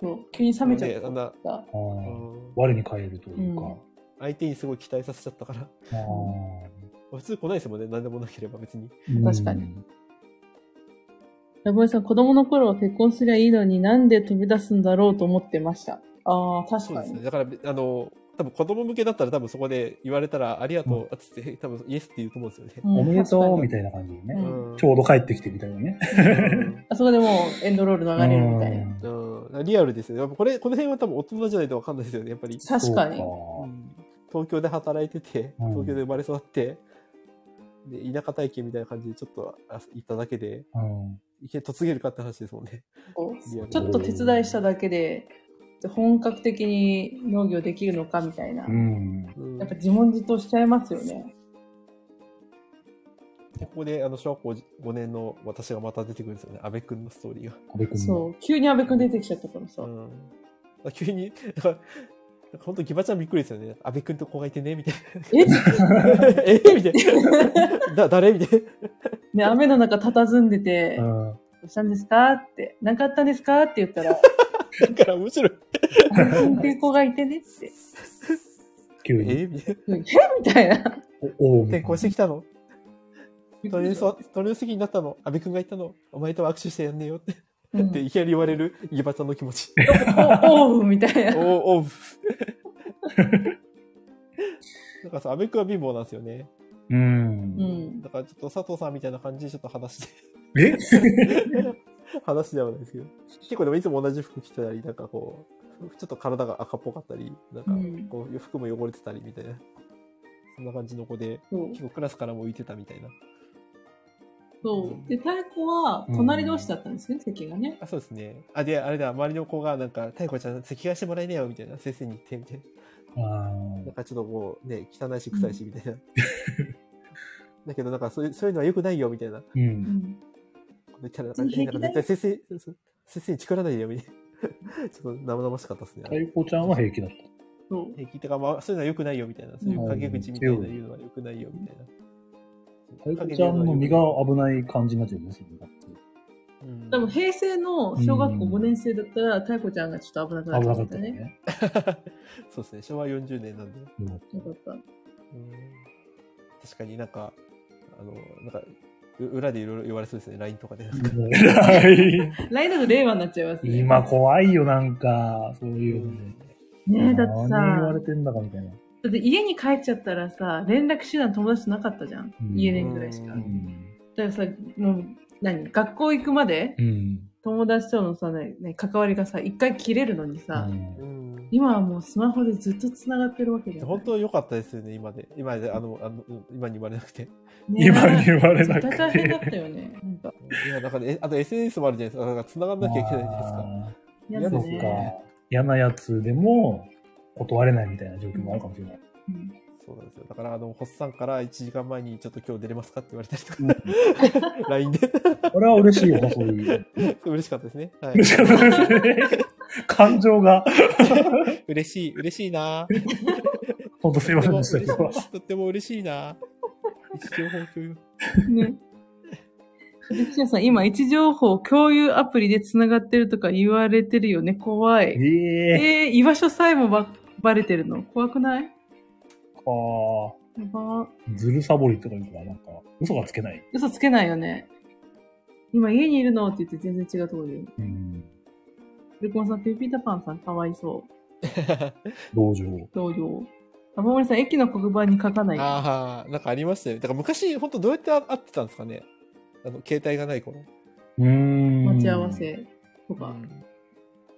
Speaker 1: そう急に冷めちゃ
Speaker 3: あん
Speaker 1: っ
Speaker 3: な、
Speaker 1: た。
Speaker 2: あ
Speaker 3: う
Speaker 2: ー
Speaker 3: ん
Speaker 2: 我に返るというか。
Speaker 1: うん
Speaker 3: 相手にすごい期待させちゃったから。
Speaker 2: あ
Speaker 3: 普通来ないですもんね、何でもなければ別に。
Speaker 2: ー
Speaker 1: 確か。
Speaker 2: う
Speaker 1: に
Speaker 2: ん
Speaker 1: ラボエさん、子供の頃は結婚すりゃいいのになんで飛び出すんだろうと思ってました。ああ、確
Speaker 3: そう
Speaker 1: か
Speaker 3: ですね。
Speaker 1: に。
Speaker 3: だから、あの、多分子供向けだったら多分そこで言われたらありがとう、あっつって多分イエスって言うと思うんですよね。
Speaker 1: ん
Speaker 2: おめでとう
Speaker 1: 確か
Speaker 2: みたいな感じで
Speaker 1: う
Speaker 2: ね。
Speaker 1: ん
Speaker 3: ん
Speaker 2: ちょうど帰ってきてみたいなね。
Speaker 3: うん
Speaker 1: にあそこでもうエンドロール流れるみたいな。
Speaker 2: うん
Speaker 3: うんリアルですよね。やっぱこれ、この辺は多分大人じゃないとわかんないですよね、やっぱり。
Speaker 1: 確かに。
Speaker 2: そううん
Speaker 3: 東京で働いてて、
Speaker 2: うん
Speaker 3: 東京で生まれ育って、で、田舎体験みたいな感じでちょっとあ行っただけで、
Speaker 2: かうん
Speaker 3: いけ、嫁げるかって話ですもんね。
Speaker 1: こう
Speaker 3: リアル
Speaker 1: ちょっと手伝いしただけで、本格的に農業できるのかみたいな。
Speaker 2: うん。
Speaker 3: うん
Speaker 1: やっぱ自問自答しちゃいますよね。
Speaker 3: でここで、あの、小学校5年の私がまた出てくるんですよね。安倍くんのストーリーが。
Speaker 2: 安部君
Speaker 1: そ
Speaker 2: の。
Speaker 1: う。急に安部くん出てきちゃったからさ。
Speaker 3: うん。あ急に、だから、なんか本当ギバちゃんびっくりですよね。安倍くんと子がいてね、 みたい
Speaker 1: え
Speaker 3: な。えみたいな。だ、誰みたいな。
Speaker 1: ね、雨の中佇んでて、ど
Speaker 2: うん
Speaker 1: うしたんですかって、何かあったんですかって言った ら、
Speaker 3: だから、むしろ、
Speaker 1: 安部くんっていう子がいてねって。
Speaker 2: 急に。
Speaker 3: えみたいな。
Speaker 1: えみたいな。
Speaker 2: おお
Speaker 3: 転校してきたの隣のそ隣の席になったの安倍くんがいたのお前とは握手してやんねえよって、
Speaker 1: うん
Speaker 3: っていきなり言われるギバちゃんの気持ち。
Speaker 1: お、おうみたいな。
Speaker 3: おおう なんかさ、阿部君は貧乏なんですよね。
Speaker 2: う。
Speaker 1: うんん。
Speaker 3: だからちょっと佐藤さんみたいな感じでちょっと話して、
Speaker 2: え
Speaker 3: 話ではないですけど。結構でもいつも同じ服着てたり、なんかこう、ちょっと体が赤っぽかったり、なんか
Speaker 1: うん
Speaker 3: こう、服も汚れてたりみたいな。そんな感じの子で、
Speaker 1: そう。
Speaker 3: 結構クラスからも浮いてたみたいな。
Speaker 1: そうで、太鼓は隣同士だったんですね、席がね。
Speaker 3: あ、そうですね。あ、で、あれだ、周りの子がなんか、太鼓ちゃん、席替えしてもらえねえよみたいな、先生に言ってみたいな。
Speaker 2: あー
Speaker 3: なんかちょっともうね、汚いし臭いしみたいな。 だけどなんかそういうそういうのは良くないよみたいな。こ
Speaker 2: う。
Speaker 1: うんん。
Speaker 3: と言ったらなん
Speaker 1: 全然
Speaker 3: かなんか絶対先生、そう先生に力ない よみたいな。ちょっと生々しかったですね。
Speaker 2: 太鼓ちゃんは平気だった。
Speaker 1: そう。
Speaker 3: 平気とか、まあ、そういうのは良くないよみたいな。そういう陰口みたいな言うのは良くないよみたいな。
Speaker 2: 太鼓ちゃんの身が危ない感じになってるんですよね。だって
Speaker 3: うん
Speaker 1: でも平成の小学校5年生だったら、太鼓ちゃんがちょっと危なくなっ
Speaker 2: 危
Speaker 1: ちゃ
Speaker 2: な
Speaker 1: ったん
Speaker 2: かった
Speaker 1: だ
Speaker 2: よ
Speaker 1: ね。
Speaker 2: ね。
Speaker 3: そうですね、昭和40年なんで。
Speaker 2: うん
Speaker 1: よかった。
Speaker 3: うん確かになんか、あの、なんか、う裏でいろいろ言われそうですね、LINE とかで。なん か
Speaker 2: 偉い
Speaker 1: 来年の令和になっちゃいますね。
Speaker 2: 今怖いよ、なんか、そういうのね。
Speaker 1: ねえ、だって
Speaker 2: 何言わ
Speaker 1: さ
Speaker 2: れ、てんだかみたいな。
Speaker 1: だって家に帰っちゃったらさ、連絡手段友達となかったじゃん。
Speaker 2: うん
Speaker 1: 家年ぐらいしか。だ
Speaker 3: う
Speaker 2: うん
Speaker 1: か
Speaker 2: ん。
Speaker 1: らさ、もう、何学校行くまで
Speaker 2: うん。
Speaker 1: 友達とのさ、ねね関わりがさ、一回切れるのにさ、
Speaker 3: うん
Speaker 1: 今はもうスマホでずっと繋がってるわけじゃん。
Speaker 3: 本当良かったですよね、今で。今で、あの、あのうん今に言われなくて。
Speaker 1: ね
Speaker 2: 今に言われな
Speaker 1: 絶
Speaker 2: く
Speaker 1: 対
Speaker 2: て。
Speaker 1: 大変だったよね。なんか。
Speaker 3: いや、だから、えあと SNS もあるじゃないですか。だから、繋がんなきゃいけないじゃないですか。
Speaker 2: あ
Speaker 1: や
Speaker 3: 嫌
Speaker 2: ー
Speaker 1: だ
Speaker 2: そっ
Speaker 3: です
Speaker 2: か
Speaker 1: ね。。
Speaker 2: 嫌なやつでも断れないみたいな状況もあるかもしれない。
Speaker 1: うん
Speaker 3: そうなんですよ。だから、あの、ホッさんから1時間前に、ちょっと今日出れますかって言われたりと
Speaker 2: う
Speaker 3: か、
Speaker 2: ん
Speaker 3: LINE で。
Speaker 2: これは嬉しいよ、そういう。
Speaker 3: 嬉しかったですね。 はい。
Speaker 2: 嬉しかったですね。感情が、
Speaker 3: 嬉しい、嬉しい な
Speaker 2: ほんとすい
Speaker 3: と
Speaker 2: ま
Speaker 3: て
Speaker 2: せんでしたけ
Speaker 3: も嬉しい
Speaker 2: ど。
Speaker 3: とっても嬉しいな一情報共有。
Speaker 1: ね。で記者さん、今、位置情報共有アプリで繋がってるとか言われてるよね。怖い。
Speaker 2: え
Speaker 1: え
Speaker 2: え
Speaker 1: ー、居場所さえもば、バレてるの怖くない
Speaker 2: は
Speaker 1: やばー
Speaker 2: あ、ずるサボりとかいうのはなんか、嘘がつけない。
Speaker 1: 嘘つけないよね。今家にいるのって言って全然違うところで。
Speaker 2: うん。
Speaker 1: ルコンさん、ピーピータパンさん、かわいそう。
Speaker 2: 同情。
Speaker 1: 同様。あ、ももりさん、駅の黒板に書かない。
Speaker 3: ああ、なんかありましたよね。だから昔、本当どうやって会ってたんですかね。あの、携帯がない頃。
Speaker 2: うん
Speaker 1: 待ち合わ。せとか。
Speaker 3: ん。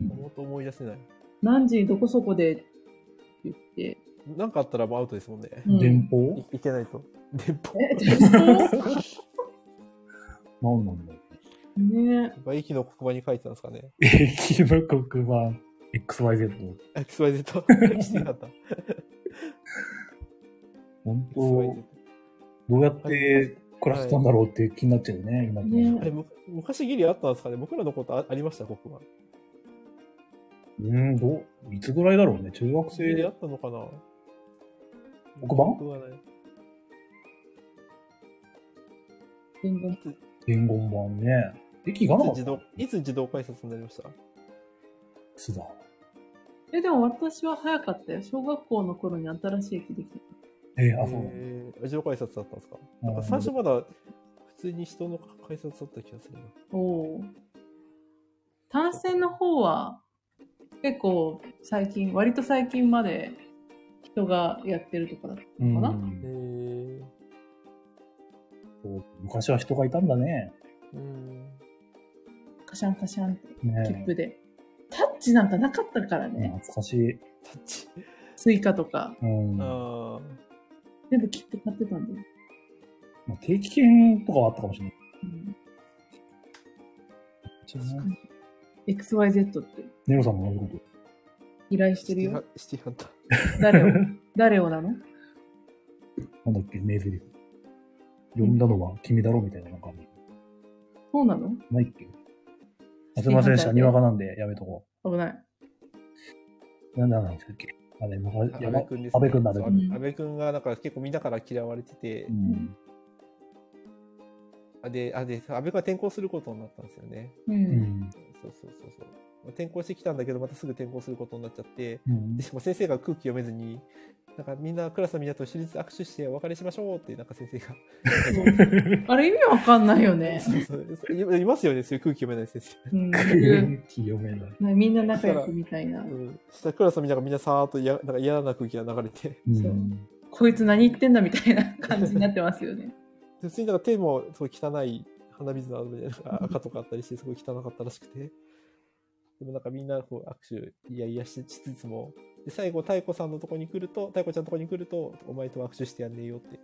Speaker 3: 本当思い出せない。
Speaker 1: 何時どこそこでって言って。
Speaker 3: なんかあったらもうアウトですもんね。
Speaker 1: うん
Speaker 2: 電報
Speaker 3: いいけないと。電報。
Speaker 1: え、電報
Speaker 2: 何なんだろう。
Speaker 1: ね
Speaker 3: 駅の黒板に書いてたんですかね。
Speaker 2: 駅の黒板、XYZ。
Speaker 3: あ XYZ。来てなかった。
Speaker 2: 本当、
Speaker 3: XYZ
Speaker 2: どうやって暮らしてたんだろうって気になっちゃうよね、今
Speaker 1: ね
Speaker 3: あれ、む昔ギリあったんですかね。僕らのことあありました、黒板。
Speaker 2: うん、どう、いつぐらいだろうね、中学
Speaker 3: ギリ
Speaker 2: 生。
Speaker 3: あったのかな
Speaker 2: 黒板
Speaker 3: 僕はない
Speaker 1: 全然。
Speaker 2: 伝言版ね。駅が
Speaker 3: い
Speaker 2: な
Speaker 3: つ
Speaker 2: かった
Speaker 3: 自動、いつ自動改札になりました
Speaker 2: つだ。
Speaker 1: え、でも私は早かったよ。小学校の頃に新しい駅できた。
Speaker 2: えーあ、そうなんだ。
Speaker 3: えー自動改札だったんですか
Speaker 2: うん
Speaker 3: なんか最初まだ普通に人の改札だった気がするな。
Speaker 1: おお。単線の方は、結構最近、割と最近まで人がやってるとこだった。
Speaker 2: うん
Speaker 1: かな
Speaker 3: えー、
Speaker 2: そう昔は人がいたんだね。
Speaker 3: うん。
Speaker 1: カシャンカシャンって、切
Speaker 2: ね
Speaker 1: 符で。タッチなんかなかったからね。
Speaker 2: 懐かしい。
Speaker 3: タッチ。
Speaker 1: スイカとか。
Speaker 2: うん。ま
Speaker 3: ああ。
Speaker 1: 全部切符買ってたんだよ。
Speaker 2: あ、定期券とかはあったかもしれない。
Speaker 1: うん、
Speaker 2: ちょっと
Speaker 1: 確
Speaker 2: ね
Speaker 1: かに。XYZ って
Speaker 2: ネロさんも同じこ
Speaker 1: 依頼して
Speaker 3: シテ
Speaker 1: る
Speaker 3: ィ
Speaker 1: よ
Speaker 3: ハ。シティハンター。
Speaker 1: 誰を、誰をなの
Speaker 2: と。なんだっけ、名台詞。読んだのは君だろみたいな、なんか、
Speaker 1: そうなの
Speaker 2: ないっけあすいませんでし
Speaker 1: シ
Speaker 2: た。
Speaker 1: ティ
Speaker 2: に
Speaker 1: ハ
Speaker 2: わ
Speaker 1: ンタ
Speaker 2: かなんでやめとこ
Speaker 1: 危ない。
Speaker 2: う。なんだなんですっけあれ、昔、
Speaker 3: あ
Speaker 2: やば
Speaker 3: 安倍くんです、
Speaker 2: 安倍くんだ、安倍
Speaker 3: そう
Speaker 2: く
Speaker 3: 安
Speaker 2: ん。
Speaker 1: うん
Speaker 3: 安倍くんが、なんか結構みんなから嫌われてて
Speaker 2: う、ん。
Speaker 3: あで、あで、安倍くんが転校することになったんですよね。
Speaker 1: う。
Speaker 2: うんん。
Speaker 3: そうそうそうそう。転校してきたんだけど、またすぐ転校することになっちゃって、
Speaker 2: うん
Speaker 3: で。も先生が空気読めずに、なんかみんな、クラスのみんなと一人ずつ握手してお別れしましょうって、なんか先生が。
Speaker 1: そうあれ意味わかんないよ ね。
Speaker 3: そうそうそういい ますよね、そういう空気読めない先生。
Speaker 1: うん。
Speaker 2: 空気読めない。
Speaker 1: ねみんな仲良くみたいな
Speaker 3: う。ん。そしたらクラスのみんながみんなさーっとやなんか嫌な空気が流れて。
Speaker 2: う。
Speaker 1: そうんこいつ何言ってんだみたいな感じになってますよね。
Speaker 3: で普通になんか手もすごい汚い鼻水のあるみたいな赤とかあったりしてすごい汚かったらしくてでもなんかみんなこう握手いやいやしつつもで最後太子さんのとこに来ると太子ちゃんのとこに来るとお前と握手してやんねえよって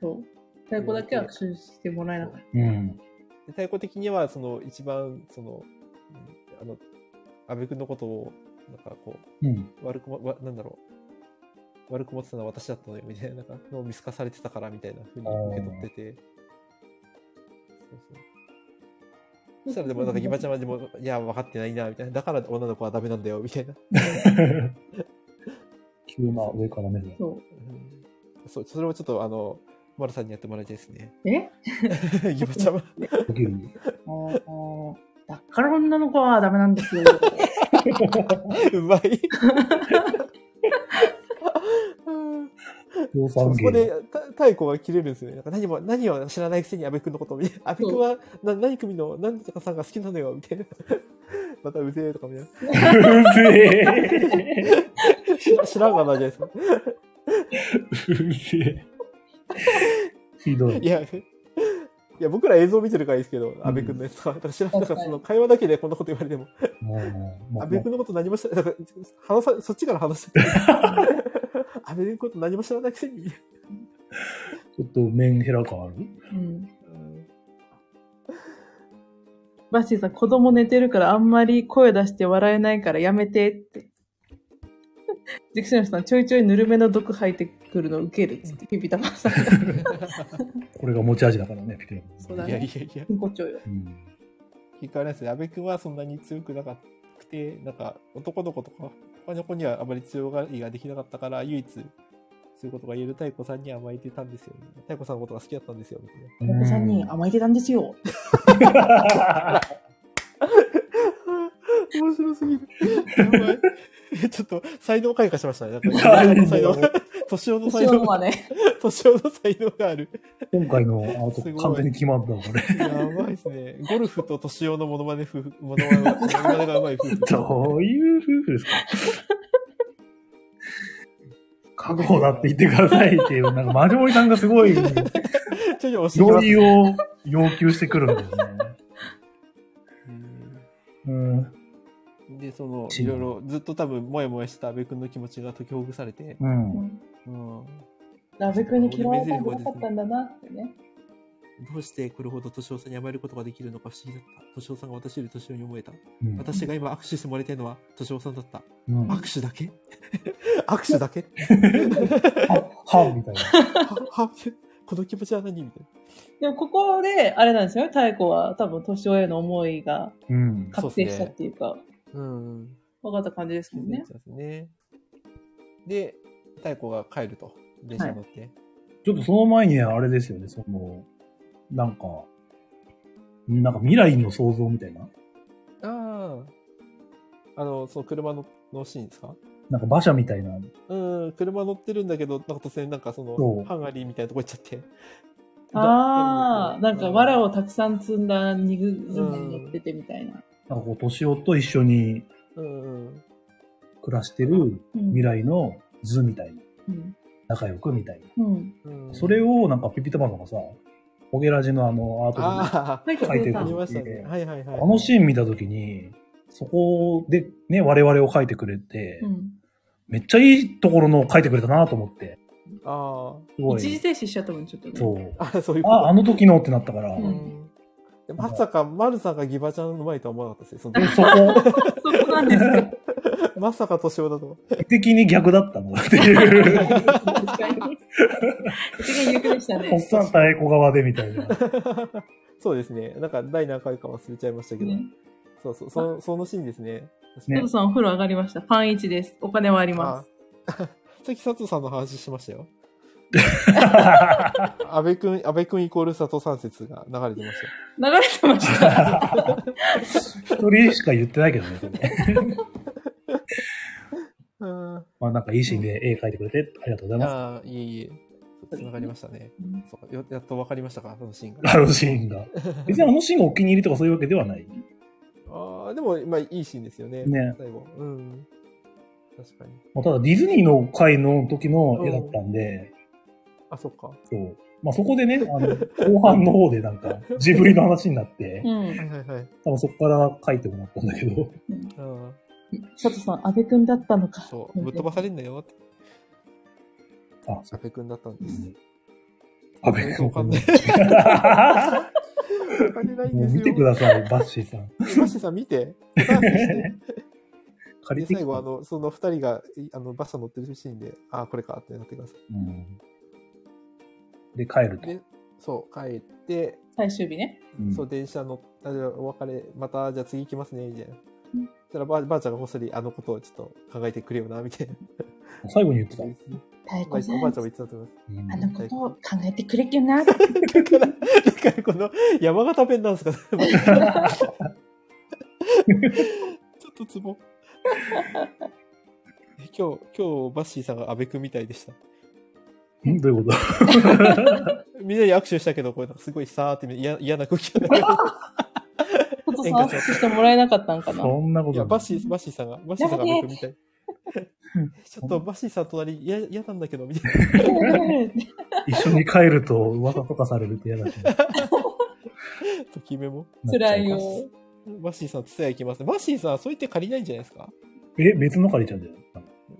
Speaker 1: そう。太鼓だけは握手してもらえなかっ
Speaker 2: うん。
Speaker 3: で太子的にはその一番そのうんあの安部君のことをなんかこ
Speaker 2: うん。
Speaker 3: う悪くもわなんだろう悪く思ってたのは私だったのよみたいななんかのを見透かされてたからみたいな風に受け取っててそうそう
Speaker 1: た。
Speaker 3: そしたらでもなんかギバちゃんはでも、いや、分かってないな、みたいな。だから女の子はダメなんだよ、みたいな。
Speaker 2: 急な上から目線。
Speaker 1: そ
Speaker 3: うんそう、それをちょっとあの、マルさんにやってもらいたいですね。
Speaker 1: う。え
Speaker 3: ギバちゃんは。
Speaker 2: ドキリ。
Speaker 1: あーだから女の子はダメなん ですよ。
Speaker 3: うまい。
Speaker 2: 量
Speaker 3: そ
Speaker 2: 産
Speaker 3: こで
Speaker 2: 芸。、
Speaker 3: た太鼓が切れるんですよね。なんか何も、何を知らないくせに安部君のことを見 て、安部君はな何組の何とかさんが好きなのよ、みたいな。 またうぜえとかみたいな。
Speaker 2: うぜえ。
Speaker 3: 知 ら知らんがなじゃないですか。
Speaker 2: うぜえ。ひどい。
Speaker 3: いや、いや、僕ら映像見てるからいいですけど、安部君のやつは。だから知らん、なんかその会話だけでこんなこと言われても。
Speaker 2: もう、も
Speaker 3: 安
Speaker 2: う、
Speaker 3: 倍
Speaker 2: も
Speaker 3: 君のこと何も知らない。だから話さ、そっちから話 して。安倍君のこと何も知らないくせに。
Speaker 2: うちょっと面ヘラ感ある
Speaker 1: うん。バッシーさん、子供寝てるからあんまり声出して笑えないからやめてって。 ジェクションさん、ちょいちょいぬるめの毒吐いてくるの受けるっつ って、ピピタパンさんが。
Speaker 2: これが持ち味だからね、ピクルス
Speaker 1: そうだ
Speaker 3: いやい
Speaker 1: ね。
Speaker 3: やいや。
Speaker 1: 真骨頂よ。
Speaker 2: うん。
Speaker 3: 結果あれですね、安倍君はそんなに強くなかくて、なんか男の子とか、他の子にはあまり強がりができなかったから、唯一、そういうことが言える太子さんに甘えてたんですよ、ね。太子さんのことが好きだったんですよ、みたいな。
Speaker 1: お子さんに甘えてたんですよ。
Speaker 3: 面 白すぎる。やばい。ちょっと、才能開花しましたね。なんか
Speaker 2: 才能
Speaker 3: 才能年ほど才
Speaker 1: 年の
Speaker 3: 能
Speaker 1: ま
Speaker 3: が、
Speaker 1: で。
Speaker 3: 年ほど才能がある。
Speaker 2: 今回のアウト
Speaker 3: すごい
Speaker 2: 完全に決まったわ、これ。
Speaker 3: やばいですね。ゴルフと年男のモノマネ夫婦、モノマネモノマネがうまい夫婦。
Speaker 2: どういう夫婦ですか 覚悟だって言ってくださいっていう、なんか、マジモリさんがす ごい、
Speaker 3: ちょいちょい教えて
Speaker 2: 同
Speaker 3: ます。
Speaker 2: 意を要求してくるんですね。うん。
Speaker 3: うんで、その、
Speaker 2: 違う
Speaker 3: いろいろ、ずっと多分、もやもやした阿部君の気持ちが解きほぐされて、
Speaker 2: うん。
Speaker 3: うん、
Speaker 1: ラブ君に嫌われたくなかったんだなってね。
Speaker 3: どうしてこれほど年男さんに甘えることができるのか不思議だった。年男さんが私より年上に思えた。
Speaker 2: うん
Speaker 3: 私が今握手してもらいたいのは年男さんだった。
Speaker 2: うん。は
Speaker 3: 握手だけ 握手 だけ
Speaker 2: はみたいな。
Speaker 3: ははこの気持ちは何みたい
Speaker 1: でもここで、あれなんですよね、太鼓は多分年上への思いが
Speaker 2: うん。
Speaker 1: 確定したっていうか、
Speaker 3: な。うん。
Speaker 1: 分かった感じですもんね。
Speaker 3: そうですね。で、太鼓が帰ると。電車に乗って。
Speaker 2: ちょっとその前にね、あれですよね、その、なんか、なんか未来の想像みたいな。
Speaker 3: ああ。あの、その車ののシーンですか
Speaker 2: なんか馬車みたいな。
Speaker 3: うん、車乗ってるんだけど、なんか突然なんかそ
Speaker 2: そう
Speaker 3: の、ハンガリーみたいなとこ行っちゃって。
Speaker 1: ああ、なんか藁
Speaker 3: を。
Speaker 1: をたくさん積んだ肉に乗っててみたいな。
Speaker 2: なんかこう、年男と一緒に
Speaker 3: うんうん。
Speaker 2: 暮らしてる
Speaker 1: うん
Speaker 2: 未来の図みたいな。
Speaker 1: うん。
Speaker 2: 仲良くみたいな。
Speaker 1: うん。
Speaker 3: うん、
Speaker 2: それをなんかピピタマンがさ、ホゲラジのあのアート
Speaker 3: あ
Speaker 1: 太
Speaker 2: 書い
Speaker 1: 鼓
Speaker 2: てる
Speaker 3: あ、
Speaker 1: さ
Speaker 3: あ
Speaker 1: ん
Speaker 3: りましたね。はいはいは
Speaker 2: で、
Speaker 3: い。
Speaker 2: あのシーン見たときに、そこでね、我々を書いてくれて、
Speaker 1: うん。
Speaker 2: めっちゃいいところのを書いてくれたなと思って、
Speaker 3: あ
Speaker 2: すご
Speaker 1: 一時
Speaker 2: い。
Speaker 1: 停止しちゃったもん、ちょっとね。
Speaker 2: そう。
Speaker 3: あ。あ、そういうこと。
Speaker 2: あ、あの時のってなったから、
Speaker 1: う
Speaker 3: うんんでまさか、マルさんがギバちゃんの前とは思わなかったですね。そ
Speaker 2: で
Speaker 3: の
Speaker 2: そこ、
Speaker 1: そこなん ですよ。
Speaker 3: まさか年男だと思
Speaker 2: 的に逆だ ったのっていう。
Speaker 1: 確かに。一元ゆっくりした
Speaker 2: おっ
Speaker 1: ね。
Speaker 2: さん太鼓側でみた いな。
Speaker 3: う。そうですね。なんか、第何回か忘れちゃいましたけど。
Speaker 1: ね
Speaker 3: そうそう、その、そのシーンですね。
Speaker 1: 佐藤さん、お風呂上がりました。パン1です。お金はあります。
Speaker 3: さっき佐藤さんの話しましたよ。安倍くん、安倍くんイコール佐藤さん説が流れてましたよ。
Speaker 1: 流れてました。
Speaker 2: 一人しか言ってないけどね、それ。
Speaker 3: うん。
Speaker 2: まあなんかいいシーンで絵描いてくれてありがとうございま
Speaker 3: ああ、いえいえ。つながりましたね。そうかよやっとわかりましたか、そのシーンが。
Speaker 2: す。あのシーン が。別にあのシーンがお気に入りとかそういうわけではない。
Speaker 3: ああ、でも、まあ、いいシーンですよね。
Speaker 2: ね
Speaker 3: 最後。うん。確かに。
Speaker 2: まあ、ただディズニーの回の時の絵だったんで、
Speaker 3: あ、そっか。は
Speaker 2: そう。まあそこでね、あの、後半の方でな んか、ジブリの話になって
Speaker 1: う、
Speaker 3: い
Speaker 1: ん。
Speaker 3: はいはい。
Speaker 2: 多分そこから描いてもらったんだけど、
Speaker 3: うん。
Speaker 1: 佐藤さん、安倍くんだったのか。
Speaker 3: そう、ぶっ飛ばされんなよって。
Speaker 2: あ、そ
Speaker 3: 安倍くんだったんです。
Speaker 2: う。安倍君
Speaker 3: わか んない。わかんないん
Speaker 2: も
Speaker 3: で
Speaker 2: う
Speaker 3: すよ。
Speaker 2: 見てください、バッシーさん。
Speaker 3: マシさん見て。 ダンスして
Speaker 2: 借り
Speaker 3: で
Speaker 2: てきた
Speaker 3: 最後、あの、その二人が、いあの、馬車乗ってるシーンで、ああ、これかってなってくださ
Speaker 2: うんで、帰る
Speaker 3: い。
Speaker 2: と。
Speaker 3: で、そう、帰って、
Speaker 1: 最終日ね。
Speaker 2: うん
Speaker 3: そう、電車乗った、じゃあお別れ、また、じゃあ次行きますね、みたい
Speaker 1: う
Speaker 3: な。
Speaker 1: ん
Speaker 3: そしたらばあ、ばあちゃんがこっそりあのことをちょっと考えてくれよな、みたいな。
Speaker 2: 最後に言ってた。
Speaker 1: 太
Speaker 3: おばあ
Speaker 1: 鼓
Speaker 3: ち
Speaker 1: さ
Speaker 3: ゃ
Speaker 1: ん
Speaker 3: んも言ってたと思いま
Speaker 2: うん
Speaker 1: あのことを考えてくれっけよ な。う
Speaker 3: す。だから、だからこの山形弁なんですか、 ちょっとツボ。え今日、今日、バッシーさんが安倍くんみたいでした。
Speaker 2: んどういう こと
Speaker 3: みんなに握手したけど、これなんかすごいさーって嫌嫌な空気が流れて
Speaker 1: 佐藤さん、握手してもらえなかったんかな。
Speaker 2: そんなこ
Speaker 3: い
Speaker 2: と
Speaker 3: や、
Speaker 2: ない
Speaker 3: バッシー、バッシーさんが、バッシーさんが僕みたい。 ちょっとバッシーさん隣、いや、嫌なんだけど、みたいな。
Speaker 2: 一緒に帰ると噂とかされると嫌 だし。
Speaker 3: ときめも。
Speaker 1: 辛い
Speaker 2: なっちゃう
Speaker 1: よ。
Speaker 3: バッシーさん、ツヤ行きますね。バッシーさん、そう言って借りないんじゃないですか
Speaker 2: え、別の借りちゃうんじゃない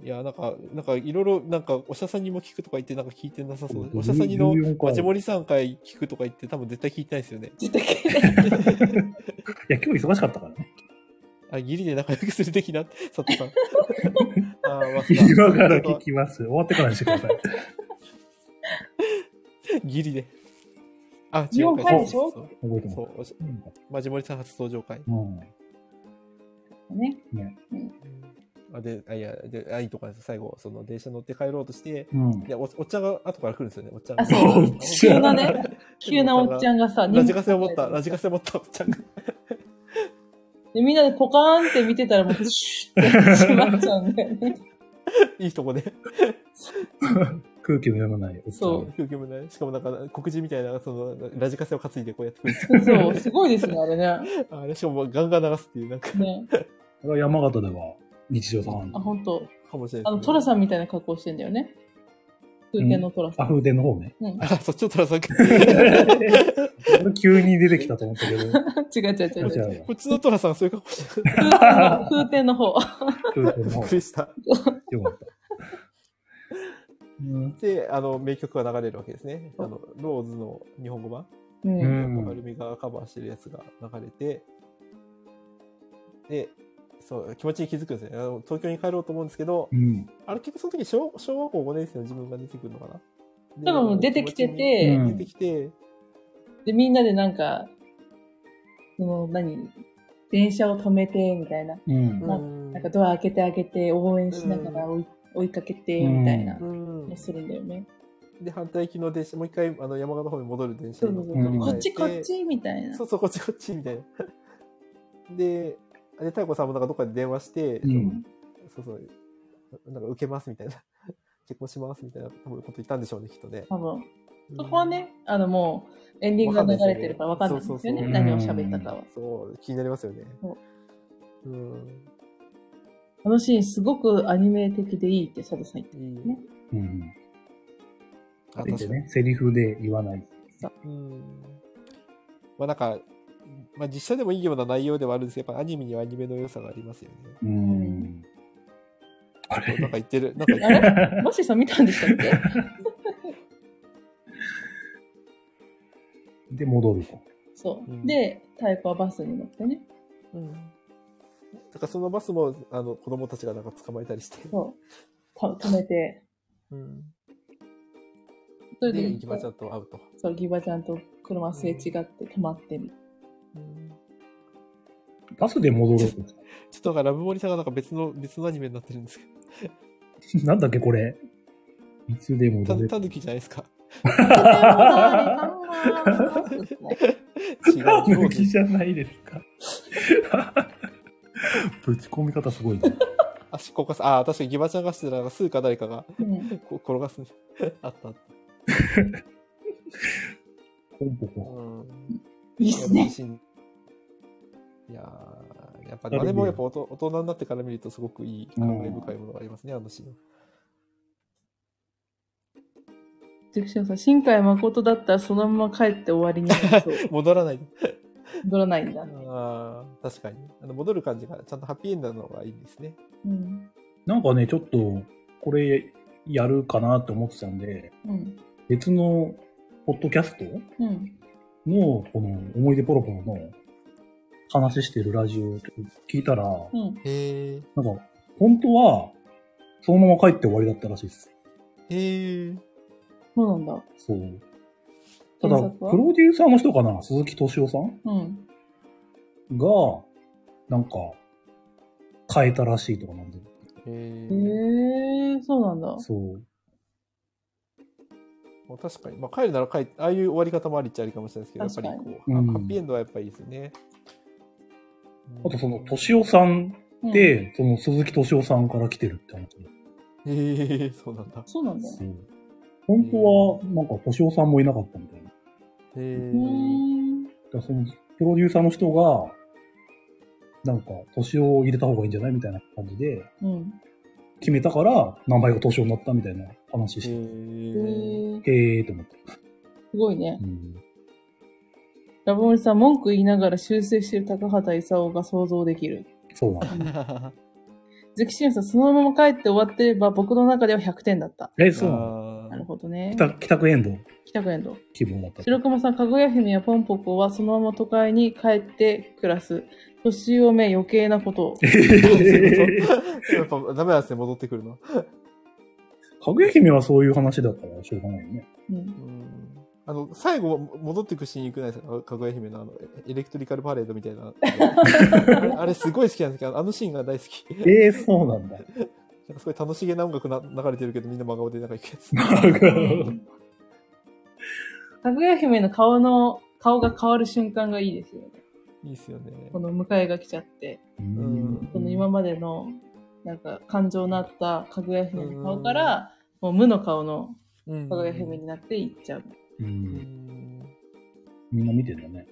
Speaker 3: いや、なんか、なんか、いろいろ、なんか、お医者さんにも聞くとか言って、なんか聞いてなさそうで。
Speaker 2: うん
Speaker 3: お医者さんにの、
Speaker 2: 14回
Speaker 3: マジモリさん回聞くとか言って、多分絶対聞いてないですよね。
Speaker 1: 自宅
Speaker 2: いや、今日忙しかったからね。
Speaker 3: あ、ギリで仲良くする的な、佐藤さ ん。あ ー、まあそうだ
Speaker 2: 今から聞きます。終わってからにしてくだ さい。
Speaker 3: ギリで。あ、違
Speaker 1: 四
Speaker 3: う
Speaker 1: 回
Speaker 3: 回
Speaker 1: でしょ
Speaker 3: そう
Speaker 2: 覚えて
Speaker 3: そうそ
Speaker 2: ます。
Speaker 3: うおし
Speaker 2: うん
Speaker 3: マジモリさん初登場回。
Speaker 2: うん。
Speaker 1: ね。
Speaker 3: あで、あ、いや、で、あ、いいとこなんですよ最後、その電車乗って帰ろうとして、
Speaker 2: うん
Speaker 3: い。や、おおっちゃんが後から来るんですよね、おっちゃんが。
Speaker 1: あそう
Speaker 2: おっち
Speaker 1: 急
Speaker 2: ゃん
Speaker 1: な ね、急なおっちゃんがさ、
Speaker 3: ラジカセを持った、ラジカセを持ったおっちゃんが。
Speaker 1: でみんなでポカーンって見てたらもう、シュッて閉まっちゃうんだよね。
Speaker 3: いいとこで。
Speaker 2: 空気の読まないおっちゃん
Speaker 3: そう、空気もない。しかもなんか、黒人みたいな、その、ラジカセを担いでこうやってくる。
Speaker 1: そう、すごいですね、あれね。
Speaker 3: あれ、しかもガンガン流すっていう、なんか、
Speaker 1: ね。
Speaker 2: これは山形では日常茶飯
Speaker 1: あ、
Speaker 2: 事。
Speaker 1: 本当。
Speaker 3: かもしれな
Speaker 1: あ
Speaker 3: い
Speaker 1: の、
Speaker 3: ですね、
Speaker 1: トラさんみたいな格好してんだよね。空間のトラさ
Speaker 2: ア
Speaker 1: ん。
Speaker 2: フでの方 ね。
Speaker 1: うん。
Speaker 3: あ、そっちのトラさんか。
Speaker 2: 俺急に出てきたと思ったけど、
Speaker 1: 違う違う違う違
Speaker 2: 違
Speaker 1: う。
Speaker 2: うわ
Speaker 3: こっちのトラさん、そういう格好してる。
Speaker 1: 風天の風天の方。
Speaker 2: 空気の
Speaker 3: びっ
Speaker 2: 方
Speaker 3: くりした。
Speaker 2: よかった。うん
Speaker 3: で、あの、名曲が流れるわけですね。あの、ローズの日本語版、
Speaker 1: う。
Speaker 2: うん
Speaker 3: アル
Speaker 2: ん。
Speaker 3: ミがカバーしてるやつが流れて、で、そう、気持ちに気づくんですね。あの東京に帰ろうと思うんですけど、
Speaker 2: うん。
Speaker 3: あれ結局その時小、小学校5年生の自分が出てくるのかな
Speaker 1: 多分もう出てきてて
Speaker 3: うん出てきて、
Speaker 1: で、みんなでなんか、その、何電車を止めて、みたいな。
Speaker 2: うん。
Speaker 3: うん
Speaker 1: なんかドア開けてあげて、応援しながら追い,、追いかけて、みたいな
Speaker 3: う。ん
Speaker 1: するんだよね。
Speaker 3: で、反対行きの電車、もう一回あの山形の方に戻る電
Speaker 1: そ
Speaker 3: 車
Speaker 1: う
Speaker 3: に
Speaker 1: そう
Speaker 3: 乗
Speaker 1: そう。こっ
Speaker 3: り換えて
Speaker 1: ちこっちみたいな
Speaker 3: そ。うそう、こっちこっちみたいな。 で、で、太子さんもなんかどっかで電話して、
Speaker 2: うん
Speaker 3: そうそう、なんか受けますみたいな。 結婚しますみたいな多分こと言ったんでしょうね、きっとね。
Speaker 1: 多分。そこはね、あのもう、エンディングが流れてるから分かんないんですよね。
Speaker 2: わかんない
Speaker 1: 何を
Speaker 2: ですよね
Speaker 1: 喋ったかは。
Speaker 3: そう、気になりますよね
Speaker 1: そ。
Speaker 3: うん。
Speaker 1: このシーンすごくアニメ的でいいってサドさん言って
Speaker 3: いい。
Speaker 1: ね
Speaker 2: うん。
Speaker 3: あ、
Speaker 2: で
Speaker 3: 確かに。
Speaker 2: ね、セリフで言わない。
Speaker 3: うん。まあなんか、まあ実写でもいいような内容ではあるんですけど、やっぱアニメにはアニメの良さがありますよね。
Speaker 2: うん。あ
Speaker 3: なんか
Speaker 2: れ
Speaker 3: 言ってる。なんか言って
Speaker 1: あ
Speaker 3: る。
Speaker 1: れマシさん見たんでしたっけ
Speaker 2: で、戻ると。
Speaker 1: そうう。
Speaker 3: ん
Speaker 1: で、太鼓はバスに乗ってね。
Speaker 3: うん。だからそのバスも、あの、子供たちがなんか捕まえたりして。
Speaker 1: そう。た止めて。
Speaker 3: うん。
Speaker 1: それ
Speaker 3: で、
Speaker 1: で、
Speaker 3: 行き場ちゃんと会うと。
Speaker 1: そう、ギバちゃんと車すれ違って止まってみる。
Speaker 3: うん
Speaker 2: バスで戻ろうと。
Speaker 3: ちょっとなんかラブモリさんがなんか別の、別のアニメになってるんですけ
Speaker 2: なんだっけ、これ。いつでも
Speaker 3: ど、
Speaker 2: 戻
Speaker 3: た
Speaker 2: れ
Speaker 3: たぬきじゃないですか。違う。
Speaker 2: 抜きじゃないですか。ぶち込み方すごいね。
Speaker 3: あ、しこかす。あ、確かにギバちゃんがしてたら、スーか誰かが
Speaker 1: うん
Speaker 3: こ転がすね。あったあっ
Speaker 2: ポンポ
Speaker 3: た。
Speaker 2: コ。
Speaker 3: うん。
Speaker 1: いいっすね。
Speaker 3: いやー、やっぱ、あれもやっぱ大人大人になってから見るとすごくいい感慨深いものがありますね、あのシーン。
Speaker 1: ジェクションさん、新海誠だったらそのまま帰って終わりになりそう。
Speaker 3: 戻らない。
Speaker 1: 戻らないんだ。
Speaker 3: あー確かに。あの戻る感じがちゃんとハッピーエンドなのがいいですね。
Speaker 1: うん。
Speaker 2: なんかね、ちょっと、これやるかなって思ってたんで、
Speaker 1: うん。
Speaker 2: 別のポッドキャスト
Speaker 1: うん。
Speaker 2: の、この思い出ポロポロの話してるラジオを聞いたら、な
Speaker 1: うん。
Speaker 3: へえ。
Speaker 2: んか、本当は、そのまま帰って終わりだったらしいです。
Speaker 3: へえ。
Speaker 1: そうなんだ。
Speaker 2: そう。ただ、
Speaker 1: 原作
Speaker 2: プ
Speaker 1: は
Speaker 2: ロデューサーの人かな鈴木敏夫さん
Speaker 1: うん。
Speaker 2: が、なんか、変えたらしいとかなんで。
Speaker 3: へえ
Speaker 1: へえー、そうなんだ。
Speaker 2: そう。
Speaker 3: まあ確かに、まあ、帰るなら帰っああいう終わり方もありっちゃありかもしれないですけど、やっぱり
Speaker 1: 確
Speaker 3: こう、
Speaker 2: に
Speaker 3: ハ
Speaker 2: うん
Speaker 3: ハッピーエンドはやっぱりいいですよね。
Speaker 2: あとそ の、敏夫さん
Speaker 1: うん
Speaker 2: で、その鈴木敏夫さんから来てるって話。
Speaker 3: へえ、そうなんだ。
Speaker 1: そうなんだ。う
Speaker 2: そう本当は、なんか敏夫さんもいなかったみたいな。だか
Speaker 3: へ
Speaker 1: ー
Speaker 3: え。
Speaker 1: ん。
Speaker 2: らその、プロデューサーの人が、なんか、敏夫を入れた方がいいんじゃないみたいな感じで、
Speaker 1: うん。
Speaker 2: 決めたから、名前が敏夫になったみたいな話して。
Speaker 1: へえ
Speaker 3: へえ。
Speaker 1: ー、
Speaker 2: へえーと思って。
Speaker 1: すごいね
Speaker 2: う。ん。
Speaker 1: ラブモリさん、文句言いながら修正してる高畑勲が想像できる。
Speaker 2: そうなんだ。
Speaker 1: ゼキシオンさん、そのまま帰って終わってれば、僕の中では100点だった。
Speaker 2: え、そうなんだ。
Speaker 3: あ
Speaker 1: なるほどね。
Speaker 2: 帰宅帰宅エンド
Speaker 1: 北区エンド。
Speaker 2: 希望だった。
Speaker 1: 白熊さん、かぐや姫やポンポコはそのまま都会に帰って暮らす。年をめ余計なことを。
Speaker 2: か
Speaker 3: ー やっぱダメなんですね、戻ってくるの。
Speaker 2: ぐや姫はそういう話だからしょうがないよね。
Speaker 1: うん。
Speaker 3: うんあの、最後、も戻ってくシーン行くないですかかぐや姫のあの、エエレクトリカルパレードみたい な。あれあれすごい好きなんですけど、あのシーンが大好き。
Speaker 2: ええー、そうなんだ。
Speaker 3: なんかすごい楽しげな音楽な流れてるけど、みんな真顔でなんか行くやつ。
Speaker 1: かぐや姫の顔の、顔が変わる瞬間がいいですよね。
Speaker 3: いいっすよね。
Speaker 1: この迎えが来ちゃって、
Speaker 2: う
Speaker 3: うん
Speaker 2: ん
Speaker 1: この今までのなんか感情のあったかぐや姫の顔から、もう無の顔の
Speaker 3: うん
Speaker 1: かぐや姫になっていっちゃう。
Speaker 2: う。
Speaker 3: うんん。
Speaker 2: みんな見てんだね。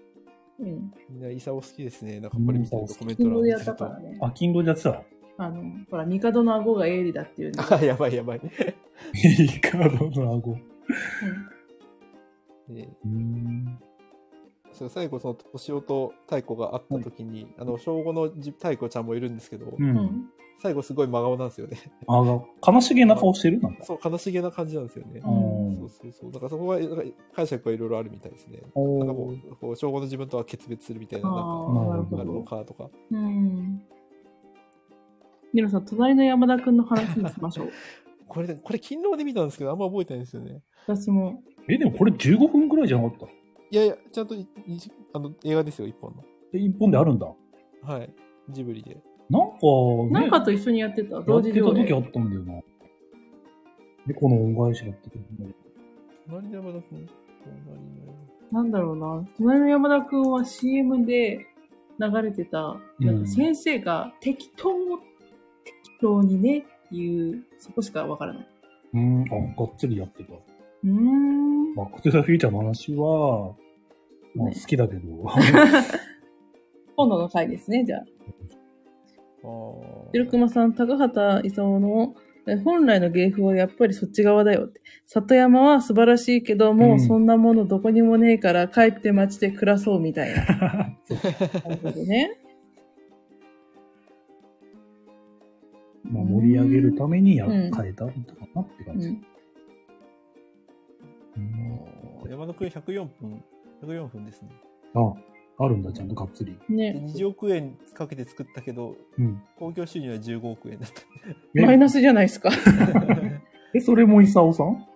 Speaker 1: うん。
Speaker 3: みんな、イサオ好きですね。なんか、これ見てるとコメント
Speaker 1: キン
Speaker 3: 欄
Speaker 1: グ
Speaker 3: 見
Speaker 1: でや
Speaker 3: て
Speaker 1: った
Speaker 3: る
Speaker 1: か
Speaker 3: と。
Speaker 1: らね。
Speaker 2: あ、キングでやってたの
Speaker 1: あの、ほら、帝の顎が鋭利だっていうね。
Speaker 3: あ、やばいやばい。
Speaker 2: いいカードの顎。
Speaker 3: ね
Speaker 2: うん。
Speaker 3: そう最後、その、としおと太鼓が会った時に、あの、小五のじ太鼓ちゃんもいるんですけど、
Speaker 2: う。
Speaker 1: うん。うんん。
Speaker 3: 最後すごい真顔なんですよね。
Speaker 2: あ悲しげな顔してるなんか。
Speaker 3: そう、悲しげな感じなんですよね。
Speaker 1: ん
Speaker 3: そうそうそう。だからそこは、なんか解釈はいろいろあるみたいですね。
Speaker 2: お
Speaker 3: なんかも
Speaker 2: ー
Speaker 3: う、こう小五の自分とは決別するみたいな、なん
Speaker 1: あ
Speaker 3: か、
Speaker 1: あ、なる
Speaker 3: あ
Speaker 1: ほ
Speaker 3: るの
Speaker 1: ど。
Speaker 3: かとか。
Speaker 1: うん。でもさ、隣の山田くんの話にしまし ょう。
Speaker 3: これね、これ、勤労で見たんですけど、あんま覚えてないんですよね。
Speaker 1: 私も。
Speaker 2: え、でもこれ15分くらいじゃなかった
Speaker 3: いやいや、ちゃんとい、いじあの、映画ですよ、一本の。
Speaker 2: え一本であるんだ。
Speaker 3: はい。ジブリで。
Speaker 2: なんか、ね、
Speaker 1: なんかと一緒にやってた。
Speaker 2: や
Speaker 1: 同
Speaker 2: って
Speaker 1: 時
Speaker 2: た
Speaker 1: 上映
Speaker 2: 時あ。ったんだよな。猫の恩返しだったけどね
Speaker 3: 隣の山田君隣の山
Speaker 1: なんだろうな。隣の山田くんは CM で流れてた、なんか先生が適当、適当にねっていう、そこしかわからない。
Speaker 2: うん、あ、がっつりやってた。
Speaker 1: うーん。
Speaker 2: バックトゥザフューチャーの話は、まあ、
Speaker 1: ね
Speaker 2: 好きだけど、
Speaker 1: 今度の回ですね、じゃあ。
Speaker 3: 田ああ。
Speaker 1: 白熊さん、高畑勲のえ本来の芸風はやっぱりそっち側だよって。里山は素晴らしいけど、もうそんなものどこにもねえから帰って町で暮らそうみたいな。なるほどね。
Speaker 2: まあ盛り上げるためにや、
Speaker 1: うん
Speaker 2: 変えたのかなって
Speaker 1: う
Speaker 2: 感じ。
Speaker 1: ん。
Speaker 2: うん
Speaker 3: あー山田君104分、104分ですね。
Speaker 2: あ、あるんだ、ちゃんとがっつり。
Speaker 3: で
Speaker 1: ね。
Speaker 3: 20億円かけて作ったけど、
Speaker 2: うん。
Speaker 3: 興行収入は15億円だった。
Speaker 1: マイ
Speaker 2: え、
Speaker 1: ナスじゃないですか。
Speaker 2: えそれもイサオさん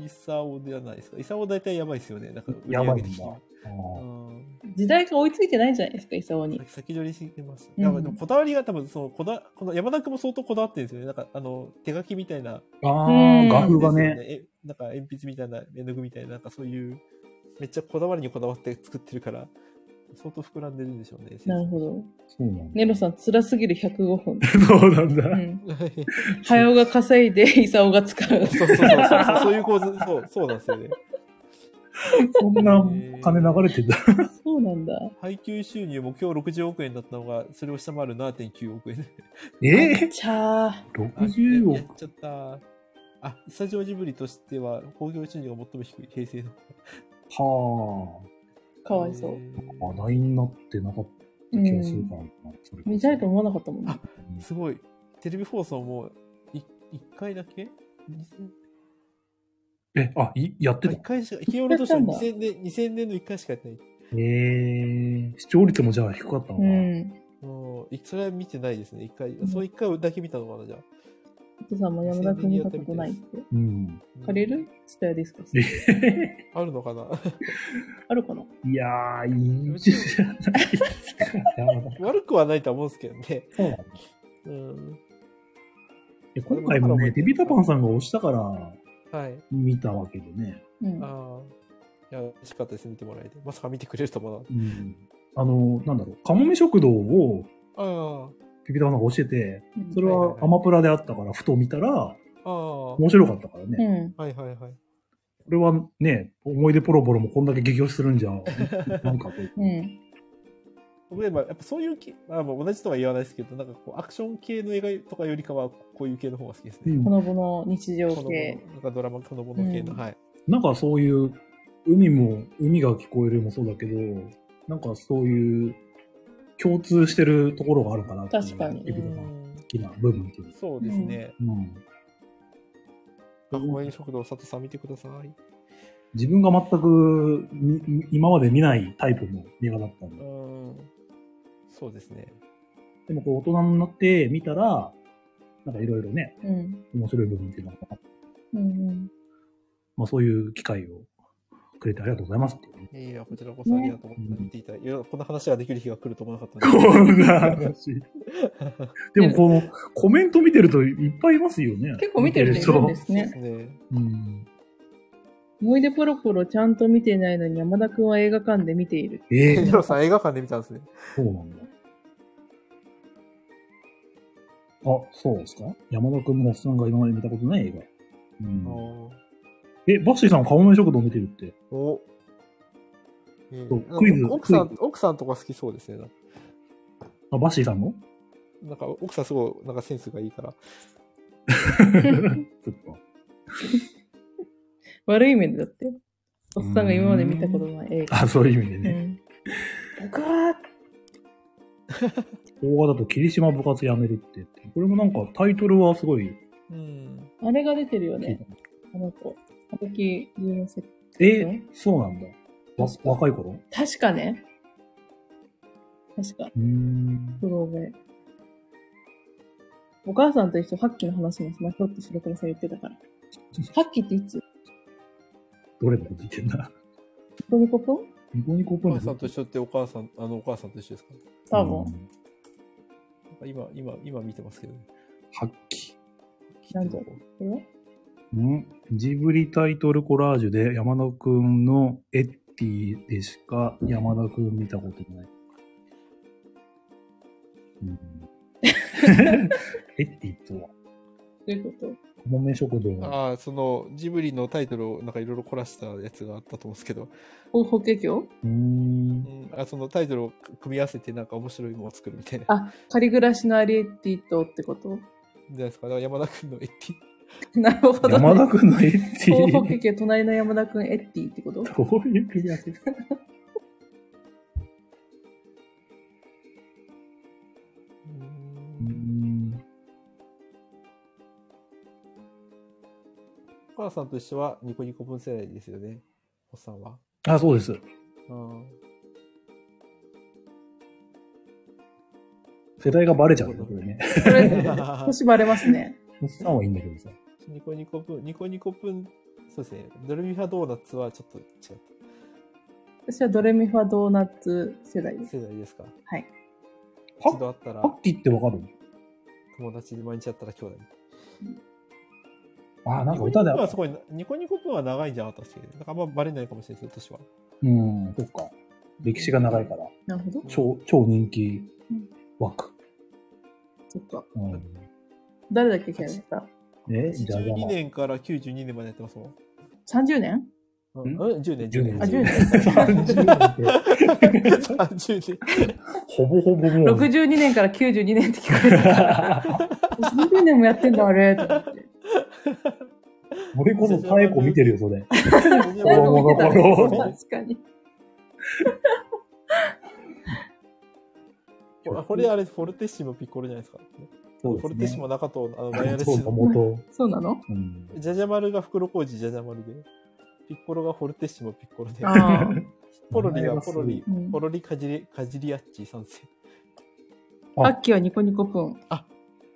Speaker 3: イサオじゃないですか。イサオ大体やばいですよね。だから
Speaker 2: やばいんだ
Speaker 3: 売り上げ的には。
Speaker 2: あ
Speaker 3: う
Speaker 2: ー
Speaker 3: ん
Speaker 1: 時代が追いついてないんじゃないですか、勲に。
Speaker 3: 先先取りしてます。
Speaker 1: うん
Speaker 3: なんかでもこだわりが多分そのこだこの山田君も相当こだわってるんですよね。なんかあの手書きみたいな
Speaker 2: あ
Speaker 1: う
Speaker 2: ー、
Speaker 1: ん
Speaker 2: 画風が
Speaker 3: ですよ
Speaker 2: ね。
Speaker 3: えなんか鉛筆みたいな絵の具みたいななんかそういうめっちゃこだわりにこだわって作ってるから相当膨らんでるんでしょうね。
Speaker 1: なるほど。
Speaker 2: そうなんだ。
Speaker 1: ネロさん、辛すぎる105分。
Speaker 2: そうなんだ。
Speaker 1: うん。
Speaker 3: ど。
Speaker 1: 早尾が稼いで、勲が 使う。
Speaker 3: そうそうそうそうそうそういう構図そうそうなんですよね。
Speaker 2: そんな金流れて んだ。
Speaker 1: そうなんだ。
Speaker 3: 配給収入目標60億円だったのがそれを下回る7.9億円。
Speaker 2: え
Speaker 1: ちゃー。
Speaker 3: あ
Speaker 2: 60
Speaker 3: やっ
Speaker 2: 億
Speaker 3: ちゃった。あ、スタジオジブリとしては、興行収入が最も低い平成の。
Speaker 2: は
Speaker 1: かわいそう
Speaker 3: えー
Speaker 2: あ、話題になってなかった気がするからな、それこそ
Speaker 1: 見たいと思わなかったもんね
Speaker 3: あ。すごい。テレビ放送もい一回だけ2000
Speaker 2: え、あ、いやって
Speaker 3: あ
Speaker 2: た
Speaker 3: 一。回しか、金曜ロードショー
Speaker 1: やったんだ
Speaker 3: 2000年、2000年の一回しかやってない。
Speaker 2: えー、視聴率もじゃあ低かったの
Speaker 1: う
Speaker 2: かな。
Speaker 1: ん。
Speaker 3: もう、いそれは見てないですね。一回、
Speaker 1: ん
Speaker 3: そう一回だけ見たのかな、じゃあ。
Speaker 1: お父さんも山田君見たことない って。
Speaker 2: うん。
Speaker 3: うん
Speaker 1: 借りるスタヤですか
Speaker 2: え
Speaker 3: あるのかな
Speaker 1: あるかない
Speaker 2: やー、 いいじゃないですか。
Speaker 3: 悪くはないとは思うんですけどね。
Speaker 2: そうなんだ
Speaker 3: うん。
Speaker 2: え今回もね、デビタパンさんが押したから
Speaker 3: はい。
Speaker 2: 見たわけでね。
Speaker 1: うん。
Speaker 3: ああ。いや、嬉しかったです、見てもらえて。まさか見てくれると思わなかっ
Speaker 2: うん。あの、なんだろう、カモメ食堂を
Speaker 3: た。あ
Speaker 2: デビタパンさんが押してて、
Speaker 1: うん
Speaker 2: それはアマプラであったから、ふと見たら、
Speaker 3: あ。ああ。
Speaker 2: 面白かったからね。
Speaker 1: うん。
Speaker 3: はいはいはい。
Speaker 2: これはね、思い出ポロポロもこんだけ激推しする んじゃ、なんかと。
Speaker 1: うん。
Speaker 3: 僕でもやっぱそういう系、まあ、まあ同じとは言わないですけど、なんかこうアクション系の映画とかよりかは、こういう系の方が好きです
Speaker 2: う
Speaker 3: ね。
Speaker 2: ん
Speaker 1: ほのぼの日常
Speaker 3: この
Speaker 1: 系。
Speaker 3: なんかドラマ、このもの系の、
Speaker 1: うん
Speaker 3: はい。
Speaker 2: なんかそういう、海も、海が聞こえるもそうだけど、なんかそういう、共通してるところがあるかなっていう
Speaker 1: 確かに
Speaker 2: エビデが好きな部分っていう。
Speaker 3: そうですね。
Speaker 2: うん。
Speaker 3: あ応援食堂、佐藤さん見てください。
Speaker 2: 自分が全くみみ今まで見ないタイプの映画だったん
Speaker 3: う
Speaker 2: で。
Speaker 3: ん。そうですね。
Speaker 2: でもこう大人になって見たら、なんかいろいろね、
Speaker 1: うん。
Speaker 2: 面白い部分っていうのが、
Speaker 1: うん。
Speaker 2: まあそういう機会をくれてありがとうございますっていうね。
Speaker 3: いやいや、こちらこそありがとうございます。
Speaker 2: ね
Speaker 3: 見ていただいて、いやこんな話ができる日が来ると思わなかったんで。
Speaker 2: こんな話。 でもこのコメント見てるといっぱいいますよね。
Speaker 1: 結構見てる人いるんで
Speaker 2: 見て
Speaker 1: す
Speaker 3: そうで
Speaker 1: ね
Speaker 3: す。ね。
Speaker 2: るとうん
Speaker 1: 思い出ポロポロちゃんと見てないのに山田君は映画館で見ている。
Speaker 2: ええ
Speaker 3: ジローさん映画館で見たんですね。
Speaker 2: そうなんだ。あ、そうですか山田くんもおっさんが今まで見たことない映画。うん、
Speaker 3: お
Speaker 2: え、バッシーさんは顔面食堂見てるって。
Speaker 3: お。え
Speaker 2: そう
Speaker 3: ーなんか
Speaker 2: クイズ
Speaker 3: 奥さ
Speaker 2: ク
Speaker 3: ん、奥さんとか好きそうですね。
Speaker 2: あ、バッシーさんの
Speaker 3: なんか、奥さんすごい、なんかセンスがいいから。
Speaker 2: そっか。
Speaker 1: 悪い面でだって。おっさんが今まで見たことない映画。
Speaker 2: あ、そういう意味で
Speaker 1: う
Speaker 2: ね。
Speaker 1: ん。僕は、
Speaker 2: 動画だと霧島部活やめるって言って。これもなんかタイトルはすごい
Speaker 3: うん。
Speaker 1: あれが出てるよ
Speaker 2: 聞い
Speaker 1: ね
Speaker 2: た。。
Speaker 1: あの子。あの時、有名作
Speaker 2: え、そうなんだ。わ若い頃
Speaker 1: 確かね。確か。
Speaker 2: うーん。
Speaker 1: 黒目。お母さんと一緒、ハッキーの話もしましょうって白黒さん言ってたから。ハッキーっていつ
Speaker 2: どれだ聞いてんだ。
Speaker 1: どういうこと
Speaker 2: ニコニコ
Speaker 3: お
Speaker 2: ポイン
Speaker 3: 母
Speaker 2: ト
Speaker 3: さんと一緒ってお母さん、あのお母さんと一緒ですか
Speaker 1: 多分。
Speaker 3: なんか今、今、今見てますけどね。
Speaker 2: はっき。
Speaker 1: なんじゃこれは
Speaker 2: うんジブリタイトルコラージュで山田くんのエッティでしか山田くん見たことない。うん エッティとは、
Speaker 1: どういうこと
Speaker 2: 小豆食堂の
Speaker 3: ああ、その、ジブリのタイトルをなんかいろいろ凝らしたやつがあったと思うんですけど、
Speaker 1: お、法華経
Speaker 2: うー
Speaker 3: うんん、あそのタイトルを組み合わせてなんか面白いものを作るみたいな。
Speaker 1: あ、仮暮らしのアリエッティとってこと
Speaker 3: じゃないですか。だから山田君のエッティ。
Speaker 1: なるほど、ね。
Speaker 2: 山田くんのエッテ
Speaker 1: 東北
Speaker 2: ィ。
Speaker 1: 家隣の山田くんエッティってこと
Speaker 2: どういう組み合わせうん
Speaker 3: お母さんと一緒はニコニコ分世代ですよね。おっさんは。
Speaker 2: あ、そうです。
Speaker 3: うん。
Speaker 2: 世代がバレちゃうね、これね。
Speaker 1: これ、 年バレますね。
Speaker 2: おっさんはいいんだけどさ。
Speaker 3: ニコニコ分、ニコニコ分、そうですね。ドルミファドーナツはちょっと違っ
Speaker 1: 私はドレミファドーナツ世代で
Speaker 3: た
Speaker 1: す。
Speaker 3: 世代ですか。
Speaker 1: はい。
Speaker 2: は
Speaker 3: 一度会ったら
Speaker 2: ハッキーってわかる
Speaker 3: 友達で毎日会ったら兄弟。
Speaker 2: あ、なんか歌で
Speaker 3: ニコニコ分はすごい、ニコニコ分は長いんじゃなかったですけど、なんかあんまバレないかもしれないですね、
Speaker 2: う
Speaker 3: 年は。
Speaker 2: ん、そっか。歴史が長いから。
Speaker 1: なるほど。
Speaker 2: 超、超人気
Speaker 1: うん
Speaker 2: 枠。
Speaker 1: そっか。
Speaker 2: うん。
Speaker 1: 誰だっけ、キャラクタ
Speaker 2: え、じゃあ、じゃあ
Speaker 3: 82年から92年までやってますもん。
Speaker 1: ー。30年
Speaker 3: うんん、10年、
Speaker 2: 10年
Speaker 1: あ、10年。
Speaker 2: 30年って、
Speaker 3: 30年。
Speaker 2: ほぼほぼもう。
Speaker 1: 62年から92年って聞こえたから。30年もやってんだ、あれ。と思って
Speaker 2: 俺こそ太鼓見てるよ、それ。
Speaker 3: 子
Speaker 2: 供の頃
Speaker 1: 確かに。
Speaker 3: これあれ、フォルテッシモピッコロじゃないですか。
Speaker 2: そ
Speaker 3: フォルテッシモ中藤のあのダイヤレス
Speaker 2: そう、元。
Speaker 1: そうなの
Speaker 2: うん。
Speaker 3: ジャジャマルが袋小路ジャジャマルで、ピッコロがフォルテッシモピッコロで、
Speaker 1: ああ。
Speaker 3: ポロリがポロリ、
Speaker 1: うん
Speaker 3: ポロリカジリ、カジリアッチ参戦。
Speaker 2: あ
Speaker 1: アッキーはニコニコプーン。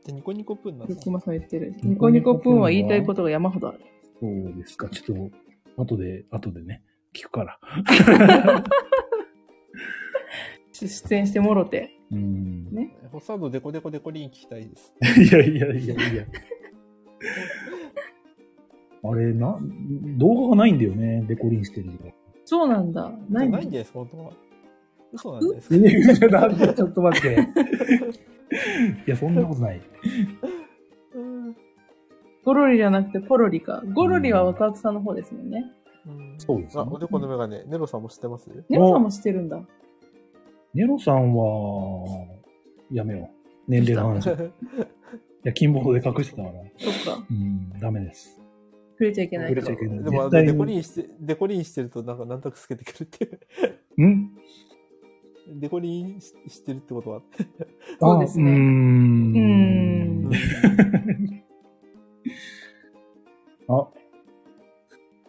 Speaker 3: で、ニコニコプンなん
Speaker 1: ルッ
Speaker 3: です
Speaker 1: ク
Speaker 3: ね
Speaker 1: マさん言ってる。ニコニコプーンは言いたいことが山ほどある。
Speaker 2: そうですか。ちょっと、後で、後でね、聞くから。
Speaker 1: 出演してもろて。
Speaker 2: うん。
Speaker 1: ね
Speaker 3: ホッサンドデコデコデコリン聞きたいです。
Speaker 2: いやいやいやいや。 あれ、な、動画がないんだよね、デコリンしてるのが。
Speaker 1: そうなんだ。ない
Speaker 3: ないんじゃないですか、本当は。嘘なんじゃないですか。
Speaker 2: え、なんでちょっと待って。 いや、そんなことない。
Speaker 3: うん
Speaker 1: ゴロリじゃなくてポロリか。ゴロリは若草さんの方ですもんね。
Speaker 2: そうですね
Speaker 3: あ、おでこのメガネ、ネロさんも知ってます
Speaker 1: ネロさんもしてるんだ。
Speaker 2: ネロさんは、やめよう。年齢の 話。いや、金棒で隠してたから。
Speaker 1: そっか。
Speaker 2: うん、ダメです。
Speaker 1: 触れちゃいけない
Speaker 2: 触
Speaker 1: か
Speaker 2: れちゃいけない。
Speaker 3: でもあ
Speaker 2: 絶
Speaker 3: の
Speaker 2: 対に
Speaker 3: デコリンして、デコリンしてるとなんかなんとなく透けてくるっていう。
Speaker 2: ん
Speaker 3: デコリンししてるってことは。
Speaker 1: そうですね
Speaker 2: あうー
Speaker 1: うー
Speaker 2: ん
Speaker 1: ん。
Speaker 2: あ、こ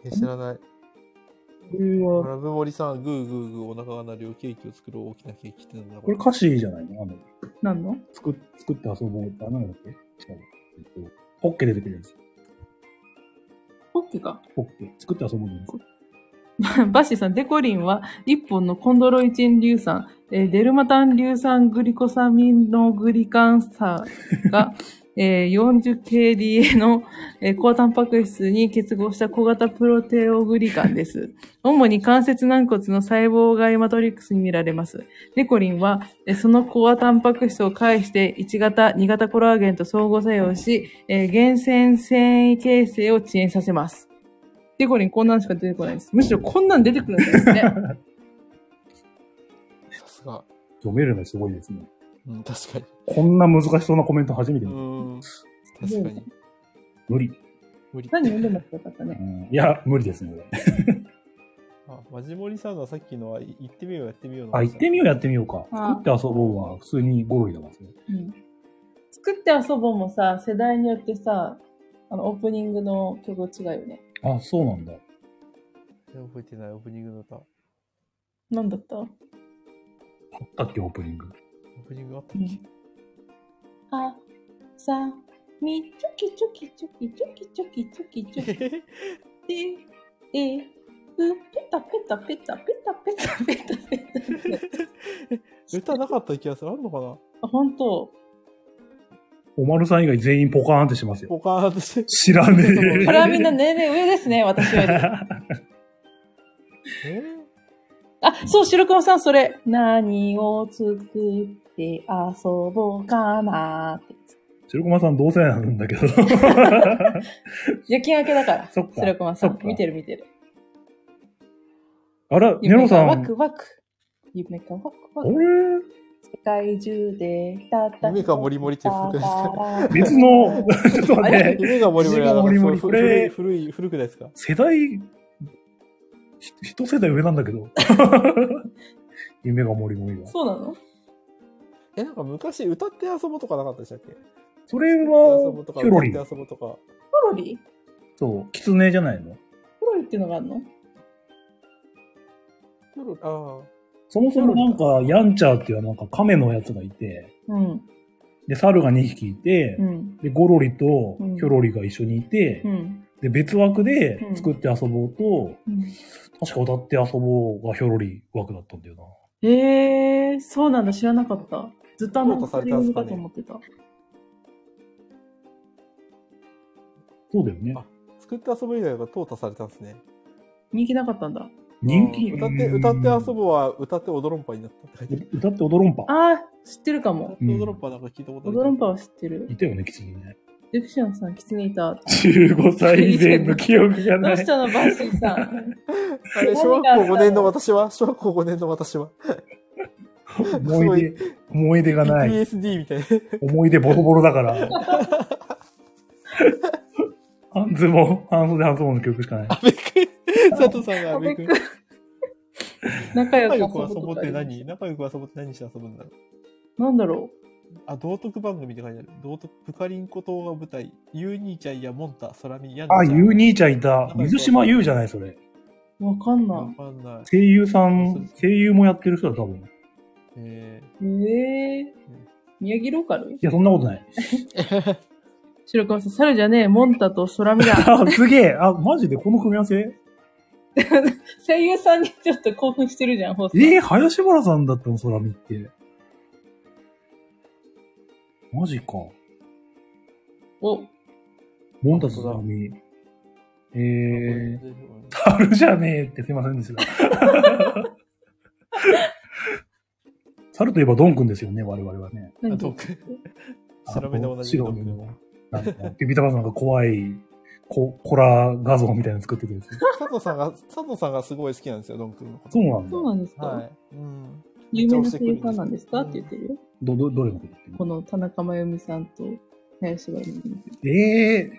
Speaker 3: え知らない。
Speaker 2: れは、
Speaker 3: ラブモリさん、グーグーグーお腹が鳴るよケーキを作る大きなケーキってなんだろう。
Speaker 2: これ歌詞じゃないのあの、
Speaker 1: 何の
Speaker 2: 作っ作って遊ぼう。あ、なんだっけ違う。えっと、ポッケ出てくるやつ。
Speaker 1: ポッケか。
Speaker 2: ポッケ。作って遊ぼうじゃないですか。
Speaker 1: バッシーさん、デコリンは、一本のコンドロイチン硫酸、えーデルマタン硫酸グリコサミノグリカン酸が えー 40kDA の、えー高タンパク質に結合した小型プロテオグリカンです。 主に関節軟骨の細胞外マトリックスに見られます。ネコリンは、えーそのコアタンパク質を介して1型、2型コラーゲンと相互作用し、えー厳選繊維形成を遅延させます。ネコリンこんなんしか出てこないです。むしろこんなん出てくるんですね。
Speaker 3: さすが。
Speaker 2: 読めるのすごいですね。
Speaker 3: うん、確かに。
Speaker 2: こんな難しそうなコメント初めて
Speaker 3: う
Speaker 2: 見た。
Speaker 3: ん。確かに。
Speaker 2: 無理。
Speaker 3: 無理。
Speaker 1: 何読んでもよかったね
Speaker 2: う。んいや、無理ですね。
Speaker 3: あ、マジモリサウナさっきのは、い行ってみよう、やってみようの
Speaker 2: あ、行ってみよう、やってみようか。
Speaker 1: あ
Speaker 2: 作って遊ぼうは普通にゴロリだからね。
Speaker 1: うん作って遊ぼうもさ、世代によってさ、あの、オープニングの曲違うよね。
Speaker 2: あ、そうなんだ。
Speaker 3: 覚えてない、オープニングの歌。オ
Speaker 1: なんだった、う
Speaker 2: あったっけ、オープニング。
Speaker 3: ープニングあったっ
Speaker 1: ん、あ、さ、み、ちょきちょきちょきちょきちょきちょきちょき、
Speaker 3: け
Speaker 1: え、え、う、ペタペタペタペタペタペタペタペ
Speaker 3: 歌なかった気がする。あんのかな
Speaker 1: タ。あ、ほんと。
Speaker 2: おまるさん以外全員ポカーンってしますよ。
Speaker 3: ポカーンとして。
Speaker 2: 知らね
Speaker 3: そう
Speaker 1: これ
Speaker 3: そう
Speaker 2: え。
Speaker 1: はみんな年齢上ですね、私より。
Speaker 3: え
Speaker 1: あ、そう、白熊さん、それ。何を作って遊ぼうかなって。
Speaker 2: 白駒さん同世代なんだけど。
Speaker 1: 夜勤明けだから。
Speaker 2: そっか
Speaker 1: 白駒さ
Speaker 2: そ
Speaker 1: ん
Speaker 2: っ。か
Speaker 1: 見てる見てる。
Speaker 2: あら、ネロさん。
Speaker 1: ワ
Speaker 2: あれ
Speaker 1: クワク。夢かワクワク。世界中でたった。
Speaker 3: 夢かもりもりっていう曲ですか
Speaker 2: 別の、 ちょっと待っ
Speaker 1: あ
Speaker 2: て。
Speaker 3: 夢がモリモリだな
Speaker 2: 夢がモリモリ
Speaker 3: そう
Speaker 2: これ
Speaker 3: 古い、古い、古くないですか
Speaker 2: 世代、ひ一世代上なんだけど。 夢がもりもりは。
Speaker 1: そうなの
Speaker 3: え、なんか昔歌って遊ぼうとかなかったでしたっけ
Speaker 2: それ
Speaker 3: 遊ぼ
Speaker 2: は
Speaker 3: うと、か、
Speaker 2: キョロリ
Speaker 3: 歌。って遊ぼうとか。
Speaker 1: ポロリ
Speaker 2: そう、キツネじゃないの
Speaker 1: ポロリっていうのがあるの
Speaker 3: キョロリああ。
Speaker 2: そもそもなんか、ヤンチャーっていうなんか亀のやつがいて、
Speaker 1: うん。
Speaker 2: で、猿が2匹いて
Speaker 1: う、ん。
Speaker 2: で、ゴロリと
Speaker 1: うん
Speaker 2: キョロリが一緒にいて、
Speaker 1: うん。
Speaker 2: で、別枠で
Speaker 1: うん
Speaker 2: 作って遊ぼうと、
Speaker 1: うん
Speaker 2: 確か歌って遊ぼうがヒョロリ枠だったんだよな。
Speaker 1: えー、そうなんだ。知らなかった。ずっとあの、
Speaker 3: 淘汰さ
Speaker 1: カ
Speaker 3: れ
Speaker 1: リ
Speaker 3: たん
Speaker 1: ン
Speaker 3: す
Speaker 1: グ
Speaker 3: か
Speaker 1: か
Speaker 3: ね
Speaker 1: と思ってた。
Speaker 2: そうだよね
Speaker 3: あ。作って遊ぶ以外が淘汰されたんですね。
Speaker 1: 人気なかったんだ。
Speaker 2: 人気。
Speaker 3: 歌って、歌って遊
Speaker 2: ぼ
Speaker 3: ぼうは、歌って踊ろんぱになったって書いてある。
Speaker 2: う。歌って踊ろんぱ。
Speaker 1: あー、知ってるか
Speaker 3: 歌っ
Speaker 1: も。
Speaker 3: て踊ろんぱなんか聞いたことあ
Speaker 1: オ
Speaker 3: る。
Speaker 1: ドロンパは知ってる。
Speaker 2: いたよね、キツネね。
Speaker 1: デクシアンさん、キツネいた。
Speaker 2: 15歳以前の記憶が
Speaker 1: ど
Speaker 2: な
Speaker 1: う
Speaker 2: い。
Speaker 1: したの、バッシーさん。
Speaker 3: あれ、小学校5年の私は、 小学校5年の私は、
Speaker 2: 思い出、思い出がない。
Speaker 3: PTSD みたいな。
Speaker 2: 思い出ボロボロだから。半ズボン、半袖半ズボンの曲しかない。
Speaker 3: アベック、佐藤さんがアベック。
Speaker 1: 仲良
Speaker 3: 仲
Speaker 1: く
Speaker 3: 良く遊
Speaker 1: 遊
Speaker 3: ぼ
Speaker 1: ぼ
Speaker 3: う
Speaker 1: う
Speaker 3: っ
Speaker 1: と
Speaker 3: て
Speaker 1: かあり
Speaker 3: 何仲良く遊ぼうって何して遊ぶんだろう
Speaker 1: なんだろ
Speaker 3: あ、道徳番組って書いてある。道徳、プカリンコ島が舞台、ユーニーちゃんやモンタ、ソラミ、ヤン
Speaker 2: あ、ゆう
Speaker 3: ニ
Speaker 2: 兄ちゃんいた。水島ゆうじゃない、それ。
Speaker 1: うわかん
Speaker 3: ーわ
Speaker 1: な
Speaker 3: かんない。
Speaker 2: 声優さん、声優もやってる人だ、多分。い
Speaker 3: え
Speaker 1: い。へえ宮城ローカル
Speaker 2: や、そんなことない。
Speaker 3: ー、
Speaker 1: 白川さん、猿じゃねえ、モンタと空見 だ。
Speaker 2: あ、すげえ。あ、マジでこの組み合わせえ
Speaker 1: 声優さんにちょっと興奮してるじゃん、ホス
Speaker 2: ー、林原さんだったの、空見って。マジか。
Speaker 1: お、
Speaker 2: モンタと空見。えー、
Speaker 3: ー、
Speaker 2: あるじゃねえってすいませんでした。 猿といえばドンくんですよね、我々はね。
Speaker 3: あ
Speaker 1: 何
Speaker 3: と、白目で同じ
Speaker 2: 白
Speaker 3: 道
Speaker 2: 目
Speaker 3: 徳
Speaker 2: の。なんか、ビビタバスなんか怖いココラ画像みたいなの作ってくれて。
Speaker 3: 佐藤さんが、佐藤さんがすごい好きなんですよ、ドン君のこと。
Speaker 2: そうなんだ
Speaker 1: そう。なんですか、
Speaker 3: はい。うん。
Speaker 1: 有名な声優さんなんですかって言ってるよ。
Speaker 2: ど、ど、どれのこと言ってる
Speaker 1: この田中真由美さんと林原美
Speaker 2: ええー、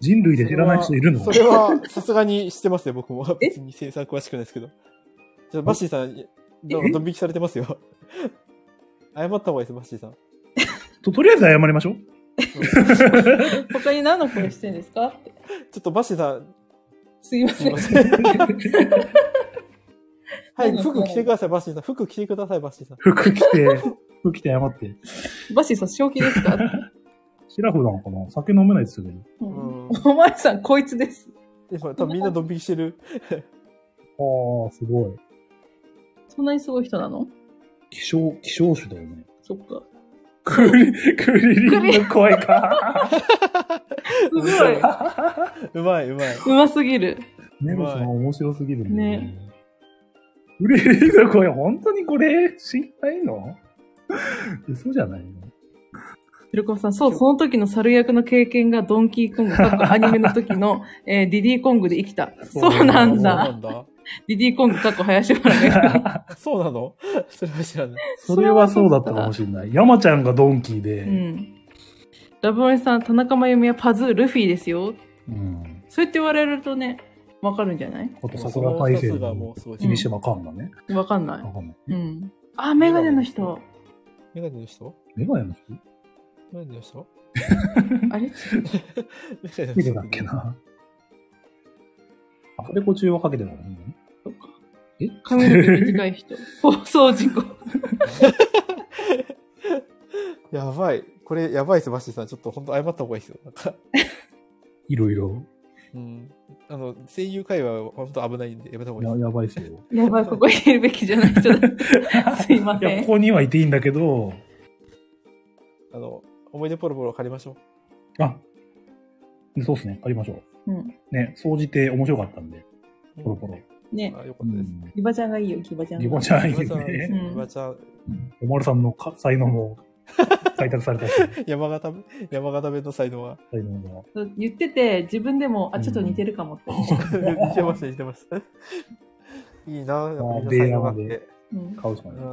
Speaker 2: 人類で知らない人いるの
Speaker 3: それは、さすがに知ってますよ、僕も。
Speaker 1: え
Speaker 3: 別に生産詳しくないですけど。じゃあ、バッシーさん、なんかドン引きされてますよ。謝った方がいいです、バッシー さん。
Speaker 2: と、とりあえず謝りましょう。
Speaker 1: 他に何の声してんですかって。
Speaker 3: ちょっとバッシーさん、
Speaker 1: すいますせ
Speaker 3: い
Speaker 1: ん
Speaker 3: ま。せん。はい、
Speaker 1: そう
Speaker 3: 服
Speaker 1: なんですね
Speaker 3: 着てください、バッシーさん。服着てください、バッシーさん。
Speaker 2: 服着て、服着て謝って。
Speaker 1: バシーさん、正気ですか、
Speaker 2: シラフなのかな酒飲めないですよね。
Speaker 1: うん、
Speaker 3: うん。
Speaker 1: お前さん、こいつです。
Speaker 3: 今、多分みんなドン引きしてる。
Speaker 2: ああ、すごい。
Speaker 1: そんなにすごい人なの
Speaker 2: 希少、希少種だよね。
Speaker 1: そっか。
Speaker 2: クリ、クリリンの声か。
Speaker 1: す ごい。
Speaker 3: うまいうまい。
Speaker 1: うますぎる。
Speaker 2: メロさん面白すぎる
Speaker 1: ね。
Speaker 2: クリリンの声、本当にこれ、知りたいの 嘘じゃないの
Speaker 1: ひろこさん、そう、その時の猿役の経験がドンキーコング、かっこアニメの時の、えーディディコングで生きた。そうなん
Speaker 3: そうな
Speaker 1: だ。
Speaker 3: んだ。
Speaker 1: ディディコング、かっこ林原が生きた。
Speaker 3: そうなのそれは知らない。
Speaker 2: それはそうだったかもしれない。山ちゃんがドンキーで、
Speaker 1: うん。ラブオネさん、田中真由美はパズー、ルフィですよ。
Speaker 2: うん。
Speaker 1: そうやって言われるとね、わかるんじゃない
Speaker 2: あと、桜大
Speaker 3: そ
Speaker 2: 生
Speaker 3: れはさすがも
Speaker 2: の
Speaker 3: うすごい。
Speaker 2: 君島かんだね。
Speaker 1: わかんな
Speaker 2: わかんない。
Speaker 1: い。うん。あ、メガネの人。
Speaker 3: メガネの人
Speaker 2: メガネの人
Speaker 3: メガネの人
Speaker 1: あれ
Speaker 3: メガネの
Speaker 2: 見て
Speaker 3: 人
Speaker 2: たっけな。アフレコ中はかけてたのね
Speaker 1: そっか
Speaker 2: え
Speaker 1: 髪の毛短い人。放送事故。
Speaker 3: やばい。これやばいです、バッシーさん。ちょっと本当謝った方がいいですよ。なんか、
Speaker 2: いろいろ。
Speaker 3: うん。あの、声優会話は本当危ないんで、やめた方が
Speaker 2: や
Speaker 3: いいです。
Speaker 2: やばいっすよ。
Speaker 1: やばい、ここにいるべきじゃない人だ。 すいま
Speaker 2: いや、
Speaker 1: せ
Speaker 2: こ
Speaker 1: ん。
Speaker 2: こにはいていいんだけど、
Speaker 3: あの、思い出ポロポロ借りましょう。
Speaker 2: あ、そうっすね。借りましょ
Speaker 1: うん。
Speaker 2: う。ね、総じて面白かったんで、ポロポロ。
Speaker 1: ね。
Speaker 3: あ、よか
Speaker 2: う
Speaker 3: ったです。
Speaker 2: ん。
Speaker 1: ギバちゃんがいいよ、ギバちゃん
Speaker 2: リ
Speaker 1: が。
Speaker 2: ボちゃんいい
Speaker 3: リバちゃん、
Speaker 2: ね。
Speaker 1: うん
Speaker 3: リバちゃん、
Speaker 2: おまるさんのか才能も 開拓されたし、
Speaker 3: 山形弁、山形弁の才能は。
Speaker 2: 才能も。
Speaker 1: そう言ってて、自分でも、あ、ちょっと似てるかもって。
Speaker 3: 似てました、似てました。いいな、やっぱみんな才能があって。
Speaker 1: うん。
Speaker 2: 買うしか
Speaker 3: う
Speaker 2: ない。
Speaker 3: ん。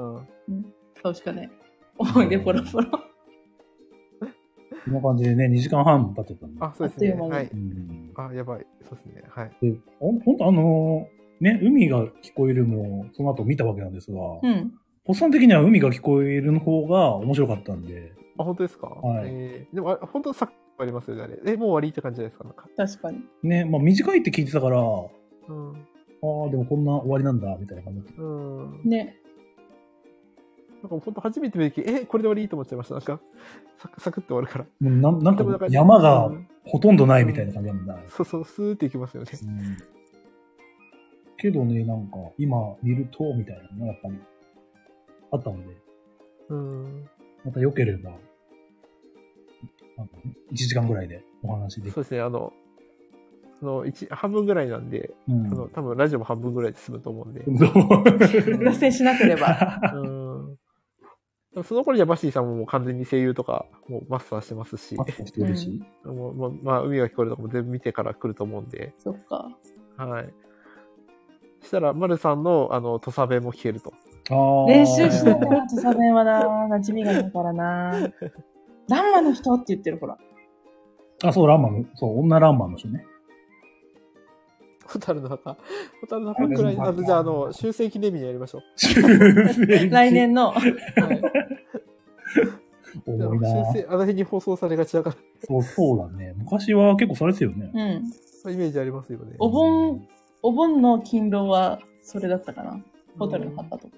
Speaker 1: そうしかない。思い出ポロポロ。
Speaker 2: こんな感じでね、2時間半経っちゃったんで。
Speaker 3: あ、そうですね。
Speaker 1: あっという間に
Speaker 3: はい。
Speaker 2: うん
Speaker 3: あ、やばい。そうですね。はい。
Speaker 2: で、ほんほんとあのーね、海が聞こえるも、その後見たわけなんですが、
Speaker 1: うん。
Speaker 2: ホッサン的には海が聞こえるの方が面白かったんで、
Speaker 3: あ、本当ですか
Speaker 2: はい
Speaker 3: えーでも、あれ本当さっきありますよね、あれ。え、もう終わりって感じじゃないですか、なんか。
Speaker 1: 確かに。
Speaker 2: ね、まあ短いって聞いてたから、ああ、
Speaker 3: うん。
Speaker 2: でもこんな終わりなんだ、みたいな感じだっ
Speaker 3: うん。なんか
Speaker 1: ね。
Speaker 3: 本当初めて見るとき、え、これで終わりと思っちゃいました。なんか、サクサクって終わるから。
Speaker 2: た。もうなんなん
Speaker 3: でもなん
Speaker 2: か
Speaker 3: か
Speaker 2: 山が
Speaker 3: うん
Speaker 2: ほとんどないみたいな感じなんだ。
Speaker 3: そうそう、スーっていきますよね。
Speaker 2: うんけどね、なんか今見ると、みたいなのがやっぱりあったので、
Speaker 3: うん。
Speaker 2: また良ければ、なんかね1時間ぐらいでお話でき
Speaker 3: そうですね、あの、その、一、半分ぐらいなんで、
Speaker 2: うん
Speaker 3: あ の、多分ラジオも半分ぐらいで済むと思うんで。
Speaker 2: どう
Speaker 1: 脱線しなけれ ば。
Speaker 3: うん。でもその頃にはバッシーさんももう完全に声優とか、もうマスターしてますし、
Speaker 2: マスクしてるし、
Speaker 3: もうもうまあ、海が聞こえるとかも全部見てから来ると思うんで、
Speaker 1: そっか。
Speaker 3: はい。したら、丸さんの、あの、土佐弁も聞けると。
Speaker 2: あー
Speaker 1: 練習しなきゃ、土佐弁はな、馴染みがないからな。ランマの人って言ってる、ほら。
Speaker 2: あ、そう、ランマの、そう、女ランマの人ね。
Speaker 3: ホタルの墓。ホタルの墓くらい、あの、じゃあ、あの、修正記念日にやりましょ
Speaker 1: 来。年の。
Speaker 3: う。はい。
Speaker 2: 重いな
Speaker 3: 修正、あの辺に放送されがちだか
Speaker 2: そう、そうだね。昔は結構されてたよね。
Speaker 1: うん。
Speaker 3: ら、イメージありますよね。
Speaker 1: お盆、お盆の勤労は、それだったかな。ホタルの墓とか。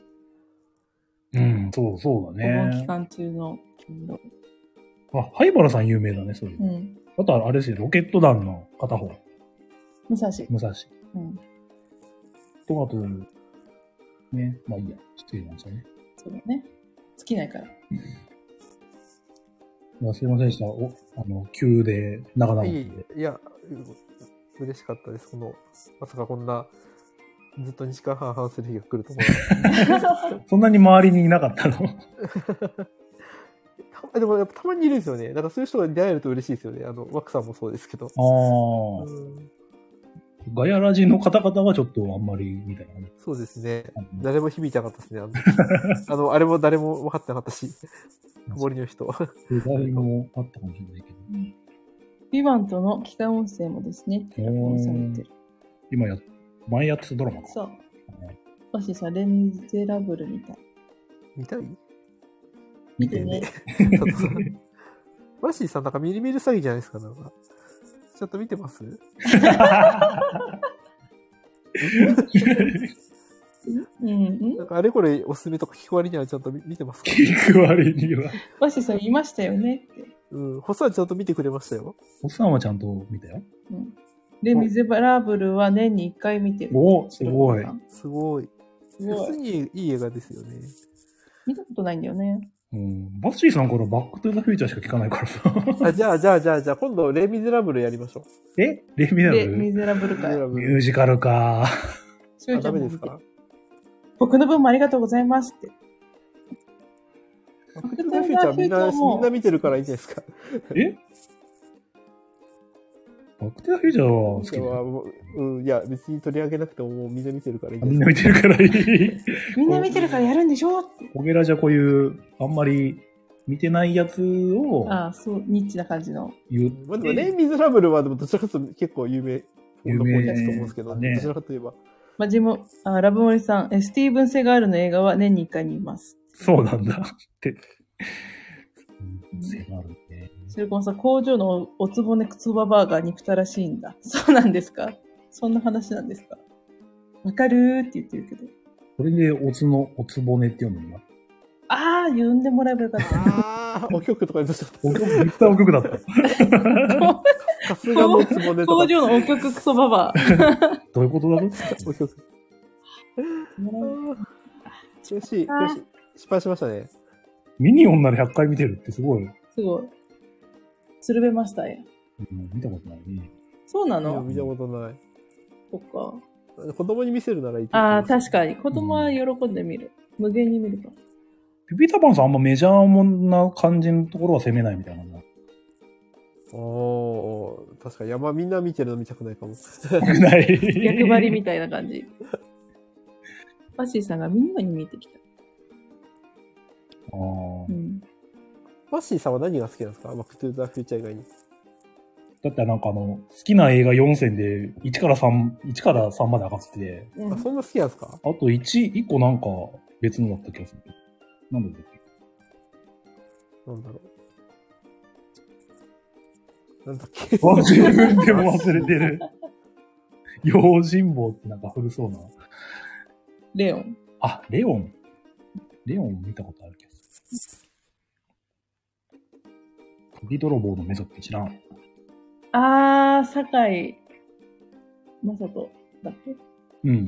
Speaker 2: うん、そう、そうだ
Speaker 1: お盆期
Speaker 2: ね。
Speaker 1: 間中の勤労。
Speaker 2: あ、灰原さん有名だね、そういう
Speaker 1: う
Speaker 2: の。
Speaker 1: ん。
Speaker 2: あとはあれですよ、ロケット団の片方、
Speaker 1: 武蔵。
Speaker 2: 武蔵。
Speaker 1: うん。
Speaker 2: と、あと、ね、まあいいや、失礼なんですよね。
Speaker 1: そうだね。尽きないから。
Speaker 2: いや、すいませんでした。お、あの、急で、長々
Speaker 3: い
Speaker 2: と
Speaker 3: えいえいや、う嬉しかったです。この、まさかこんな、ずっと2時間半話する日が来ると思
Speaker 2: そんなに周りにいなかったの
Speaker 3: う。たで も、やっぱたまにいるんですよね。なんかそういう人が出会えると嬉しいですよね。あの、ワクさんもそうですけど。
Speaker 2: ああ、
Speaker 3: うん
Speaker 2: ガヤラジの方々はちょっとあんまり、みたいな感じ。
Speaker 3: そうですね。誰も響いてなかったですね。あのあの、あれも誰も分かってなかったし、森の人。
Speaker 2: 世代もあったかもしれないけど。
Speaker 1: ビバントの北音声もですね。
Speaker 2: おー
Speaker 1: 音声言ってる。
Speaker 2: 今や、前やってたドラマか。
Speaker 1: そう。もしさ、レ・ミゼラブルみたい。
Speaker 3: 見たい
Speaker 1: 見てね。
Speaker 3: 佐藤さんマシーさんなんかミリミリ詐欺じゃないですか、なんか。ちょっと見てます
Speaker 1: うん。うん
Speaker 3: なんかあれこれおすすめとか聞こえりにはちゃんと見見てますか
Speaker 2: 聞く割には。
Speaker 1: バシさんいましたよねって。
Speaker 3: うん。ホッサンちゃんと見てくれましたよ。
Speaker 2: おっさんはちゃんと見たよ。
Speaker 1: うん。レ・ミゼラブルは年に1回見てる。
Speaker 2: おすごい。
Speaker 1: す
Speaker 3: すごい。
Speaker 1: ご
Speaker 3: 普通
Speaker 1: い。
Speaker 3: にいい映画ですよね。
Speaker 1: 見たことないんだよね。
Speaker 2: うん、バッシーさんからバックトゥーザフューチャーしか聞かないからさ。
Speaker 3: あ、じゃあ、じゃあ、じゃあ、じゃあ、今度、レ・ミゼラブルやりましょ
Speaker 2: えレミナ
Speaker 1: で、
Speaker 2: ル
Speaker 1: ミゼラブル
Speaker 3: う。レ・ミゼ
Speaker 1: 会。
Speaker 3: ラブ
Speaker 2: ミ
Speaker 3: ル。
Speaker 2: ュージカルか。
Speaker 1: しゅ
Speaker 3: あ、
Speaker 1: うちゃ
Speaker 3: ダ
Speaker 1: んも見
Speaker 3: メで
Speaker 1: て
Speaker 3: すか
Speaker 1: 僕の分もありがとうございますって。
Speaker 3: バックトゥザフューチャーみんな、みんな見てるからいいんじゃないですか。
Speaker 2: えバックトゥーザフューチャーは好きだ
Speaker 3: 今日は
Speaker 2: よ
Speaker 3: もううん、いや、別に取り上げなくても、もうみんな見てるからいいんじゃ
Speaker 2: みん
Speaker 3: な
Speaker 2: ない
Speaker 3: で
Speaker 2: 見てるからいい。
Speaker 1: みんな見てるからやるんでしょって。
Speaker 2: ホゲラじゃこういう、あんまり見てないやつを
Speaker 1: ああ、そう、ニッチな感じの。
Speaker 2: 言っ
Speaker 3: す
Speaker 2: て
Speaker 3: か。まあ、でも、レ・ミゼラブルは、でも、どちらかというと結構有名。
Speaker 2: 有
Speaker 3: 有
Speaker 2: 名
Speaker 3: 名だと思うんですけど、
Speaker 2: ね
Speaker 3: どちらかといえば。
Speaker 1: まあ、ジム、あラブモリさん、えスティーブン・セガールの映画は年に1回見ます。
Speaker 2: そうなんだって。迫るね。
Speaker 1: それこそ工場のおおつぼねくつばバーガー憎たらしいんだ。 そうなんですかそんな話なんですかわかるーって言ってるけど。
Speaker 2: これで、おつの、おつぼねって読むんだ。
Speaker 1: ああ、呼んでもらえばよか った。
Speaker 3: ああ、お曲とかにどうしちゃ
Speaker 2: おめっちゃお曲だった。
Speaker 3: った。さすがのつぼねと
Speaker 1: 工場
Speaker 3: か。
Speaker 1: のお曲クソババア。
Speaker 2: どういうことだろう
Speaker 3: お曲。悔しい、
Speaker 1: あー
Speaker 3: 悔しい。失敗しましたね。
Speaker 2: ミニオンなら100回見てるってすごい。
Speaker 1: すごい。鶴瓶マスターや。
Speaker 2: うん見たことないね。
Speaker 1: そうない
Speaker 3: や
Speaker 1: の
Speaker 3: 見たことない。
Speaker 1: そっか。
Speaker 3: 子供に見せるならいい。
Speaker 1: ああ、確かに。子供は喜んで見る。無限に見るか。
Speaker 2: ピピタパンさんあんまメジャーもんな感じのところは攻めないみたいな の。
Speaker 3: に。おー確かに山みんな見てるの見たくないかも。
Speaker 2: ない。
Speaker 1: 逆張りみたいな感じ。バッシーさんがみんなに見えてきた。
Speaker 2: あ
Speaker 1: う
Speaker 2: ー
Speaker 1: ん。
Speaker 3: マッシーさんは何が好きなんですかバックトゥーザフューチャー以外に。
Speaker 2: だってなんかあの、好きな映画4選で1から3、1から3まで上がってて、
Speaker 1: うん
Speaker 3: あ、そんな好きなんですか
Speaker 2: あと1、1個なんか別のだった気がする。なんだっけ
Speaker 3: なんだろう。なんだっけ
Speaker 2: わ自分でも忘れて る。用心棒ってなんか古そうな。
Speaker 1: レオン。
Speaker 2: あ、レオン。レオン見たことあるけど。鳥泥棒のメソって知らん。
Speaker 1: あー、酒井正人だっけ
Speaker 2: うん。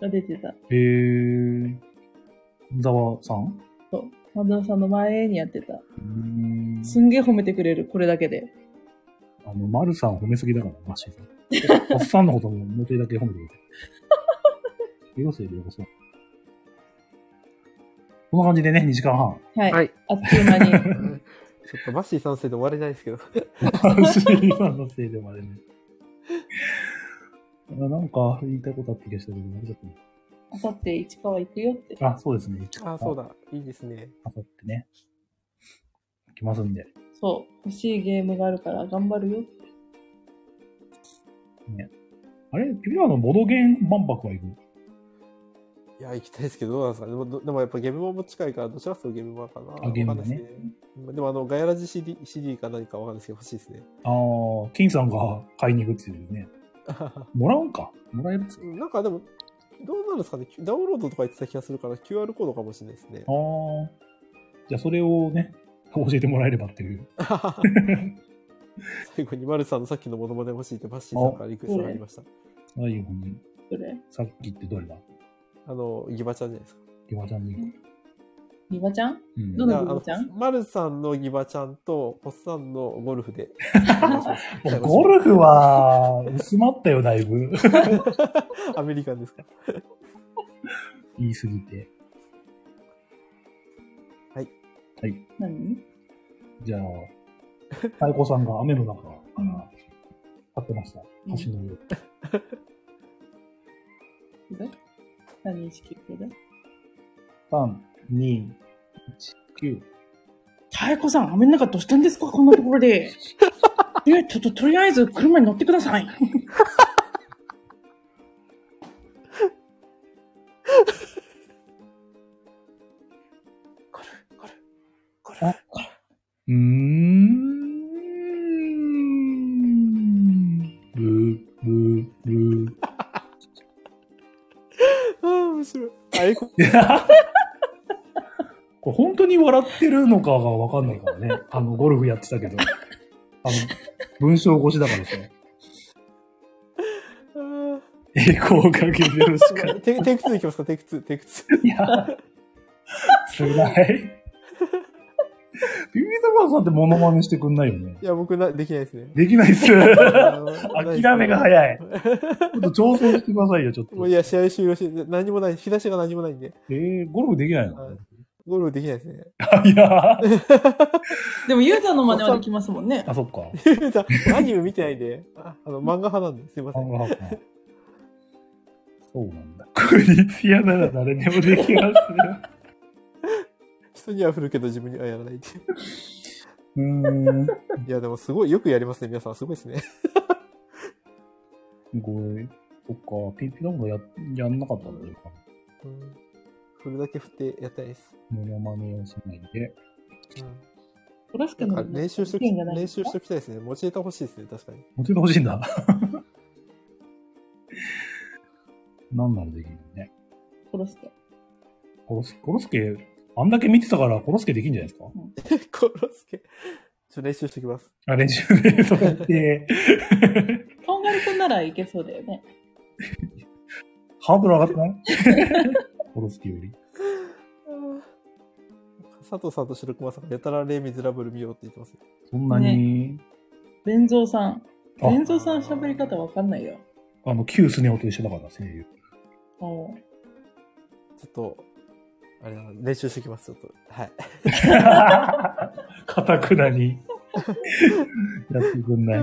Speaker 1: が出てた。
Speaker 2: へー。小沢さん
Speaker 1: そう。マドさんの前にやってた。
Speaker 2: うーん。
Speaker 1: すんげえ褒めてくれる、これだけで。
Speaker 2: あの、丸さん褒めすぎだから、マシーさん。 おっさんのことも、もうちょいだけ褒めてください。広瀬涼子さん。こんな感じでね、2時間半。
Speaker 1: はい。
Speaker 3: はい
Speaker 1: あっという間に。
Speaker 3: ちょ っとマッシーさんのせいで終われないですけど。
Speaker 2: シーさんのせいでまでね。あなんか言いたいことあった気がしたけど、忘れちゃっ
Speaker 1: あさって市川行くよって。
Speaker 2: たあ、そうですね。
Speaker 3: あ、そうだ。いいですね。
Speaker 2: あさってね。来ますんで。
Speaker 1: そう。欲しいゲームがあるから頑張るよって。
Speaker 2: あれピピラのボドゲン万博は行く
Speaker 3: いや、行きたいですけど、どうなんですかねでも、どでもやっぱゲームマも近いから、どちらかというとゲームマかな。
Speaker 2: あゲームマね
Speaker 3: わかんないですでも、あの、ガヤラジ CD, CD か何かわかんないですけど、欲しいですね。
Speaker 2: あー、金さんが買いに行くっていうね。もらうんかもらえるっつう。
Speaker 3: なんかでも、どうなんですかね、ダウンロードとか言ってた気がするから、QR コードかもしれないですね
Speaker 2: あ。ー。じゃあそれをね、教えてもらえればっていう。
Speaker 3: 最後に、マルさんのさっきのモノマネ欲しいって、バッシーさんからリクエストがありました。
Speaker 2: 最後に、
Speaker 1: それ。
Speaker 2: さっきってどれだ
Speaker 3: あの、ギバちゃんじゃないですか。
Speaker 2: リワちゃんに行く。
Speaker 1: リバちゃん
Speaker 2: うん
Speaker 1: ど。のギバちゃん
Speaker 3: いやあのマルさんのギバちゃんと、ホッサンのゴルフで。
Speaker 2: もうゴルフは、薄まったよ、だいぶ。
Speaker 3: アメリカンですか。
Speaker 2: 言いすぎて。
Speaker 3: はい。
Speaker 2: はい。
Speaker 1: 何
Speaker 2: じゃあ、太鼓さんが雨の中から立ってました。
Speaker 1: うん
Speaker 2: 橋の上。
Speaker 1: これ何意識これ
Speaker 2: 3、2、1、9。
Speaker 1: 太鼓さん、雨の中どうしたんですかこんなところ で。いや、ちょっととりあえず車に乗ってください。
Speaker 2: うーん。ブー、ブー、ブー。
Speaker 3: ああ、面白い。あ、え、こ
Speaker 2: いや これ本当に笑ってるのかがわかんないからね。あの、ゴルフやってたけど。あの、文章越しだからさ。
Speaker 3: あー
Speaker 2: 栄光をかけてるしか。
Speaker 3: テイクテイク2いきますか、テイク2、テイク2。
Speaker 2: いや、辛い。ビビザバンさんってモノマネしてくんないよね。。
Speaker 3: いや、僕な、できないですね
Speaker 2: できないっす。
Speaker 3: 諦
Speaker 2: 諦めが早 い。ちょっと挑戦してくださいよ、ちょっと。
Speaker 3: もういや、試合終了して、な何もない、日差しが何もないんで、
Speaker 2: えー、ゴルフできないの、
Speaker 3: はいゴルフできないですね。
Speaker 2: い、やー
Speaker 1: でも、ユーザーの真似はできますもんね。
Speaker 2: あ、そっか。
Speaker 3: アニメ見てないんで、ああの、漫画派なんで、すいませ
Speaker 2: 漫
Speaker 3: ん。
Speaker 2: 画派か。そうなんだ。 これ、いつやなら誰でもできますね。
Speaker 3: 人には振るけど自分にはやらないっていう
Speaker 2: う ーん。す
Speaker 3: いや、でもすごい、よくやりますね、皆さん。すごいですね。
Speaker 2: ごい。そっか、ピッピのことや、やんなかったんだよ。
Speaker 3: うん振るだけ振ってやったいです。
Speaker 2: モノマネをしないで。
Speaker 3: う
Speaker 1: トラスケ
Speaker 3: ん、な
Speaker 1: の
Speaker 3: んか練習しとき、
Speaker 1: 意見がない
Speaker 3: 練習しときたいですね。持ちネタ欲しいですね、確かに。
Speaker 2: モテてほしいんだ。なんならできるのね。
Speaker 1: トラスケ。
Speaker 2: コロスケ、コロスケ、あんだけ見てたからコロスケできんじゃないですか
Speaker 3: コロスケ。ちょっと練習してきます。
Speaker 2: あ、練習で、そうやって。
Speaker 1: とんがりくんならいけそうだよね。
Speaker 2: ハードル上がってない コロスケより。
Speaker 3: 佐藤さんと白熊さんがやたらレ・ミズラブル見ようって言ってます。
Speaker 2: そんなに、
Speaker 1: ベンゾーさん。
Speaker 2: あ
Speaker 1: ベンゾーさん喋り方わかんないよ。
Speaker 2: あの、旧スネ夫と一緒だから、声優。
Speaker 1: おう
Speaker 3: ちょっと、あれだな、練習してきます、ちょっと。はい。
Speaker 2: かたくなに。やってくんない。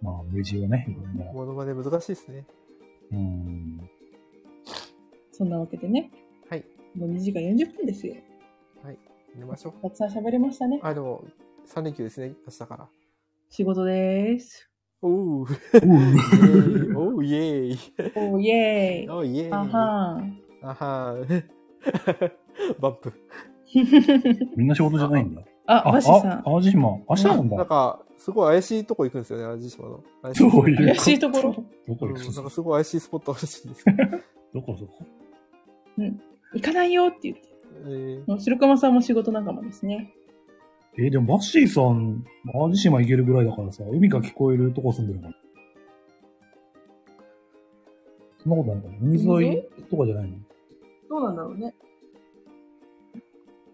Speaker 2: まあ、無事はね、いろんな。
Speaker 3: モノマネ難しいですね。
Speaker 2: うん。
Speaker 1: そんなわけでね。
Speaker 3: はい。
Speaker 1: もう2時間40分ですよ。
Speaker 3: 寝ましょう。
Speaker 1: たくさん喋りましたね。
Speaker 3: あ、でも、3連休ですね、明日から。
Speaker 1: 仕事です。
Speaker 3: おう、イエ
Speaker 2: う
Speaker 3: ーイ、おう、 イエーイ、
Speaker 1: おーイェーイ。
Speaker 3: おう、イエーイ、
Speaker 1: あはーん。
Speaker 3: あは ーバンプ。
Speaker 2: みんな仕事じゃないんだ。
Speaker 1: あ、
Speaker 2: あ、
Speaker 1: わしさ
Speaker 2: あ、淡路島。明日なん
Speaker 3: なん
Speaker 2: だ。
Speaker 3: か、すごい怪しいとこ行くんですよね、淡路島の。怪し
Speaker 2: どうい
Speaker 1: ん。
Speaker 2: う
Speaker 1: 怪しいところ。
Speaker 2: どこ
Speaker 3: うん
Speaker 2: 行
Speaker 3: な
Speaker 2: く
Speaker 3: んかすごい怪しいスポットあるらしいですけど。
Speaker 2: どこどこ
Speaker 1: 行かないよって言って。
Speaker 3: えー
Speaker 1: もう白熊さんも仕事仲間ですね。
Speaker 2: えーでもバッシーさん、淡路島行けるぐらいだからさ、海が聞こえるとこ住んでるから。そんなことないかな。海沿いとかじゃないの
Speaker 1: どうなんだろうね。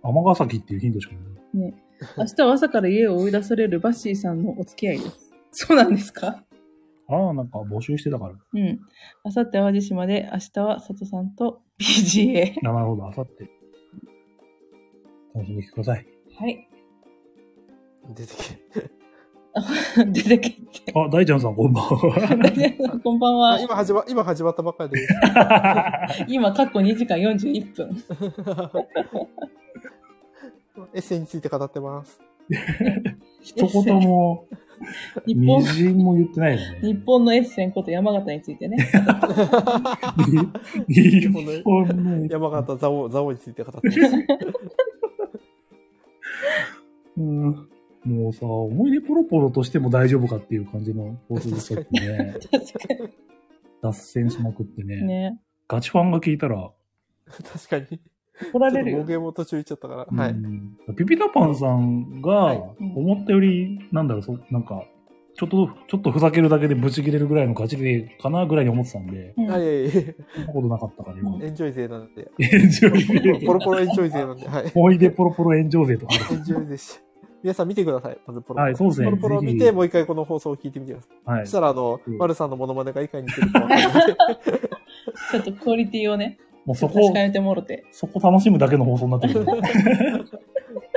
Speaker 2: 尼崎っていうヒントしかない。
Speaker 1: 明日は朝から家を追い出されるバッシーさんのお付き合いです。そうなんですか
Speaker 2: ああ、なんか募集してたから。
Speaker 1: うん。明後日淡路島で、明日は里さんと BGA。
Speaker 2: あなるほど、あさって。楽しんでください。
Speaker 1: はい。
Speaker 3: 出てけ。
Speaker 1: 出てけって。
Speaker 2: あ、大ちゃんさんこんば んは。
Speaker 1: こんばん
Speaker 3: あ
Speaker 1: は。
Speaker 3: 今始ま、今始まったばっかりです。
Speaker 1: 今、過去2時間41分。
Speaker 3: エッセイについて語ってます。
Speaker 2: 一言も、
Speaker 1: 日
Speaker 2: み
Speaker 1: 本、
Speaker 2: じんも言ってないよね。
Speaker 1: 日本のエッセンこと山形について ね。
Speaker 2: 日本の。
Speaker 3: 山形蔵 王、蔵王について語ってます。
Speaker 2: うんもうさ、思い出ポロポロとしても大丈夫かっていう感じの放送でしたっけね。
Speaker 1: 確か
Speaker 2: 脱線しまくってね。
Speaker 1: にね。
Speaker 2: ガチファンが聞いたら、
Speaker 3: 確かに。ち
Speaker 1: 怒ら
Speaker 3: ょっ
Speaker 1: れ
Speaker 3: と
Speaker 1: る
Speaker 3: 暴
Speaker 1: よ。
Speaker 3: 言も途中行っちゃったから。は
Speaker 2: う
Speaker 3: い。
Speaker 2: んピピタパンさんが
Speaker 3: い、
Speaker 2: 思ったより、なんだろう、そなんか、ちょっと、ちょっとふざけるだけでブチ切れるぐらいのガチでかなぐらいに思ってたんで、
Speaker 1: うん
Speaker 3: はいえいえい
Speaker 2: そんなことなかったから、今
Speaker 1: う。
Speaker 3: え、エンジョイ勢なんで。
Speaker 2: 炎上勢
Speaker 3: ポロポロエンジョイ勢なんで。はい。
Speaker 2: 思い出ポロポロ炎上勢とか。
Speaker 3: エンジョイ勢でした。皆さん見てください。まずポロポロ。
Speaker 2: はい、そうですね。
Speaker 3: ポロポロを
Speaker 2: ぜひ
Speaker 3: 見て、もう一回この放送を聞いてみてください。
Speaker 2: はい
Speaker 3: そし。たら、あの、
Speaker 2: うん
Speaker 3: マルさんのモノマネがいかに似てるかわかるので。
Speaker 1: ちょっとクオリティをね、
Speaker 2: もうそ
Speaker 1: 確
Speaker 2: こ
Speaker 1: か、めてもろて。
Speaker 2: そこ楽しむだけの放送になってる。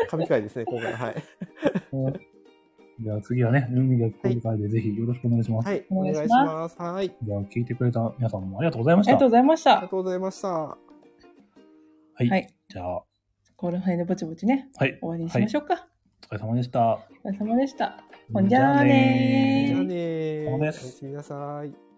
Speaker 3: 神回ですね、今回は。はい。
Speaker 2: じゃあ次はね、海が聞こえる会でぜひよろしくお願いします。
Speaker 3: はい、
Speaker 1: お
Speaker 3: お
Speaker 1: 願
Speaker 3: 願
Speaker 1: い
Speaker 3: い
Speaker 1: し
Speaker 3: し
Speaker 1: ま
Speaker 3: ます。はい。
Speaker 2: じゃあ聞いてくれた皆さんもありがとうございま
Speaker 1: あ
Speaker 2: し
Speaker 1: り
Speaker 2: た。
Speaker 1: がとうございまし
Speaker 3: あり
Speaker 1: た
Speaker 3: が。とうございました。
Speaker 2: はい。
Speaker 1: はい
Speaker 2: じゃあ、
Speaker 1: この辺でぼちぼちね、
Speaker 2: はい。
Speaker 1: 終わりにしましょうか。
Speaker 2: お疲れ様でした。
Speaker 1: お疲れ様でした。ほんじゃあねー
Speaker 3: じゃ
Speaker 2: そ
Speaker 3: あね
Speaker 2: う
Speaker 3: ー。
Speaker 2: で
Speaker 3: おや
Speaker 2: す
Speaker 3: すみなさい。